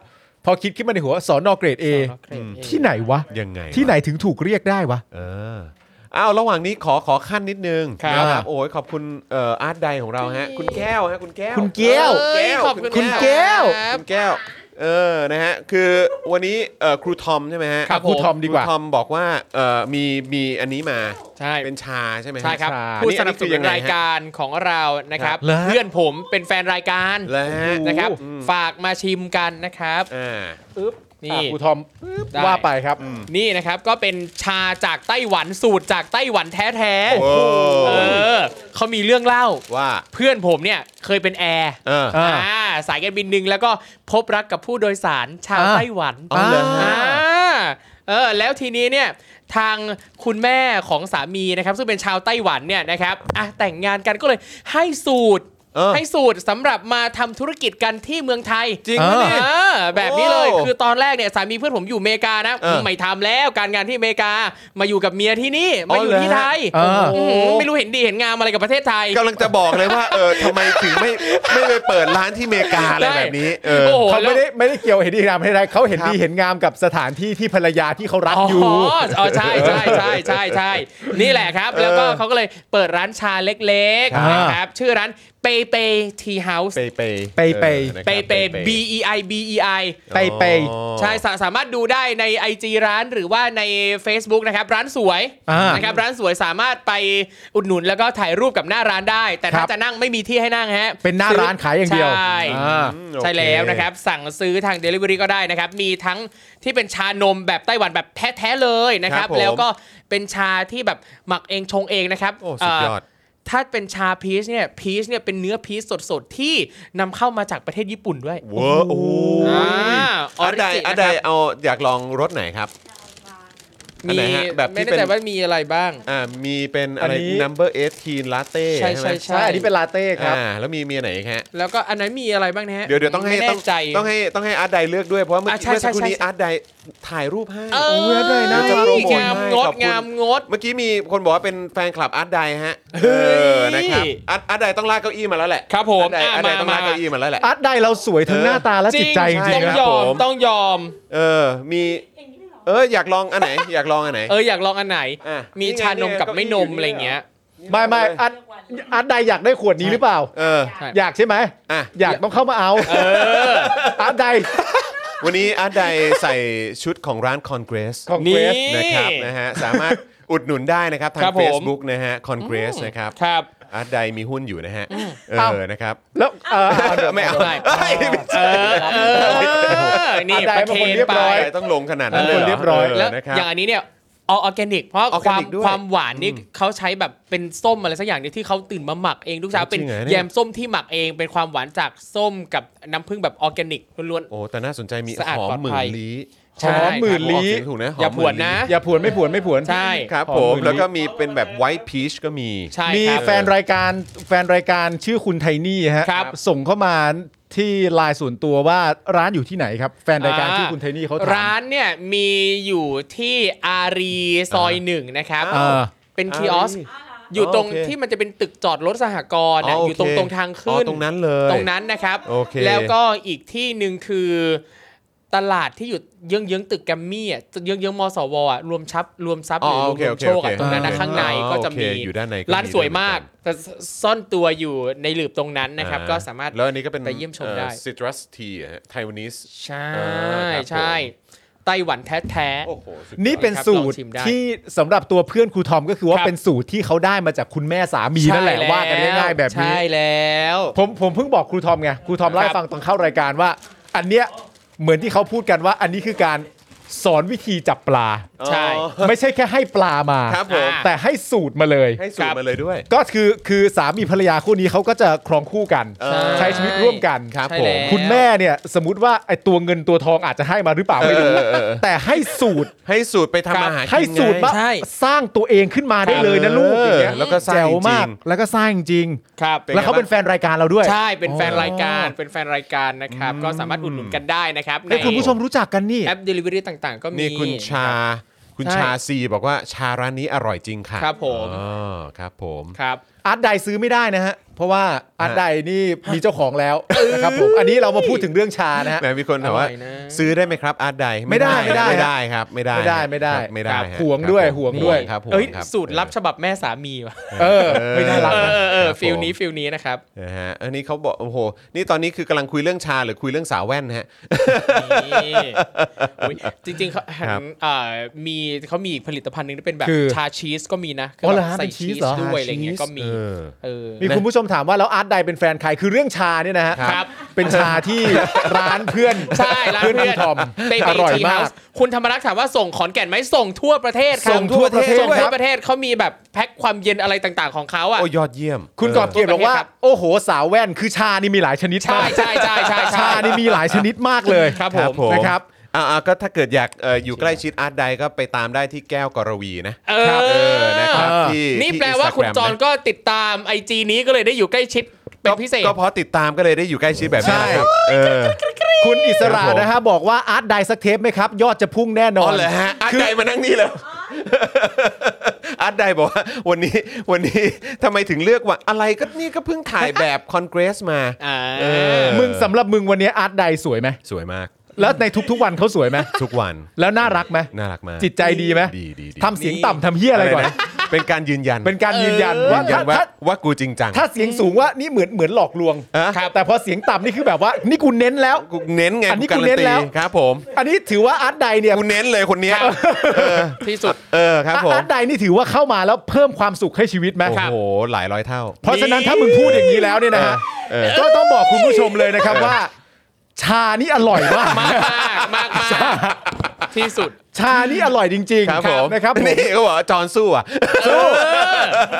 Speaker 3: พอคิดขึ้นมาในหัวสอนอเกรดเอที่ไหนวะ
Speaker 2: ยังไงวะ
Speaker 3: ที่ไหนถึงถูกเรียกได้วะ
Speaker 2: เอออ้าวระหว่างนี้ขอขอขั้นนิดนึง
Speaker 4: ครับ
Speaker 2: นะครับโอ้ยขอบคุณเอ่ออาร์ตไดของเราฮะคุณแก้วฮะคุณแก้ว
Speaker 3: คุณแก้ว
Speaker 2: แก้ว
Speaker 4: ขอบคุณ
Speaker 2: คุณ
Speaker 4: แก้ว
Speaker 2: คุณแก้วเออนะฮะคือวันนี้เอ่อครูทอมใช่ไหมฮะ
Speaker 4: ครับ
Speaker 3: พูดทอมดีก
Speaker 2: ค
Speaker 3: ว่า
Speaker 2: รูทอมบอกว่าเอ่อมีมีอันนี้มา
Speaker 4: ใช่
Speaker 2: เป็นชาใช่ไหมฮะ
Speaker 4: ใช่ครับ
Speaker 2: ชา
Speaker 4: ผู้ส
Speaker 2: อั
Speaker 4: นับส
Speaker 2: คือ
Speaker 4: นุ
Speaker 2: ยั
Speaker 4: น
Speaker 2: งไง
Speaker 4: ราย
Speaker 2: ฮะ
Speaker 4: การของเรานะครับ
Speaker 3: เหรอฮะ
Speaker 4: เพื่อนผมเป็นแฟนรายการ
Speaker 2: แล้วฮะ
Speaker 4: นะครับ
Speaker 2: อืม
Speaker 4: ฝากมาชิมกันนะครับ
Speaker 2: อ่า
Speaker 4: อึ๊บ
Speaker 3: อ่ะ
Speaker 4: นี่
Speaker 3: ครูทอม
Speaker 4: ได้
Speaker 3: ว่าไปครับ
Speaker 4: นี่นะครับก็เป็นชาจากไต้หวันสูตรจากไต้หวันแท้
Speaker 2: โอ้
Speaker 4: ๆเออเขามีเรื่องเล่า
Speaker 2: ว่า
Speaker 4: เพื่อนผมเนี่ยเคยเป็นแอร์
Speaker 2: เออ
Speaker 3: อ่า
Speaker 4: อ่าสายการบินหนึ่งแล้วก็พบรักกับผู้โดยสารชาว
Speaker 3: อ่า
Speaker 4: ไต้หวัน
Speaker 2: อ๋อเหรอฮะ
Speaker 4: อ่าเออแล้วทีนี้เนี่ยทางคุณแม่ของสามีนะครับ ซึ่งเป็นชาวไต้หวันเนี่ยนะครับอ่ะแต่งงานกันก็เลยให้สูตร
Speaker 2: เออ
Speaker 4: ให้สูตรสำหรับมาทำธุรกิจกันที่เมืองไทย
Speaker 2: จริงไหมเนี่ย
Speaker 4: เออแบบนี้เลย
Speaker 2: โอ้
Speaker 4: คือตอนแรกเนี่ยสามีเพื่อนผมอยู่อเมริกานะ
Speaker 2: เออ
Speaker 4: ไม่ทำแล้วการงานที่อเมริกามาอยู่กับเมียที่นี่มาอยู่ที่ไทย
Speaker 3: อ๋อเหรอฮะ
Speaker 4: โอ้โหไม่รู้เห็นดีเห็นงามอะไรกับประเทศไทย
Speaker 2: กำลังจะบอกเลยว่าเออทำไมถึงไม่ไม่ไปเปิดร้านที่อเมริกาอะไรแบบนี้เออ
Speaker 4: โอ้โห
Speaker 3: เขา
Speaker 4: แล้ว
Speaker 3: ไม่ได้ไม่ได้เกี่ยวเห็นดีงามไม่ได้เขาเห็น
Speaker 2: ครับ
Speaker 3: ดีเห็นงามกับสถานที่ที่ภรรยาที่เขารัก
Speaker 4: อ๋อ
Speaker 3: อยู่
Speaker 4: อ๋อใช่ใช่ใช่ใช่ใช่นี่แหละครับ แล้วก็เขาก็เลยเปิดร้านชาเล็ก
Speaker 3: อ่า
Speaker 4: ๆ
Speaker 3: น
Speaker 4: นะครับชื่อร้านเปเปทีเฮาส์
Speaker 2: เปเป
Speaker 3: เปเป
Speaker 2: ออนะครับ
Speaker 4: เปเป B E I B E I
Speaker 3: ไปไป
Speaker 2: อ๋อ
Speaker 4: ใช่สาสามารถดูได้ใน IG ร้านหรือว่าใน Facebook นะครับร้านสวย
Speaker 3: อ่าน
Speaker 4: นะครับร้านสวยสามารถไปอุดหนุนแล้วก็ถ่ายรูปกับหน้าร้านได้ แต่
Speaker 3: ค
Speaker 4: ถ้า
Speaker 3: รับ
Speaker 4: จะนั่งไม่มีที่ให้นั่งฮะ
Speaker 3: เป็นหน้าร้านขายอย่างเดียว
Speaker 4: ใช่
Speaker 3: อ่า
Speaker 2: อืมโอเค
Speaker 4: ใช่แล้วนะครับ สั่งซื้อทาง Delivery ก็ได้นะครับ มีทั้งที่เป็นชานมแบบไต้หวันแบบแท้ ๆ เลยนะครับ
Speaker 2: ครับผม
Speaker 4: แล้วก็เป็นชาที่แบบหมักเองชงเองนะครับ
Speaker 2: โอ้สุดยอด
Speaker 4: เถ้าเป็นชาพีชเนี่ยพีชเนี่ยเป็นเนื้อพีชสดๆที่นำเข้ามาจากประเทศญี่ปุ่นด้วย
Speaker 2: เวอร์โอ้
Speaker 4: อ่าออ
Speaker 2: อัน
Speaker 4: ริ
Speaker 2: ใด
Speaker 4: จิ
Speaker 2: อัน
Speaker 4: นะค
Speaker 2: ใด
Speaker 4: รับ
Speaker 2: เอาอยากลองรถไหนครับ อัน
Speaker 4: มี
Speaker 2: ไหนฮะแบบที่
Speaker 4: ไม่
Speaker 2: เป็
Speaker 4: แน่
Speaker 2: น
Speaker 4: ใจว่ามีอะไรบ้าง
Speaker 2: อ่ามีเป็นอะไร
Speaker 3: อันนี้
Speaker 2: number 18 latte
Speaker 4: ใช่
Speaker 2: ใช่ไหม
Speaker 4: ใช่
Speaker 3: ใช่อันนี้เป็นลาเต้ครับ
Speaker 2: อ่าแล้วมีเมียไหนอีกฮะ
Speaker 4: แล้วก็อันไหนมีอะไรบ้างนะฮะ
Speaker 2: เดี๋ยวเดี๋ยวต้องให้
Speaker 4: ไม่
Speaker 2: ต้อง
Speaker 4: แน่ใจ
Speaker 2: ต้องให้ต้องให้อาร์ตไดเลือกด้วยเพราะว่าเมื่อ
Speaker 4: อ่ะ
Speaker 2: กี้
Speaker 4: ใช่
Speaker 2: เมื่อสักครู่
Speaker 4: ใช่
Speaker 2: นี้
Speaker 4: ใช่
Speaker 2: อาร์ตไดถ่ายรูปให้
Speaker 4: เอ
Speaker 3: เลื
Speaker 4: อ
Speaker 3: อกเลยนะ
Speaker 2: จะโปรโมท
Speaker 4: งาม
Speaker 2: ให้
Speaker 4: งด
Speaker 2: ขอบคุณ
Speaker 4: งามงด
Speaker 2: เมื่อกี้มีคนบอกว่าเป็นแฟนคลับอาร์ตไดฮะ
Speaker 4: เฮ้
Speaker 2: เอย อนะครับอาร์ตอาร์ตไดต้องลากเก้าอี้มาแล้วแหละ
Speaker 4: ครับผม
Speaker 2: อาร์ตไดอาร์ตไดต้องลากเก้าอี้มาแล้วแหละ
Speaker 3: <laughs> อาร์ตได้เราสวยทั้งหน้าตาและจิตใจจริ
Speaker 4: ต้อ
Speaker 3: ง
Speaker 4: ง
Speaker 3: ๆนะ
Speaker 4: ยอม
Speaker 2: ผม
Speaker 4: ต้องยอม
Speaker 2: เออมีเอออยากลองอันไหน อยากลองอันไหน
Speaker 4: เอออยากลองอันไหน
Speaker 2: อ่ะ
Speaker 4: มี
Speaker 2: นี่ไง
Speaker 4: ชานมกับ
Speaker 2: นี่ไง
Speaker 4: ไม่นม
Speaker 2: เก้าอี้อยู่
Speaker 4: อะไรเงี้ย
Speaker 3: ไม่ไม่อาร์ตอาร์ตได้อยากได้ขวดนี้หรือเปล่า
Speaker 2: เออ
Speaker 4: ใช่
Speaker 3: อยากใช่ไหม
Speaker 2: อ่ะ
Speaker 3: อยากต้องเข้ามาเอาอาร์ตได้
Speaker 2: วันนี้อาร์ตไดใส่ชุดของร้าน Congress
Speaker 3: ของ
Speaker 4: นี่
Speaker 3: เกรส
Speaker 2: นะครับนะฮะสามารถ <laughs> อุดหนุนได้นะครับ ทาง
Speaker 4: ครับผม
Speaker 2: Facebook นะฮะ Congress นะครับ
Speaker 4: ครับ
Speaker 2: อาร์ตไดมีหุ้นอยู่นะฮะ เอ
Speaker 3: เอ้า
Speaker 2: อนะครับ
Speaker 3: แล้วเออเอา
Speaker 2: ไม่เอา
Speaker 4: ได้
Speaker 2: เอ้ยไม่
Speaker 4: เอ
Speaker 2: ใช่
Speaker 4: อเออนี่
Speaker 3: อันใด
Speaker 4: ประ
Speaker 3: บาง
Speaker 4: เท
Speaker 3: คน
Speaker 4: น
Speaker 3: เรียบ
Speaker 4: ไป
Speaker 3: ร้อย
Speaker 2: ต้องลงขนาดนั้นเลยห
Speaker 3: เรียบร้อย
Speaker 2: แล้
Speaker 4: แล้ว ว
Speaker 2: นะครับ
Speaker 4: อย่างอันนี้เนี่ยเอาออร์แกนิก เพราะความ
Speaker 2: organic ด้วย
Speaker 4: ความหวานนี่เขาใช้แบบเป็นส้มอะไรสักอย่างเนี่ยที่เขาตื่นมาหมักเองทุกเช้า
Speaker 2: จริ
Speaker 4: เป็น
Speaker 2: งเหรอเนี่ย
Speaker 4: แยมส้มที่หมักเองเป็นความหวานจากส้มกับน้ำผึ้งแบบออร์แกนิกล้วน
Speaker 2: โอ้แต่น่าสนใจมี
Speaker 4: สะอาด
Speaker 2: หอม
Speaker 4: ปลอด
Speaker 2: หมื่
Speaker 4: ภั
Speaker 2: น
Speaker 4: ย
Speaker 2: ลี้
Speaker 4: ใช่
Speaker 3: หอมหมื่น
Speaker 2: ออก
Speaker 3: ลี้
Speaker 2: เสียงถูกนะหม
Speaker 4: อย่าผวนนะ
Speaker 3: อย่าผวนไม่ผวนไม่ผวน
Speaker 4: ใช่
Speaker 2: ครับ
Speaker 3: หอม
Speaker 2: ผ
Speaker 3: ห
Speaker 2: ม
Speaker 3: มื่นลี้
Speaker 2: แล้วก็มีเป็นแบบไวท์พีชก็มี
Speaker 4: ใช่
Speaker 3: มี
Speaker 4: ครับ
Speaker 3: แฟนรายการแฟนรายการชื่อคุณไทนี่ฮะ
Speaker 4: ครับ
Speaker 3: ส่งเข้ามาที่ไลน์ส่วนตัวว่าร้านอยู่ที่ไหนครับ แฟนรายการชื่อคุณไทนี่เขาถาม
Speaker 4: ร้านเนี่ยมีอยู่ที่อารีซอยหนึ่งนะครับ
Speaker 2: อ่า
Speaker 4: เป็นคีออส
Speaker 2: อ่า
Speaker 4: อยู่ตรง
Speaker 2: โอเค
Speaker 4: ที่มันจะเป็นตึกจอดรถสหกรณ์อะ
Speaker 2: โ
Speaker 4: อยู่ตรงตรงทาง
Speaker 2: อ๋
Speaker 4: ขึ้
Speaker 2: อน ตรงนั้นเลย
Speaker 4: ตรงนั้นนะครับ
Speaker 2: โอเค
Speaker 4: แล้วก็อีกที่หนึ่งคือตลาดที่อยู่เยื้องเยื้องๆตึกแกรมมี่อ่ะเยื้องเยื้องๆมสวอ่ะรวมชับรวมทรัพย์
Speaker 2: อ๋
Speaker 4: ห
Speaker 2: อ
Speaker 4: รือร
Speaker 2: โอ
Speaker 4: วม
Speaker 2: เคโอเค
Speaker 4: โชคอ่ะ
Speaker 2: โอเค
Speaker 4: ตรงนั้นนะ
Speaker 2: อ่า
Speaker 4: ข้างในก็จะมี
Speaker 2: โอเคอยู่ด้านในก็
Speaker 4: ร้านสวยมาก
Speaker 2: มีด้วยเหมือนกัน
Speaker 4: แต่ซ่อนตัวอยู่ในหลืบตรงนั้นนะครับ
Speaker 2: อ่
Speaker 4: ก็สามารถ
Speaker 2: แล้วอันนี้ก็เป็น
Speaker 4: ไปเยี่ยมชมได้
Speaker 2: ซิตรัสทีไทวานิส
Speaker 4: ใช่
Speaker 2: อ่าครับผม
Speaker 4: ใช่ไต้หวันแท้ๆ
Speaker 2: โอ้โหสุดยอด
Speaker 3: นี่เป็น
Speaker 4: ครับ
Speaker 3: สูต
Speaker 4: ล
Speaker 3: ร
Speaker 4: องชิมได้
Speaker 3: ที่สำหรับตัวเพื่อนครูทอมก็คือว่า
Speaker 4: ครับ
Speaker 3: เป็นสูตรที่เขาได้มาจากคุณแม่สามีนั่นแหละ
Speaker 4: ใช่
Speaker 3: ว่ากันง่ายๆแบบนี้
Speaker 4: ใช่แล้ว
Speaker 3: ผมผมเพิ่งบอกครูทอมไงครูทอมเล่า
Speaker 4: ครั
Speaker 3: ให้
Speaker 4: บ
Speaker 3: ฟังตอนเข้ารายการว่า อันเนี้ยเหมือนที่เขาพูดกันว่า อันนี้คือการสอนวิธีจับปลา
Speaker 4: ใช่
Speaker 3: ไม่ใช่แค่ให้ปลามา
Speaker 2: ครับผม
Speaker 3: แต่ให้สูตรมาเลย
Speaker 2: ให้สูตรมาเลยด้วย
Speaker 3: ก็คือคือสามีภรรยาคู่นี้เขาก็จะครองคู่กัน
Speaker 2: เออ
Speaker 3: ใช้ชีวิตร่วมกัน
Speaker 2: ครับ
Speaker 4: ใช่
Speaker 2: ผม
Speaker 4: แล้ว
Speaker 3: คุณแม่เนี่ยสมมติว่าไอตัวเงินตัวทองอาจจะให้มาหรือเปล่าไม่รู้
Speaker 2: เออเออเออ
Speaker 3: แต่ให้สูตร
Speaker 2: ให้สูตรไปทำอาหาร
Speaker 3: ให้
Speaker 2: กินไง
Speaker 3: สูตรว่า
Speaker 4: ใช่
Speaker 3: สร้างตัวเองขึ้นมาได้เลยนะลูก
Speaker 2: เอออย่าง
Speaker 3: เงี้ย
Speaker 2: แล้วก็สร้าง
Speaker 3: แจ๋วมา
Speaker 2: จ
Speaker 3: ก
Speaker 2: ริง
Speaker 3: แล้วก็สร้างจริง
Speaker 4: ครับ
Speaker 2: เป็นไง
Speaker 3: แล้วเขาเป็น
Speaker 2: บ้าง
Speaker 3: แฟนรายการเราด้วย
Speaker 4: ใช่เป็นแฟนรายการ
Speaker 3: อ๋อ
Speaker 4: เป็นแฟนรายการนะครับ ก็สามารถอุดหนุนกันได้นะครับใน
Speaker 3: ให้คุณผู้ชมรู้จักกันนี่
Speaker 4: แอป Delivery ต่างๆ ก็มี
Speaker 2: นี่คุณชา คุณ
Speaker 4: ใช่
Speaker 2: ชาซีบอกว่าชาร้านนี้อร่อยจริงค่ะ
Speaker 4: ครับผม
Speaker 2: อ๋อครับผม
Speaker 4: ครับ
Speaker 3: อาร์ตไดซื้อไม่ได้นะฮะ เพราะว่าอาร์ตไดนี่มีเจ้าของแล้วนะครับผม อันนี้เรามาพูดถึงเรื่องชานะฮะ
Speaker 2: แหมมีคนถามว่า
Speaker 4: อร่อยนะ
Speaker 2: ซื้อได้ไหมครับอาร์ตได
Speaker 3: ไม่ได้ไม่ได้
Speaker 2: ไม่ได้ครับ ไม่ได้
Speaker 3: ไม่ได้ไม่ได้
Speaker 2: ครับไม่ได้
Speaker 3: ครับ
Speaker 2: ฮะ
Speaker 3: ห่วงด้วย
Speaker 2: ครับผม
Speaker 3: ห่วงด้วย
Speaker 2: ครับผม
Speaker 4: เอ้ย
Speaker 2: คบ
Speaker 4: สูตรลับฉบับแม่สามีว่ะ
Speaker 3: เออไม่น่ารัก
Speaker 4: เออ
Speaker 3: นะ
Speaker 4: เออเออ
Speaker 2: ครับผม
Speaker 4: ฟิลนี้ฟิลนี้นะครับ
Speaker 2: นะฮะอันนี้เขาบอกโอ้โหนี่ตอนนี้คือกำลังคุยเรื่องชาหรือคุยเรื่องสาวแว่นฮะ
Speaker 4: นี่อุ๊ยจริงๆเขาหัน
Speaker 2: ครับ
Speaker 4: เอ่อมีเขามีอีกผลิตภัณฑ์หนึงที่เป็นแบบ
Speaker 3: คือ
Speaker 4: ชาชีสก็มีนะ
Speaker 3: อ๋อ
Speaker 4: แบ
Speaker 3: เหรอบ ฮะ
Speaker 4: ใส่
Speaker 3: เป็นชี
Speaker 4: ชี
Speaker 3: ส
Speaker 4: ส
Speaker 3: เหรอ
Speaker 4: ด้วยอะไรเงี้ยก็มี
Speaker 2: เออ
Speaker 4: เออ
Speaker 3: มีคุณผู้ชมถามว่าแล้วอาร์ตไดเป็นแฟนใครคือเรื่องชาเนี่ยนะฮะ
Speaker 4: ครับ
Speaker 3: เป็นชาที่ ร้านเพื่อน
Speaker 4: ใช่ร้าน
Speaker 3: เพื่อน
Speaker 4: เพื่
Speaker 3: คุ
Speaker 4: อ
Speaker 3: ณ
Speaker 4: น
Speaker 3: ทอม
Speaker 4: เบ
Speaker 3: อ
Speaker 4: บี
Speaker 3: ร่อย
Speaker 4: ที
Speaker 3: มา
Speaker 4: เฮาก ส์คุณธรรมรักษ์ถามว่าส่งขอนแก่นไหมส่งทั่วประเทศครับ
Speaker 2: ส่งทั่วประเทศ
Speaker 4: ส่ง
Speaker 2: ด้วย
Speaker 4: ทั่วประเทศเขามีแบบแพ็คความเย็นอะไรต่างๆของเขาอ่ะ
Speaker 2: โอ้ยอดเยี่ยม
Speaker 3: คุณ
Speaker 2: เ
Speaker 3: กอบเกียรติบอกว่า
Speaker 4: ครับ
Speaker 3: โอ้โหสาวแว่นคือชานี่มีหลายชนิด
Speaker 4: ใช่
Speaker 3: มาก
Speaker 4: ใช่ใช่ใช่ใช่
Speaker 3: ชานี่มีหลายชนิดมากเลย
Speaker 4: ครับผ
Speaker 2: ครับ
Speaker 4: ม
Speaker 2: ผม
Speaker 3: นะครับ
Speaker 2: อ่าก็ถ้าเกิดอยากเอ่ออยู่ใกล้ชิดอาร์ตใดก็ไปตามได้ที่แก้วกรวีนะ
Speaker 4: เอ
Speaker 2: ครับเออนะครับ
Speaker 3: เออ
Speaker 2: ที่
Speaker 4: นี่
Speaker 2: ที่
Speaker 4: แปลว่า
Speaker 2: Instagram
Speaker 4: คุณจอน
Speaker 2: นะ
Speaker 4: ก็ติดตามไอจีนี้ก็เลยได้อยู่ใกล้ชิดเป็นพิเศษ
Speaker 2: ก็เพราะติดตามก็เลยได้อยู่ใกล้ชิดแบบนี้
Speaker 3: ใช่
Speaker 2: นะครับเออ
Speaker 3: คุณอิส
Speaker 2: ครั
Speaker 3: ระ
Speaker 2: บผม
Speaker 3: นะฮะบอกว่าอาร์ตไดสักเทปไหมครับ ยอดจะพุ่งแน่น
Speaker 2: อ๋
Speaker 3: อ
Speaker 2: อน เหรอฮะอาร์ต
Speaker 3: คือ
Speaker 2: ใดมานั่งนี่แล้วอาร์ตใดบอกว่าวันนี้วันนี้ทำไมถึงเลือกว่าอะไรก็นี่ก็เพิ่งถ่ายแบบคอนเกรสมา
Speaker 4: อ่า
Speaker 2: เออ
Speaker 3: มึงสำหรับมึงวันนี้อาร์ตไดสวยไหม
Speaker 2: สวยมาก
Speaker 3: แล้วในทุกๆวันเขาสวยไหม
Speaker 2: ทุกวัน
Speaker 3: แล้วน่ารักไหม
Speaker 2: น่ารักมาก
Speaker 3: จิตใจดีไหม
Speaker 2: ดีดีดี
Speaker 3: ทำเสียงต่ำทำเฮียอะไรก่อน
Speaker 2: นเป็นการยืนยัน
Speaker 3: เป็นการยืนยันว่า
Speaker 2: ยืนยั
Speaker 3: ถ้าน
Speaker 2: ว่า
Speaker 3: ถ้า
Speaker 2: ว่ากูจริงจัง
Speaker 3: ถ้าเสียงสูงว่านี่เหมือนเหมือนหลอกลวง
Speaker 2: อ่ะ
Speaker 3: แต่พอเสียงต่ำนี่คือแบบว่า นี่กูเน้นแล้ว
Speaker 2: กูเน้นไง
Speaker 3: อันนี้
Speaker 2: กูการัน
Speaker 3: กูเน้
Speaker 2: ตี
Speaker 3: นแล้ว
Speaker 2: ครับผม
Speaker 3: อันนี้ถือว่าอาร์ตไดเนี่ย
Speaker 2: กูเน้นเลยคนเนี้ย
Speaker 4: ที่สุด
Speaker 2: เออครับผม
Speaker 3: อาร์ตไดนี่ถือว่าเข้ามาแล้วเพิ่มความสุขให้ชีวิตไหม
Speaker 2: โอ้โหหลายร้อยเท่า
Speaker 3: เพราะฉะนั้นถ้ามึงพูดอย่างนี้แล้วเนี่ยนะฮะ
Speaker 2: เออเออ
Speaker 3: ก็ต้องบอกคุณผู้ชมเลยนะครับว่า ชานี่อร่อยมาก
Speaker 4: มากมากมากมากที่สุด
Speaker 3: ชานี่อร่อยจริง
Speaker 2: ครับผม
Speaker 3: นะครับผม
Speaker 2: นี่เขาบอกว่าจอห์นสู้อ่ะ
Speaker 3: สู้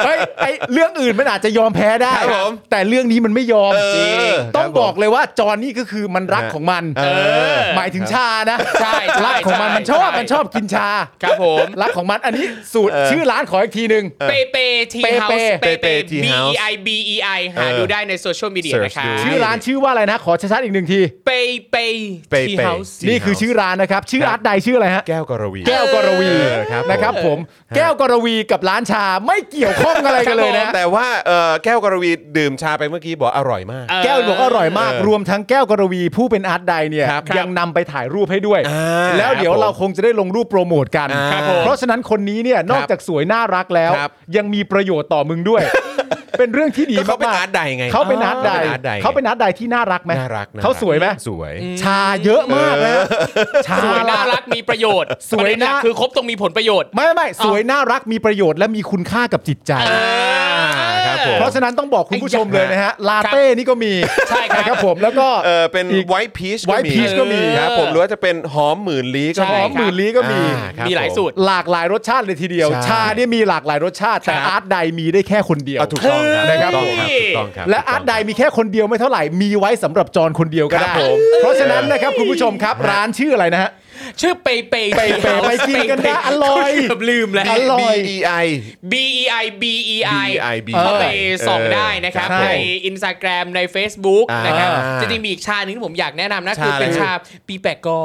Speaker 3: เฮ้ยไอเรื่องอื่นมันอาจจะยอมแพ้ได้
Speaker 2: ครับผม
Speaker 3: แต่เรื่องนี้มันไม่ยอม
Speaker 2: เออ
Speaker 3: จริง
Speaker 2: ครับผม
Speaker 3: ต้องบอกเลยว่าจอนี่ก็คือมันรักของมัน
Speaker 2: เออ
Speaker 3: หมายถึงชานะ
Speaker 4: ใช่ใช่
Speaker 3: รักของมัน
Speaker 4: ใช่
Speaker 3: มันชอบ
Speaker 4: ใช่
Speaker 3: มันชอบกินชา
Speaker 4: ครับผม
Speaker 3: รักของมันอันนี้สูตรชื่อร้านขออีกทีหนึ่ง
Speaker 4: เปเปทีเฮาส์
Speaker 2: เป
Speaker 4: เป
Speaker 2: เป
Speaker 4: เป
Speaker 2: Tea
Speaker 4: B
Speaker 2: House
Speaker 4: E I B E I หา
Speaker 2: เออ
Speaker 4: ดูได้ในโซเชียลมีเดีย
Speaker 2: Search
Speaker 4: นะคะ
Speaker 2: ดู
Speaker 3: ชื่อร้านชื่อว่าอะไรนะ ขอชัดๆอีกหนึ่งที
Speaker 4: เปเป
Speaker 2: เป
Speaker 4: ที
Speaker 2: เป
Speaker 4: เฮาส์
Speaker 2: ที่
Speaker 3: นี่คือชื่อร้านนะครับ ชื่อ
Speaker 2: ครับ
Speaker 3: อาร์ตใดชื่ออะไรฮะ
Speaker 2: แก้วกรวี
Speaker 3: แก้วกรวี
Speaker 2: เออครับผม
Speaker 3: นะครับผม แก้วกรวีกับร้านชาไม่เกี่ยวข้องอะไรกันเลยนะ
Speaker 2: แต่ว่าเอ่อแก้วกรวีดื่มชาไปเมื่อกี้บอกอร่อยมาก
Speaker 3: แก้วบอกอร่อยมาก
Speaker 2: เออ
Speaker 3: รวมทั้งแก้วกรวีผู้เป็นอาร์ตไดเนี่ย
Speaker 2: ครับ
Speaker 3: ยังนำไปถ่ายรูปให้ด้วย
Speaker 2: อ่า
Speaker 3: แล้วเดี๋ยว
Speaker 2: ครับผม
Speaker 3: เราคงจะได้ลงรูปโปรโมทกัน
Speaker 2: ครับผม
Speaker 3: เพราะฉะนั้นคนนี้เนี่ยนอกจากสวยน่ารักแล้ว
Speaker 2: ครับ
Speaker 3: ยังมีประโยชน์ต่อมึง
Speaker 2: <laughs>
Speaker 3: ด้วย เป็นเรื่องที่ดี
Speaker 2: ก็เขาเป็น
Speaker 3: มาก
Speaker 2: อาร์ตใดไง
Speaker 3: ๆเขาเป็นอาร์ตไดเขา
Speaker 2: เขา
Speaker 3: เป็
Speaker 2: เป็น น
Speaker 3: อาร์ตไดที่น่ารักไหม
Speaker 2: น่ารักน่รัก
Speaker 3: เขาสวยไหม
Speaker 2: สวย
Speaker 3: ชาเยอะมากนะชา
Speaker 4: สวยน่ารักมีประโยชน์
Speaker 3: สว
Speaker 4: ประ
Speaker 3: ย
Speaker 4: เด็นหลัก
Speaker 3: น่า
Speaker 4: คือครบตรงมีผลประโยชน์
Speaker 3: ไม่ไม่สวยน่ารักมีประโยชน์และมีคุณค่ากับจิตใจ
Speaker 2: อ่าครับผม
Speaker 3: เพราะฉะนั้นต้องบอกคุณผู้ชม
Speaker 2: ไอ้ยะ
Speaker 3: เลยนะฮะ ลาเต้นี่ก็มี
Speaker 4: ใช่ครับ
Speaker 3: นะครับผมแล้วก็
Speaker 2: เออเป็น
Speaker 3: อีก
Speaker 2: ไวท์พีช
Speaker 3: White Peach ก็มี
Speaker 2: ครับผมหรือว่าจะเป็นหอมหมื่นลี้ก็
Speaker 4: ใช่
Speaker 3: หอมหมื่นลี้ก็มี
Speaker 2: อ่าครับ
Speaker 4: มีหลาย
Speaker 2: ผ
Speaker 4: สูตร
Speaker 3: หลากหลายรสชาติเลยทีเดียว
Speaker 2: ใช่
Speaker 3: ชาเนี่ยมีหลากหลายรสชาติ แต่อาร์ตใดมีได้แค่คนเดียว
Speaker 2: อ่ะถูกต้องครับ
Speaker 3: เฮ้ย
Speaker 2: ถูกต้องครับถูกต้องครับ
Speaker 3: และอาร์ตใดมีแค่คนเดียวไม่เท่าไหร่มีไว้สำหรับจอนคนเดียวก็
Speaker 4: ค
Speaker 3: ได้
Speaker 4: รับผม
Speaker 3: เพราะฉะนั้นนะครับคุณผู้ชมครับร้านชื่ออะไรนะฮะ
Speaker 4: ชื่อเปเป Tea
Speaker 3: เปเป
Speaker 4: House
Speaker 3: ไปกินกันนะอร่อย
Speaker 4: เกือบลืมแล้ว
Speaker 3: อร่อย
Speaker 2: ดี BEI
Speaker 4: B E I B E I
Speaker 2: BEI
Speaker 4: เข้าไป
Speaker 2: เออ
Speaker 4: ส่องได้นะครับ
Speaker 2: ครับ
Speaker 4: ใน Instagram ใน Facebook
Speaker 2: อ่าน
Speaker 4: นะครับ
Speaker 2: อ่า
Speaker 4: จริงๆมีอีกชาหนึ่งที่ผมอยากแนะนำนะ
Speaker 2: ชา
Speaker 4: คือเป็น
Speaker 2: อะไร
Speaker 4: ชาปีแปะกอ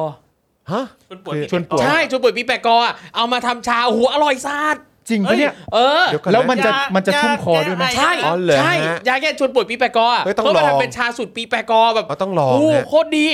Speaker 2: ฮะ
Speaker 5: ชวนปวด
Speaker 3: ชวนปวด
Speaker 4: ใช่ชวนปุ๋ยปีแปะกออะเอามาทำชาหัวอร่อยซาด
Speaker 3: จริงปะเนี่ย
Speaker 4: เออ
Speaker 2: เดี๋ยวก่อน
Speaker 3: แล้วมัน
Speaker 2: นะ
Speaker 3: จะมันจะชุ่มคอด้วยไหม
Speaker 4: ใช่
Speaker 2: อ๋อเหรอฮะ
Speaker 4: ใช่ยาแก้ชวนปวดปีแปะกออะ
Speaker 2: เฮ้ยต้อง
Speaker 4: เขามา
Speaker 2: ลอง
Speaker 4: ทำเป็นชาสูตรปีแปะกอแบบ
Speaker 2: อ๋อต้องลอง
Speaker 4: โอ้
Speaker 2: ฮะ
Speaker 4: โคตรดี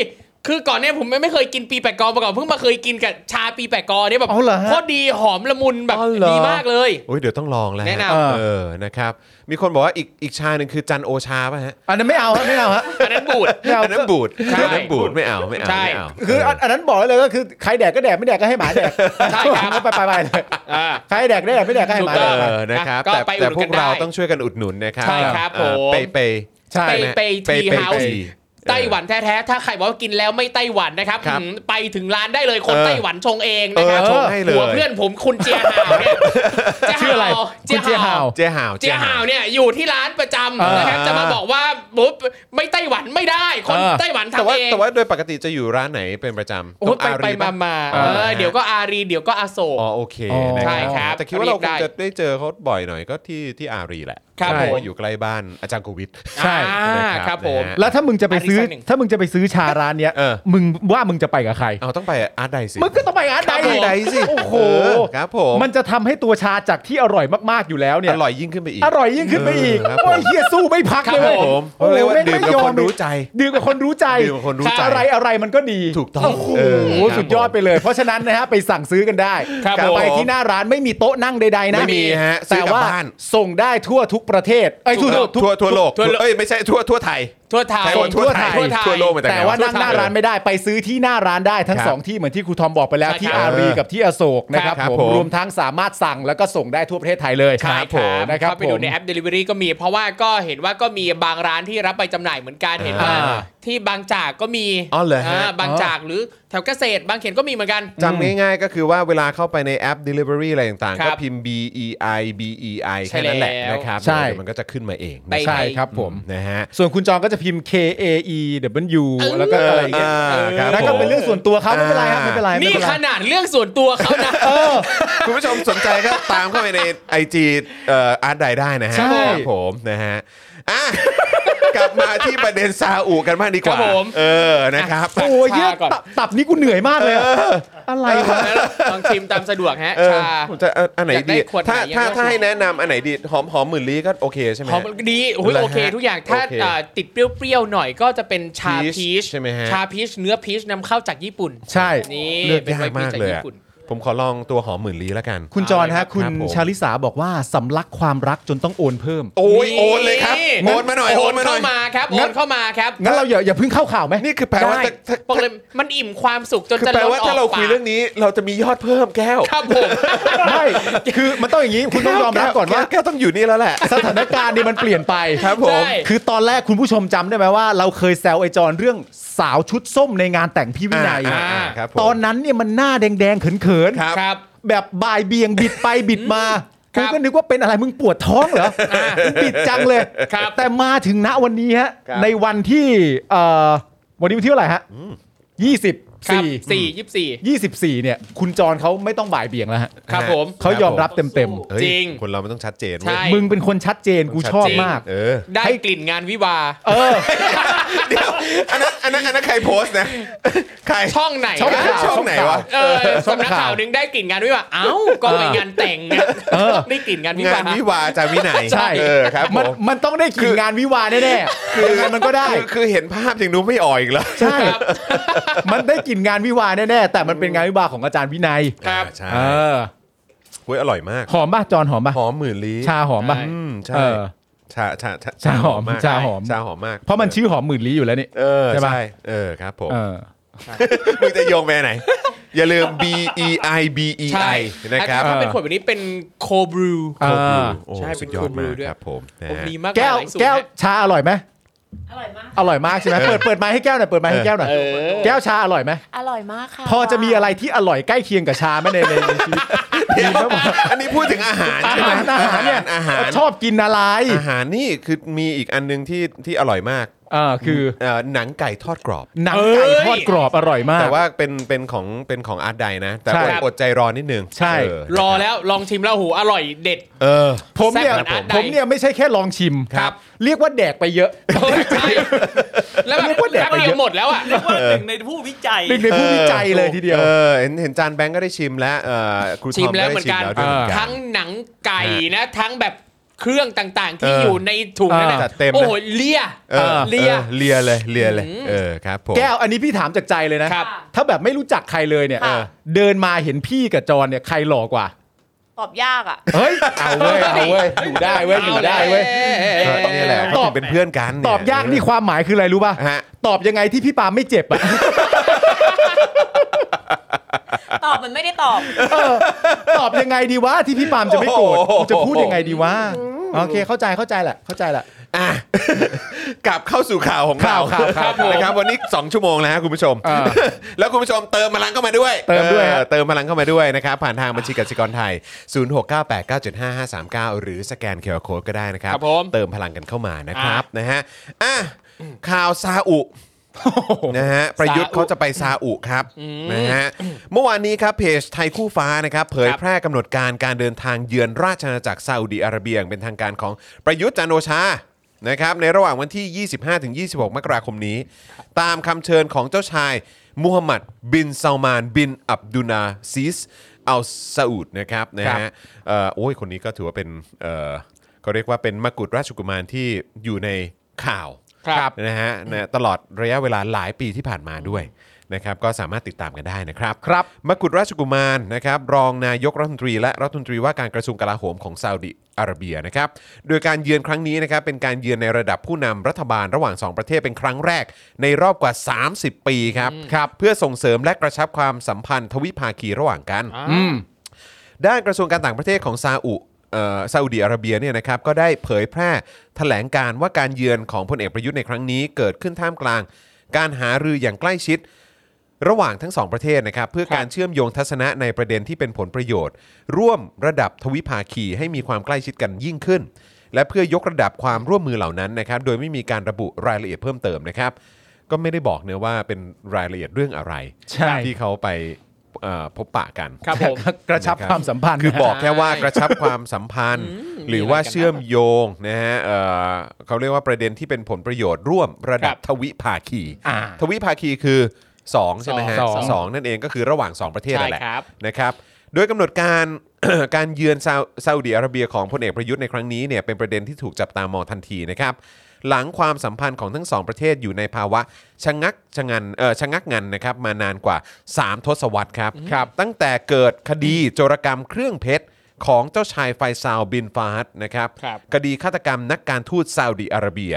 Speaker 4: คือก่อนเนี่ยผมไม่ไม่เคยกินปีแปะกอมาก่อนเพิ่งมาเคยกินกับชาปีแปะกอเนี่ยแบบ
Speaker 3: เอาเหรอฮะ
Speaker 4: โคตรดีหอมละมุนแบบ
Speaker 2: อ๋อเหรอ
Speaker 4: ดีมากเลย
Speaker 2: โอ้ยเดี๋ยวต้องลองแล้วฮ
Speaker 4: แนะน
Speaker 3: ำ
Speaker 2: เออนะครับ มีคนบอกว่าอีกอีกชาหนึ่งคือจันโอชาป่ะฮะ
Speaker 3: อันนั้นไม่เอาฮะไม่เอาฮะ
Speaker 4: อันนั้นบูด
Speaker 3: ไม่เอา
Speaker 2: อันนั้นบูด
Speaker 4: ใช่
Speaker 2: อันนั้นบูดไม่เอาไม่เอา
Speaker 4: ใช่
Speaker 2: ไม่เอา
Speaker 3: คืออัน
Speaker 2: เ
Speaker 3: อันนั้นบอกไว้เลยก็คือใครแดกก็แดกไม่แดกก็ให้หมาแดก
Speaker 4: ใช่ครับ
Speaker 3: ไปไปไปเลย
Speaker 4: อ่า
Speaker 3: ใครแดกได้แดกไม่แดกก็ให้หมา
Speaker 4: ถู
Speaker 2: เอ
Speaker 3: แด
Speaker 4: กต้
Speaker 2: อ
Speaker 4: ง
Speaker 3: กไป
Speaker 2: นะครับ
Speaker 4: ก็
Speaker 2: แต่
Speaker 4: ไปอุดหนุน
Speaker 2: แต่พวก
Speaker 4: กันได้
Speaker 2: เราต้องช่วยกันอุดหนุนนะครับ
Speaker 4: ใช่ครับ
Speaker 2: เออ
Speaker 4: ผม
Speaker 2: เปเป
Speaker 3: ใช่
Speaker 4: ไปไป
Speaker 2: ไป
Speaker 4: ที
Speaker 2: ไป
Speaker 4: เฮา
Speaker 2: ไป
Speaker 4: ส์ไต้หวันแท้ๆ ถ้าใครบอกว่ากินแล้วไม่ไต้หวันนะครับ
Speaker 2: ครับ
Speaker 4: อืมไปถึงร้านได้เลยคน
Speaker 2: เออ
Speaker 4: ไต้หวันชงเองนะครับ
Speaker 2: เออชงให้เลย
Speaker 4: หัวเพื่อนผมคุณเจียฮาวเนี่ย
Speaker 3: ชื่ออะไร
Speaker 4: เจีย
Speaker 3: คุณเจีย
Speaker 4: ฮา
Speaker 3: ฮาว ว
Speaker 2: เจ๊ห่าว
Speaker 4: เจียห่าวเนี่ยอยู่ที่ร้านประจ
Speaker 3: เอ
Speaker 4: ำ
Speaker 3: อ
Speaker 4: นะครับจะมาบอกว่าบุ๊บไม่ไต้หวันไม่ได้คน
Speaker 3: เออ
Speaker 4: ไต้หวัน
Speaker 2: แต่
Speaker 4: ทำ
Speaker 2: ว่า
Speaker 4: เอง
Speaker 2: แต่ว่าโดยปกติจะอยู่ร้านไหนเป็นประจำ
Speaker 4: โอ้ยไป
Speaker 2: ตรง
Speaker 4: ไป
Speaker 2: รี
Speaker 4: มา
Speaker 2: ปะ
Speaker 4: มา
Speaker 2: อ่า
Speaker 4: เออเดี๋ยวก็อารีเดี๋ยวก็อาโศก
Speaker 2: อ๋อโอเค
Speaker 3: อ๋อ
Speaker 2: นะ
Speaker 4: ใช่ครับ
Speaker 2: แต่คิดว่าเราค
Speaker 4: เรี
Speaker 2: ง
Speaker 4: ยกได้
Speaker 2: จะได้เจอเขาบ่อยหน่อยก็ที่ที่อารีแหละ
Speaker 4: ครับ
Speaker 2: เพาะ
Speaker 4: ผม
Speaker 2: ว่าอยู่ใกล้บ้านอาจารย์โควิด
Speaker 3: ใช่
Speaker 4: อ่าครับผม
Speaker 2: นะฮะ
Speaker 3: แล้วถ้ามึงจะไปซื้อ
Speaker 4: อันนี้ไส้หนึ่ง
Speaker 3: ถ้ามึงจะไปซื้อชาร้านเนี้ย
Speaker 2: เออ
Speaker 3: มึงว่ามึงจะไปกับใคร
Speaker 2: เอาต้องไปอาร์ตไดสิ
Speaker 3: มึงก็ต้องไปอาร์ตได
Speaker 2: อาร์
Speaker 4: ค
Speaker 2: ต
Speaker 4: บผม
Speaker 2: ไดสิ
Speaker 3: โอ้โห
Speaker 2: เอครับผม
Speaker 3: มันจะทำให้ตัวชาจากที่อร่อยมากๆอยู่แล้วเนี่ย
Speaker 2: อร่อยยิ่งขึ้นไปอีก
Speaker 3: อร่อยยิ่งขึ้นไปอีก
Speaker 2: ครับผม
Speaker 3: โอ้ยเฮียสู้ไม่พัก
Speaker 4: ครั
Speaker 3: เล
Speaker 4: บ
Speaker 3: ยเว้ย
Speaker 2: ผม
Speaker 3: โอ้
Speaker 2: เรียกว่า
Speaker 3: แม่ง
Speaker 2: ดื่ม
Speaker 3: ไม่
Speaker 2: กับ
Speaker 3: ยอ
Speaker 2: ค
Speaker 3: ม
Speaker 2: นรู้ใจ
Speaker 3: ดื่มกับคนรู้ใจ
Speaker 2: ดื่มกับคนรู้ใจ
Speaker 3: อะไรอะไรมันก็ดี
Speaker 2: ถูกต้อง
Speaker 3: โอ้โห
Speaker 2: เออครับ
Speaker 3: สุดยอดไปเลย เพราะฉะนั้นนะฮะไปสั่งซื้อกันได้
Speaker 2: ครับ
Speaker 3: ไป
Speaker 2: ผม
Speaker 3: ที่หน้าร้านไม่มีโต๊ะนั่งใดๆนะ
Speaker 2: ไม่มีฮะซื้
Speaker 3: แต่
Speaker 2: อกลับ
Speaker 3: ว่า
Speaker 2: บ้าน
Speaker 3: ส่งได้ทั่วทุกประเทศเอ้ยทั่วทุก
Speaker 2: ทั่วทั่วโลก
Speaker 4: ทั่วโลก
Speaker 2: เอ้ยไม่ใช่ทั่วทั่วไทย
Speaker 4: ทั่วไทย
Speaker 2: ใช่ว่า
Speaker 3: ทั่
Speaker 2: ทั่ว
Speaker 3: ว
Speaker 2: ไท
Speaker 3: ไท
Speaker 2: ย
Speaker 3: ย
Speaker 2: ทั่วโลกมาแต่
Speaker 3: แต่ว่านั่งหน้าร้านไม่ได้ไปซื้อที่หน้าร้านได้ทั้ง
Speaker 2: ครับ
Speaker 3: สองที่เหมือนที่ครูทอมบอกไปแล้ว
Speaker 4: ใช่
Speaker 3: ที่
Speaker 4: ครับ
Speaker 3: อารีกับที่อโศกนะครับ
Speaker 2: ครับ
Speaker 3: ผม
Speaker 2: ผม
Speaker 3: รวมทั้งสามารถสั่งแล้วก็ส่งได้ทั่วประเทศไทยเลย
Speaker 4: ใช่ครับ
Speaker 3: ผมนะครับ
Speaker 4: เข้าไป
Speaker 3: ผ
Speaker 4: ดู
Speaker 3: ม
Speaker 4: ในแอป Delivery ก็มี เพราะว่าก็เห็นว่าก็มีบางร้านที่รับไปจำหน่ายเหมือนกันเห็นว่า
Speaker 2: อ่า
Speaker 4: ที่บางจากก็มี
Speaker 2: อ๋อเหรอฮะ
Speaker 4: าบางจากหรือแถวเกษตรบางเขนก็มีเหมือนกัน
Speaker 2: จำง่ายๆก็คือว่าเวลาเข้าไปในแอป Delivery อะไรต่างๆ
Speaker 4: ครั
Speaker 2: ก็
Speaker 4: บ
Speaker 2: พิมพ์ B E I B E I
Speaker 4: ใช่
Speaker 2: แค่นั้นแหละ
Speaker 4: แล้ว
Speaker 2: นะครับ
Speaker 3: ใช่
Speaker 2: เดี๋ยวมันก็จะขึ้นมาเอง
Speaker 4: ไป
Speaker 2: นะ
Speaker 3: ใช่ครับผม
Speaker 2: นะฮะ
Speaker 3: ส่วนคุณจองก็จะ จะพิมพ์ K A E W แล้วก็อะไรอย่างเงี้ย
Speaker 2: อ่าครับ
Speaker 3: นั่นก็
Speaker 2: ผม
Speaker 3: เป็นเรื่องส่วนตัวเขาไม่เป็นไรครับไม่เป็นไรไม่
Speaker 4: นี่
Speaker 3: เป็นไร
Speaker 4: ขนาดเรื่องส่วนตัวเขานะ
Speaker 3: เออ
Speaker 2: คุณผู้ชมสนใจก็ตามเข้าไปในไอจีอาร์ตไดได้นะฮะ
Speaker 3: ใช่
Speaker 2: ครับผมนะฮะอ่ะ <laughs> กลับมาที่ประเด็นซาอุกันมากดีกว่า
Speaker 4: ครับผม
Speaker 2: เออนะครับ
Speaker 3: โอ้ยเยอะ
Speaker 4: ก่อน
Speaker 3: ตับตับนี่กูเหนื่อยมากเลยอะอะไรวะ
Speaker 4: ลองชิมตามสะดวกฮะ
Speaker 2: เออ
Speaker 4: ชา
Speaker 2: ผมจะเอาอันไหน
Speaker 4: อยากได้
Speaker 2: ดี
Speaker 4: ขวดไหน
Speaker 2: ถ้า
Speaker 4: อยากได้
Speaker 2: ถ้าถ้า
Speaker 4: ขวดไหน
Speaker 2: ให้แนะนำอันไหนดี หอมหอมหมื่นลี่ก็โอเคใช่ไหม
Speaker 4: หอม
Speaker 2: ฮะ
Speaker 4: ดีโอ้ย
Speaker 2: เหรอฮะ
Speaker 4: โอเคทุกอย่างถ้า
Speaker 2: โอเค
Speaker 4: อ่าติดเปรี้ยวๆหน่อยก็จะเป็นชา
Speaker 2: พี
Speaker 4: พี
Speaker 2: ชใช่ไหมฮะ
Speaker 4: ชาพีชเนื้อพีชนำเข้าจากญี่ปุ่น
Speaker 3: ใช่
Speaker 4: นี่
Speaker 2: เลือก
Speaker 4: เป็น
Speaker 2: ยา
Speaker 4: ไว
Speaker 2: ก
Speaker 4: น์พีช
Speaker 2: มาก
Speaker 4: จาก
Speaker 2: เลย
Speaker 4: ญี่
Speaker 2: อะ
Speaker 4: ปุ่น
Speaker 2: ผมขอลองตัวหอมหมื่นลี่แล้วกัน
Speaker 3: คุณจร
Speaker 2: เอาเลยครั
Speaker 3: ฮะ
Speaker 2: บ
Speaker 3: คุณ
Speaker 2: ครับผม
Speaker 3: ชาลิสาบอกว่าสำลักความรักจนต้องโอนเพิ่ม
Speaker 2: โอ้ยโอนเลยครับ โอนมาหน่อยโอนมาหน่อย
Speaker 4: เข้ามาครับ โอ
Speaker 3: งั้
Speaker 4: น
Speaker 3: น
Speaker 4: เข้ามาครับ
Speaker 3: งั้นเราอย่าอย่าเพิ่งเข้าข่าวไหม
Speaker 2: นี่คือแปลว่า
Speaker 4: ได้
Speaker 2: ถ้าถ้า
Speaker 4: บอกเลยมันอิ่มความสุขจน
Speaker 2: คือ
Speaker 4: จะ
Speaker 2: แปลว่า
Speaker 4: ล้น
Speaker 2: ถ้าเราคุย
Speaker 4: ก
Speaker 2: เรื่องนี้เราจะมียอดเพิ่มแก้ว
Speaker 4: ครับผม
Speaker 3: ไม่ คือมันต้องอย่างนี้ คุณต้องยอมรับก่อนว่า
Speaker 2: แแก้วต้องอยู่นี่แล้วแหละ
Speaker 3: สถานการณ์เนี่ยมันเปลี่ยนไป
Speaker 2: ครับผม
Speaker 4: ใช่
Speaker 3: คือตอนแรกคุณผู้ชมจำได้ไหมว่า เราเคยแซวไอจอนเรื่องสาวชุดส้มในงานแต่งพี่วินัย
Speaker 2: อ่าอ่าครับผม
Speaker 3: ตอนนั้นเนี่ยมันหน้าแดงๆเขิน
Speaker 2: ครับ
Speaker 4: ครับ
Speaker 3: ๆ แบบบายเบียงบิดไปบิดมา
Speaker 4: ครั
Speaker 3: กู
Speaker 4: บ
Speaker 3: ก็นึกว่าเป็นอะไรมึงปวดท้องเหรอมึงบิดจังเลย
Speaker 4: ครับ
Speaker 3: แต่มาถึงณวันนี้ฮะ
Speaker 2: ครับ
Speaker 3: ในวันที่เอ่อวันนี้วันที่เท่าไหร่ฮะยี่สิบ
Speaker 4: ครับ
Speaker 3: สี่
Speaker 4: สี่ยี่สิบสี่
Speaker 3: 24 เนี่ย คุณจรเขาไม่ต้องบ่ายเบี่ยงแล้วฮะ
Speaker 4: ครับผม
Speaker 3: เขายอมรับเต็ม
Speaker 2: เฮ้ย
Speaker 4: จริง
Speaker 2: คนเรามันต้องชัดเจนเว้ย
Speaker 4: ใช่
Speaker 3: ๆ มึงเป็นคนชัดเจนกูชอบมาก
Speaker 2: เออ
Speaker 4: ได้กลิ่นงานวิวา
Speaker 3: เออ
Speaker 2: เดี๋ยวอันนั้นอันนั้นอันนั้นใครโพสต์นะใคร
Speaker 4: ช่องไหน
Speaker 2: ช่อง
Speaker 4: นะ
Speaker 2: ไหนช่องไหนวะ
Speaker 4: เออ
Speaker 3: ช่อง
Speaker 4: สำนักข่า
Speaker 3: ข่าว ว
Speaker 4: หนึ่งได้กลิ่นงานวิวาเอ้าก็ไปงานแต่งนะได้กลิ่นงาน
Speaker 2: งาว
Speaker 4: วิาน
Speaker 2: วิวาจาวินัย
Speaker 3: ใช่
Speaker 2: เออครับผ
Speaker 3: มัน
Speaker 2: ม
Speaker 3: มันต้องได้
Speaker 2: คื
Speaker 3: กี่
Speaker 2: อ
Speaker 3: งานวิวาห์แน่ๆคือมันก็ได้
Speaker 2: คือคือเห็นภาพอย่างนู้นไม่อ่อยอีกแล้ว
Speaker 3: ใช่ มันได้กลิ่นงานวิวาห์แน่ๆแต่มันเป็นงานวิวาห์ของอาจารย์วินัย
Speaker 4: ครับ
Speaker 2: อ่าใช่
Speaker 3: เออ
Speaker 2: เฮ้ยอร่อยมาก
Speaker 3: หอมป่ะจอนหอมป่ะ
Speaker 2: หอมหมื่นลี้
Speaker 3: ชาหอมป่ะ
Speaker 4: ใช่
Speaker 2: อืม
Speaker 3: เอ
Speaker 2: ใช่
Speaker 3: อ
Speaker 2: ชาชา
Speaker 3: ชาหอม
Speaker 2: ก
Speaker 3: ชาหอม
Speaker 2: ชาหอมมาก
Speaker 3: เพราะมันชื่อหอมหมื่นลี้อยู่แล้วนี่
Speaker 2: เออ
Speaker 3: ใช่ปะ
Speaker 2: ใช่เออครับผม
Speaker 3: เออ
Speaker 2: มึงจะโยงไปไหน อย่าลื
Speaker 3: <laughs>
Speaker 2: ม B E I B E
Speaker 4: ใช่
Speaker 2: I นะครับ
Speaker 4: ถ้า
Speaker 3: อ
Speaker 4: เป็นขวดแบบนี้เป็นโคบรู
Speaker 2: โคบลู
Speaker 3: อ่า
Speaker 2: โอ้
Speaker 4: ใช่เป็น
Speaker 2: สุดยอด
Speaker 4: โคบลู
Speaker 2: มาก
Speaker 4: ด้วย
Speaker 2: ครับผมนะฮะ
Speaker 4: ดีมาก
Speaker 3: แก้ว
Speaker 4: หลายสูตร
Speaker 3: แก้ว
Speaker 4: นะ
Speaker 3: ชาอร่อยไหม
Speaker 7: อร่อยมาก
Speaker 3: อร่อยมากใช่ไหมเปิดเปิดไม้ให้แก้วหน่อยเปิดไม้ให้แก้วหน่อยแก้วชาอร่อยไหม
Speaker 7: อร่อยมากค่ะ
Speaker 3: พอจะมีอะไรที่อร่อยใกล้เคียงกับชาไหมในในในชีวิต
Speaker 2: เดี๋ยวอันนี้พูดถึงอาหาร
Speaker 3: อา
Speaker 2: ใช่ไหม
Speaker 3: หารอาหารเนี่ย
Speaker 2: อาหาร
Speaker 3: ชอบกินอะไร
Speaker 2: อาหารนี่คือมีอีกอันหนึงที่ที่อร่อยมาก
Speaker 3: อ่าคือ
Speaker 2: เอ่อหนังไก่ทอดกรอบ
Speaker 3: หนังไก่
Speaker 4: เอ้ย
Speaker 3: ทอดกรอบอร่อยมาก
Speaker 2: แต่ว่าเป็นเป็นของเป็นของอาร์ตไดนะ แต่
Speaker 3: ใช่
Speaker 2: อดอดใจรอนิดนึง
Speaker 3: ใช่
Speaker 2: เออ
Speaker 4: รอแล้วลองชิมแล้วโอ้โหอร่อยเด็ด
Speaker 2: เออ
Speaker 3: ผมเนี่ย
Speaker 4: แซ่บเหมือนอาหารใด
Speaker 3: ผมเนี่ยไม่ใช่แค่ลองชิม
Speaker 4: ครับ
Speaker 3: เรียกว่าแดกไปเยอะ
Speaker 4: ใช่แล้วแบบ
Speaker 3: เรียกว่าแดก
Speaker 4: แป๊บ
Speaker 3: ไปเย
Speaker 4: เดีย
Speaker 3: อะ
Speaker 4: วหมดแล้วอ่ะ
Speaker 5: เรียกว่าหนึ่งในผู้วิจัย
Speaker 3: หนึ่งในผู้วิจัยเลยทีเดียว
Speaker 2: เออเห็นเห็นจานแบงก์ก็ได้ชิมแล้วเอ่อครูทอม
Speaker 4: ชิม
Speaker 2: ก็
Speaker 4: แล้ว
Speaker 2: ได้
Speaker 4: เหมือน
Speaker 2: ชิม
Speaker 4: กัน
Speaker 2: แล้วด้วยเหมือนกัน
Speaker 4: ทั้งหนังไก่
Speaker 2: ฮะ
Speaker 4: นะ ทั้งแบบเครื่องต่างๆ ที่
Speaker 2: เออ
Speaker 4: อ
Speaker 2: อ
Speaker 4: ยู่ในถุงนั่น
Speaker 2: จั
Speaker 4: นะ
Speaker 2: ดเต็ม
Speaker 4: โอ้
Speaker 2: นะ
Speaker 4: โหเลีย
Speaker 2: เออ
Speaker 4: เลีย
Speaker 2: ออเลียเลยเลียเลยเออครับผม
Speaker 3: แก้วอันนี้พี่ถามจากใจเลยนะ
Speaker 4: ครับ
Speaker 3: ถ้าแบบไม่รู้จักใครเลยเนี่ย
Speaker 2: ค่ะ
Speaker 3: เดินมาเห็นพี่กับจอนเนี่ยใครหล่อกว่า
Speaker 7: ตอบยากอ่ะ
Speaker 3: เฮ้ยเอาเว้ยเอาเว้ยอยู่ได้เว้ยอยู่ได้เว้ย
Speaker 2: ก็นี่แหละก็
Speaker 3: ตอบ
Speaker 2: ถึงเป็นเพื่อนกันเนี่
Speaker 3: ตอบยากนี่ความหมายคืออะไรรู้ป่ะ
Speaker 2: ฮะ
Speaker 3: ตอบยังไงที่พี่ปาล์มไม่เจ็บ <laughs> อะ
Speaker 7: ตอบมันไม่ได้ตอบ
Speaker 3: ตอบยังไงดีวะที่พี่ปาล์มจะไม่โกรธกูจะพูดยังไงดีวะโอเคเข้าใจเข้าใจแหละเข้าใจแหละ
Speaker 2: อ่ะ <laughs> กลับเข้าสู่ข่าวของ
Speaker 3: ข่า
Speaker 2: เรา
Speaker 3: วข่าวข่าว
Speaker 2: นะครับวันนี้ 2 ชั่วโมงแล้วฮะคุณผู้ชม
Speaker 3: เออ
Speaker 2: <laughs> แล้วคุณผู้ชมเติมพลังเข้ามาด้วย
Speaker 3: เติมด้วยฮะ
Speaker 2: ออเติมพลังเข้ามาด้วยนะครับผ่านทางบัญชีกสิกรไทย 0698975539 หรือสแกนเคอร์โคดก็ได้นะครับ
Speaker 4: ครับผม
Speaker 2: เติมพลังกันเข้ามานะครับนะฮะอ่ะข่าวซาอุ นะฮะประยุทธ์เขาจะไปซาอุครับนะฮะเมื่อวานนี้ครับเพจไทยคู่ฟ้านะครับเผยแพร่กำหนดการการเดินทางเยือนราชอาณาจักรซาอุดีอาระเบียอย่างเป็นทางการของประยุทธ์จันทร์โอชานะครับในระหว่างวันที่ 25-26 มกราคมนี้ ตามคำเชิญของเจ้าชายมูฮัมหมัดบินซาลมาน บินอับดุลนาซีสอัลซาอุดนะครับนะฮะเอ่อโอ้ยคนนี้ก็ถือว่าเป็นเอ่อเขาเรียกว่าเป็นมกุฎราชกุมารที่อยู่ในข่าว
Speaker 4: ครับ
Speaker 2: นะฮะนะตลอดระยะเวลาหลายปีที่ผ่านมาด้วยนะครับก็สามารถติดตามกันได้นะครับ
Speaker 3: ครับ
Speaker 2: มกุฎราชกุมารนะครับรองนายกรัฐมนตรี และรัฐมนตรีว่าการกระทรวงกลาโหมของซาอุดิอาระเบียนะครับโดยการเยือนครั้งนี้นะครับเป็นการเยือนในระดับผู้นำรัฐบาลระหว่าง 2 ประเทศเป็นครั้งแรก ในรอบกว่า 30 ปีครับครับเพื่อส่งเสริมและกระชับความสัมพันธ์ทวิภาคีระหว่างกัน
Speaker 3: อืม
Speaker 2: ด้านกระทรวงการต่างประเทศของซาอุเอ่อซาอุดีอาระเบียเนี่ยนะครับก็ได้เผยแพร่แถลงการว่าการเยือนของพลเอกประยุทธ์ในครั้งนี้ เกิดขึ้นท่ามกลาง การหารืออย่างใกล้ชิด ระหว่างทั้งสองประเทศนะครับเพื่อการเชื่อมโยงทัศนะในประเด็นที่เป็นผลประโยชน์ ร่วมระดับทวิภาคีให้มีความใกล้ชิดกันยิ่งขึ้น และเพื่อยกระดับความร่วมมือเหล่านั้นนะครับ โดยไม่มีการระบุรายละเอียดเพิ่มเติมนะครับ ก็ไม่ได้บอกเนื้อะว่าเป็นรายละเอียดเรื่องอะไร
Speaker 3: ใช่
Speaker 2: ที่เขาไปเอ่อพบปะกัน
Speaker 4: ครับผม
Speaker 3: กระชับ
Speaker 2: นะครับ
Speaker 3: ความสัมพันธ์
Speaker 2: คือบอกแค่ว่า
Speaker 4: ใช่
Speaker 2: กระชับความสัมพันธ์
Speaker 4: อืม
Speaker 2: หรือว่า
Speaker 4: มีอะไรกัน
Speaker 2: เชื่อมโยงนะฮะเอ่อเขาเรียกว่าประเด็นที่เป็นผลประโยชน์ร่วมระดับ
Speaker 4: ครับ
Speaker 2: ทวิภาคี
Speaker 3: อ่า
Speaker 2: ทวิภาคีคือ 2 ใช่ไหมฮะ
Speaker 4: สอง
Speaker 2: สองนั่นเองก็คือระหว่าง 2 ประเทศ
Speaker 4: ใช่
Speaker 2: นั่นแหละ
Speaker 4: ครับ
Speaker 2: นะครับ โดยกำหนดการ <coughs> การเยือนซาซาอุดิอาระเบียของพลเอกประยุทธ์ในครั้งนี้เนี่ยเป็นประเด็นที่ถูกจับตามองทันทีนะครับ หลังความสัมพันธ์ของทั้งสองประเทศอยู่ในภาวะชะงักชะงันเออชะงักงันนะครับมานานกว่า 3 ทศวรรษครับครับ ตั้งแต่เกิดคดีโจรกรรมเครื่องเพชร ของเจ้าชายไฟซาวบินฟาฮัดนะครับ
Speaker 4: ครับ
Speaker 2: คดีฆาตกรรมนักการทูตซาอุดิอาระเบีย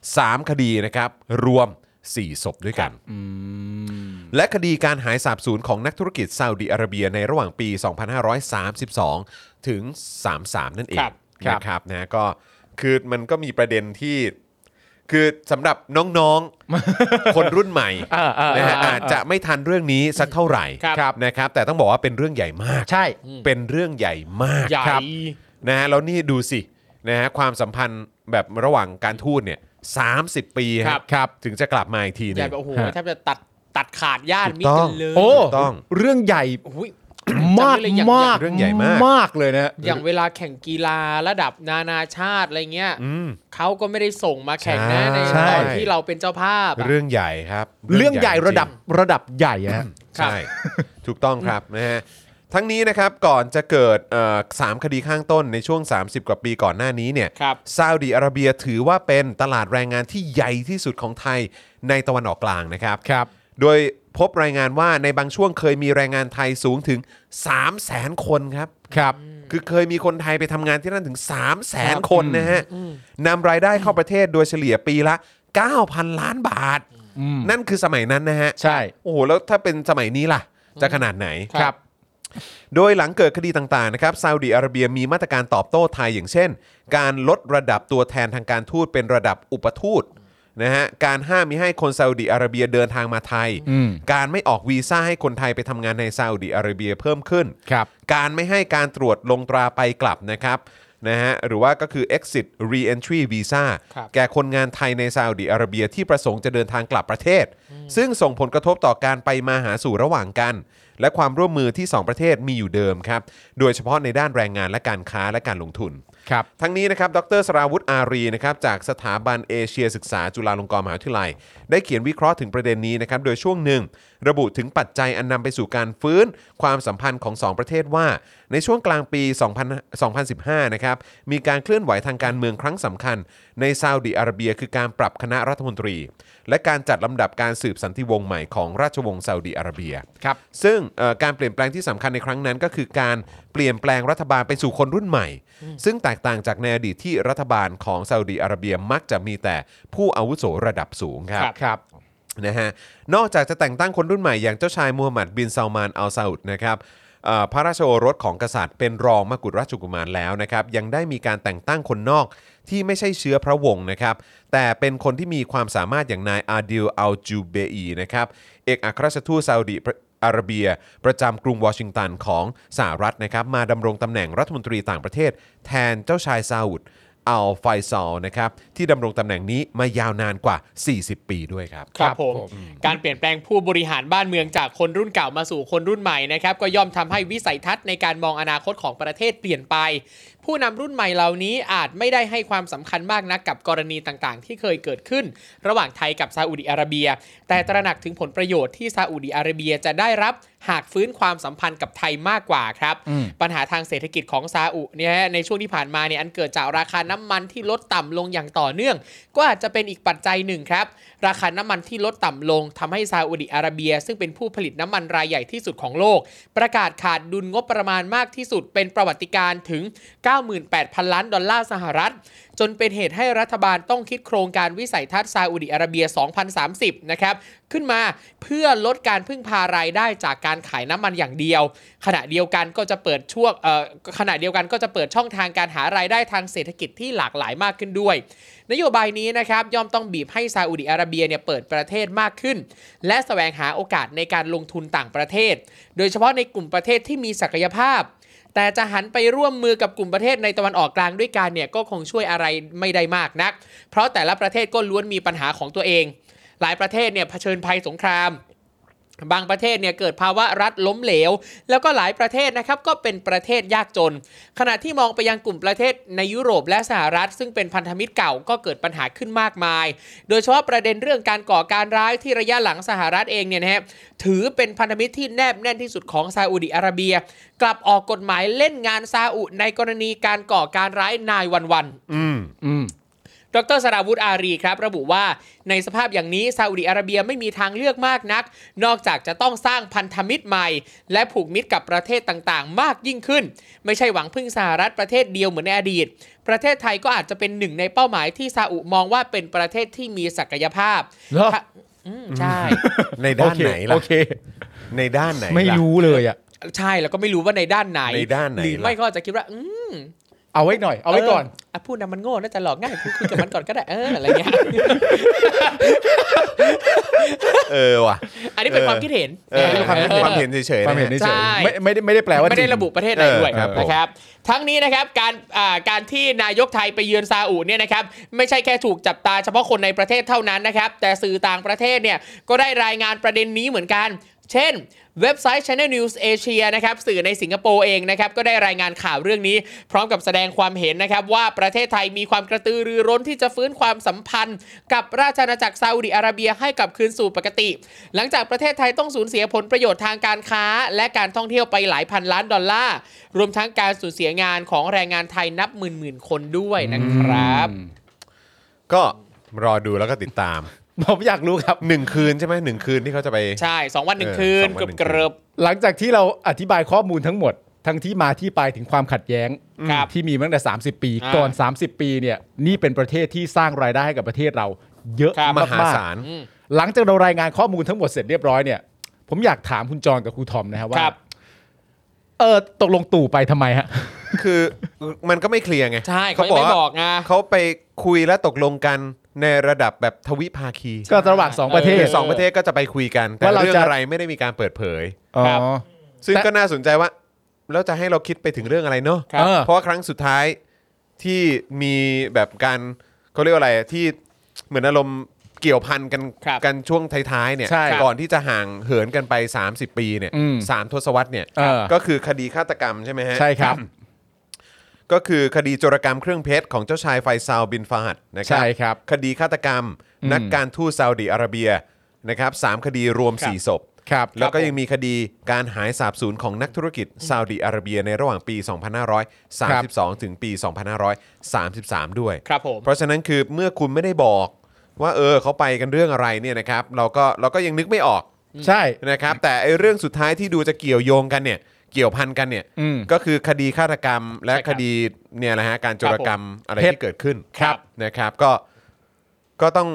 Speaker 2: 3 คดีนะครับรวม 4 ศพด้วยกัน และคดีการหายสาบสูญของนักธุรกิจซาอุดิอาระเบียในระหว่างปี 2532 ถึง 33 นั่นเอง
Speaker 4: ครับ
Speaker 3: ครับ
Speaker 2: นะครับนะก็คือมันก็มีประเด็นที่ คือสำหรับน้อง
Speaker 4: <laughs>
Speaker 2: ๆ คนรุ่นใหม่
Speaker 3: อ่าอ่า
Speaker 2: นะฮะ
Speaker 3: อ่า
Speaker 2: อาจจะไม่ทันเรื่องนี้สักเท่าไหร่
Speaker 4: ครับ
Speaker 2: นะครับ แต่ต้องบอกว่าเป็นเรื่องใหญ่มาก
Speaker 3: ใช่
Speaker 2: เป็นเรื่องใหญ่มาก
Speaker 4: ใหญ่
Speaker 2: ครับ นะฮะแล้วนี่ดูสินะฮะความสัมพันธ์แบบระหว่างการทูตเนี่ย30 ปีฮะ
Speaker 4: ครับ
Speaker 2: ครับ ถึงจะกลับมาอีกทีห
Speaker 4: ให
Speaker 2: นึ
Speaker 4: ญ่
Speaker 2: ง
Speaker 4: แบบโอ้โห
Speaker 3: ฮะ
Speaker 4: แทบจะตัดตัดขาดญาติมิต
Speaker 2: ถูก
Speaker 4: ร
Speaker 2: ต้
Speaker 4: กั
Speaker 2: อง
Speaker 4: นเลย
Speaker 3: โอ้
Speaker 2: ถูกต้อง
Speaker 3: เรื่องใหญ่มาก
Speaker 4: จำได้เลยอย่าง
Speaker 3: มาก
Speaker 2: เรื่องใหญ่มาก
Speaker 3: มากเลยนะ
Speaker 4: อย่างเวลาแข่งกีฬาระดับนานาชาติอะไรเงี้ย
Speaker 2: อืม
Speaker 4: เขาก็ไม่ได้ส่งมาแข่งนะใน
Speaker 3: ใช่
Speaker 4: ตอนที่เราเป็นเจ้าภาพอะ
Speaker 2: เรื่องใหญ่ครับ
Speaker 3: เรื่องใหญ่ระดับ
Speaker 2: จ
Speaker 3: ระดับใหญ่อะฮะ
Speaker 2: งใช่ ถูกต้องครับนะฮะทั้งนี้นะครับก่อนจะเกิดเอ่อสามคดีข้างต้นในช่วง 30 กว่าปีก่อนหน้านี้เนี่ย
Speaker 4: ครับ
Speaker 2: ซาอุดีอาระเบียถือว่าเป็นตลาดแรงงานที่ใหญ่ที่สุดของไทยในตะวันออกกลางนะครับ
Speaker 3: ครับ
Speaker 2: โดยพบรายงานว่าในบางช่วงเคยมีแรงงานไทยสูงถึง 3 0 0แสนคนครับ
Speaker 3: ครับ
Speaker 2: คือเคยมีคนไทยไปทำงานที่นั่นถึง 3 0 0แสนคนนะฮะนำรายได้เข้าประเทศโดยเฉลี่ยปีละ 9,000 ล้านบาท
Speaker 3: อืม
Speaker 2: นั่นคือสมัยนั้นนะฮะ
Speaker 3: ใช่
Speaker 2: โอ้โห แล้วถ้าเป็นสมัยนี้ล่ะ จะขนาดไหน
Speaker 4: ครับ
Speaker 2: โดยหลังเกิดคดีต่างๆนะครับซาอุดิอาระเบียมีมาตรการตอบโต้ไทยอย่างเช่น การลดระดับตัวแทนทางการทูตเป็นระดับอุปทูตนะฮะการห้ามมิให้คนซาอุดิอาระเบียเดินทางมาไทย
Speaker 3: อืม
Speaker 2: การไม่ออกวีซ่าให้คนไทยไปทำงานในซาอุดิอาระเบียเพิ่มขึ้น
Speaker 3: ครับ
Speaker 2: การไม่ให้การตรวจลงตราไปกลับนะครับนะฮะหรือว่าก็คือ exit re-entry visa
Speaker 4: ครับ
Speaker 2: แก่คนงานไทยในซาอุดิอาระเบียที่ประสงค์จะเดินทางกลับประเทศ ซึ่งส่งผลกระทบต่อการไปมาหาสู่ระหว่างกัน และความร่วมมือที่ 2 ประเทศมีอยู่เดิมครับ โดยเฉพาะในด้านแรงงานและการค้าและการลงทุน
Speaker 3: ครับ
Speaker 2: ทั้งนี้นะครับ ดรสราวุธอารีนะครับ จากสถาบันเอเชียศึกษาจุฬาลงกรณ์มหาวิทยาลัย ได้เขียนวิเคราะห์ถึงประเด็นนี้นะครับ โดยช่วงหนึ่ง ระบุถึงปัจจัยอันนำไปสู่การฟื้นความสัมพันธ์ของ 2 ประเทศว่า ในช่วงกลางปี 2000 2015 นะครับ มีการเคลื่อนไหวทางการเมืองครั้งสำคัญ ในซาอุดิอาระเบีย คือการปรับคณะรัฐมนตรี และการจัดลำดับการสืบสันติวงศ์ใหม่ของราชวงศ์ซาอุดิอาระเบีย
Speaker 3: ครับ
Speaker 2: ซึ่งเอ่อการเปลี่ยนแปลงที่สำคัญในครั้งนั้นก็คือการเปลี่ยนแปลงรัฐบาลไปสู่คนรุ่นใหม่ ซึ่งแตกต่างจากในอดีตที่รัฐบาลของซาอุดีอาระเบียมักจะมีแต่ผู้อาวุโสระดับสูงครับ
Speaker 3: ครับ
Speaker 2: นะฮะนอกจากจะแต่งตั้งคนรุ่นใหม่อย่างเจ้าชายมูฮัมหมัดบินซาลมานอัลซาอุดนะครับเอ่อพระราชโอรสของกษัตริย์เป็นรองมกุฎราชกุมารแล้วนะครับยังได้มีการแต่งตั้งคนนอกที่ไม่ใช่เชื้อพระวงศ์นะครับแต่เป็นคนที่มีความสามารถอย่างนายอาดิลอัลจูเบอีนะครับเอกอัครราชทูตซาอุดิอาระเบีย ประจำกรุงวอชิงตันของสหรัฐนะครับมาดำรงตำแหน่งรัฐมนตรีต่างประเทศ แทนเจ้าชายซาอุดอัลไฟซอลนะครับที่ดำรงตำแหน่งนี้มายาวนานกว่า 40 ปีด้วยครับ
Speaker 4: ครับผมการเปลี่ยนแปลงผู้บริหารบ้านเมืองจากคนรุ่นเก่ามาสู่คนรุ่นใหม่นะครับก็ย่อมทำให้วิสัยทัศน์ในการมองอนาคตของประเทศเปลี่ยนไป ผู้นำรุ่นใหม่เหล่านี้อาจไม่ได้ให้ความสำคัญมากนักกับกรณีต่างๆ ที่เคยเกิดขึ้น ระหว่างไทยกับซาอุดิอาระเบีย แต่ตระหนักถึงผลประโยชน์ที่ซาอุดิอาระเบียจะได้รับ หากฟื้นความสัมพันธ์กับไทยมากกว่าครับ
Speaker 3: อืม
Speaker 4: ปัญหาทางเศรษฐกิจของซาอุเนี่ยในช่วงที่ผ่านมาเนี่ยอันเกิดจากราคาน้ำมันที่ลดต่ำลงอย่างต่อเนื่อง ก็อาจจะเป็นอีกปัจจัยหนึ่งครับ ราคาน้ำมันที่ลดต่ำลงทำให้ซาอุดิอาระเบีย ซึ่งเป็นผู้ผลิตน้ำมันรายใหญ่ที่สุดของโลก ประกาศขาดดุลงบประมาณมากที่สุด เป็นประวัติการณ์ถึง 98,000 ล้านดอลลาร์สหรัฐ จนเป็นเหตุให้รัฐบาลต้องคิดโครงการวิสัยทัศน์ซาอุดิอาระเบีย 2030 นะครับ ขึ้นมาเพื่อลดการพึ่งพารายได้จากการขายน้ำมันอย่างเดียว ขณะเดียวกันก็จะเปิดช่วงเอ่อขณะเดียวกันก็จะเปิดช่องทางการหารายได้ทางเศรษฐกิจที่หลากหลายมากขึ้นด้วย นโยบายนี้นะครับย่อมต้องบีบให้ซาอุดิอาระเบียเนี่ยเปิดประเทศมากขึ้น และแสวงหาโอกาสในการลงทุนต่างประเทศ โดยเฉพาะในกลุ่มประเทศที่มีศักยภาพ แต่จะหันไปร่วมมือกับกลุ่มประเทศในตะวันออกกลางด้วยกันเนี่ยก็คงช่วยอะไรไม่ได้มากนัก เพราะแต่ละประเทศก็ล้วนมีปัญหาของตัวเอง หลายประเทศเนี่ยเผชิญภัยสงคราม บางประเทศเนี่ยเกิดภาวะรัฐล้มเหลว แล้วก็หลายประเทศนะครับก็เป็นประเทศยากจน ขณะที่มองไปยังกลุ่มประเทศในยุโรปและสหรัฐ ซึ่งเป็นพันธมิตรเก่าก็เกิดปัญหาขึ้นมากมาย โดยเฉพาะประเด็นเรื่องการก่อการร้ายที่ระยะหลังสหรัฐเองเนี่ยนะฮะถือเป็นพันธมิตรที่แนบแน่นที่สุดของซาอุดิอาระเบีย กลับออกกฎหมายเล่นงานซาอุในกรณีการก่อการร้ายนายวันวัน
Speaker 2: อืม
Speaker 3: อืม
Speaker 4: ดรสราวุธอารีครับ ระบุว่าในสภาพอย่างนี้ซาอุดิอาระเบียไม่มีทางเลือกมากนัก นอกจากจะต้องสร้างพันธมิตรใหม่ และผูกมิตรกับประเทศต่างๆ มากยิ่งขึ้น ไม่ใช่หวังพึ่งสหรัฐประเทศเดียวเหมือนในอดีต ประเทศไทยก็อาจจะเป็นหนึ่งในเป้าหมายที่ซาอุมองว่าเป็นประเทศที่มีศักยภาพ
Speaker 3: เหรอ
Speaker 4: ถ้าอืมใช่
Speaker 2: ในด้านไหน
Speaker 3: โอ
Speaker 2: ล่ะ
Speaker 3: เค
Speaker 2: ในด้านไหนล่ะ
Speaker 3: ไม่รู้เลยอ่ะ
Speaker 4: ใช่แล้วก็ไม่รู้ว่าในด้านไหน
Speaker 2: ในด้านไหน
Speaker 4: หรือ
Speaker 2: ล่ะ
Speaker 4: ไม่ก็อาจจะคิดว่าอืม
Speaker 3: เอาไว้หน่อย เอาไว้ก่อน
Speaker 4: อ่ะพูดนะมันโง่น่าจะหลอกง่ายคุยคุยกับมันก่อนก็ได้เอออะไรเงี้ย
Speaker 2: เออว่ะ
Speaker 4: อันนี้เป็น
Speaker 2: เออ
Speaker 4: ความคิดเห็น
Speaker 2: เออเป็นความเป็นความเห็นเฉยๆ
Speaker 3: ความเห็น
Speaker 2: นะฮะ
Speaker 3: เฉ
Speaker 4: ใช่
Speaker 3: ยๆไม่ไม่ได้ไม่ได้แปลว่า
Speaker 4: ไม่ได้
Speaker 3: จง
Speaker 4: ระบุประเทศไหนด้วย
Speaker 2: เออครับผม
Speaker 4: นะครับ ทั้งนี้นะครับการอ่าการที่นายกไทยไปเยือนซาอุเนี่ยนะครับไม่ใช่แค่ถูกจับตาเฉพาะคนในประเทศเท่านั้นนะครับ แต่สื่อต่างประเทศเนี่ยก็ได้รายงานประเด็นนี้เหมือนกัน เช่น เว็บไซต์ Channel News Asia นะครับสื่อในสิงคโปร์เองนะครับก็ได้รายงานข่าวเรื่องนี้ พร้อมกับแสดงความเห็นนะครับว่าประเทศไทยมีความกระตือรือร้นที่จะฟื้นความสัมพันธ์ กับราชอาณาจักรซาอุดิอาระเบียให้กลับคืนสู่ปกติ หลังจากประเทศไทยต้องสูญเสียผลประโยชน์ทางการค้า และการท่องเที่ยวไปหลายพันล้านดอลลาร์ รวมทั้งการสูญเสียงานของแรงงานไทยนับหมื่นหมื่นๆคนด้วยนะครับ
Speaker 2: ก็รอดูแล้วก็ติดตาม
Speaker 3: ผมอยากรู้ครับ
Speaker 2: หนึ่งคืนใช่ไหมหนึ่งคืนที่เขาจะไป
Speaker 4: ใช่ 2 วันหนึ่ง
Speaker 2: เออ
Speaker 4: คื
Speaker 2: ส
Speaker 4: น
Speaker 2: องวัน
Speaker 4: เกือ
Speaker 2: ห
Speaker 4: บ
Speaker 2: นึ่ง
Speaker 4: เก
Speaker 2: คื
Speaker 4: ร
Speaker 2: น
Speaker 4: บ
Speaker 3: หลังจากที่เราอธิบายข้อมูลทั้งหมด ทั้งที่มาที่ไปถึงความขัดแย้ง
Speaker 4: ครับ
Speaker 3: ที่มีมาตั้งแต่ 30 ปี
Speaker 4: อ่า
Speaker 3: ก่อน 30 ปีเนี่ยนี่เป็นประเทศที่สร้างรายได้ให้กับประเทศเรา เยอะ
Speaker 4: ครับ
Speaker 2: ม
Speaker 3: มาก
Speaker 2: หาศาล
Speaker 4: อืม
Speaker 3: ๆหลังจากเรารายงานข้อมูลทั้งหมดเสร็จเรียบร้อยเนี่ยผมอยากถามคุณจรกับครูทอมนะครับ
Speaker 4: ค
Speaker 3: ว่า
Speaker 4: รับ
Speaker 3: เออตกลงตู่ไปทำไมฮะ
Speaker 2: คือมันก็ไม่เคลียร์ไง
Speaker 4: ใช่เขายังไม่บอกไง
Speaker 2: เขาไปคุยและตกลงกันในระดับแบบทวิภาคี
Speaker 3: ก็ระหว่างสองประเทศ
Speaker 2: คือสองประเทศก็จะไปคุยกัน แต่
Speaker 3: ว่าเรา
Speaker 2: เรื่อง
Speaker 3: จะ
Speaker 2: อะไรไม่ได้มีการเปิดเผย
Speaker 3: อ๋อ
Speaker 4: ครับ
Speaker 2: ซึ่ง
Speaker 3: แต่
Speaker 2: ก็น่าสนใจว่าแล้วจะให้เราคิดไปถึงเรื่องอะไรเนาะ
Speaker 4: ครับ
Speaker 3: เออ
Speaker 2: เพราะว่าครั้งสุดท้ายที่มีแบบการเขาเรียกว่าอะไรที่เหมือนอารมณ์เกี่ยวพันกัน
Speaker 4: ครับ
Speaker 2: กันช่วงท้ายๆเนี่ย
Speaker 3: ใช่
Speaker 2: ก่อนที่จะห่างเหินกันไป 30 ปีเนี่ย
Speaker 3: อืม
Speaker 2: สามทศวรรษเนี่ย
Speaker 3: เออ
Speaker 2: ก็คือคดีฆาตกรรมใช่ไหมฮะ
Speaker 3: ใช่ครับ
Speaker 2: ก็คือคดีโจรกรรมเครื่องเพชรของเจ้าชายไฟซาวบินฟาหัดนะครั
Speaker 3: ใช่ครับ
Speaker 2: คดีฆาตกรรม
Speaker 3: อืม
Speaker 2: นักการทูตซาอุดีอาระเบียนะครับสามคดีรวม
Speaker 4: ครับ
Speaker 2: 4 ศพ
Speaker 3: ครับ
Speaker 2: แล้วก็ยังมีคดีการหายสาบสูญของนักธุรกิจซาอุดีอาระเบียในระหว่างปี 2532 ถึงปี 2533 ด้วย
Speaker 4: ครับผม
Speaker 2: เพราะฉะนั้นคือเมื่อคุณไม่ได้บอกว่าเออเขาไปกันเรื่องอะไรเนี่ยนะครับเราก็เราก็ยังนึกไม่ออก
Speaker 3: ใช่
Speaker 2: นะครับแต่ไอ้เรื่องสุดท้ายที่ดูจะเกี่ยวโยงกันเนี่ยเกี่ยวพันกันเนี่ย
Speaker 3: อืม
Speaker 2: ก็คือคดีฆาตกรรมและ
Speaker 4: ใช่ครับ
Speaker 2: คดีเนี่ยนะฮะการโจรกรรมอะไร
Speaker 3: เพศ
Speaker 2: ที่เกิดขึ้น
Speaker 4: ครับ
Speaker 2: นะครับก็ก็ต้อง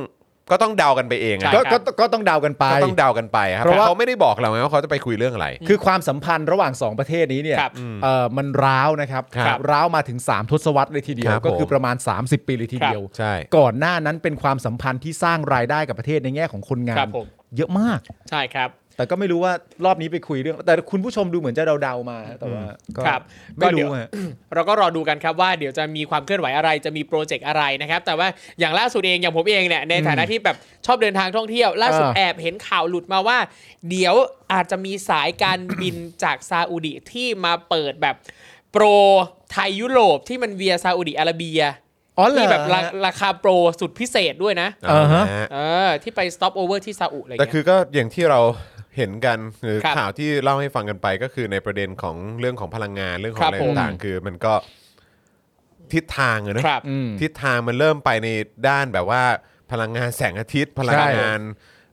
Speaker 2: ก็ต้องเดากันไปเอง
Speaker 4: ใช่
Speaker 2: อะ
Speaker 3: ก็
Speaker 4: ครั
Speaker 3: ก็
Speaker 4: บ
Speaker 3: ก็ต้องเดากันไป
Speaker 2: ก็ต้องเดากันไปครับ
Speaker 3: เพราะว่า
Speaker 2: เขาไม่ได้บอกเราไงว่าเขาจะไปคุยเรื่องอะไร
Speaker 3: คือความสัมพันธ์ระหว่าง 2 ประเทศนี้เนี่ย
Speaker 4: ครับ
Speaker 3: เอ่อมันร้าวนะครับ
Speaker 2: ครับ
Speaker 3: ร้าวมาถึง 3 ทศวรรษเลยทีเดีย
Speaker 2: คว รับ
Speaker 3: ก็คือ
Speaker 2: ผม
Speaker 3: ประมาณ 30 ปีเลยทีเดียว
Speaker 2: ใช่
Speaker 3: ก่อนหน้านั้นเป็นความสัมพันธ์ที่สร้างรายได้กับประเทศในแง่ของคนงา
Speaker 4: ครั
Speaker 3: น
Speaker 4: บผม
Speaker 3: เยอะมาก
Speaker 4: ใช่ครับ
Speaker 3: แต่ก็ไม่รู้ว่ารอบนี้ไปคุยเรื่อง แต่คุณผู้ชมดูเหมือนจะเดาๆมาแต่ว่าก็
Speaker 4: ครับ
Speaker 3: ไม่
Speaker 4: ก็เดี๋
Speaker 3: รู้
Speaker 4: ยว
Speaker 3: ฮะ
Speaker 4: เราก็รอดูกันครับว่าเดี๋ยวจะมีความเคลื่อนไหวอะไรจะมีโปรเจกต์อะไรนะครับ แต่ว่าอย่างล่าสุดเองอย่างผมเองเนี่ยในฐานะที่แบบชอบเดินทางท่องเที่ยว ล่าสุด
Speaker 3: อ่า
Speaker 4: แอบเห็นข่าวหลุดมาว่า เดี๋ยวอาจจะมีสายการ บินจากซาอุดิที่มาเปิดแบบโปรไทยยุโรปที่มันเวียซาอุดิอาระเบีย
Speaker 3: อ๋อเหร
Speaker 4: ที่
Speaker 3: อ
Speaker 4: แบบราราคาโปรสุดพิเศษด้วยนะ
Speaker 2: เออฮะ
Speaker 3: อ่าฮะ
Speaker 4: เออที่ไปสต็อปโอเวอร์ที่ซาอุอะไร
Speaker 2: แต่
Speaker 4: เงี้ย
Speaker 2: คือก็อย่างที่เราเห็นกันหรือ
Speaker 4: ครับ
Speaker 2: ข่าวที่เล่าให้ฟังกันไปก็คือในประเด็นของเรื่องของพลังงานเรื่องของ
Speaker 4: ครับ
Speaker 2: อะไรต่าง
Speaker 3: ผม
Speaker 2: ๆคือมันก็ทิศทางอะนะ
Speaker 4: ครับ
Speaker 3: อืม
Speaker 2: ทิศทางมันเริ่มไปในด้านแบบว่าพลังงานแสงอาทิตย์ พลังงาน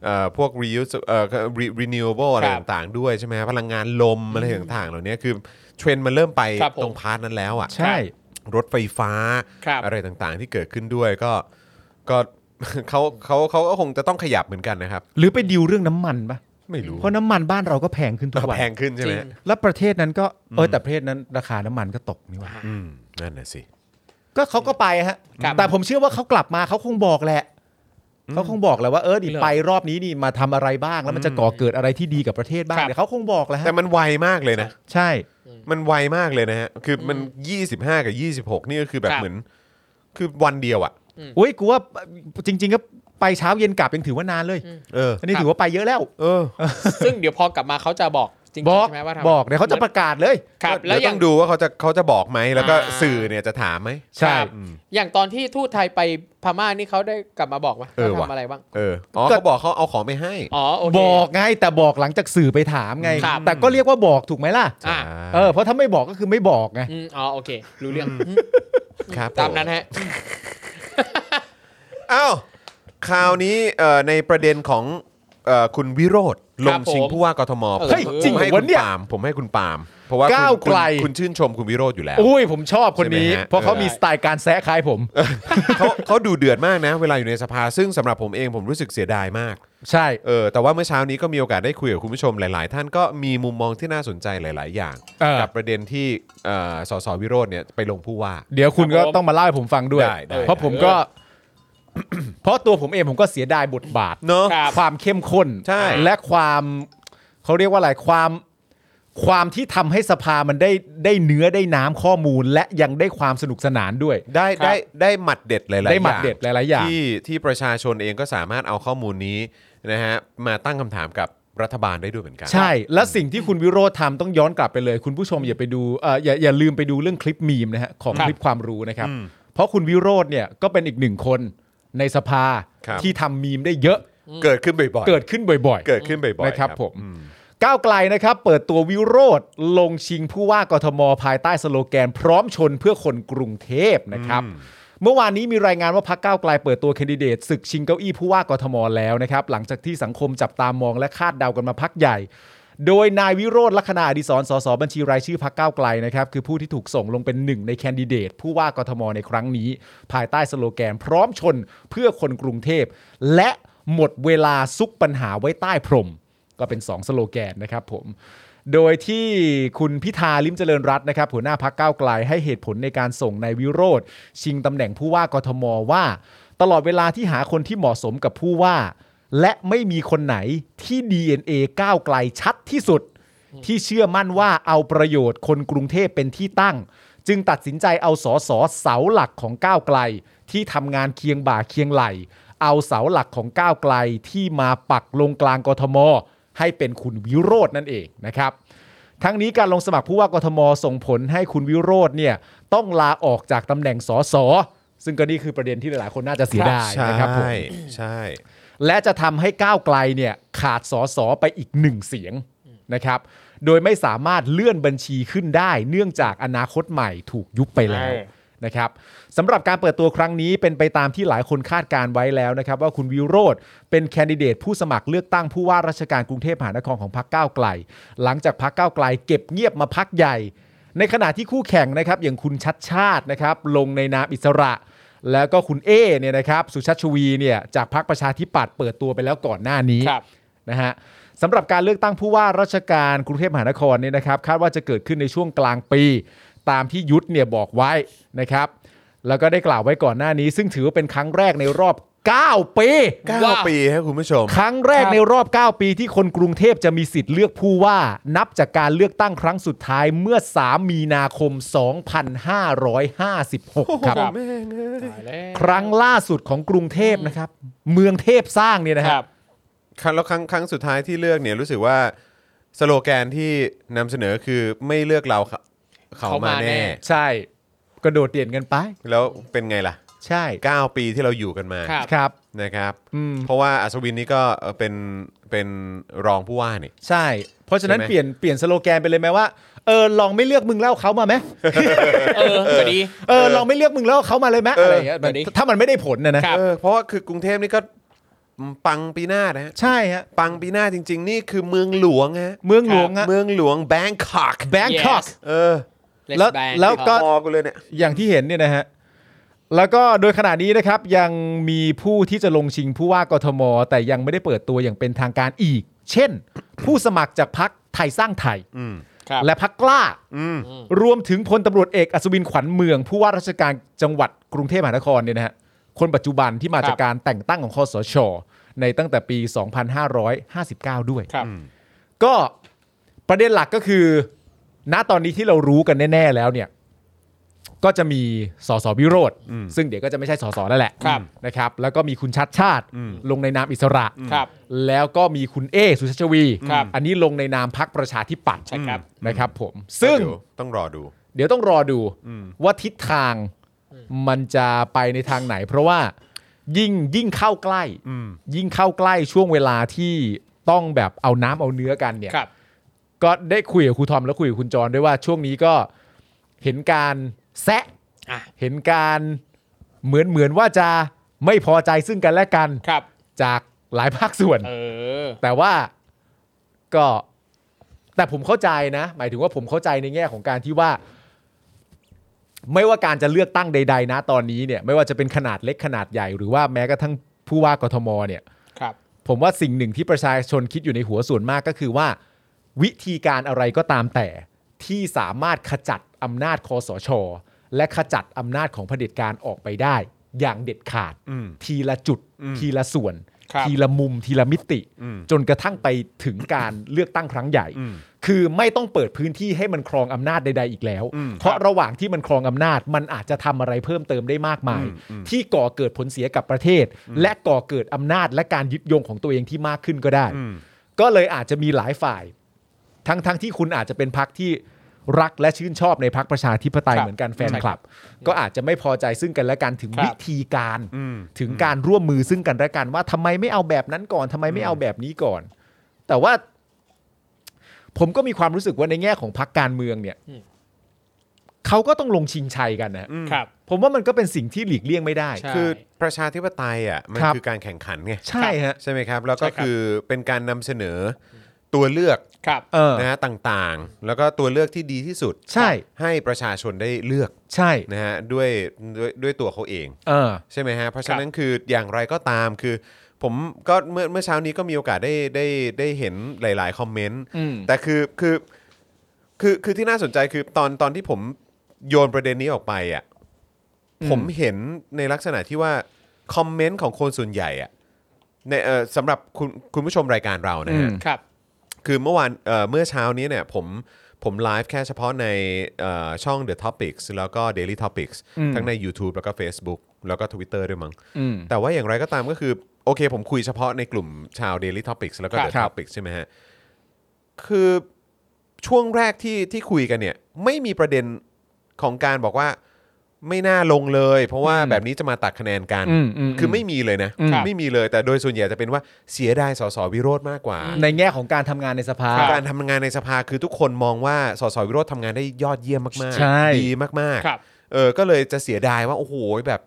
Speaker 2: เอ่อพวก reuse เอ่อ re- renewable อะไร
Speaker 4: ครับ
Speaker 2: ต่างๆด้วยใช่ไหมฮะพลังงานลมอะไรต่างๆเหล่านี้คือเทรนด์มันเริ่มไป
Speaker 4: ครับผม
Speaker 2: ตรงพาร์ทนั้นแล้วอ่ะ
Speaker 3: ใช่
Speaker 2: รถไฟฟ้า
Speaker 4: ครับ
Speaker 2: อะไรต่างๆที่เกิดขึ้นด้วยก็ก็ <laughs> เขาเขาเขาก็คงจะต้องขยับเหมือนกันนะครับ
Speaker 3: หรือไปดิวเรื่องน้ำมันปะ
Speaker 2: ไม่รู้
Speaker 3: เพราะน้ำมันบ้านเราก็แพงขึ้นทุกวัน
Speaker 2: แพงขึ้นใช่ไหม
Speaker 4: จริง
Speaker 3: แล้วประเทศนั้นก็เออแต่ประเทศนั้นราคาน้ำมันก็ตกนี่หว่า
Speaker 2: อืมนั่นน่ะสิ
Speaker 3: ก็เขาก็ไปฮะ
Speaker 4: ครับ
Speaker 3: แต่ผมเชื่อว่าเขากลับมาเขาคงบอกแหละ เขาคงบอกแหละว่าเออดิไปรอบนี้นี่มาทำอะไรบ้างแล้วมันจะก่อเกิดอะไรที่ดีกับประเทศบ้าง
Speaker 4: ครับ
Speaker 3: เดี๋ยวเขาคงบอกแหละฮะ
Speaker 2: แต่มันไวมากเลยนะ
Speaker 3: ใช่
Speaker 2: มันไวมากเลยนะฮะ คือมัน 25 กับ 26 นี่ก็คือแบบ
Speaker 4: ครับ
Speaker 2: เหมือน คือวันเดียวอ่ะ
Speaker 3: อุ้ยกูว่าจริง ๆ ก็ไปเช้าเย็นกลับยังถือว่านานเลย
Speaker 2: เออ
Speaker 3: อันนี้ถือว่าไปเยอะแล้ว
Speaker 2: เออ
Speaker 4: ซึ่งเดี๋ยวพอกลับมาเขาจะบอกจริง
Speaker 3: บอ
Speaker 4: ๆ
Speaker 3: ก
Speaker 4: ใช่ไหมว่าทำ
Speaker 3: บอกเดี๋ยวเขาจะประกาศเลย
Speaker 4: ครับ
Speaker 2: แล้
Speaker 4: แล้ว วอ
Speaker 2: ต้
Speaker 4: ย่า
Speaker 2: อง งดูว่าเขาจะเขาจะบอกไหม แล้วก็
Speaker 4: อ่า
Speaker 2: สื่อเนี่ยจะถามไหม
Speaker 3: ใช่
Speaker 4: ครับอย่างตอนที่ทูตไทยไปพม่านี่เขาได้กลับมาบอกว่า
Speaker 2: เออว่ะ
Speaker 4: ทำอะไรบ้าง
Speaker 2: เออ อ๋อ
Speaker 3: ก็
Speaker 2: เขาบอกเขาเอาของไปให้
Speaker 4: อ๋อโอเค
Speaker 3: บอกไงแต่บอกหลังจากสื่อไปถามไง
Speaker 4: ครับ
Speaker 3: แต่ก็เรียกว่าบอกถูกไหมล่ะ
Speaker 4: อ่ะ
Speaker 3: เออเพราะถ้าไม่บอกก็คือไม่บอกไง
Speaker 4: อืมอ๋อโอเค รู้เรื่อง
Speaker 2: ครับ
Speaker 4: ตามนั้นฮะ
Speaker 2: อ้าวคราวนี้เอ่อในประเด็นของเอ่อคุณวิโรธลงชิง
Speaker 4: ผม
Speaker 2: ผู้ว่ากทม
Speaker 4: เออ
Speaker 2: ผม
Speaker 3: จริงเหรอ
Speaker 2: ให้
Speaker 3: วะ
Speaker 2: คุณ
Speaker 3: เนี่ย
Speaker 2: ปาล์มผมให้คุณปาล์มเพราะว่า
Speaker 3: ก้าว
Speaker 2: คุณคุณ
Speaker 3: ไกล
Speaker 2: คุณชื่นชมคุณวิโรธอยู่แล้ว
Speaker 3: อุ้ยผมชอบคนนี้
Speaker 2: ใช่ไหมฮะ
Speaker 3: เพราะเขามีสไตล์การแซะคล้ายผม
Speaker 2: เขาเขาดูเดือดมากนะ เวลาอยู่ในสภาซึ่งสำหรับผมเองผมรู้สึกเสียดายมาก
Speaker 3: ใช่
Speaker 2: เออแต่ว่าเมื่อเช้านี้ก็มีโอกาสได้คุยกับคุณผู้ชมหลาย ๆ ท่านก็มีมุมมองที่น่าสนใจหลาย ๆ อย่าง
Speaker 3: เออ
Speaker 2: กับประเด็นที่เอ่อสสวิโรจน์เนี่ยไปลงผู้ว่า
Speaker 3: เดี๋ยวคุณก็
Speaker 4: ครับผม
Speaker 3: ต้องมาเล่าให้ผมฟังด้วย
Speaker 2: ได้ได้
Speaker 3: เพราะผมก็ <coughs> เพราะตัวผมเองผมก็เสียดายบทบาท
Speaker 2: เนาะ
Speaker 4: ครับ
Speaker 3: ความเข้มข้น
Speaker 2: ใช่
Speaker 3: และความเขาเรียกว่าอะไรความความที่ทำให้สภามันได้ได้เนื้อได้น้ำข้อมูล และยังได้ความสนุกสนานด้วย
Speaker 2: ได้ได้ได้หมัดเด็ดหลาย ๆ
Speaker 3: ได้หมัดเด็ดหลายๆอย่าง
Speaker 2: ที่ที่ประชาชนเองก็สามารถเอาข้อมูลนี้นะฮะมาตั้งคำถามกับรัฐบาลได้ด้วยเหมือนกัน
Speaker 3: ใช่ และสิ่งที่คุณวิโรธทำต้องย้อนกลับไปเลย คุณผู้ชมอย่าไปดูเอ่ออย่าอย่าลืมไปดูเรื่องคลิปมีมนะฮะของ
Speaker 4: ครับ
Speaker 3: คลิปความรู้นะครับ เพราะคุณวิโรธเนี่ยก็เป็นอีกหนึ่งคนในสภา
Speaker 2: ครับ
Speaker 3: ที่ทำมีมได้เยอะ
Speaker 2: เกิดขึ้นบ่อย ๆ
Speaker 3: เกิดขึ้นบ่อยๆ
Speaker 2: เกิดขึ้นบ่อยๆ
Speaker 3: นะครับผม ก้าวไกลนะครับ เปิดตัววิโรธลงชิงผู้ว่ากทม ภายใต้สโลแกน พร้อมชนเพื่อคนกรุงเทพนะครับ เมื่อวานนี้มีรายงานว่าพักก้าวไกลเปิดตัวแคนดิเดตศึกชิงเก้าอี้ผู้ว่ากทมแล้วนะครับ หลังจากที่สังคมจับตามองและคาดเดากันมาพักใหญ่ โดยนายวิโรธลักษณะอดีศรสสบัญชีรายชื่อพักก้าวไกลนะครับคือผู้ที่ถูกส่งลงเป็นหนึ่งในแคนดิเดต ผู้ว่ากทมในครั้งนี้ ภายใต้สโลแกน พร้อมชนเพื่อคนกรุงเทพ และหมดเวลาซุกปัญหาไว้ใต้พรม ก็เป็น 2 สโลแกนนะครับผม โดยที่คุณพิธาลิมเจริญรัตน์นะครับหัวหน้าพักก้าวไกลให้เหตุผลในการส่งนายวิโรธชิงตำแหน่งผู้ว่ากทมว่า ตลอดเวลาที่หาคนที่เหมาะสมกับผู้ว่า และไม่มีคนไหนที่ DNA ก้าวไกลชัดที่สุด ที่เชื่อมั่นว่าเอาประโยชน์คนกรุงเทพเป็นที่ตั้ง จึงตัดสินใจเอาสอสอเสาหลักของก้าวไกล ที่ทำงานเคียงบ่าเคียงไหล เอาเสาหลักของก้าวไกลที่มาปักลงกลางกทม ให้เป็นคุณวิโรจน์นั่นเองนะครับ ทั้งนี้การลงสมัครผู้ว่ากทม ส่งผลให้คุณวิโรจน์เนี่ยต้องลาออกจากตำแหน่งสสซึ่งก็นี่คือประเด็นที่หลายๆคนน่าจะเสียดาย
Speaker 2: ใช่
Speaker 3: นะครับผม
Speaker 2: ใช่
Speaker 3: และจะทำให้ก้าวไกลเนี่ยขาดสสไปอีกหนึ่งเสียงนะครับ โดยไม่สามารถเลื่อนบัญชีขึ้นได้ เนื่องจากอนาคตใหม่ถูกยุบไปแล้ว นะครับสำหรับการเปิดตัวครั้งนี้เป็นไปตามที่หลายคนคาดการไว้แล้วนะครับ ว่าคุณวิโรธเป็นแคนดิเดตผู้สมัครเลือกตั้งผู้ว่าราชการกรุงเทพมหานครของพรรคก้าวไกล หลังจากพรรคก้าวไกลเก็บเงียบมาพักใหญ่ ในขณะที่คู่แข่งนะครับอย่างคุณชัดชาตินะครับลงในนามอิสระ แล้วก็คุณเอเนี่ยนะครับสุชาติชวีเนี่ยจากพรรคประชาธิปัตย์เปิดตัวไปแล้วก่อนหน้านี้
Speaker 4: ครับ
Speaker 3: นะฮะสำหรับการเลือกตั้งผู้ว่าราชการกรุงเทพมหานครเนี่ยนะครับคาดว่าจะเกิดขึ้นในช่วงกลางปี ตามที่ยุทธเนี่ยบอกไว้นะครับ แล้วก็ได้กล่าวไว้ก่อนหน้านี้ ซึ่งถือว่าเป็นครั้งแรกในรอบ 9 ปี
Speaker 2: เก้า
Speaker 4: ว้าว
Speaker 2: ปีครับคุณผู้ชม
Speaker 3: ครั้งแรกในรอบ 9 ปีที่คนกรุงเทพจะมีสิทธิ์เลือกผู้ว่า นับจากการเลือกตั้งครั้งสุดท้ายเมื่อ 3 มีนาคม 2556 ครับ
Speaker 4: ตายแล้ว
Speaker 3: ครั้งล่าสุดของกรุงเทพนะครับ เมืองเทพสร้างเนี่ยนะ
Speaker 4: ค
Speaker 3: ฮะ
Speaker 4: รับ
Speaker 2: ครั้งแล้วครั้งครั้งสุดท้ายที่เลือกเนี่ยรู้สึกว่าสโลแกนที่นำเสนอคือไม่เลือกเราเขาเขา
Speaker 4: เขามาม
Speaker 2: มา
Speaker 4: แน่
Speaker 2: แน่
Speaker 3: ใช่กระโดดเด่นกันไป
Speaker 2: แล้วเป็นไงล่ะ
Speaker 3: ใช่
Speaker 2: 9 ปีที่เราอยู่กันมา
Speaker 4: ครับ
Speaker 3: ครับ
Speaker 2: นะครับ
Speaker 3: อืม
Speaker 2: เพราะว่าอัศวินนี่ก็เอ่อเป็นเป็นรองผู้ว่านี่
Speaker 3: ใช่ เพราะฉะนั้น
Speaker 2: ใช่ไหม
Speaker 3: เปลี่ยนเปลี่ยนสโลแกนไปเลยไหมว่า เออลองไม่เลือกมึงแล้วเขามาไหม
Speaker 4: เออก็ดี
Speaker 3: เออลองไม่เลือกมึงแล้วเขามาเลยไหมอะไรอย่างเงี้ยมัน
Speaker 4: เออดี
Speaker 3: ถ้ามันไม่ได้ผลนะนะครับ
Speaker 2: เออเพราะว่าคือกรุงเทพนี่ก็ปังปีหน้านะฮะ
Speaker 3: ใช่ฮะ
Speaker 2: ปังปีหน้าจริง ๆ นี่คือเมืองหลวงฮะ
Speaker 3: เมืองหลวงอะ
Speaker 2: เมืองหลวงแบงคอก
Speaker 3: แบงคอก
Speaker 4: Yes
Speaker 2: เออ
Speaker 4: Let's
Speaker 3: แล้ว
Speaker 4: bang
Speaker 3: แล้วก็
Speaker 2: พอกูเลยเนี่ย
Speaker 3: อย่างที่เห็นเนี่ยนะฮะ แล้วก็โดยขณะนี้นะครับยังมีผู้ที่จะลงชิงผู้ว่ากทม แต่ยังไม่ได้เปิดตัวอย่างเป็นทางการอีก เช่น ผู้สมัครจากพักไทยสร้างไทย
Speaker 2: อืม
Speaker 4: ครับ
Speaker 3: และพักกล้า
Speaker 2: อืม
Speaker 3: รวมถึงพลตำรวจเอกอัศวินขวัญเมือง ผู้ว่าราชการจังหวัดกรุงเทพมหานครเนี่ยนะฮะคนปัจจุบันที่มา
Speaker 4: ครับ
Speaker 3: จากการแต่งตั้งของคอสช ในตั้งแต่ปี 2559 ด้วย
Speaker 4: ครับ
Speaker 3: ก็ประเด็นหลักก็คือ ณตอนนี้ที่เรารู้กันแน่ ๆ แล้วเนี่ย ก็จะมีสสวิโรธ
Speaker 2: อืม
Speaker 3: ซึ่งเดี๋ยวก็จะไม่ใช่สสแล้วแหละ
Speaker 4: ครับ
Speaker 3: นะครับ แล้วก็มีคุณชัดชาติ
Speaker 2: อืม
Speaker 3: ลงในนามอิสระ
Speaker 4: ครับ
Speaker 3: แล้วก็มีคุณเอสุชัชวี
Speaker 4: ครับ
Speaker 3: อันนี้ลงในนามพักประชาธิปัตย์
Speaker 4: ใช่ครับ
Speaker 3: นะครับผม ซึ่ง
Speaker 2: เดี๋ยวต้องรอดู
Speaker 3: เดี๋ยวต้องรอดู
Speaker 2: อืม
Speaker 3: ว่าทิศทางมันจะไปในทางไหน เพราะว่ายิ่งยิ่งเข้าใกล้
Speaker 2: อืม
Speaker 3: ยิ่งเข้าใกล้ช่วงเวลาที่ต้องแบบเอาน้ำเอาเนื้อกันเนี่ย
Speaker 4: ครับ
Speaker 3: ก็ได้คุยกับครูทอมแล้วคุยกับคุณจรด้วยว่าช่วงนี้ก็เห็นการแซะ
Speaker 4: อ่ะ
Speaker 3: เห็นการเหมือนเหมือนว่าจะไม่พอใจซึ่งกันและกัน
Speaker 4: ครับ
Speaker 3: จากหลายภาคส่วน
Speaker 4: เออ
Speaker 3: แต่ว่าก็แต่ผมเข้าใจนะ หมายถึงว่าผมเข้าใจในแง่ของการที่ว่า ไม่ว่าการจะเลือกตั้งใด ๆ นะตอนนี้เนี่ย ไม่ว่าจะเป็นขนาดเล็กขนาดใหญ่หรือว่าแม้กระทั่งผู้ว่ากทมเนี่ย
Speaker 4: ครับ
Speaker 3: ผมว่าสิ่งหนึ่งที่ประชาชนคิดอยู่ในหัวส่วนมากก็คือว่า วิธีการอะไรก็ตามแต่ที่สามารถขจัดอำนาจคอสช และขจัดอำนาจของเผด็จการออกไปได้ อย่างเด็ดขาด
Speaker 2: อืม
Speaker 3: ทีละจุด
Speaker 2: อืม
Speaker 3: ทีละส่วน
Speaker 4: ครับ
Speaker 3: ทีละมุม ทีละมิติ
Speaker 2: อืม
Speaker 3: จนกระทั่งไปถึงการ เลือกตั้งครั้งใหญ่
Speaker 2: อืม
Speaker 3: คือไม่ต้องเปิดพื้นที่ให้มันครองอำนาจใด ๆ อีกแล้ว
Speaker 2: อืม
Speaker 3: เพราะระหว่างที่มันครองอำนาจมันอาจจะทำอะไรเพิ่มเติมได้มากมาย
Speaker 2: อืมอืม
Speaker 3: ที่ก่อเกิดผลเสียกับประเทศ และก่อเกิดอำนาจและการยึดโยงของตัวเองที่มากขึ้นก็ได้
Speaker 2: อืม
Speaker 3: ก็เลยอาจจะมีหลายฝ่าย ทั้งๆทที่คุณอาจจะเป็นพักที่รักและชื่นชอบในพักประชาธิปไตย
Speaker 4: ครับ
Speaker 3: เหมือนกันแฟนคลับ ก็อาจจะไม่พอใจซึ่งกันและกันถึง
Speaker 4: ครับ
Speaker 3: วิธีการ
Speaker 2: อืม
Speaker 3: ถึงการร่วมมือซึ่งกันและกันว่าทำไมไม่เอาแบบนั้นก่อนทำไมไม่เอาแบบนี้ก่อน แต่ว่า ผมก็มีความรู้สึกว่าในแง่ของพรรคการเมืองเนี่ย
Speaker 4: อืม
Speaker 3: เขาก็ต้องลงชิงชัยกันนะ
Speaker 2: อืม
Speaker 4: ครับ
Speaker 3: ผมว่ามันก็เป็นสิ่งที่หลีกเลี่ยงไม่ได้
Speaker 4: ใช่
Speaker 2: คือประชาธิปไตยอ่ะมัน
Speaker 3: ครับ
Speaker 2: คือการแข่งขันไง
Speaker 3: ใช่ฮะ
Speaker 2: ใช่ไหมครับ แล้วก็
Speaker 4: ใช่ครับ
Speaker 2: คือเป็นการนำเสนอตัวเลือก
Speaker 4: ครับ
Speaker 3: เออ
Speaker 2: นะฮะต่างๆ แล้วก็ตัวเลือกที่ดีที่สุด
Speaker 3: ใช่
Speaker 2: ให้ประชาชนได้เลือก
Speaker 3: ใช่
Speaker 2: นะฮะด้วยด้วยด้วยตัวเขาเอง
Speaker 3: เออ
Speaker 2: ใช่ไหมฮะ เพราะฉะนั้นคืออย่างไรก็ตามคือ ผมก็เมื่อเมื่อเช้านี้ก็มีโอกาสได้ได้ได้เห็นหลาย ๆ คอมเมนต์
Speaker 4: อืม
Speaker 2: แต่คือคือคือคือที่น่าสนใจคือตอนตอนที่ผมโยนประเด็นนี้ออกไปอ่ะ
Speaker 3: อืม
Speaker 2: ผมเห็นในลักษณะที่ว่า คอมเมนต์ของคนส่วนใหญ่อ่ะในเอ่อสำหรับคุณคุณผู้ชมรายการเรานะฮะ
Speaker 4: ครับ
Speaker 2: คือเมื่อวานเอ่อเมื่อเช้านี้เนี่ยผมผมไลฟ์แค่เฉพาะในเอ่อช่อง The Topics แล้วก็ Daily Topics
Speaker 3: อืม
Speaker 2: ทั้งใน YouTube แล้วก็ Facebook แล้วก็ Twitter ด้วยมั้ง
Speaker 3: อืม
Speaker 2: แต่ว่าอย่างไรก็ตามก็คือ โอเคผมคุยเฉพาะในกลุ่มชาว Daily Topics แล้วก็ The
Speaker 3: ครับ
Speaker 2: Topics ใช่ไหมฮะ คือช่วงแรกที่ที่คุยกันเนี่ย ไม่มีประเด็นของการบอกว่าไม่น่าลงเลย เพราะว่า
Speaker 3: อืม
Speaker 2: แบบนี้จะมาตัดคะแนนกัน
Speaker 3: อืมอืม
Speaker 2: คือไม่มีเลยนะ
Speaker 3: ครับ
Speaker 2: ไม่มีเลย แต่โดยส่วนใหญ่จะเป็นว่าเสียดายสสวิโรธมากกว่า
Speaker 3: ในแง่ของการทำงานในสภา
Speaker 2: การทำงานในสภาคือทุกคนมองว่าสสวิโรธทำงานได้ยอดเยี่ยมมาก
Speaker 3: ใช่
Speaker 2: ๆ ดีมาก
Speaker 4: ครับ
Speaker 2: ๆเออก็เลยจะเสียดายว่า โอ้โหแบบ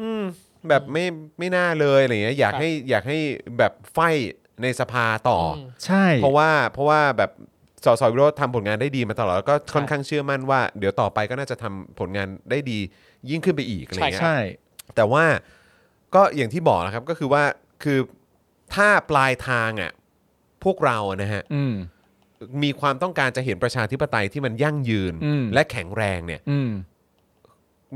Speaker 2: อืมแบบไม่ไม่น่าเลยอะไรเงี้ยอยาก
Speaker 4: ครับ
Speaker 2: ให้อยากให้แบบไฟในสภาต่ออ
Speaker 3: ใช่
Speaker 2: เพราะว่าเพราะว่าแบบสสวิโรธทำผลงานได้ดีมาตลอดแล้วก็ค่อนข้างเชื่อมั่นว่า เดี๋ยวต่อไปก็น่าจะทำผลงานได้ดียิ่งขึ้นไปอีกอะไรเงี้ย
Speaker 3: ใช่
Speaker 2: แต่ว่าก็อย่างที่บอกนะครับก็คือว่าคือถ้าปลายทางอ่ะพวกเราอะนะฮะ
Speaker 3: อืม
Speaker 2: มีความต้องการจะเห็นประชาธิปไตยที่มันยั่งยืน
Speaker 3: อืม
Speaker 2: และแข็งแรงเนี่ย
Speaker 3: อืม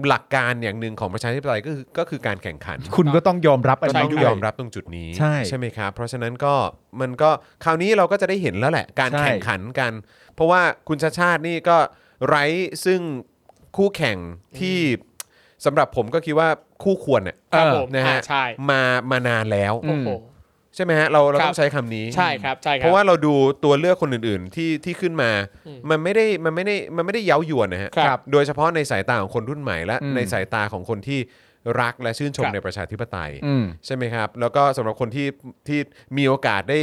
Speaker 2: หลักการอย่างหนึ่งของประชาธิปไตยก็คือก็คือการแข่งขัน
Speaker 3: คุณก็ต้องยอมรับอัน
Speaker 2: ก็ต้อ
Speaker 3: นี้
Speaker 2: ง
Speaker 3: ด้วย
Speaker 2: ยอมรับตรงจุดนี้
Speaker 3: ใช่
Speaker 2: ไหมครับ เพราะฉะนั้นก็มันก็คราวนี้เราก็จะได้เห็นแล้วแหละ การ
Speaker 3: ใช่
Speaker 2: แข่งขันกัน เพราะว่าคุณชาติชาตินี่ก็ไร้ซึ่งคู่แข่งที่สำหรับผมก็คิดว่าคู่ควรเนี่ย
Speaker 4: ครับ
Speaker 3: เออ
Speaker 4: ผม
Speaker 2: นะฮะ
Speaker 4: อ่าใช่
Speaker 2: มามานานแล้ว
Speaker 3: อืม
Speaker 4: โอ้โห
Speaker 2: ใช่ไหมฮะเราเรา
Speaker 4: ครับ
Speaker 2: ต้องใช้คำนี้
Speaker 4: ใช่ครับ ใช่ครับ
Speaker 2: เพราะว่าเราดูตัวเลือกคนอื่นๆที่ที่ขึ้นมา
Speaker 4: อืม
Speaker 2: มันไม่ได้มันไม่ได้มันไม่ได้เย้ายวนนะฮะ
Speaker 4: ครับ
Speaker 2: โดยเฉพาะในสายตาของคนรุ่นใหม่และ
Speaker 3: อืม
Speaker 2: ในสายตาของคนที่รักและชื่นชม
Speaker 4: ครับ
Speaker 2: ในประชาธิปไตย
Speaker 3: อืม
Speaker 2: ใช่ไหมครับ แล้วก็สำหรับคนที่ที่มีโอกาสได้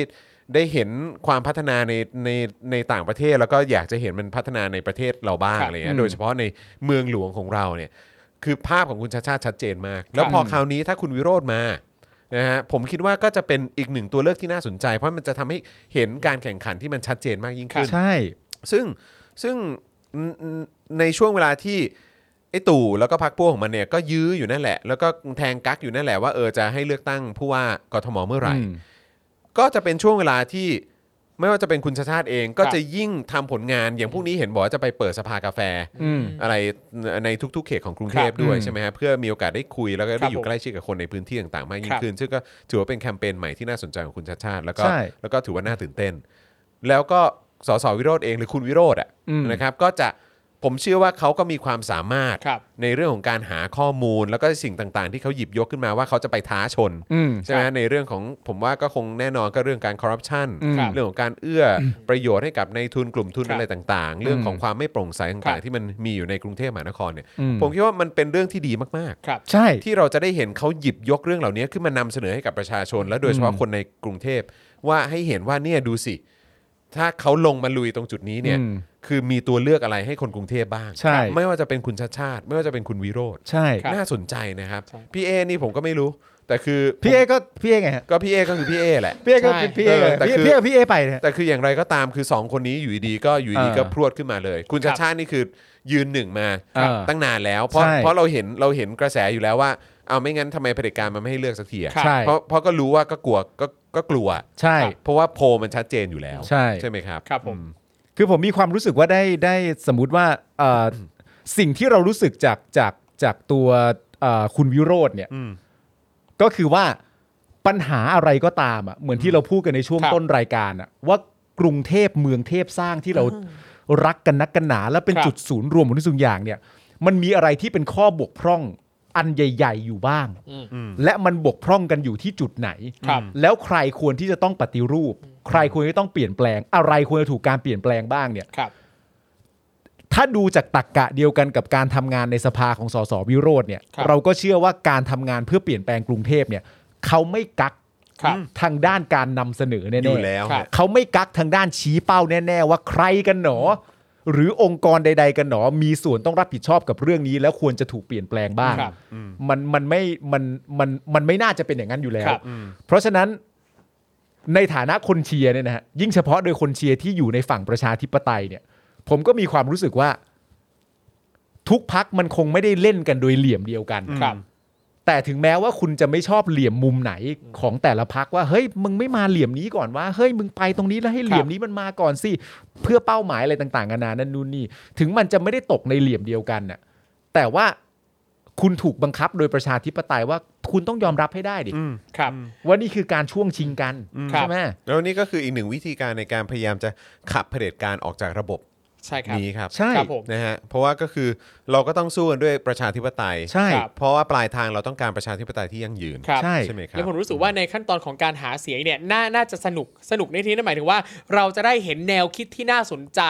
Speaker 2: ได้เห็นความพัฒนาในในในต่างประเทศ แล้วก็อยากจะเห็นมันพัฒนาในประเทศเราบ้าง
Speaker 4: ครับ
Speaker 2: อะไรเงี้
Speaker 3: อื
Speaker 2: ย
Speaker 3: ม
Speaker 2: โดยเฉพาะในเมืองหลวงของเราเนี่ยคือภาพของคุณชาติชาติชัดเจนมาก แล้วพอคราวนี้ถ้าคุณวิโรธมานะฮะผมคิดว่าก็จะเป็นอีกหนึ่งตัวเลือกที่น่าสนใจ เพราะมันจะทำให้เห็นการแข่งขันที่มันชัดเจนมากยิ่งขึ้น
Speaker 3: ใช่
Speaker 2: ซึ่งซึ่งในช่วงเวลาที่ไอ้ตู่แล้วก็พักพวกของมันเนี่ยก็ยื้ออยู่นั่นแหละ แล้วก็แทงกักอยู่นั่นแหละว่าเออจะให้เลือกตั้งผู้ว่ากทมเมื่อไหร่ ก็จะเป็นช่วงเวลาที่ไม่ว่าจะเป็นคุณชาติชาติเองก็จะยิ่งทำผลงานอย่างพวกนี้เห็นบอกว่าจะไปเปิดสภากาแฟ
Speaker 3: อืม
Speaker 2: อะไรในทุกๆ เขตของกรุงเทพ
Speaker 4: ครับ
Speaker 2: ด้วย
Speaker 3: อืม
Speaker 2: ใช่ไหมฮะเพื่อมีโอกาสได้คุยแล้วก็
Speaker 4: ครั
Speaker 2: ได้
Speaker 4: บ
Speaker 2: อยู่ใกล้ชิดกับคนในพื้นที่ต่างๆ มากยิ่
Speaker 4: ค
Speaker 2: ง
Speaker 4: รับ
Speaker 2: ขึ้นซึ่งก็ถือว่าเป็นแคมเปญใหม่ที่น่าสนใจของคุณชาติชาติแล้วก็
Speaker 3: ใช่
Speaker 2: แล้วก็ถือว่าน่าตื่นเต้น แล้วก็ สสวิโรธเองหรือคุณวิโรธอ่ะ
Speaker 3: อืม
Speaker 2: นะครับก็จะผมเชื่อว่าเขาก็มีความสามารถ
Speaker 4: ครับ
Speaker 2: ในเรื่องของการหาข้อมูลแล้วก็สิ่งต่างๆ ที่เขาหยิบยกขึ้นมาว่าเขาจะไปท้าชน
Speaker 3: อืม
Speaker 2: ใช่ไหมในเรื่องของผมว่าก็คงแน่นอนก็เรื่องการคอร์รัปชัน
Speaker 3: อืม
Speaker 2: เรื่องของการเอื้ออประโยชน์ให้กับในทุนกลุ่มทุน
Speaker 4: ครับ
Speaker 2: อะไรต่างๆ เรื่องของความไม่โปร่งใส
Speaker 4: ครั
Speaker 2: ต่าง
Speaker 4: บ
Speaker 2: ๆที่มันมีอยู่ในกรุงเทพมหานครเนี่ย
Speaker 3: อืม
Speaker 2: ผมคิดว่ามันเป็นเรื่องที่ดีมาก
Speaker 4: ครับ
Speaker 3: ใช่
Speaker 2: ๆ ที่เราจะได้เห็นเขาหยิบยกเรื่องเหล่านี้ขึ้นมานำเสนอให้กับประชาชน และโดยเฉพาะ
Speaker 3: อืม
Speaker 2: คนในกรุงเทพว่าให้เห็นว่าเนี่ยดูสิ ถ้าเขาลงมาลุยตรงจุดนี้เนี่ย
Speaker 3: อืม
Speaker 2: คือมีตัวเลือกอะไรให้คนกรุงเทพบ้าง
Speaker 3: ใช่
Speaker 2: ไม่ว่าจะเป็นคุณชาติชาติ ไม่ว่าจะเป็นคุณวิโรธ
Speaker 3: ใช่
Speaker 4: ครับ
Speaker 2: น่าสนใจนะครับพี่เอนี่ผมก็ไม่รู้ แต่คือ
Speaker 3: พี่เอก็พี่เอไงฮะ
Speaker 2: ก็พี่เอก็คือพี่เอแหละ
Speaker 3: พี่เอก็
Speaker 4: ใช่
Speaker 3: พี่เอไง
Speaker 2: เออแต่
Speaker 3: พี่
Speaker 2: คือ
Speaker 3: พี่เอกับพี่เอไปเนี่ย
Speaker 2: <laughs> แต่คืออย่างไรก็ตามคือ 2 คนนี้อยู่ดีๆก็อยู่ดี
Speaker 3: อ่า
Speaker 2: ๆก็พรวดขึ้นมาเลย คุณ
Speaker 4: ครั
Speaker 2: ชา
Speaker 4: บ
Speaker 2: ติชาตินี่คือยืนหนึ่งมา
Speaker 3: อ่า
Speaker 2: ตั้งนานแล้ว เพราะ
Speaker 3: ใช่
Speaker 2: เพราะเราเห็นเราเห็นกระแสอยู่แล้วว่าเอาไม่งั้นทำไมเผด็จการมันไม่ให้เลือกสักทีอะ
Speaker 4: ครับ
Speaker 3: ใช่
Speaker 2: เพราะเพราะก็รู้ว่าก็กลัวก็ก็กลัว
Speaker 3: ใช่
Speaker 2: เพราะว่าโพลมันชัดเจนอยู่แล้ว
Speaker 3: ใช่
Speaker 2: ไหมครับ
Speaker 4: ครับผม
Speaker 2: อื
Speaker 3: คือผมมีความรู้สึกว่าได้ได้สมมติว่าเอ่ออสิ่งที่เรารู้สึกจากจากจากตัวเอ่อคุณวิโรธเนี่ย
Speaker 2: อืม
Speaker 3: ก็คือว่าปัญหาอะไรก็ตามอ่ะเหมือนที่เราพูดกันในช่วง
Speaker 4: ครับ
Speaker 3: ต้นรายการอ่ะว่ากรุงเทพเมืองเทพสร้างที่เรารักกันนักกันหนาและเป็น
Speaker 4: ครับ
Speaker 3: จุดศูนย์รวมของทุกสิ่งอย่างเนี่ย มันมีอะไรที่เป็นข้อบกพร่องอันใหญ่ ๆ อยู่บ้าง
Speaker 4: อืม
Speaker 3: และมันบกพร่องกันอยู่ที่จุดไหน
Speaker 4: ครับ
Speaker 3: แล้วใครควรที่จะต้องปฏิรูป ใครควรที่ต้องเปลี่ยนแปลง อะไรควรจะถูกการเปลี่ยนแปลงบ้างเนี่ย
Speaker 4: ครับ
Speaker 3: ถ้าดูจากตรกกะเดียวกันกับการทำงานในสภาของสสวิโรธเนี่ย
Speaker 4: ครับ
Speaker 3: เราก็เชื่อว่าการทำงานเพื่อเปลี่ยนแปลงกรุงเทพเนี่ย เขาไม่กัก
Speaker 4: ครับ
Speaker 3: ทางด้านการนำเสนอแน่ๆ
Speaker 2: อยู่แล้ว
Speaker 4: ครับ
Speaker 3: เขาไม่กักทางด้านชี้เป้าแน่ๆ ว่าใครกันหนอ หรือองค์กรใด ๆ กันหนอ มีส่วนต้องรับผิดชอบกับเรื่องนี้ แล้วควรจะถูกเปลี่ยนแปลงบ้าง
Speaker 4: ครับ
Speaker 3: มันมันไม่มันมันมันไม่น่าจะเป็นอย่างนั้นอยู่แล้ว
Speaker 4: ครับ
Speaker 3: เพราะฉะนั้นในฐานะคนเชียร์เนี่ยนะฮะยิ่งเฉพาะโดยคนเชียร์ที่อยู่ในฝั่งประชาธิปไตยเนี่ย ผมก็มีความรู้สึกว่า ทุกพักมันคงไม่ได้เล่นกันโดยเหลี่ยมเดียวกัน
Speaker 4: ครับ
Speaker 3: แต่ถึงแม้ว่าคุณจะไม่ชอบเหลี่ยมมุมไหนของแต่ละพักว่าเฮ้ยมึงไม่มาเหลี่ยมนี้ก่อนว่าเฮ้ยมึงไปตรงนี้แล้วให้เหลี่ยมนี้มันมาก่อนสิเพื่อเป้าหมายอะไรต่างๆนานานั่นนู่นนี่ ถึงมันจะไม่ได้ตกในเหลี่ยมเดียวกันน่ะแต่ว่าคุณถูกบังคับโดยประชาธิปไตยว่าคุณต้องยอมรับให้ได้ดิ
Speaker 2: อืม
Speaker 4: ครับ
Speaker 3: ว่านี่คือการช่วงชิงกัน
Speaker 4: ครับ
Speaker 3: ใช่ไหม
Speaker 2: แล้วนี่ก็คืออีกหนึ่งวิธีการในการพยายามจะขับเผด็จการออกจากระบบ
Speaker 4: ใช่ครับ
Speaker 2: นี้ครับ
Speaker 3: ใช่
Speaker 4: ครับผม
Speaker 2: นะฮะเพราะว่าก็คือเราก็ต้องสู้กันด้วยประชาธิปไตย
Speaker 3: ใช่
Speaker 4: ครับ
Speaker 2: เพราะว่าปลายทางเราต้องการประชาธิปไตยที่ยั่งยืน
Speaker 4: ครับ
Speaker 3: ใช่
Speaker 2: ใช่ไหมครับ
Speaker 4: แล้วผมรู้สึกว่าในขั้นตอนของการหาเสียงเนี่ยน่าน่าจะสนุกสนุกในที่นั้นหมายถึงว่า เราจะได้เห็นแนวคิดที่น่าสนใจ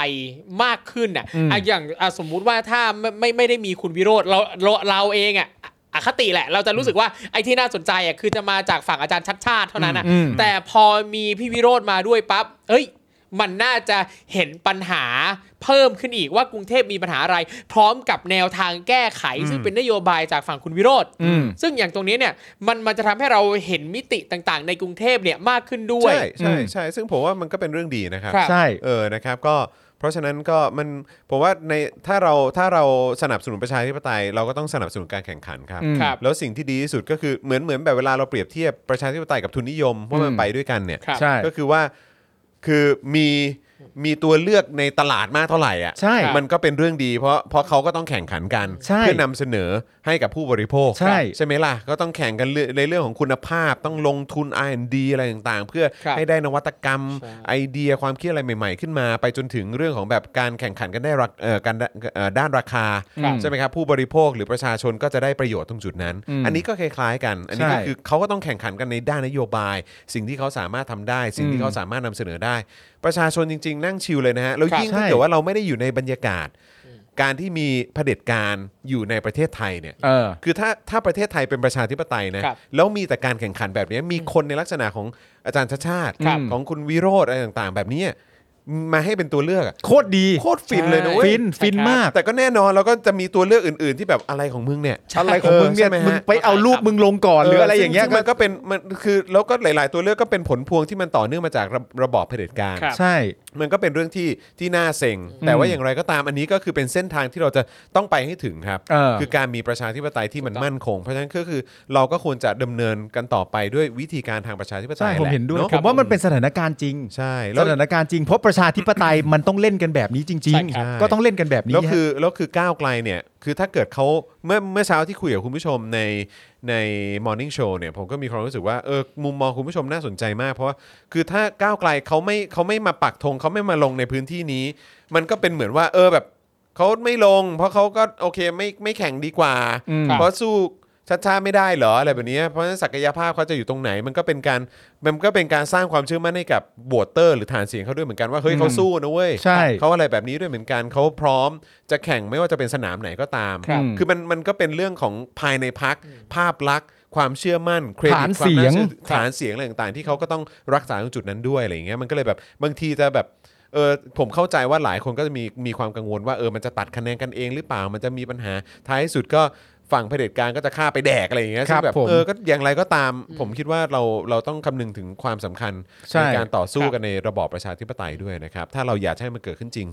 Speaker 4: มากขึ้นน่ะ
Speaker 3: อืม
Speaker 4: อ่ะอย่างอ่ะสมมุติว่าถ้าไม่ไม่ไม่ได้มีคุณวิโรธเราเราเราเองอ่ะอ่ะอคติแหละ เราจะรู้สึกว่าไอ้ที่น่าสนใจอ่ะคือจะมาจากฝั่งอาจารย์ชัดชาติเท่านั้นนะ
Speaker 3: อืมอืม
Speaker 4: แต่พอมีพี่วิโรธมาด้วยปั๊บเอ้ย มันน่าจะเห็นปัญหาเพิ่มขึ้นอีกว่ากรุงเทพมีปัญหาอะไร พร้อมกับแนวทางแก้ไข ซึ่งเป็นนโยบายจากฝั่งคุณวิโรธ
Speaker 3: อืม
Speaker 4: ซึ่งอย่างตรงนี้เนี่ยมันมันจะทำให้เราเห็นมิติต่างๆ ในกรุงเทพเนี่ยมากขึ้นด้วย
Speaker 2: ใช่ใช่
Speaker 3: อืม
Speaker 2: ใช่ซึ่งผมว่ามันก็เป็นเรื่องดีนะครับ
Speaker 4: ครับ
Speaker 3: ใช่
Speaker 2: เออ นะครับ ก็ เพราะฉะนั้นก็มัน ผมว่าใน ถ้าเรา ถ้าเราสนับสนุนประชาธิปไตย เราก็ต้องสนับสนุนการแข่งขันครับ
Speaker 3: อืม
Speaker 4: ครับ
Speaker 2: แล้วสิ่งที่ดีที่สุดก็คือ เหมือน เหมือนแบบเวลาเราเปรียบเทียบประชาธิปไตยกับทุนนิยมว่ามัน
Speaker 3: อืม
Speaker 2: ไปด้วยกันเนี่ย
Speaker 4: ครับ
Speaker 3: ใช่
Speaker 2: ก็คือว่า คือมี มีตัวเลือกในตลาดมากเท่าไหร่อ่ะ
Speaker 3: ใช่
Speaker 2: มันก็เป็นเรื่องดี เพราะ เพราะเขาก็ต้องแข่งขันกัน
Speaker 3: ใช่
Speaker 2: เพื่อนำเสนอให้กับผู้บริโภค
Speaker 3: ใช่
Speaker 2: ใช่ไหมล่ะ ก็ต้องแข่งกันเรื่องในเรื่องของคุณภาพ ต้องลงทุน R&D อะไรต่างๆ เพื่อ
Speaker 4: ครับ
Speaker 2: ให้ได้นวัตกรรม
Speaker 4: ใช่
Speaker 2: ไอเดียความคิดอะไรใหม่ๆ ขึ้นมา ไปจนถึงเรื่องของแบบการแข่งขันกันได้รักเอ่อการเอ่อด้านราคา
Speaker 3: ครับ
Speaker 2: ใช่ไหมครับ ผู้บริโภคหรือประชาชนก็จะได้ประโยชน์ตรงจุดนั้น
Speaker 3: อืม
Speaker 2: อันนี้ก็คล้ายๆกัน อันนี้ก็
Speaker 3: ใช่
Speaker 2: คือเขาก็ต้องแข่งขันกันในด้านนโยบาย สิ่งที่เขาสามารถทำได้ สิ่ง
Speaker 3: อื
Speaker 2: ที่
Speaker 3: ม
Speaker 2: เขาสามารถนำเสนอได้ ประชาชนจริง ๆ นั่งชิลเลยนะฮะแล้วยิ่ง
Speaker 3: ครับ
Speaker 2: ถ้า
Speaker 3: ใช่
Speaker 2: เกิดว่าเราไม่ได้อยู่ในบรรยากาศ การที่มีเผด็จการอยู่ในประเทศไทยเนี่ย
Speaker 3: เออ
Speaker 2: คือถ้าถ้าประเทศไทยเป็นประชาธิปไตยนะครับแล้วมีแต่การแข่งขันแบบนี้มีคนในลักษณะของอาจารย์ชาติชาติ
Speaker 4: ครับ
Speaker 2: ของคุณวิโรธอะไรต่างๆ แบบนี้มาให้เป็นตัวเลือกอะ
Speaker 3: โคตรดี
Speaker 2: โคตรฟินเลยนะเว้
Speaker 3: ฟิ
Speaker 2: ย
Speaker 3: นฟินมาก
Speaker 2: แต่ก็แน่นอนเราก็จะมีตัวเลือกอื่น ๆ ที่แบบอะไรของมึงเนี่ย
Speaker 3: อะไรของมึงเนี่ย
Speaker 2: ใช่ไห
Speaker 3: มึงไปเอารูปมึงลงก่อนหรืออะไรอย่างเงี้ย
Speaker 2: ซึ่มันก็เป็นมันคือแล้วก็หลาย ๆ ตัวเลือกก็เป็นผลพวงที่มันต่อเนื่องมาจากระระบอบเผด็จการ
Speaker 4: ครับ
Speaker 3: ใช่
Speaker 2: มันก็เป็นเรื่องที่ที่น่าเซ็ง แต่ว่าอย่างไรก็ตามอันนี้ก็คือเป็นเส้นทางที่เราจะต้องไปให้ถึงครับ
Speaker 3: เออ
Speaker 2: คือการมีประชาธิปไตยที่มันมั่นคง เพราะฉะนั้นก็คือเราก็ควรจะดำเนินกันต่ต่อไปด้วยวิธีการทางประชาธิปไต
Speaker 3: ใช่
Speaker 2: ย
Speaker 3: ผม
Speaker 2: และ
Speaker 3: เห็นด้วย
Speaker 2: อะ
Speaker 3: ผมว่ามันเป็นสถานการณ์จริง
Speaker 2: ใช่
Speaker 3: ส
Speaker 2: แล้ว
Speaker 3: ถานการณ์จริงเพราะป ประชาธิปไตยมันต้องเล่นกันแบบนี้จริง
Speaker 4: ใช่ครับ
Speaker 3: ๆ ก็ต้องเล่นกันแบบนี้
Speaker 2: แล้วคือ
Speaker 3: ฮะ
Speaker 2: แล้วคือก้าวไกลเนี่ยคือถ้าเกิดเขาเมื่อเมื่อเช้าที่คุยกับคุณผู้ชมในใน Morning Show เนี่ยผมก็มีความรู้สึกว่าเออมุมมองคุณผู้ชมน่าสนใจมาก เพราะว่าคือถ้าก้าวไกลเขาไม่เขาไม่มาปักธงเขาไม่มาลงในพื้นที่นี้ มันก็เป็นเหมือนว่าเออแบบเขาไม่ลง เพราะเขาก็โอเคไม่ไม่แข่งดีกว่า
Speaker 3: อืม
Speaker 2: เพราะสู้ชัดชาติไม่ได้เหรออะไรแบบนี้เพราะฉะนั้นศักยภาพเขาจะอยู่ตรงไหน มันก็เป็นการมันก็เป็นการสร้างความเชื่อมั่นให้กับบวตเตอร์ หรือฐานเสียงเขาด้วยเหมือนกันว่าเฮ้ยเขาสู้นะเว้ย
Speaker 3: ใช่
Speaker 2: เขาอะไรแบบนี้ด้วยเหมือนกันเขาพร้อมจะแข่งไม่ว่าจะเป็นสนามไหนก็ตาม
Speaker 3: ครับ
Speaker 2: อมันมันก็เป็นเรื่องของภายในพัก ภาพลักษณ์ ความเชื่อมั่นเครดิต
Speaker 3: ฐาน
Speaker 2: ความ
Speaker 3: เสี
Speaker 2: น่าย
Speaker 3: ง
Speaker 2: เชื่อฐานเสียงอะไรต่างๆ ที่เขาก็ต้องรักษาตรงจุดนั้นด้วยอะไรอย่างเงี้ยมันก็เลยแบบบางทีจะแบบเออผมเข้าใจว่าหลายคนก็จะมีมีความกังวลว่าเออมันจะตัดคะแนนกันเองหรือเปล่ามันจะมีปัญหาท้ายสุดก็ฝั่งเผด็จการก็จะฆ่าไปแดกอะไรอย่างเงี้ยซึ่งแบบ
Speaker 3: ครับผม
Speaker 2: เออก็อย่างไรก็ตาม ผมคิดว่าเราเราต้องคำนึงถึงความสำคัญ
Speaker 3: ใช่
Speaker 2: การต่อสู้กันในระบอบประชาธิปไตยด้วยนะครับถ้าเราอยากให้มันเกิดขึ้นจริง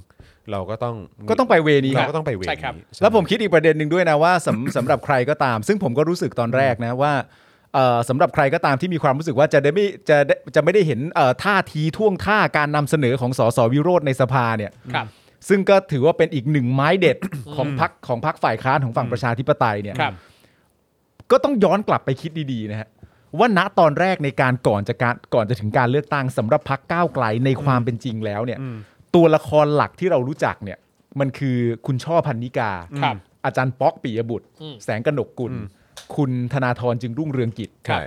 Speaker 2: เราก็ต้อง
Speaker 3: ก็ต้องไปเวนี้ค
Speaker 2: เรา
Speaker 3: รับ
Speaker 2: ก็ต้องไปเว
Speaker 4: ใช่ครับ
Speaker 2: นี้ใช่
Speaker 3: แล้วผมคิดอีกประเด็นหนึ่งด้วยนะว่าสำ สำหรับใครก็ตาม ซึ่งผมก็รู้สึกตอนแรกนะว่าเอ่อสำหรับใครก็ตามที่มีความรู้สึกว่าจะได้ไม่จะได้จะไม่ได้เห็นเอ่อท่าทีท่วงท่าการนำเสนอของสสวิโรจน์ในสภาเนี่ย
Speaker 4: ครับ
Speaker 3: ซึ่งก็ถือว่าเป็นอีกหนึ่งไม้เด็ดของพักของพักฝ่ายค้านของฝั่งประชาธิปไตยเนี่ย
Speaker 4: ครับ
Speaker 3: ก็ต้องย้อนกลับไปคิดดีๆนะฮะว่าณตอนแรกในการก่อนจะการก่อนจะถึงการเลือกตั้งสำหรับพักก้าวไกลในความเป็นจริงแล้วเนี่ยตัวละครหลักที่เรารู้จักเนี่ยมันคือคุณช่อพันนิกา
Speaker 4: ครับ
Speaker 3: อาจารย์ป๊อกปิยบุตร
Speaker 4: อืม
Speaker 3: แสงกนกกุล คุณธนาธรจึงรุ่งเรืองกิจ
Speaker 2: ใช่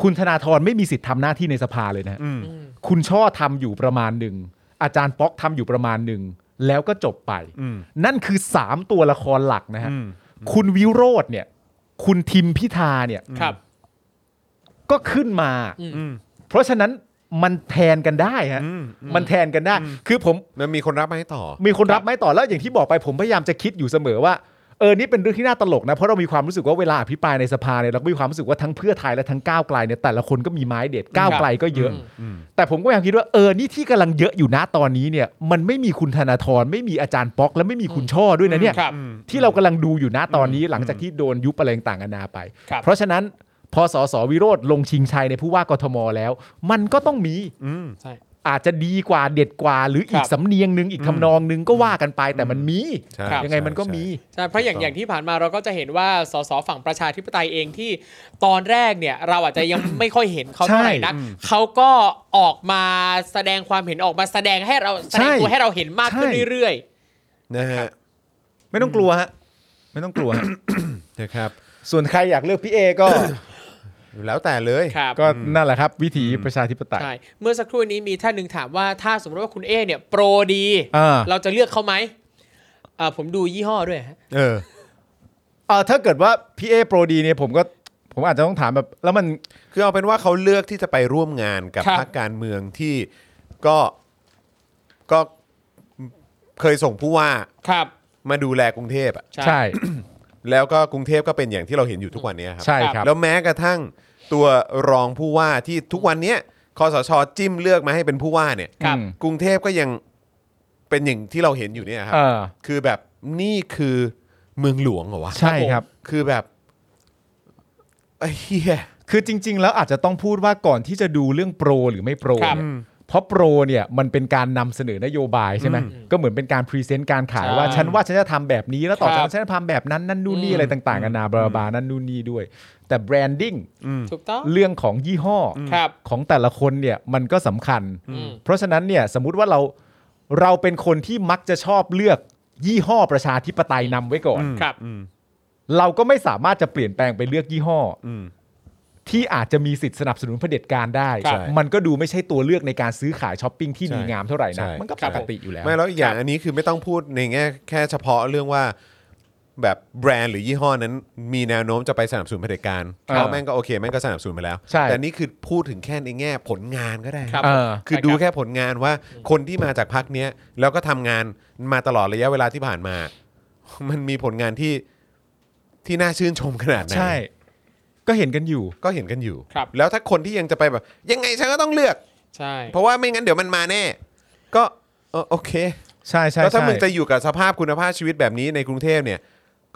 Speaker 3: คุณธนาธรไม่มีสิทธิ์ทำหน้าที่ในสภาเลยนะฮะ
Speaker 2: อืม
Speaker 3: คุณช่อทำอยู่ประมาณหนึ่ง อาจารย์ป๊อกทำอยู่ประมาณหนึ่ง แล้วก็จบไป
Speaker 2: อืม
Speaker 3: นั่นคือ 3 ตัวละครหลักนะฮะ
Speaker 2: อืม
Speaker 3: คุณวิโรธเนี่ย คุณทิมพิธาเนี่ย
Speaker 4: ครับ
Speaker 3: ก็ขึ้นมา
Speaker 2: อืม
Speaker 3: เพราะฉะนั้นมันแทนกันได้ฮะ
Speaker 2: อืม
Speaker 3: มันแทนกันได้ คือผม
Speaker 2: มันมีคนรับไหมต่อ
Speaker 3: มีคนรับไม้ต่อแล้วอย่างที่บอกไปผมพยายามจะคิดอยู่เสมอว่าเออนี่เป็นเรื่องที่น่าตลกนะเพราะเรามีความรู้สึกว่าเวลาอภิปรายในสภาเนี่ยเราก็มีความรู้สึกว่าทั้งเพื่อไทยและทั้งก้าวไกลเนี่ยแต่ละคนก็มีไม้เด็ดก้าวไกลก็เยอะ แต่ผมก็ยังคิดว่าเออนี่ที่กำลังเยอะอยู่นะตอนนี้เนี่ยมันไม่มีคุณธนาธรไม่มีอาจารย์ป๊อก และไม่มีคุณช่อด้วยนะเนี่ย
Speaker 4: ครับ
Speaker 3: ที่เรากำลังดูอยู่นะตอนนี้หลังจากที่โดนยุบอะไรต่างๆนานาไป
Speaker 4: ครับ
Speaker 3: เพราะฉะนั้นพอสสวิโรธลงชิงชัยในผู้ว่ากทมแล้ว มันก็ต้องมี
Speaker 2: อืม
Speaker 4: ใช่
Speaker 3: อาจจะดีกว่าเด็ดกว่า หรืออี
Speaker 4: ค
Speaker 3: ก
Speaker 4: รับ
Speaker 3: สำเนียงหนึ่งอีกทำนองหนึงก็ว่ากันไปแต่มันมี
Speaker 2: ใช่
Speaker 3: ยังไงมันก็
Speaker 2: ใช่
Speaker 3: มี
Speaker 4: ใช่เพราะอย่าง
Speaker 2: ถูกต้อง
Speaker 4: อย่างที่ผ่านมาเราก็จะเห็นว่าสสฝั่งประชาธิปไตยเองที่ตอนแรกเนี่ยเราอาจจะยัง ไม่ค่อยเห็นเขาเท่าไหร่นัก
Speaker 3: ใช่อืม
Speaker 4: เขาก็ออกมาแสดงความเห็นออกมาแสดงให้เราแสดง
Speaker 3: ใช่
Speaker 4: ตัวให้เราเห็นมากขึ้น
Speaker 3: ใช่
Speaker 4: เรื่อย
Speaker 2: นะฮะ
Speaker 3: ไม่ต้องกลัวฮะไม่ต้องกลัวฮะ
Speaker 2: นะครับ
Speaker 3: <coughs> ส่วนใครอยากเลือกพี่เอก็
Speaker 2: แล้วแต่เลย
Speaker 4: ๆ ครับ
Speaker 3: ก็นั่นแหละครับ วิถีประชาธิปไตย
Speaker 4: ใช่เมื่อสักครู่นี้มีท่านหนึ่งถามว่าถ้าสมมติว่าคุณเอเนี่ยโปรดี
Speaker 3: อ่า
Speaker 4: เราจะเลือกเขาไหมอ่าผมดูยี่ห้อด้วยฮะ
Speaker 2: เออ
Speaker 3: เอ่อถ้าเกิดว่าพี่เอโปรดีเนี่ยผมก็ผมอาจจะต้องถามแบบ แล้วมัน
Speaker 2: คือเอาเป็นว่าเขาเลือกที่จะไปร่วมงานกับ
Speaker 3: ครับ
Speaker 2: พรรคการเมืองที่ก็ก็เคยส่งผู้ว่า
Speaker 4: ครับ
Speaker 2: มาดูแลกรุงเทพอะ
Speaker 3: ใช่
Speaker 2: แล้วก็กรุงเทพก็เป็นอย่างที่เราเห็นอยู่ทุกวันเนี้ยครั
Speaker 3: ใช่ครับ
Speaker 2: แล้วแม้กระทั่งตัวรองผู้ว่าที่ทุกวันเนี้ยคอสชจิ้มเลือกมาให้เป็นผู้ว่าเนี่ย
Speaker 3: ครับ
Speaker 2: กรุงเทพก็ยังเป็นอย่างที่เราเห็นอยู่เนี่ยครั
Speaker 3: เอบ อ
Speaker 2: คือแบบนี่คือเมืองหลวงเหรอวะ
Speaker 3: ใช่ครับ
Speaker 2: คือแบบไอ้เหี้ย
Speaker 3: คือจริง ๆ แล้วอาจจะต้องพูดว่าก่อนที่จะดูเรื่องโปรหรือไม่โปร
Speaker 4: ครับ
Speaker 3: เนี่ย เพราะโปรเนี่ยมันเป็นการนำเสนอนโยบายใช่ไหมก็เหมือนเป็นการพรีเซนต์การขาย
Speaker 4: ใช่
Speaker 3: ว่าฉันว่าฉันจะทำแบบนี้แล้วต่อจาก
Speaker 4: ครับ
Speaker 3: นั้นฉันจะทำแบบนั้นนั่นนู่นนี่
Speaker 4: อืม
Speaker 3: อะไรต่างๆกันานาบลาบลานั่นนู่นนี่ด้วย แต่แบรนดิ้ง
Speaker 4: ถูกต้อง
Speaker 3: เรื่องของยี่ห้อ
Speaker 4: ครับ
Speaker 3: ของแต่ละคนเนี่ยมันก็สำคัญ
Speaker 4: อืม
Speaker 3: เพราะฉะนั้นเนี่ยสมมุติว่าเราเราเป็นคนที่มักจะชอบเลือกยี่ห้อประชาธิปไตยนำไว้ก่อน
Speaker 4: ครับ
Speaker 3: เราก็ไม่สามารถจะเปลี่ยนแปลงไปเลือกยี่ห้ออ
Speaker 2: ม
Speaker 3: ที่อาจจะมีสิทธิ์สนับสนุนเผด็จการได้
Speaker 2: ครับ
Speaker 3: มันก็ดูไม่ใช่ตัวเลือกในการซื้อขายช้อปปิ้งที่ดี
Speaker 2: ใช่
Speaker 3: งามเท่าไหร่
Speaker 2: ใช่
Speaker 3: นะมันก็ปกติอยู่แล้ว
Speaker 2: ไม่แล้วอีกอย่างอันนี้คือไม่ต้องพูดในแง่แค่เฉพาะเรื่องว่าแบบแบรนด์หรือยี่ห้อนั้น มีแนวโน้มจะไปสนับสนุนเผด็จการ
Speaker 3: ครับ
Speaker 2: เขาแม่งก็โอเคแม่งก็สนับสนุนไปแล้ว
Speaker 3: ใช่
Speaker 2: แต่นี่คือพูดถึงแค่ในแง่ผลงานก็ได้
Speaker 4: ครับ
Speaker 3: เออ
Speaker 2: คือดูแค่ผลงานว่าคนที่มาจากพักเนี้ยแล้วก็ทำงานมาตลอดระยะเวลาที่ผ่านมา <laughs> มันมีผลงานที่ที่น่าชื่นชมขนาดไหน
Speaker 3: ใช่ ก็เห็นกันอยู่
Speaker 2: ก็เห็นกันอยู่
Speaker 4: ครับ
Speaker 2: แล้วถ้าคนที่ยังจะไปแบบ ยังไงฉันก็ต้องเลือก
Speaker 4: ใช่
Speaker 2: เพราะว่าไม่งั้นเดี๋ยวมันมาแน่ ก็เออโอเค
Speaker 3: ใช่ใช่
Speaker 2: แล้วถ้า
Speaker 3: ใช่
Speaker 2: มึงจะอยู่กับสภาพคุณภาพชีวิตแบบนี้ในกรุงเทพเนี่ย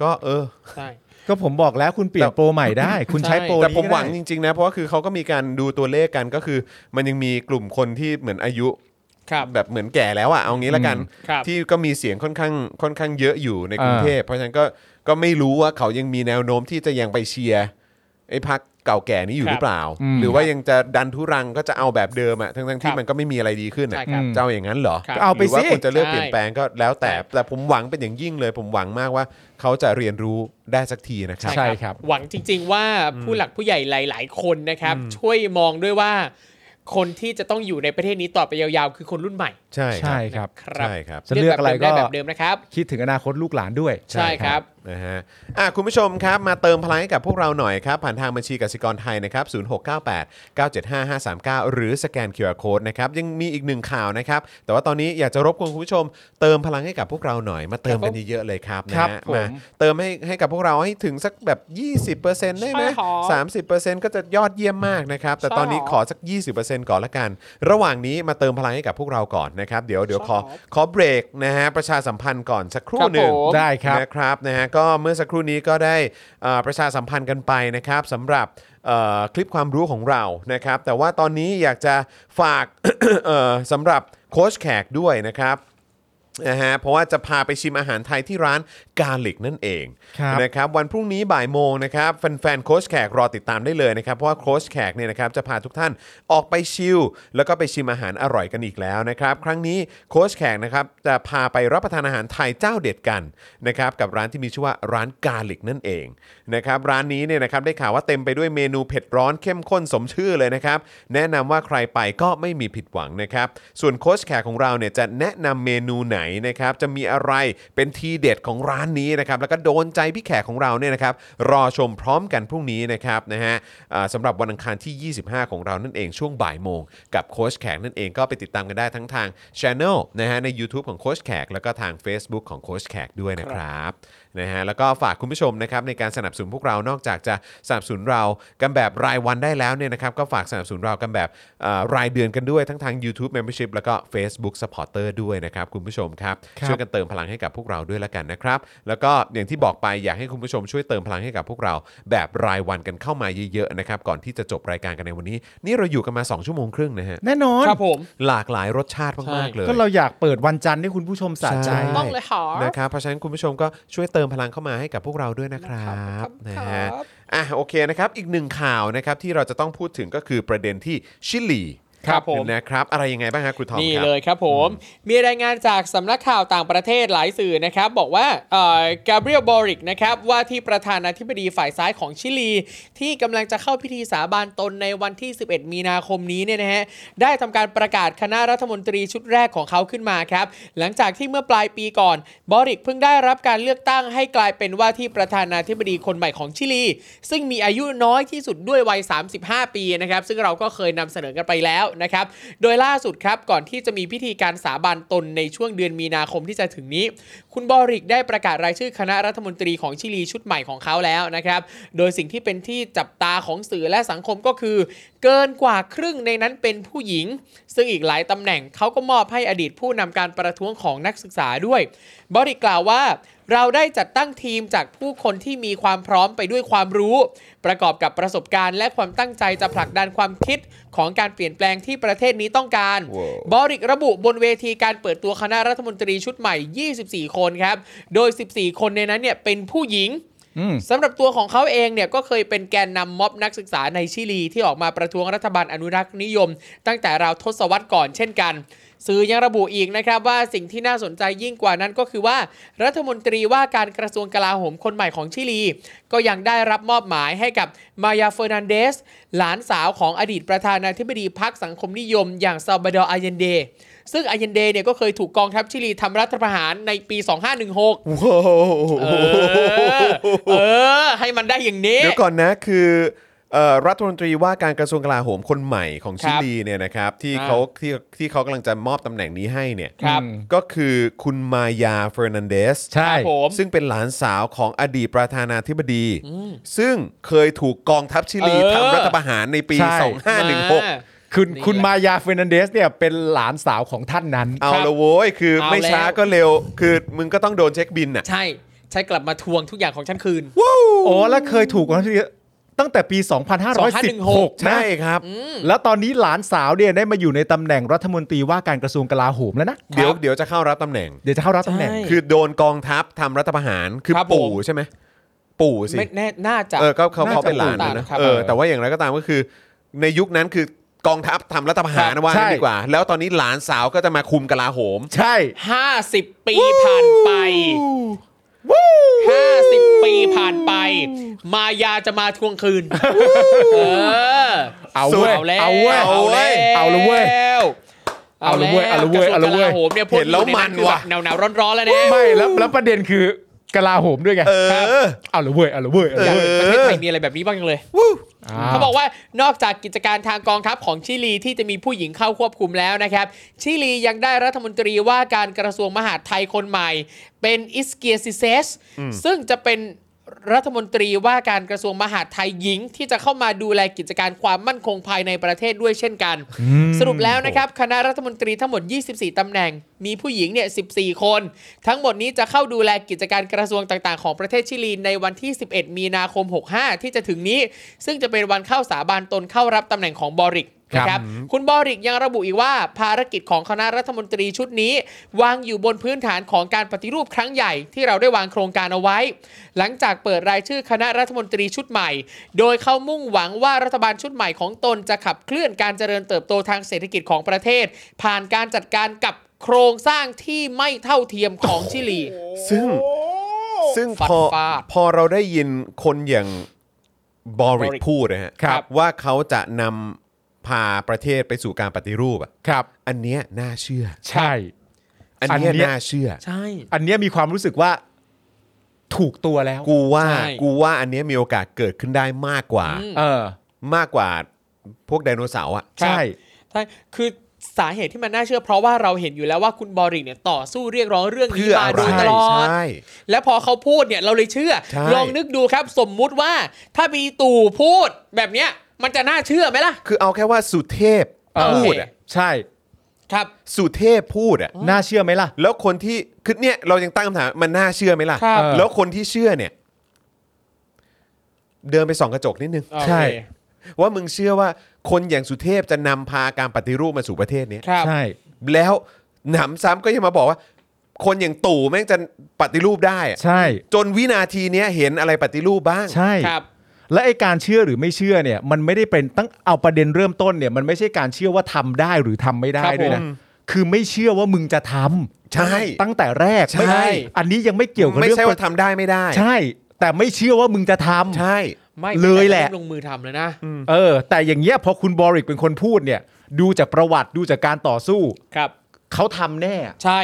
Speaker 2: ก็เออ
Speaker 4: ใช่
Speaker 3: ก็ผมบอกแล้วคุณเปลี่ยนโปรใหม่ได้ คุณใช้โปร
Speaker 2: แต่
Speaker 3: นี้
Speaker 2: ผมหวัง
Speaker 3: ก็
Speaker 2: จ
Speaker 3: ได้
Speaker 2: ริงๆนะ เพราะว่าคือเขาก็มีการดูตัวเลขกันก็คือ มันยังมีกลุ่มคนที่เหมือนอายุ
Speaker 4: ครับ
Speaker 2: แบบเหมือนแก่แล้วอะเอางี้ละกัน
Speaker 4: ครับ
Speaker 2: ที่ก็มีเสียงค่อนข้างค่อนข้างเยอะอยู่ในกรุง
Speaker 3: อ่า
Speaker 2: เทพเพราะฉะนั้นก็ก็ไม่รู้ว่าเขายังมีแนวโน้มที่จะยังไปเชียร์ไอ้พักเก่าแก่นี้อยู่
Speaker 4: ค
Speaker 2: ห
Speaker 4: รับ
Speaker 2: รือเปล่า
Speaker 3: อืม
Speaker 2: หรือว่ายังจะดันทุรังก็จะเอาแบบเดิมอะทั้งทั้งๆที่
Speaker 4: ครับ
Speaker 2: มันก็ไม่มีอะไรดีขึ้นอะ
Speaker 4: ใช่ครับ
Speaker 2: จะเอาอย่างนั้นเหรอ
Speaker 4: ครับ
Speaker 3: เอาไป
Speaker 2: หรืว่า
Speaker 3: สิ
Speaker 2: คนจะเลือก
Speaker 4: ใช่
Speaker 2: เปลี่ยนแปลงก็แล้วแต่แต่ผมหวังเป็นอย่างยิ่งเลย ผมหวังมากว่าเขาจะเรียนรู้ได้สักทีนะครับ
Speaker 3: ใช่ครับ
Speaker 4: หวังจริง ๆ ว่าผู้หลักผู้ใหญ่หลาย ๆ คนนะครับ ช่วยมองด้วยว่า คนที่จะต้องอยู่ในประเทศนี้ต่อไปยาวๆ คือคนรุ่นใหม่
Speaker 2: ใช่
Speaker 3: ใช่ครับ
Speaker 4: นะครับ
Speaker 2: ใช่ครับ
Speaker 3: จะเลือกอะไรก็
Speaker 4: แบบเดิมด้แบบเดิมนะครับ
Speaker 3: คิดถึงอนาคตลูกหลานด้วย
Speaker 4: ใช่ครับ
Speaker 2: นะฮะอ่ะคุณผู้ชมครับ มาเติมพลังให้กับพวกเราหน่อยครับ ผ่านทางบัญชีกสิกรไทยนะครับ0698 975 539 หรือสแกน QR Code นะครับ ยังมีอีกหนึ่งข่าวนะครับ แต่ว่าตอนนี้อยากจะรบกวนคุณผู้ชม เติมพลังให้กับพวกเราหน่อย มาเติมกันเยอะๆเลยครับนะครับฮะมา
Speaker 3: ผม
Speaker 2: เติมให้ให้กับพวกเราให้ถึงสักแบบ 20%ได้ไหม
Speaker 4: ใช่หรอ
Speaker 2: สามสิบเปอร์เซ็นต์ก็จะยอดเยี่ยมมากนะครับ แต่ตอนนี้ขอสัก 20%ก่อนละกัน ระหว่างนี้มาเติมพลังให้กับพวกเราก่อนนะครับ เดี๋ยวเดี๋ยวขอขอเบรกนะฮะประชาสัมพันธ์ก่อนสักครู่หนึ่ง
Speaker 4: ผม
Speaker 3: ได้ครับ
Speaker 2: นะครับนะฮะก็เมื่อสักครู่นี้ก็ได้เอ่อประชาสัมพันธ์กันไปนะครับสำหรับเอ่อคลิปความรู้ของเรานะครับ แต่ว่าตอนนี้อยากจะฝาก <coughs> เอ่อสำหรับโค้ชแขกด้วยนะครับนะฮะเพราะว่าจะพาไปชิมอาหารไทยที่ร้านกาลิกนั่นเอง
Speaker 3: ครับ
Speaker 2: นะครับวันพรุ่งนี้บ่ายโมงนะครับแฟนๆโค้ชแขกรอติดตามได้เลยนะครับเพราะว่าโค้ชแขกเนี่ยนะครับจะพาทุกท่านออกไปชิลแล้วก็ไปชิมอาหารอร่อยกันอีกแล้วนะครับครั้งนี้โค้ชแขกนะครับจะพาไปรับประทานอาหารไทยเจ้าเด็ดกันนะครับกับร้านที่มีชื่อว่าร้านกาลิกนั่นเองนะครับร้านนี้เนี่ยนะครับได้ข่าวว่าเต็มไปด้วยเมนูเผ็ดร้อนเข้มข้นสมชื่อเลยนะครับแนะนำว่าใครไปก็ไม่มีผิดหวังนะครับส่วนโค้ชแขกของเราเนี่ยจะแนะนำเมนูไหนนะครับจะมีอะไรเป็นทีเด็ดของร้านนี้นะครับแล้วก็โดนใจพี่แขกของเราเนี่ยนะครับรอชมพร้อมกันพรุ่งนี้นะครับนะฮะอ่าสำหรับวันอังคารที่ 25 ของเรานั่นเองช่วงบ่ายโมง กับโค้ชแขกนั่นเองก็ไปติดตามกันได้ทั้งทางช anel นะฮะใน YouTube ของโค้ชแขกแล้วก็ทาง Facebook ของโค้ชแขกด้วยนะครับ นะฮะแล้วก็ฝากคุณผู้ชมนะครับในการสนับสนุนพวกเรานอกจากจะสนับสนุนเรากันแบบรายวันได้แล้วเนี่ยนะครับก็ฝากสนับสนุนเรากันแบบเอ่อรายเดือนกันด้วยทั้งทาง YouTube Membership แล้วก็ Facebook Supporter ด้วยนะครับคุณผู้ชมครับ
Speaker 3: ครับ
Speaker 2: ช่วยกันเติมพลังให้กับพวกเราด้วยละกันนะครับ แล้วก็อย่างที่บอกไปอยากให้คุณผู้ชมช่วยเติมพลังให้กับพวกเราแบบรายวันกันเข้ามาเยอะๆนะครับก่อนที่จะจบรายการกันในวันนี้ นี่เราอยู่กันมาสองชั่วโมงครึ่งนะฮะ
Speaker 3: แน่นอน
Speaker 4: ครับผม
Speaker 2: หลากหลายรสชาติมากๆเลย
Speaker 3: ก็เราอยากเปิดวันจันทร์ให้คุณผู้ชมสะใจ
Speaker 2: ใช่
Speaker 7: ต้องเลยหอ
Speaker 2: นะครับเพราะฉะนั้นคุณผู้ชมก็ช่วยเติมพลังเข้ามาให้กับพวกเราด้วยนะครับนะฮะอ่ะโอเคนะครับอีกหนึ่งข่าวนะครับที่เราจะต้องพูดถึงก็คือประเด็นที่ชิลี
Speaker 4: ครับผม
Speaker 2: นะครับอะไรยังไงบ้างครับครูทอม
Speaker 4: นี่
Speaker 2: ครับ
Speaker 4: เลยครับผม มีรายงานจากสำนักข่าวต่างประเทศหลายสื่อนะครับ บอกว่าเอ่อกาเบรียลบอริกนะครับว่าที่ประธานาธิบดีฝ่ายซ้ายของชิลี ที่กำลังจะเข้าพิธีสาบานตนในวันที่ 11 มีนาคมนี้เนี่ยนะฮะได้ทำการประกาศคณะรัฐมนตรีชุดแรกของเขาขึ้นมาครับ หลังจากที่เมื่อปลายปีก่อน บอริกเพิ่งได้รับการเลือกตั้งให้กลายเป็นว่าที่ประธานาธิบดีคนใหม่ของชิลี ซึ่งมีอายุน้อยที่สุดด้วยวัย 35 ปีนะครับ ซึ่งเราก็เคยนำเสนอกันไปแล้วนะครับ โดยล่าสุดครับ ก่อนที่จะมีพิธีการสาบานตนในช่วงเดือนมีนาคมที่จะถึงนี้ คุณบอริกได้ประกาศรายชื่อคณะรัฐมนตรีของชิลีชุดใหม่ของเขาแล้วนะครับ โดยสิ่งที่เป็นที่จับตาของสื่อและสังคมก็คือ เกินกว่าครึ่งในนั้นเป็นผู้หญิง ซึ่งอีกหลายตำแหน่งเขาก็มอบให้อดีตผู้นำการประท้วงของนักศึกษาด้วย บอริกกล่าวว่า เราได้จัดตั้งทีมจากผู้คนที่มีความพร้อมไปด้วยความรู้ ประกอบกับประสบการณ์และความตั้งใจจะผลักดันความคิดของการเปลี่ยนแปลงที่ประเทศนี้ต้องการ
Speaker 2: Wow
Speaker 4: บอริกระบุบนเวทีการเปิดตัวคณะรัฐมนตรีชุดใหม่ 24 คนครับ โดย 14 คนในนั้นเนี่ยเป็นผู้หญิง
Speaker 3: อืม
Speaker 4: สำหรับตัวของเขาเองเนี่ยก็เคยเป็นแกนนำม็อบนักศึกษาในชิลีที่ออกมาประท้วงรัฐบาลอนุรักษ์นิยม ตั้งแต่ราวทศวรรษก่อนเช่นกัน สื่อยังระบุอีกนะครับว่าสิ่งที่น่าสนใจยิ่งกว่านั้นก็คือว่า รัฐมนตรีว่าการกระทรวงกลาโหมคนใหม่ของชิลี ก็ยังได้รับมอบหมายให้กับมายาเฟอร์นันเดส หลานสาวของอดีตประธานาธิบดีพรรคสังคมนิยม อย่างซาบาดอร์อาเยนเด ซึ่งอาเยนเดเนี่ยก็เคยถูกกองทัพชิลีทำรัฐประหารในปี 2516 เออเออ ให้มันได้อย่างนี้
Speaker 2: เดี๋ยวก่อนนะคือเอ่อรัฐมนตรีว่าการกระทรวงกลาโหมคนใหม่ของชิลีเนี่ยนะครับที่
Speaker 4: อ่า
Speaker 2: เขาที่ที่เขากำลังจะมอบตำแหน่งนี้ให้เนี่ย
Speaker 4: ครับ
Speaker 3: อืม
Speaker 2: ก็คือคุณมายาเฟอร์นันเดส
Speaker 3: ใช่
Speaker 4: ครับผม
Speaker 2: ซึ่งเป็นหลานสาวของอดีตประธานาธิบดี ซึ่งเคยถูกกองทัพชิลีทำรัฐประหารในปี
Speaker 3: ใช่
Speaker 4: มา
Speaker 2: 2516
Speaker 3: คุณ
Speaker 4: นี่
Speaker 3: คุณ
Speaker 4: แหละ
Speaker 3: มายาเฟอร์นันเดสเนี่ยเป็นหลานสาวของท่านนั้น
Speaker 2: เอาละโว้ย คือ
Speaker 4: เอา
Speaker 2: ไม่ช้า
Speaker 4: แล้ว
Speaker 2: ก็เร็ว คือมึงก็ต้องโดนเช็คบินน่ะ
Speaker 4: ใช่ ใช่กลับมาทวงทุกอย่างของฉันคืน
Speaker 3: โอ้ แล้วเคยถูกกองทัพชิลี ตั้งแต่ปี 2516
Speaker 2: ใช่ครับ
Speaker 3: แล้วตอนนี้หลานสาวเนี่ยได้มาอยู่ในตำแหน่งรัฐมนตรีว่าการกระทรวงกลาโหมแล้วนะ
Speaker 2: เดี๋ยวเดี๋ยวจะเข้ารับตำแหน่ง
Speaker 3: เดี๋ยวจะเข้ารับตำแหน่ง
Speaker 4: ใช่
Speaker 2: คือโดนกองทัพทำรัฐประหารคือ
Speaker 4: ครับผม
Speaker 2: ปู่ใช่ไหมปู่สิ
Speaker 4: ไม่แน่น่าจะ
Speaker 2: เออก็เขาเขาเป็นหลาน
Speaker 4: น่าจะ
Speaker 2: นะ
Speaker 4: ต่างครับ
Speaker 2: เออ แต่ว่าอย่างไรก็ตามก็คือ ในยุคนั้นคือกองทัพทำรัฐประหาร
Speaker 4: ครับ
Speaker 2: ว่างั้น
Speaker 3: ใช่
Speaker 2: ดีกว่า แล้วตอนนี้หลานสาวก็จะมาคุมกลาโหม
Speaker 3: ใช่
Speaker 4: ห้าสิบปีผ่านไปห้าสิบปีผ่านไป มายาจะมาทวงคืน เออ
Speaker 3: เอา
Speaker 2: สุด
Speaker 3: เว้ย
Speaker 4: เอาแล้ว
Speaker 3: เอาเว้ย
Speaker 4: เอาแล้ว
Speaker 3: เอาแล้วเว้ยเอาแล้วเว้ยเอาแล้วเว้ยเอาแล้วเว้ย
Speaker 4: กระทรกลาโหมเนี่ย
Speaker 2: เห็นแล้วมันว่ะ
Speaker 4: หนาวหนาวๆร้อนๆแล้วนะ
Speaker 3: ไม่แล้วแล้วประเด็นคือกลาโหมด้วยไง
Speaker 2: เออ
Speaker 3: เอาเลยเว้ยเอาเลยเว้ยเอา
Speaker 4: อ
Speaker 3: เลย
Speaker 4: ายกเห็นประเท
Speaker 3: เว้ย
Speaker 4: ศไทยมีอะไรแบบนี้บ้างจังเลย เขาบอกว่านอกจากกิจการทางกองทัพของชิลีที่จะมีผู้หญิงเข้าควบคุมแล้วนะครับ ชิลียังได้รัฐมนตรีว่าการกระทรวงมหาดไทยคนใหม่ เป็นอิสเกียซิเซส ซึ่งจะเป็นรัฐมนตรีว่าการกระทรวงมหาดไทยหญิง ที่จะเข้ามาดูแลกิจการความมั่นคงภายในประเทศด้วยเช่นกัน สรุปแล้วนะครับ คณะรัฐมนตรีทั้งหมด 24ตำแหน่ง มีผู้หญิงเนี่ย 14 คน ทั้งหมดนี้จะเข้าดูแลกิจการกระทรวงต่างๆ ของประเทศชิลีในวันที่ 11 มีนาคม 65 ที่จะถึงนี้ ซึ่งจะเป็นวันเข้าสาบานตนเข้ารับตำแหน่งของบอริกนะครับ คุณบอริกยังระบุอีกว่า ภารกิจของคณะรัฐมนตรีชุดนี้ วางอยู่บนพื้นฐานของการปฏิรูปครั้งใหญ่ที่เราได้วางโครงการเอาไว้ หลังจากเปิดรายชื่อคณะรัฐมนตรีชุดใหม่ โดยเขามุ่งหวังว่ารัฐบาลชุดใหม่ของตนจะขับเคลื่อนการเจริญเติบโตทางเศรษฐกิจของประเทศ ผ่านการจัดการกับโครงสร้างที่ไม่เท่าเทียมของชิลี
Speaker 2: ซึ่งซึ่งพอ
Speaker 4: ฟัดฟาด
Speaker 2: พอเราได้ยินคนอย่างบอริก
Speaker 4: Boric
Speaker 2: พูดนะฮะ
Speaker 4: ครับ
Speaker 2: ว่าเขาจะนำพาประเทศไปสู่การปฏิรูปอะ
Speaker 3: ครับ
Speaker 2: อันเนี้ยน่าเชื่อ
Speaker 3: ใช่
Speaker 2: อันเนี้ย
Speaker 3: อันเนี้ย
Speaker 2: น่าเชื่อ
Speaker 4: ใช่
Speaker 3: อันเนี้ยมีความรู้สึกว่าถูกตัวแล้ว
Speaker 2: กูว่า
Speaker 4: ใช่
Speaker 2: กูว่าอันเนี้ยมีโอกาสเกิดขึ้นได้มากกว่า
Speaker 3: เออ
Speaker 2: มากกว่าพวกไดโนเสาร์อะ
Speaker 3: ใช่
Speaker 4: ใช่ คือสาเหตุที่มันน่าเชื่อ เพราะว่าเราเห็นอยู่แล้วว่าคุณบอริกเนี่ยต่อสู้เรียกร้องเรื่องนี้
Speaker 2: เพื่อ
Speaker 4: มา
Speaker 2: อะไร
Speaker 4: โดยตลอด
Speaker 2: ใช่
Speaker 4: และพอเขาพูดเนี่ยเราเลยเชื่อ
Speaker 2: ใช่
Speaker 4: ลองนึกดูครับ สมมุติว่าถ้ามีตู่พูดแบบเนี้ยมันจะน่าเชื่อไหมล่ะ
Speaker 2: คือเอาแค่ว่าสุเทพ
Speaker 3: เออ
Speaker 2: พูดอะ
Speaker 3: ใช่
Speaker 4: ครับ
Speaker 2: สุเทพพูดอะ
Speaker 3: น่าเชื่อไหมล่ะ
Speaker 2: แล้วคนที่คือเนี่ยเรายังตั้งคำถามมันน่าเชื่อไหมล่ะ
Speaker 4: ครับ
Speaker 2: แล้วคนที่เชื่อเนี่ย เดินไปส่องกระจกนิดนึง
Speaker 3: ใช่
Speaker 4: โอเค
Speaker 2: ว่ามึงเชื่อว่าคนอย่างสุเทพจะนำพาการปฏิรูปมาสู่ประเทศเนี้ย
Speaker 4: ครับ
Speaker 3: ใช่
Speaker 2: แล้วหนำซ้ำก็ยังมาบอกว่า คนอย่างตู่แม่งจะปฏิรูปได้อะ
Speaker 3: ใช่
Speaker 2: จนวินาทีเนี้ยเห็นอะไรปฏิรูปบ้าง
Speaker 3: ใช่
Speaker 4: ครับ
Speaker 3: และไอการเชื่อหรือไม่เชื่อเนี่ย มันไม่ได้เป็นตั้งเอาประเด็นเริ่มต้นเนี่ย มันไม่ใช่การเชื่อว่าทำได้หรือทำไม่ได้
Speaker 4: ครับ
Speaker 3: ด้วยนะ คือไม่เชื่อว่ามึงจะทำ
Speaker 2: ใช่
Speaker 3: ตั้งแต่แรก
Speaker 2: ใช่
Speaker 3: ไม่อันนี้ยังไม่เกี่ยวกับ
Speaker 2: ไม่
Speaker 3: เรื่อง
Speaker 2: ใช่ว่าทำได้ไม่ได้
Speaker 3: ใช่ แต่ไม่เชื่อว่ามึงจะทำ
Speaker 2: ใช่
Speaker 4: ไม่
Speaker 3: เลยแหละ
Speaker 4: ไม่ลงมือทำเลยนะ
Speaker 3: เออ แต่อย่างเงี้ยพอคุณบอริกเป็นคนพูดเนี่ย ดูจากประวัติดูจากการต่อสู้
Speaker 4: ครับ
Speaker 3: เขาทำแน่
Speaker 4: ใช่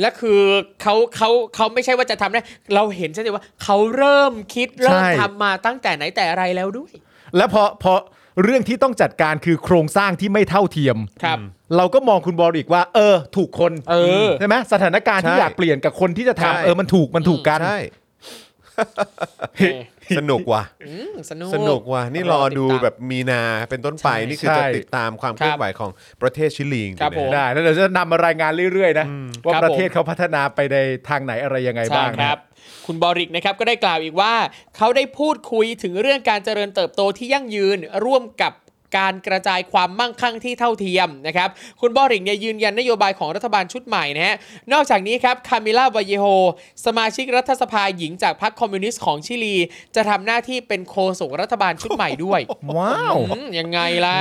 Speaker 4: และคือเขาเขาเขาไม่ใช่ว่าจะทำได้ เราเห็นชัดเจนว่าเขาเริ่มคิดเริ่ม
Speaker 3: ใช่
Speaker 4: ทำมาตั้งแต่ไหนแต่ไรแล้วด้วย
Speaker 3: แล้วพอพอเรื่องที่ต้องจัดการคือโครงสร้างที่ไม่เท่าเทียม
Speaker 4: ครับ
Speaker 3: เราก็มองคุณบอริกว่า เออ ถูกคน
Speaker 4: เออ
Speaker 3: ใช่ไหมสถานการณ์ที่
Speaker 2: ใช่
Speaker 3: อยากเปลี่ยนกับคนที่จะ
Speaker 2: ใช่
Speaker 3: ทำเออมันถูกมันถูกกัน
Speaker 2: ใช่ สนุกว่ะ
Speaker 4: อืมสนุก
Speaker 2: สนุกว่ะนี่รอดูแบบมีนาเป็นต้นไป
Speaker 4: ใช่
Speaker 2: นี่คือ
Speaker 3: ใช่
Speaker 2: จะติดตามความเคลื่อนไหวของประเทศชิลีจงๆ
Speaker 4: ครับ
Speaker 2: นะฮะ
Speaker 4: ผม
Speaker 3: ได้แล้วเดี๋ยวจะนำมารายงานเรื่อยๆนะว่า
Speaker 4: ครับ
Speaker 3: ประเทศ
Speaker 4: ผม
Speaker 3: เขาพัฒนาไปในทางไหนอะไรยังไงบ้าง
Speaker 4: ใช่ค
Speaker 3: นะ
Speaker 4: รับ คุณบอริกนะครับก็ได้กล่าวอีกว่า เขาได้พูดคุยถึงเรื่องการเจริญเติบโตที่ยั่งยืนร่วมกับการกระจายความมั่งคั่งที่เท่าเทียมนะครับ คุณบอริกเนี่ยยืนยันนโยบายของรัฐบาลชุดใหม่นะฮะนอกจากนี้ครับคามิล่าวาเยโฮสมาชิกรัฐสภาหญิงจากพรรคคอมมิวนิสต์ของชิลี จะทำหน้าที่เป็นโฆษกรัฐบาลชุดใหม่ด้วย
Speaker 3: ว้าว
Speaker 4: อืมยังไงล่ะ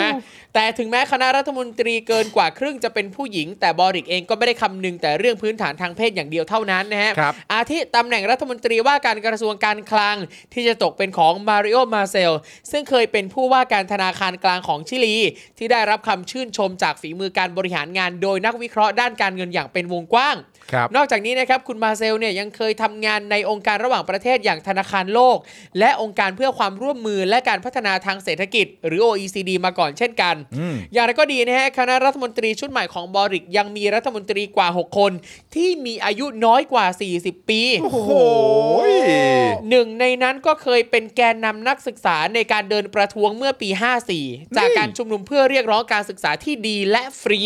Speaker 4: นะแต่ถึงแม้คณะรัฐมนตรีเกินกว่าครึ่งจะเป็นผู้หญิง แต่บอริกเองก็ไม่ได้คำนึงแต่เรื่องพื้นฐานทางเพศอย่างเดียวเท่านั้นนะฮะ
Speaker 3: ครับ
Speaker 4: อาทิตำแหน่งรัฐมนตรีว่าการกระทรวงการคลัง ที่จะตกเป็นของมาริโอมาเซลซึ่งเคยเป็นผู้ว่าการธนาคารกลางของชิลี ที่ได้รับคำชื่นชมจากฝีมือการบริหารงานโดยนักวิเคราะห์ด้านการเงินอย่างเป็นวงกว้าง
Speaker 3: ครับ
Speaker 4: นอกจากนี้นะครับ คุณมาเซลเนี่ยยังเคยทำงานในองค์การระหว่างประเทศอย่างธนาคารโลก และองค์การเพื่อความร่วมมือและการพัฒนาทางเศรษฐกิจ หรือ OECD มาก่อนเช่นกัน
Speaker 3: อืม
Speaker 4: อย่างไรก็ดีนะฮะคณะรัฐมนตรีชุดใหม่ของบอริกยังมีรัฐมนตรีกว่า 6 คน ที่มีอายุน้อยกว่า 40 ปี
Speaker 2: โอ้โห
Speaker 4: หนึ่งในนั้นก็เคยเป็นแกนนำนักศึกษาในการเดินประท้วงเมื่อปี 54 จากการชุมนุมเพื่อเรียกร้องการศึกษาที่ดีและฟรี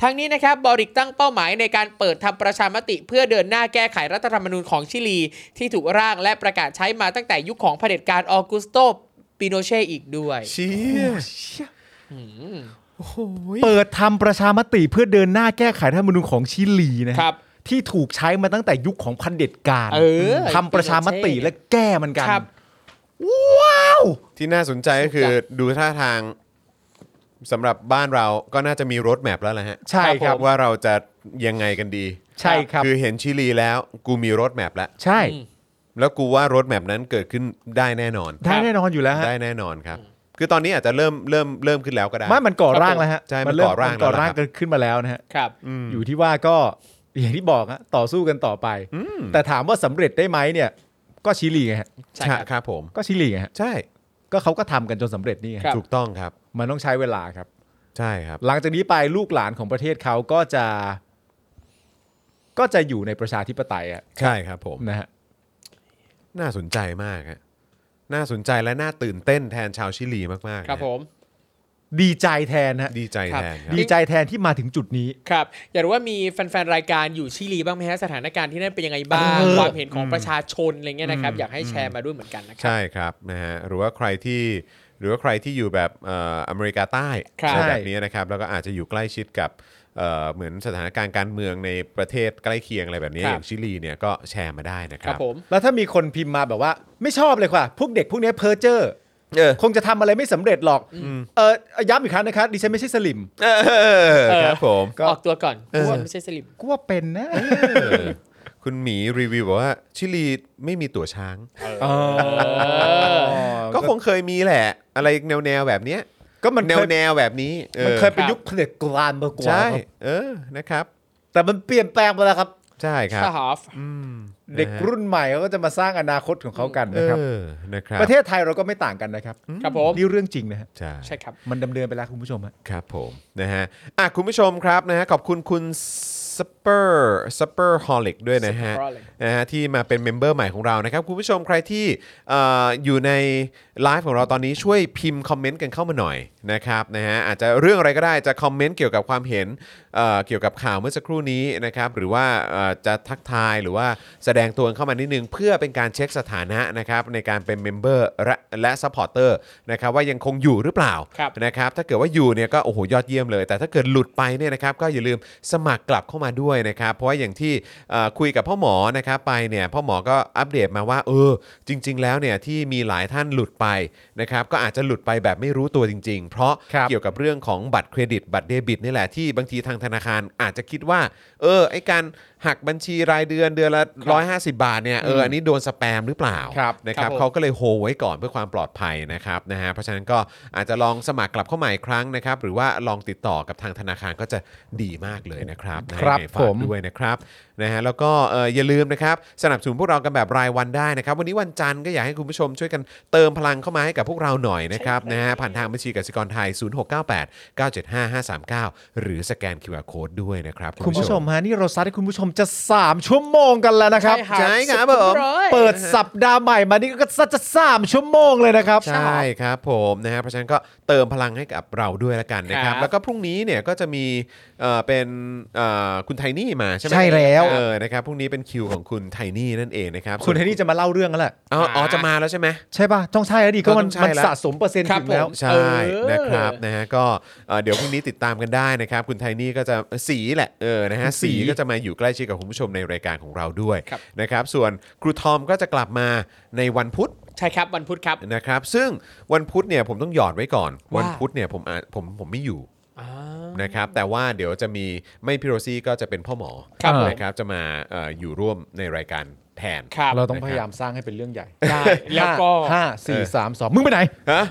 Speaker 4: ทั้งนี้นะครับบอริกตั้งเป้าหมายในการเปิดทำประชามติ เพื่อเดินหน้าแก้ไขรัฐธรรมนูญของชิลี ที่ถูกร่างและประกาศใช้มาตั้งแต่ยุคของเผด็จการออกุสโตปิโนเช่อีกด้วย
Speaker 2: เชี่ย
Speaker 4: อืม
Speaker 3: เปิดทำประชามติเพื่อเดินหน้าแก้ไขรัฐธรรมนูญของชิลีนะฮะ
Speaker 4: ครับ
Speaker 3: ที่ถูกใช้มาตั้งแต่ยุคของพันเผด็จการ
Speaker 4: เออ
Speaker 3: ทำประชามติและแก้มันกัน
Speaker 4: ครับ
Speaker 3: ว้าว
Speaker 2: ที่น่าสนใจก็คือดูท่าทางสำหรับบ้านเราก็น่าจะมีรถแมพแล้วแหละฮะ
Speaker 3: ใช่ครับ
Speaker 2: ว่าเราจะยังไงกันดี
Speaker 3: ใช่ครับ
Speaker 2: คือเห็นชิลีแล้วกูมีรถแมพแล้ว
Speaker 3: ใช่
Speaker 4: อืม
Speaker 2: แล้วกูว่ารถแมพนั้นเกิดขึ้นได้แน่นอน
Speaker 3: ได้แน่นอนอยู่แล้วฮะ
Speaker 2: ได้แน่นอนครับ คือตอนนี้อาจจะเริ่มเริ่มเริ่มขึ้นแล้วก็ได้
Speaker 3: ไม่มันก่อร่างแล้วฮะ
Speaker 2: ใช่มัน
Speaker 3: เริ่
Speaker 2: ก่อร่าง
Speaker 3: มันก่อ
Speaker 2: แล้ว
Speaker 3: ร่า
Speaker 2: ค
Speaker 3: ง
Speaker 2: รับ
Speaker 3: กันขึ้นมาแล้วนะฮะ
Speaker 4: ครับ
Speaker 2: อืม
Speaker 3: อยู่ที่ว่าก็ <laughs> อย่างที่บอกฮะต่อสู้กันต่อไป
Speaker 2: อืม
Speaker 3: แต่ถามว่าสำเร็จได้ไหมเนี่ย ก็ชิลีไงฮะ
Speaker 4: ใช่ครับ
Speaker 2: ครับผม
Speaker 3: ก็ชิลีไงฮะ
Speaker 2: ใช่
Speaker 3: ก็เขาก็ทำกันจนสำเร็จนี่ไง
Speaker 4: ครับ
Speaker 2: ถูกต้องครับ
Speaker 3: มันต้องใช้เวลาครับ
Speaker 2: ใช่ครับ
Speaker 3: หลังจากนี้ไปลูกหลานของประเทศเขาก็จะ ก็จะอยู่ในประชาธิปไตยอะ
Speaker 2: ใช่ครับผม
Speaker 3: นะฮะ
Speaker 2: น่าสนใจมากฮะน่าสนใจและน่าตื่นเต้นแทนชาวชิลีมากๆ
Speaker 4: ครับ
Speaker 2: นะ
Speaker 4: ผ
Speaker 2: ฮะ
Speaker 4: ม
Speaker 3: ดีใจแทนฮะ
Speaker 2: ดีใจแทนครับ
Speaker 3: ดีใจแทนที่มาถึงจุดนี้
Speaker 4: ครับอยากรู้ว่ามีแฟนๆ รายการอยู่ชิลีบ้างไหมฮะสถานการณ์ที่นั่นเป็นยังไงบ้าง
Speaker 3: เออ
Speaker 4: ความเห็นของประชาชนอะไรเงี้ยนะครับ อยากให้แชร์มาด้วยเหมือนกันนะครั
Speaker 2: ใช่ครับนะฮะหรือว่าใครที่หรือว่าใครที่อยู่แบบเอ่ออเมริกาใต้
Speaker 3: ครับ
Speaker 2: อะไร
Speaker 3: ใช่
Speaker 2: แบบนี้นะครับแล้วก็อาจจะอยู่ใกล้ชิดกับเอ่อเหมือนสถานการณ์การเมืองในประเทศใกล้เคียงอะไรแบบนี้อย่างชิลีเนี่ยก็แชร์มาได้นะค
Speaker 4: ครั
Speaker 2: รั
Speaker 4: บบ ผม
Speaker 3: แล้วถ้ามีคนพิมพ์มาแบบว่า ไม่ชอบเลยค่ะ พวกเด็กพวกเนี้ยเพอเจอร์
Speaker 2: เออ
Speaker 3: คงจะทำอะไรไม่สำเร็จหรอกเออย้ำอีกครั้งนะคะดิฉันไม่ใช่สลิม
Speaker 2: เออครับผม
Speaker 3: ก็
Speaker 4: ออกตัวก่อน
Speaker 2: เออ
Speaker 4: เพราะว่าไม่ใช่สลิม
Speaker 3: กูว่าเป็นนะ
Speaker 2: <laughs> เออคุณหมีรีวิวบอกว่าชิลีไม่มีตั๋วช้าง ก็คงเคยมีแหละ อะไรแนวแนวๆแบบเนี้ย
Speaker 3: ก็มัน
Speaker 2: แน
Speaker 3: เค
Speaker 2: วย แนวๆแบบนี้ออ
Speaker 3: มันเคยเป็
Speaker 4: ค
Speaker 3: น
Speaker 4: รับ
Speaker 3: ยุคเผด็จการมาก่อน
Speaker 2: ใช่
Speaker 3: ครับ
Speaker 2: เออนะครับ
Speaker 3: แต่มันเปลี่ยนแปลงไปแล้วครับ
Speaker 2: ใช่ครับ
Speaker 4: สหาฟ
Speaker 2: อืม
Speaker 3: เด็ก
Speaker 2: ะฮะ
Speaker 3: รุ่นใหม่เขาก็จะมาสร้างอนาคตของเขากัน
Speaker 2: เอ
Speaker 3: นะครับ
Speaker 2: อนะครับ
Speaker 3: ประเทศไทยเราก็ไม่ต่างกันนะครับ
Speaker 4: ครับผม
Speaker 3: นี่เรื่องจริงนะฮะ
Speaker 2: ใช่
Speaker 4: ใช่ครับ
Speaker 3: มันดำเนินไปแล้วคุณผู้ชมฮะ
Speaker 2: ครับผมนะฮะอ่ะคุณผู้ชมครับนะฮะขอบคุณคุณสเปอร์สเปอร์ฮอลิกด้วยนะฮะ
Speaker 4: Superholic
Speaker 2: นะฮะที่มาเป็นเมมเบอร์ใหม่ของเรานะครับ คุณผู้ชมใครที่เอออยู่ในไลฟ์ของเราตอนนี้ช่วยพิมพ์คอมเมนต์กันเข้ามาหน่อยนะครับนะฮะอาจจะเรื่องอะไรก็ได้จะคอมเมนต์เกี่ยวกับความเห็นเอ่อเกี่ยวกับข่าวเมื่อสักครู่นี้นะครับหรือว่าเอ่อจะทักทายหรือว่าแสดงตัวเข้ามานิดนึง เพื่อเป็นการเช็คสถานะนะครับในการเป็นเมมเบอร์และและซัพพอร์เตอร์นะครับว่ายังคงอยู่หรือเปล่า
Speaker 4: ครับ
Speaker 2: นะครับถ้าเกิดว่าอยู่เนี่ยก็โอ้โหยอดเยี่ยมเลย แต่ถ้าเกิดหลุดไปเนี่ยนะครับก็อย่าลืมสมัครกลับเข้ามาด้วยนะครับ เพราะว่าอย่างที่เอ่อคุยกับพ่อหมอนะครับไปเนี่ยพ่อหมอก็อัปเดตมาว่าเออจริง ๆ แล้วเนี่ยที่มีหลายท่านหลุดไปนะครับก็อาจจะหลุดไปแบบไม่รู้ตัวจริง ๆ เพราะ
Speaker 3: ครับ
Speaker 2: เกี่ยวกับเรื่องของบัตรเครดิตบัตรเดบิตนี่แหละที่บางทีทางธนาคารอาจจะคิดว่าเออไอการหักบัญชีรายเดือนเดือนละ150 บาทเนี่ยเอออันนี้โดนสแปมหรือเปล่า
Speaker 3: ครับ
Speaker 2: นะครับ
Speaker 4: ครับผม
Speaker 2: เขาก็เลยโฮไว้ก่อนเพื่อความปลอดภัยนะครับนะฮะเพราะฉะนั้นก็อาจจะลองสมัครกลับเข้ามาอีกครั้งนะครับ หรือว่าลองติดต่อกับทางธนาคารก็จะดีมากเลยนะครับนะฮะ
Speaker 3: ครับ
Speaker 2: ยังไงฝาก
Speaker 3: ผม
Speaker 2: ด้วยนะครับนะฮะแล้วก็เอ่ออย่าลืมนะครับสนับสนุนพวกเรากันแบบรายวันได้นะครับ วันนี้วันจันทร์ก็อยากให้คุณผู้ชมช่วยกันเติมพลังเข้ามาให้กับพวกเราหน่อยนะครับนะฮะผ่านทางบัญชีกสิกรไทย 0698 975 539 หรือสแกน QR Code ด้วยนะครับ
Speaker 3: คุณผู้ชมฮะนี่เราซัดให้คุณผู้ชมจะ 3 ชั่วโมงกันแล้วนะครับ
Speaker 2: ใช่ครับผม
Speaker 3: เปิดสัปดาห์ใหม่มานี่ก็ซัดจะสามชั่วโมงเลยนะครับ
Speaker 2: ใช่ครับผมนะฮะเพราะฉะนั้นก็เติมพลังให้กับเราด้วยละกันนะครับ
Speaker 4: ครับ
Speaker 2: แล้วก็พรุ่งนี้เนี่ยก็จะมีเอ่อเป็นเอ่อคุณไทนี่มาใช่ไหม
Speaker 3: ใช่แล้ว
Speaker 2: เออนะครับพรุ่งนี้เป็นคิวของคุณไทนี่นั่นเองนะครับ
Speaker 3: คุณเทนนี่จะมาเล่าเรื่องแล้วแหละ
Speaker 2: อ๋ออ๋อจะมาแล้วใช่ไหม
Speaker 3: ใช่ป่ะต้องใช่แล้วดิก็มั
Speaker 2: ก็ต้อ
Speaker 3: น
Speaker 2: งใช่
Speaker 3: มัน
Speaker 2: แล้ว
Speaker 3: สะสมเปอร์เซ็นต์
Speaker 4: ครับ
Speaker 3: ถึงแล้ว
Speaker 4: ผม
Speaker 2: ใช่นะครับ
Speaker 4: เออ
Speaker 2: นะฮะก็เอ่อเดี๋ยวพรุ่งนี้ติดตามกันได้นะครับ คุณไทนี่ก็จะสีแหละเออนะฮะ
Speaker 3: สี
Speaker 2: สีก็จะมาอยู่ใกล้ชิดกับคุณผู้ชมในรายการของเราด้วย
Speaker 4: ครับ
Speaker 2: นะครับส่วนครูทอมก็จะกลับมาในวันพุธ
Speaker 4: ใช่ครับวันพุธครับ
Speaker 2: นะครับซึ่งวันพุธเนี่ยผมต้องหยอดไว้ก่อน
Speaker 4: ว่า
Speaker 2: วันพุธเนี่ยผมอาจผมผมไม่อยู่นะครับแต่ว่าเดี๋ยวจะมีไม่พี่โรซี่ก็จะเป็นพ่อหมอ
Speaker 4: ครับผม
Speaker 2: นะครับจะมาเอ่ออยู่ร่วมในรายการแทน
Speaker 4: ครับ
Speaker 3: เราต้องพยายามสร้างให้เป็นเรื่องใหญ่
Speaker 4: ได้แล้วก็
Speaker 3: ห้าสี่สามสองมึงไปไหน
Speaker 2: ฮะ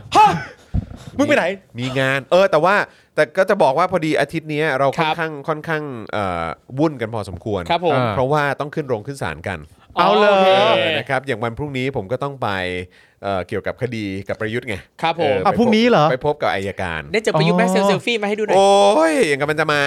Speaker 3: มึงไปไหน
Speaker 2: มีงานเออแต่ว่าแต่ก็จะบอกว่าพอดีอาทิตย์เนี้ยเรา
Speaker 4: ค
Speaker 2: ค่
Speaker 4: รั
Speaker 2: อน
Speaker 4: บ
Speaker 2: ข้างค่อนข้างเอ่อวุ่นกันพอสมควร
Speaker 4: ครับผม
Speaker 2: เพราะว่าต้องขึ้นโรงขึ้นศาลกัน
Speaker 3: เอาเลย
Speaker 4: โค
Speaker 2: เออนะครับอย่างวันพรุ่งนี้ผมก็ต้องไปเอ่อเกี่ยวกับคดีกับประยุทธ์ไง
Speaker 4: ครับผม
Speaker 2: เไปพบ
Speaker 3: พรุ่งนี้เหรอ
Speaker 2: ไปพบกับอายการ
Speaker 4: ได้เจอประยุทธ์แม็กเซลเซลฟี่มาให้ดูหน่อย
Speaker 2: โอ้ยอย่างกับมันจะมา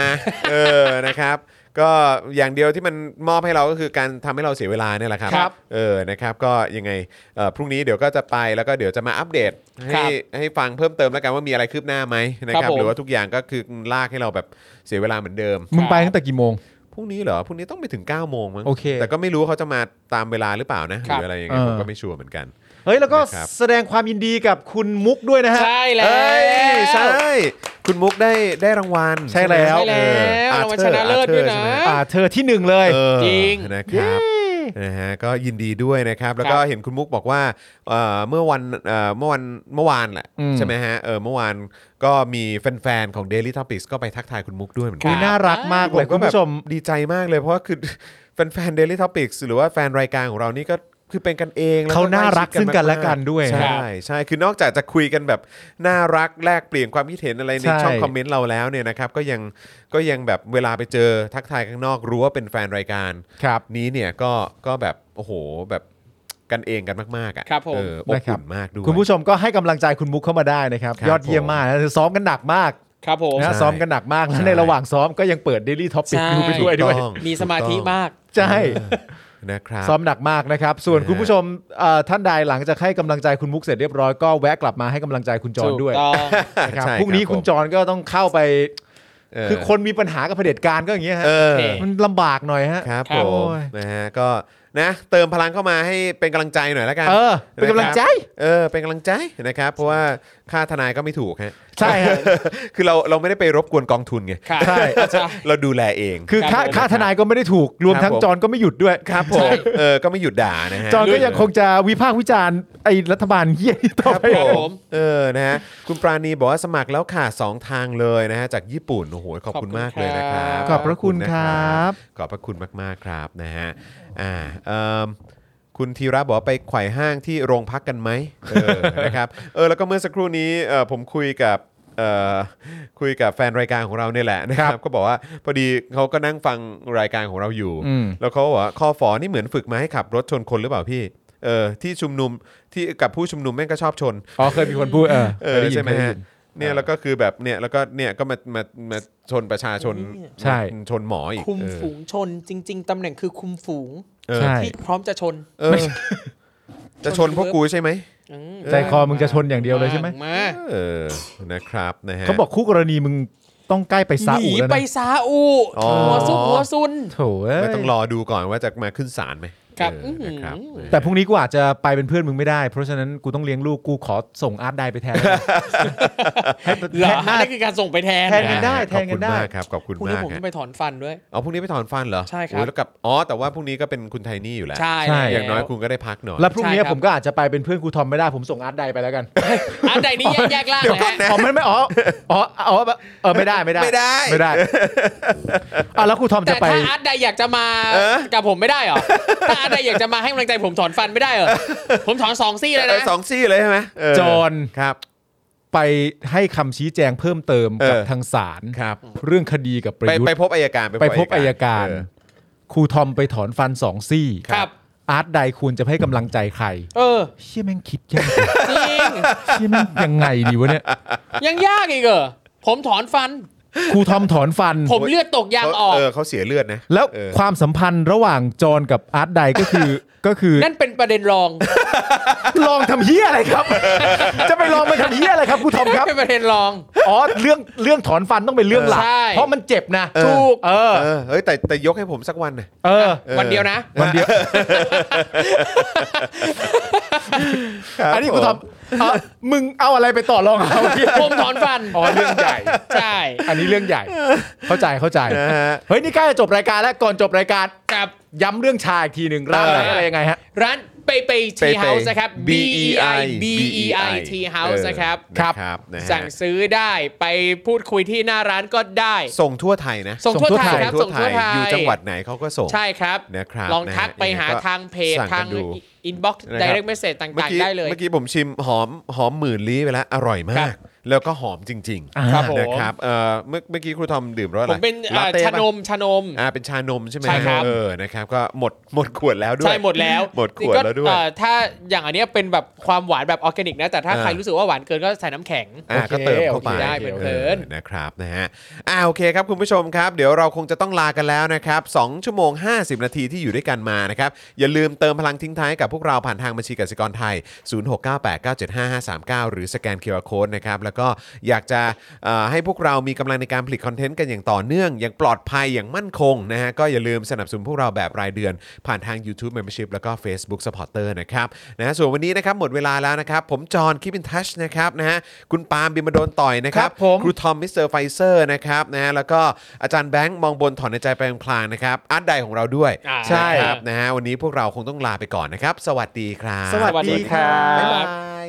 Speaker 2: เออนะครับ <laughs> ก็อย่างเดียวที่มันมอบให้เราก็คือการทำให้เราเสียเวลาเนี่ยแหละครับ
Speaker 4: ครับ
Speaker 2: เออนะครับก็ยังไงเอ่อพรุ่งนี้เดี๋ยวก็จะไปแล้วก็เดี๋ยวจะมาอัปเดต
Speaker 4: ครั
Speaker 2: ให้
Speaker 4: บ
Speaker 2: ให้ฟังเพิ่มเติมแล้วกันว่ามีอะไรคืบหน้าไหมนะค
Speaker 4: ค
Speaker 2: รั
Speaker 4: รั
Speaker 2: บบ
Speaker 4: ผม
Speaker 2: หรือว่าทุกอย่างก็คือลากให้เราแบบเสียเวลาเหมือนเดิม
Speaker 3: มึงไปตั้งแต่กี่โมง
Speaker 2: พรุ่งนี้เหรอพรุ่งนี้ต้องไปถึง9ก้าโมงมั้ง
Speaker 3: โอเค
Speaker 2: แต่ก็ไม่รู้เขาจะมาตามเวลาหรือเปล่านะห
Speaker 4: ครับ
Speaker 2: รืออะไรยังไงผม
Speaker 3: เออ
Speaker 2: ก็ไม่ชัวร์เหมือนกัน
Speaker 3: เฮ้ยแล้วก็
Speaker 2: นะครับ
Speaker 3: แสดงความยินดีกับคุณมุกด้วยนะฮะ
Speaker 4: ใช่แล้ว
Speaker 2: เอ้ยใช่คุณมุกได้ได้รางวัล
Speaker 3: ใช่แล้ว
Speaker 4: ใช่แล้วรางวัลชนะเลิศด้วยนะ
Speaker 2: ใช่ไหม
Speaker 3: อ่าเธอที่หนึ่งเลย
Speaker 2: เออ
Speaker 4: จริง
Speaker 2: นะครับนะฮะก็ยินดีด้วยนะครับ แล้วก็
Speaker 4: ครับ
Speaker 2: เห็นคุณมุกบอกว่าเอ่อเมื่อวันเอ่อเมื่อวันเมื่อวานแหละใช่ไหมฮะเออเมื่อวานก็มีแฟนๆของ Daily Topics ก็ไปทักทายคุณมุกด้วยเหมือน
Speaker 3: คุ
Speaker 2: กั
Speaker 3: ย
Speaker 2: น
Speaker 3: น่ารักมากเลย
Speaker 2: ก็
Speaker 3: คุณ
Speaker 2: แบบ
Speaker 3: ผู้ชม
Speaker 2: ดีใจมากเลยเพราะว่าคือ <laughs> แฟนๆ Daily Topics หรือว่าแฟนรายการของเรานี่ก็คือเป็นกันเองแล้ว
Speaker 3: เขาน่ารักซึ่งกันและกันด้วย
Speaker 2: ใช่ใช่คือนอกจากจะคุยกันแบบน่ารักแลกเปลี่ยนความคิดเห็นอะไรใน
Speaker 3: ใช่
Speaker 2: ช่องคอมเมนต์เราแล้วเนี่ยนะครับก็ยังก็ยังแบบเวลาไปเจอทักทายข้างนอกรู้ว่าเป็นแฟนรายการ
Speaker 3: ครับ
Speaker 2: นี้เนี่ยก็ก็แบบโอ้โหแบบกันเองกันมากๆอ่ะ
Speaker 4: ครับผม
Speaker 2: เอออบ
Speaker 3: นะครั
Speaker 2: อุ่
Speaker 3: บ
Speaker 2: นมากด้วย
Speaker 3: คุณผู้ชมก็ให้กำลังใจคุณมุกเข้ามาได้นะครับ
Speaker 2: ครับ
Speaker 3: ยอดเยี่ยมมากนะซ้อมกันหนักมาก
Speaker 4: ครับผม
Speaker 3: นะ
Speaker 2: ใช่
Speaker 3: ซ้อมกันหนักมาก
Speaker 2: ใช่
Speaker 3: และในระหว่างซ้อมก็ยังเปิด Daily Topic
Speaker 4: ใช่
Speaker 3: ดูไปด้วยด้วย
Speaker 2: ถูกต้อง
Speaker 4: มีสมาธิมาก
Speaker 3: ใช่
Speaker 2: เออนะครับ
Speaker 3: ซ้อมหนักมากนะครับ ส่วน
Speaker 2: นะฮะ
Speaker 3: คุณผู้ชมเอ่อท่านใดหลังจากให้กำลังใจคุณมุกเสร็จเรียบร้อยก็แวะกลับมาให้กำลังใจคุณจรด้วย
Speaker 4: ถูกต้อง
Speaker 3: นะครับ
Speaker 2: ใช่
Speaker 3: พรุ่งนี้คุณ
Speaker 2: ผม
Speaker 3: จรก็ต้องเข้าไป
Speaker 2: เออ
Speaker 3: คือคนมีปัญหากับเผด็จการก็อย่างเงี้ยฮะ
Speaker 2: เออ
Speaker 4: โอเค
Speaker 3: มันลำบากหน่อยฮะ
Speaker 2: ครับ
Speaker 4: ค
Speaker 2: ผ
Speaker 4: รับ
Speaker 2: ม
Speaker 3: โอ้ย
Speaker 2: นะฮะก็นะเติมพลังเข้ามาให้เป็นกำลังใจหน่อยละกัน
Speaker 3: เออ เป็นกำลังใจ
Speaker 2: เออเป็นกำลังใจนะครับเพราะว่าค่าทนายก็ไม่ถูกฮะ
Speaker 3: ใช่ฮะ
Speaker 2: <laughs> คือเราเราไม่ได้ไปรบกวนกองทุนไง
Speaker 4: ค่ะ
Speaker 3: ใช่
Speaker 2: <laughs> เราดูแลเอง
Speaker 3: คือค่า
Speaker 4: ครับผม
Speaker 3: ค่าทนายก็ไม่ได้ถูก รวม
Speaker 2: ครับผ
Speaker 3: ทั้ง
Speaker 2: ม
Speaker 3: จรก็ไม่หยุดด้วย
Speaker 2: ครับผมเออก็ไม่หยุดด่านะฮะ
Speaker 3: จอนก็ยังคงจะวิพากษ์วิจารณ์ไอ้รัฐบาลเฮี้ยนี่ต่อไป
Speaker 4: ครับผม
Speaker 2: เออ นะฮะ คุณปราณีบอกว่าสมัครแล้วค่ะสองทางเลยนะฮะ จากญี่ปุ่น โอ้โห ขอบคุณมากเลยนะครับ
Speaker 3: ขอบพระคุณครับ
Speaker 2: ขอบพระคุณมาก ๆ ครับ นะฮะ อ่าเอิ่มคุณธีระบอกว่าไปไขว่ห้างที่โรงพักกันไหมเออ นะครับ เออ แล้วก็เมื่อสักครู่นี้เอ่อผมคุยกับเอ่อคุยกับแฟนรายการของเราเนี่ยแหละนะครับ ก็บอกว่าพอดีเขาก็นั่งฟังรายการของเราอยู่
Speaker 3: อืม
Speaker 2: แล้วเขาบอกว่าข้อฝอนี่เหมือนฝึกมาให้ขับรถชนคนหรือเปล่าพี่ เออ ที่ชุมนุม ที่กับผู้ชุมนุมแม่งก็ชอบชน
Speaker 3: อ๋อเคยมีคนพูดเออ
Speaker 2: เออใช่ไหมฮะเนี่ยแล้วก็คือแบบเนี่ยแล้วก็เนี่ยก็มามามาชนประชาชน
Speaker 3: ใช่
Speaker 2: ชนหมออีก
Speaker 4: คุม
Speaker 2: เออ
Speaker 4: ฝูงชนจริง ๆ ตำแหน่งคือคุมฝูง
Speaker 2: เออ
Speaker 3: ใช่
Speaker 4: ที่พร้อมจะชน
Speaker 2: เออจะชนพวกกูใช่ไหม
Speaker 4: อืม
Speaker 3: ใจคอมึงจะชนอย่างเดียวเลยใช่ไหม
Speaker 4: มา
Speaker 2: เออนะครับนะฮะ
Speaker 3: เขาบอกคู่กรณีมึงต้องใกล้ไปซา
Speaker 4: ห
Speaker 3: อุ
Speaker 4: นี
Speaker 3: แล้ว
Speaker 4: ไป
Speaker 3: นะ
Speaker 4: ซาอุ
Speaker 2: อ๋อ
Speaker 4: หัวซุกหัวซุน
Speaker 3: โถเอ้ย
Speaker 2: ไม่ต้องรอดูก่อนว่าจะมาขึ้นศาลไหม
Speaker 4: ครับ
Speaker 2: เออนะครับ
Speaker 4: อื้อหือ
Speaker 3: แต่พรุ่งนี้กูอาจจะไปเป็นเพื่อนมึงไม่ได้ เพราะฉะนั้นกูต้องเลี้ยงลูกกูขอส่งอาร์ตได้ไปแทน ให้แท
Speaker 4: <laughs> เหรอน
Speaker 3: หน้า
Speaker 4: นี่คือการส่งไปแทน
Speaker 3: แทน กัได้
Speaker 2: ะฮะ
Speaker 3: แทนกันได้
Speaker 2: ขอบคุณมากครับขอบคุณ
Speaker 4: พรุ่งนี้
Speaker 2: มาก
Speaker 4: ผม
Speaker 2: ฮะ
Speaker 4: ต้องไปถอนฟันด้วย
Speaker 2: เอาพรุ่งนี้ไปถอนฟันเหรอ
Speaker 4: ใช่ครับ
Speaker 2: โอ้ยแล้วกับอ๋อแต่ว่าพรุ่งนี้ก็เป็นคุณไทนี่อยู่แล้ว
Speaker 4: ใช่
Speaker 3: ใช่
Speaker 4: แล้ว
Speaker 2: อย่างน้อยคุณก็ได้พักหน่อย
Speaker 3: แล้วพรุ่งนี้
Speaker 4: ใช่ครับ
Speaker 3: ผมก็อาจจะไปเป็นเพื่อนครูทอมไม่ได้ผมส่งอาร์ตได้ไปแล้วกัน
Speaker 4: อันใดนี่แยกแยกล่างนะฮะ
Speaker 3: อ๋อไม่ไม่อ๋ออ๋ออ๋อเออไม่ได้ไม่ได้
Speaker 2: ไม่ได้
Speaker 3: ไม่ได้อ่ะแล้วครูทอม
Speaker 4: แต่
Speaker 3: จะไป
Speaker 4: ถ้าอาร์ตใดอยากจะมา
Speaker 2: เออ
Speaker 4: กับผมไม่ได้เหรอ ถ้าอาร์ตใดอยากจะมาให้กำลังใจผมถอนฟันไม่ได้เหรอ ผมถอนสองซี่เลย
Speaker 2: เอ
Speaker 4: นะ
Speaker 2: อสองซี่เลยใช่ไหมเ
Speaker 3: จอน
Speaker 2: ครับ
Speaker 3: ไปให้คำชี้แจงเพิ่มเติมกับ
Speaker 2: เออ
Speaker 3: ทางศาล
Speaker 2: ครับ
Speaker 3: เรื่องคดีกับประ
Speaker 2: ไป
Speaker 3: ยุท
Speaker 2: ไป
Speaker 3: ธ์
Speaker 2: พบอายการ
Speaker 3: ไปพบอายการ
Speaker 2: เออ
Speaker 3: ครูทอมไปถอนฟันสองซี่
Speaker 4: ครับ
Speaker 3: อาร์ตใดควรจะไปให้กำลังใจใคร
Speaker 4: เออ
Speaker 3: เชี่ยแม่งคิดยาก
Speaker 4: จริง
Speaker 3: เชี่ยแม่งยังไงดีวะเนี่ย
Speaker 4: ยังยากอีกเหรอ ผมถอนฟัน
Speaker 3: ครูทอมถอนฟัน
Speaker 4: ผมเลือดตกยาง
Speaker 2: เขา
Speaker 4: ออก
Speaker 2: เออเขาเสียเลือดนะ
Speaker 3: แล้ว
Speaker 2: เออ
Speaker 3: ความสัมพันธ์ระหว่างจอนกับอาร์ตใดก็คือ ก็คือ
Speaker 4: นั่นเป็นประเด็นรอง
Speaker 3: ลองทำเฮี้ยอะไรครับ จะไปลองไปทำเฮี้ยอะไรครับครูทอมครับ
Speaker 4: เป็นประเด็นรอง
Speaker 3: อ๋อเรื่องเรื่องถอนฟันต้องเป็นเรื่องหลัก
Speaker 4: ใช่
Speaker 3: เพราะมันเจ็บนะ
Speaker 4: ถูก
Speaker 3: เออ
Speaker 2: เออเฮ้ยแต่แต่ยกให้ผมสักวันนะ
Speaker 3: เออ
Speaker 4: วันเดียวนะ
Speaker 3: วันเดียว อันนี้คุณทอมเอ่อมึงเอาอะไรไปต่อรองเขาเนี่ย
Speaker 4: ผมถอนฟัน
Speaker 3: อ๋อเรื่องใหญ่
Speaker 4: ใช่
Speaker 3: อันนี้เรื่องใหญ่ เข้าใจเข้าใจ
Speaker 2: นะฮะ
Speaker 3: เฮ้ย นี่ใกล้จะจบรายการแล้วก่อนจบรายการ
Speaker 4: กับ
Speaker 3: ย้ำเรื่องชาอีกทีหนึ่งร้านไหน
Speaker 4: เอออ
Speaker 3: อะไรยังไงฮะ
Speaker 4: ร้านเปเปทีเฮา
Speaker 2: Pei Pei
Speaker 4: ส์นะครับ B E I B E I T House นะครับ
Speaker 2: เออนะครับนะฮะ
Speaker 4: สั่งซื้อได้ไปพูดคุยที่หน้าร้านก็ได้
Speaker 2: ส่งทั่วไทยนะ
Speaker 4: ส่งทั่วไทยครับ
Speaker 2: ส่
Speaker 4: ส่งทั่วไทย
Speaker 2: อยู่จังหวัดไหนเขาก็ส่ง
Speaker 4: ใช่ครับ
Speaker 2: นะครับ
Speaker 4: ลองทัก
Speaker 2: นะฮะ
Speaker 4: ไปหา
Speaker 2: ยังไงก็
Speaker 4: ทางเพจ
Speaker 2: สั่งกัน
Speaker 4: ทาง
Speaker 2: ดู
Speaker 4: อินบ็อกซ์
Speaker 2: นะครับ
Speaker 4: ไดเรกเมสเซจ
Speaker 2: เมื่อ
Speaker 4: ต่าง
Speaker 2: กี้
Speaker 4: ๆได้เลย
Speaker 2: เมื่อกี้ผมชิมหอมหอมหมื่นลี้ไปแล้วอร่อยมา
Speaker 4: ครั
Speaker 2: ก
Speaker 4: บ
Speaker 2: แล้วก็หอมจริงๆ
Speaker 3: อ่าครับผม
Speaker 2: นะครับเอ่อเมื่อเมื่อกี้ครูทอมดื่มรสอะ
Speaker 4: ผ
Speaker 2: ไร
Speaker 4: มเป็นเอ่อ
Speaker 2: ลาต้
Speaker 4: ชา
Speaker 2: ปะ
Speaker 4: นมชานม
Speaker 2: อ่าเป็นชานมใช่ไหม
Speaker 4: ใช่ครับ
Speaker 2: เออนะครับก็หมดหมดขวดแล้วด้วย
Speaker 4: ใช่หมดแล้ว
Speaker 2: หมดขวดแล้วด้วย
Speaker 4: นี่ก็เอ่อถ้าอย่างอันเนี้ยเป็นแบบความหวานแบบออร์แกนิกนะแต่ถ้า
Speaker 2: อ่า
Speaker 4: ใครรู้สึกว่าหวานเกินก็ใส่น้ำแข็ง
Speaker 2: อ่ะ
Speaker 3: โอเค
Speaker 2: ก็เติมเข้าไป
Speaker 4: โอเคได้เผินๆ
Speaker 2: ออนะครับนะฮะอ่าโอเคครับคุณผู้ชมครับ เดี๋ยวเราคงจะต้องลากันแล้วนะครับ2ชั่วโมง 50 นาทีที่อยู่ด้วยกันมานะครับอย่าลืมเติมพลังทิ้งท้ายกับพวกเราผ่านทางบัญชีกสิกรไทย 0698975539 หรือสแกนเคอร์โค้ดนะครับแล้วก็อยากจะเอ่อให้พวกเรามีกำลังในการผลิตคอนเทนต์กันอย่างต่อเนื่องอย่างปลอดภัยอย่างมั่นคงนะฮะก็อย่าลืมสนับสนุนพวกเราแบบรายเดือน ผ่านทาง YouTube Membership แล้วก็ Facebook Supporter นะครับนะฮะส่วนวันนี้นะครับหมดเวลาแล้วนะครับผมจอห์นคิปินทัชนะครับนะฮะคุณปาล์มบิมมาโดนต่อยนะ นะครั
Speaker 3: ครับ บผม
Speaker 2: ครูทอมมิสเตอร์ไฟเซอร์นะครับนะฮะแล้วก็อาจารย์แบงค์มองบนถอนในใจไปพลางๆนะครับอาร์ตไดของเราด้วย
Speaker 4: อ่า
Speaker 3: ใช่
Speaker 2: ครับนะฮะวันนี้พวกเราคงต้องลาไปก่อนนะครับ สวัสดีครับ
Speaker 3: สวัสดีครั
Speaker 2: บ๊าย
Speaker 3: บ
Speaker 2: บาย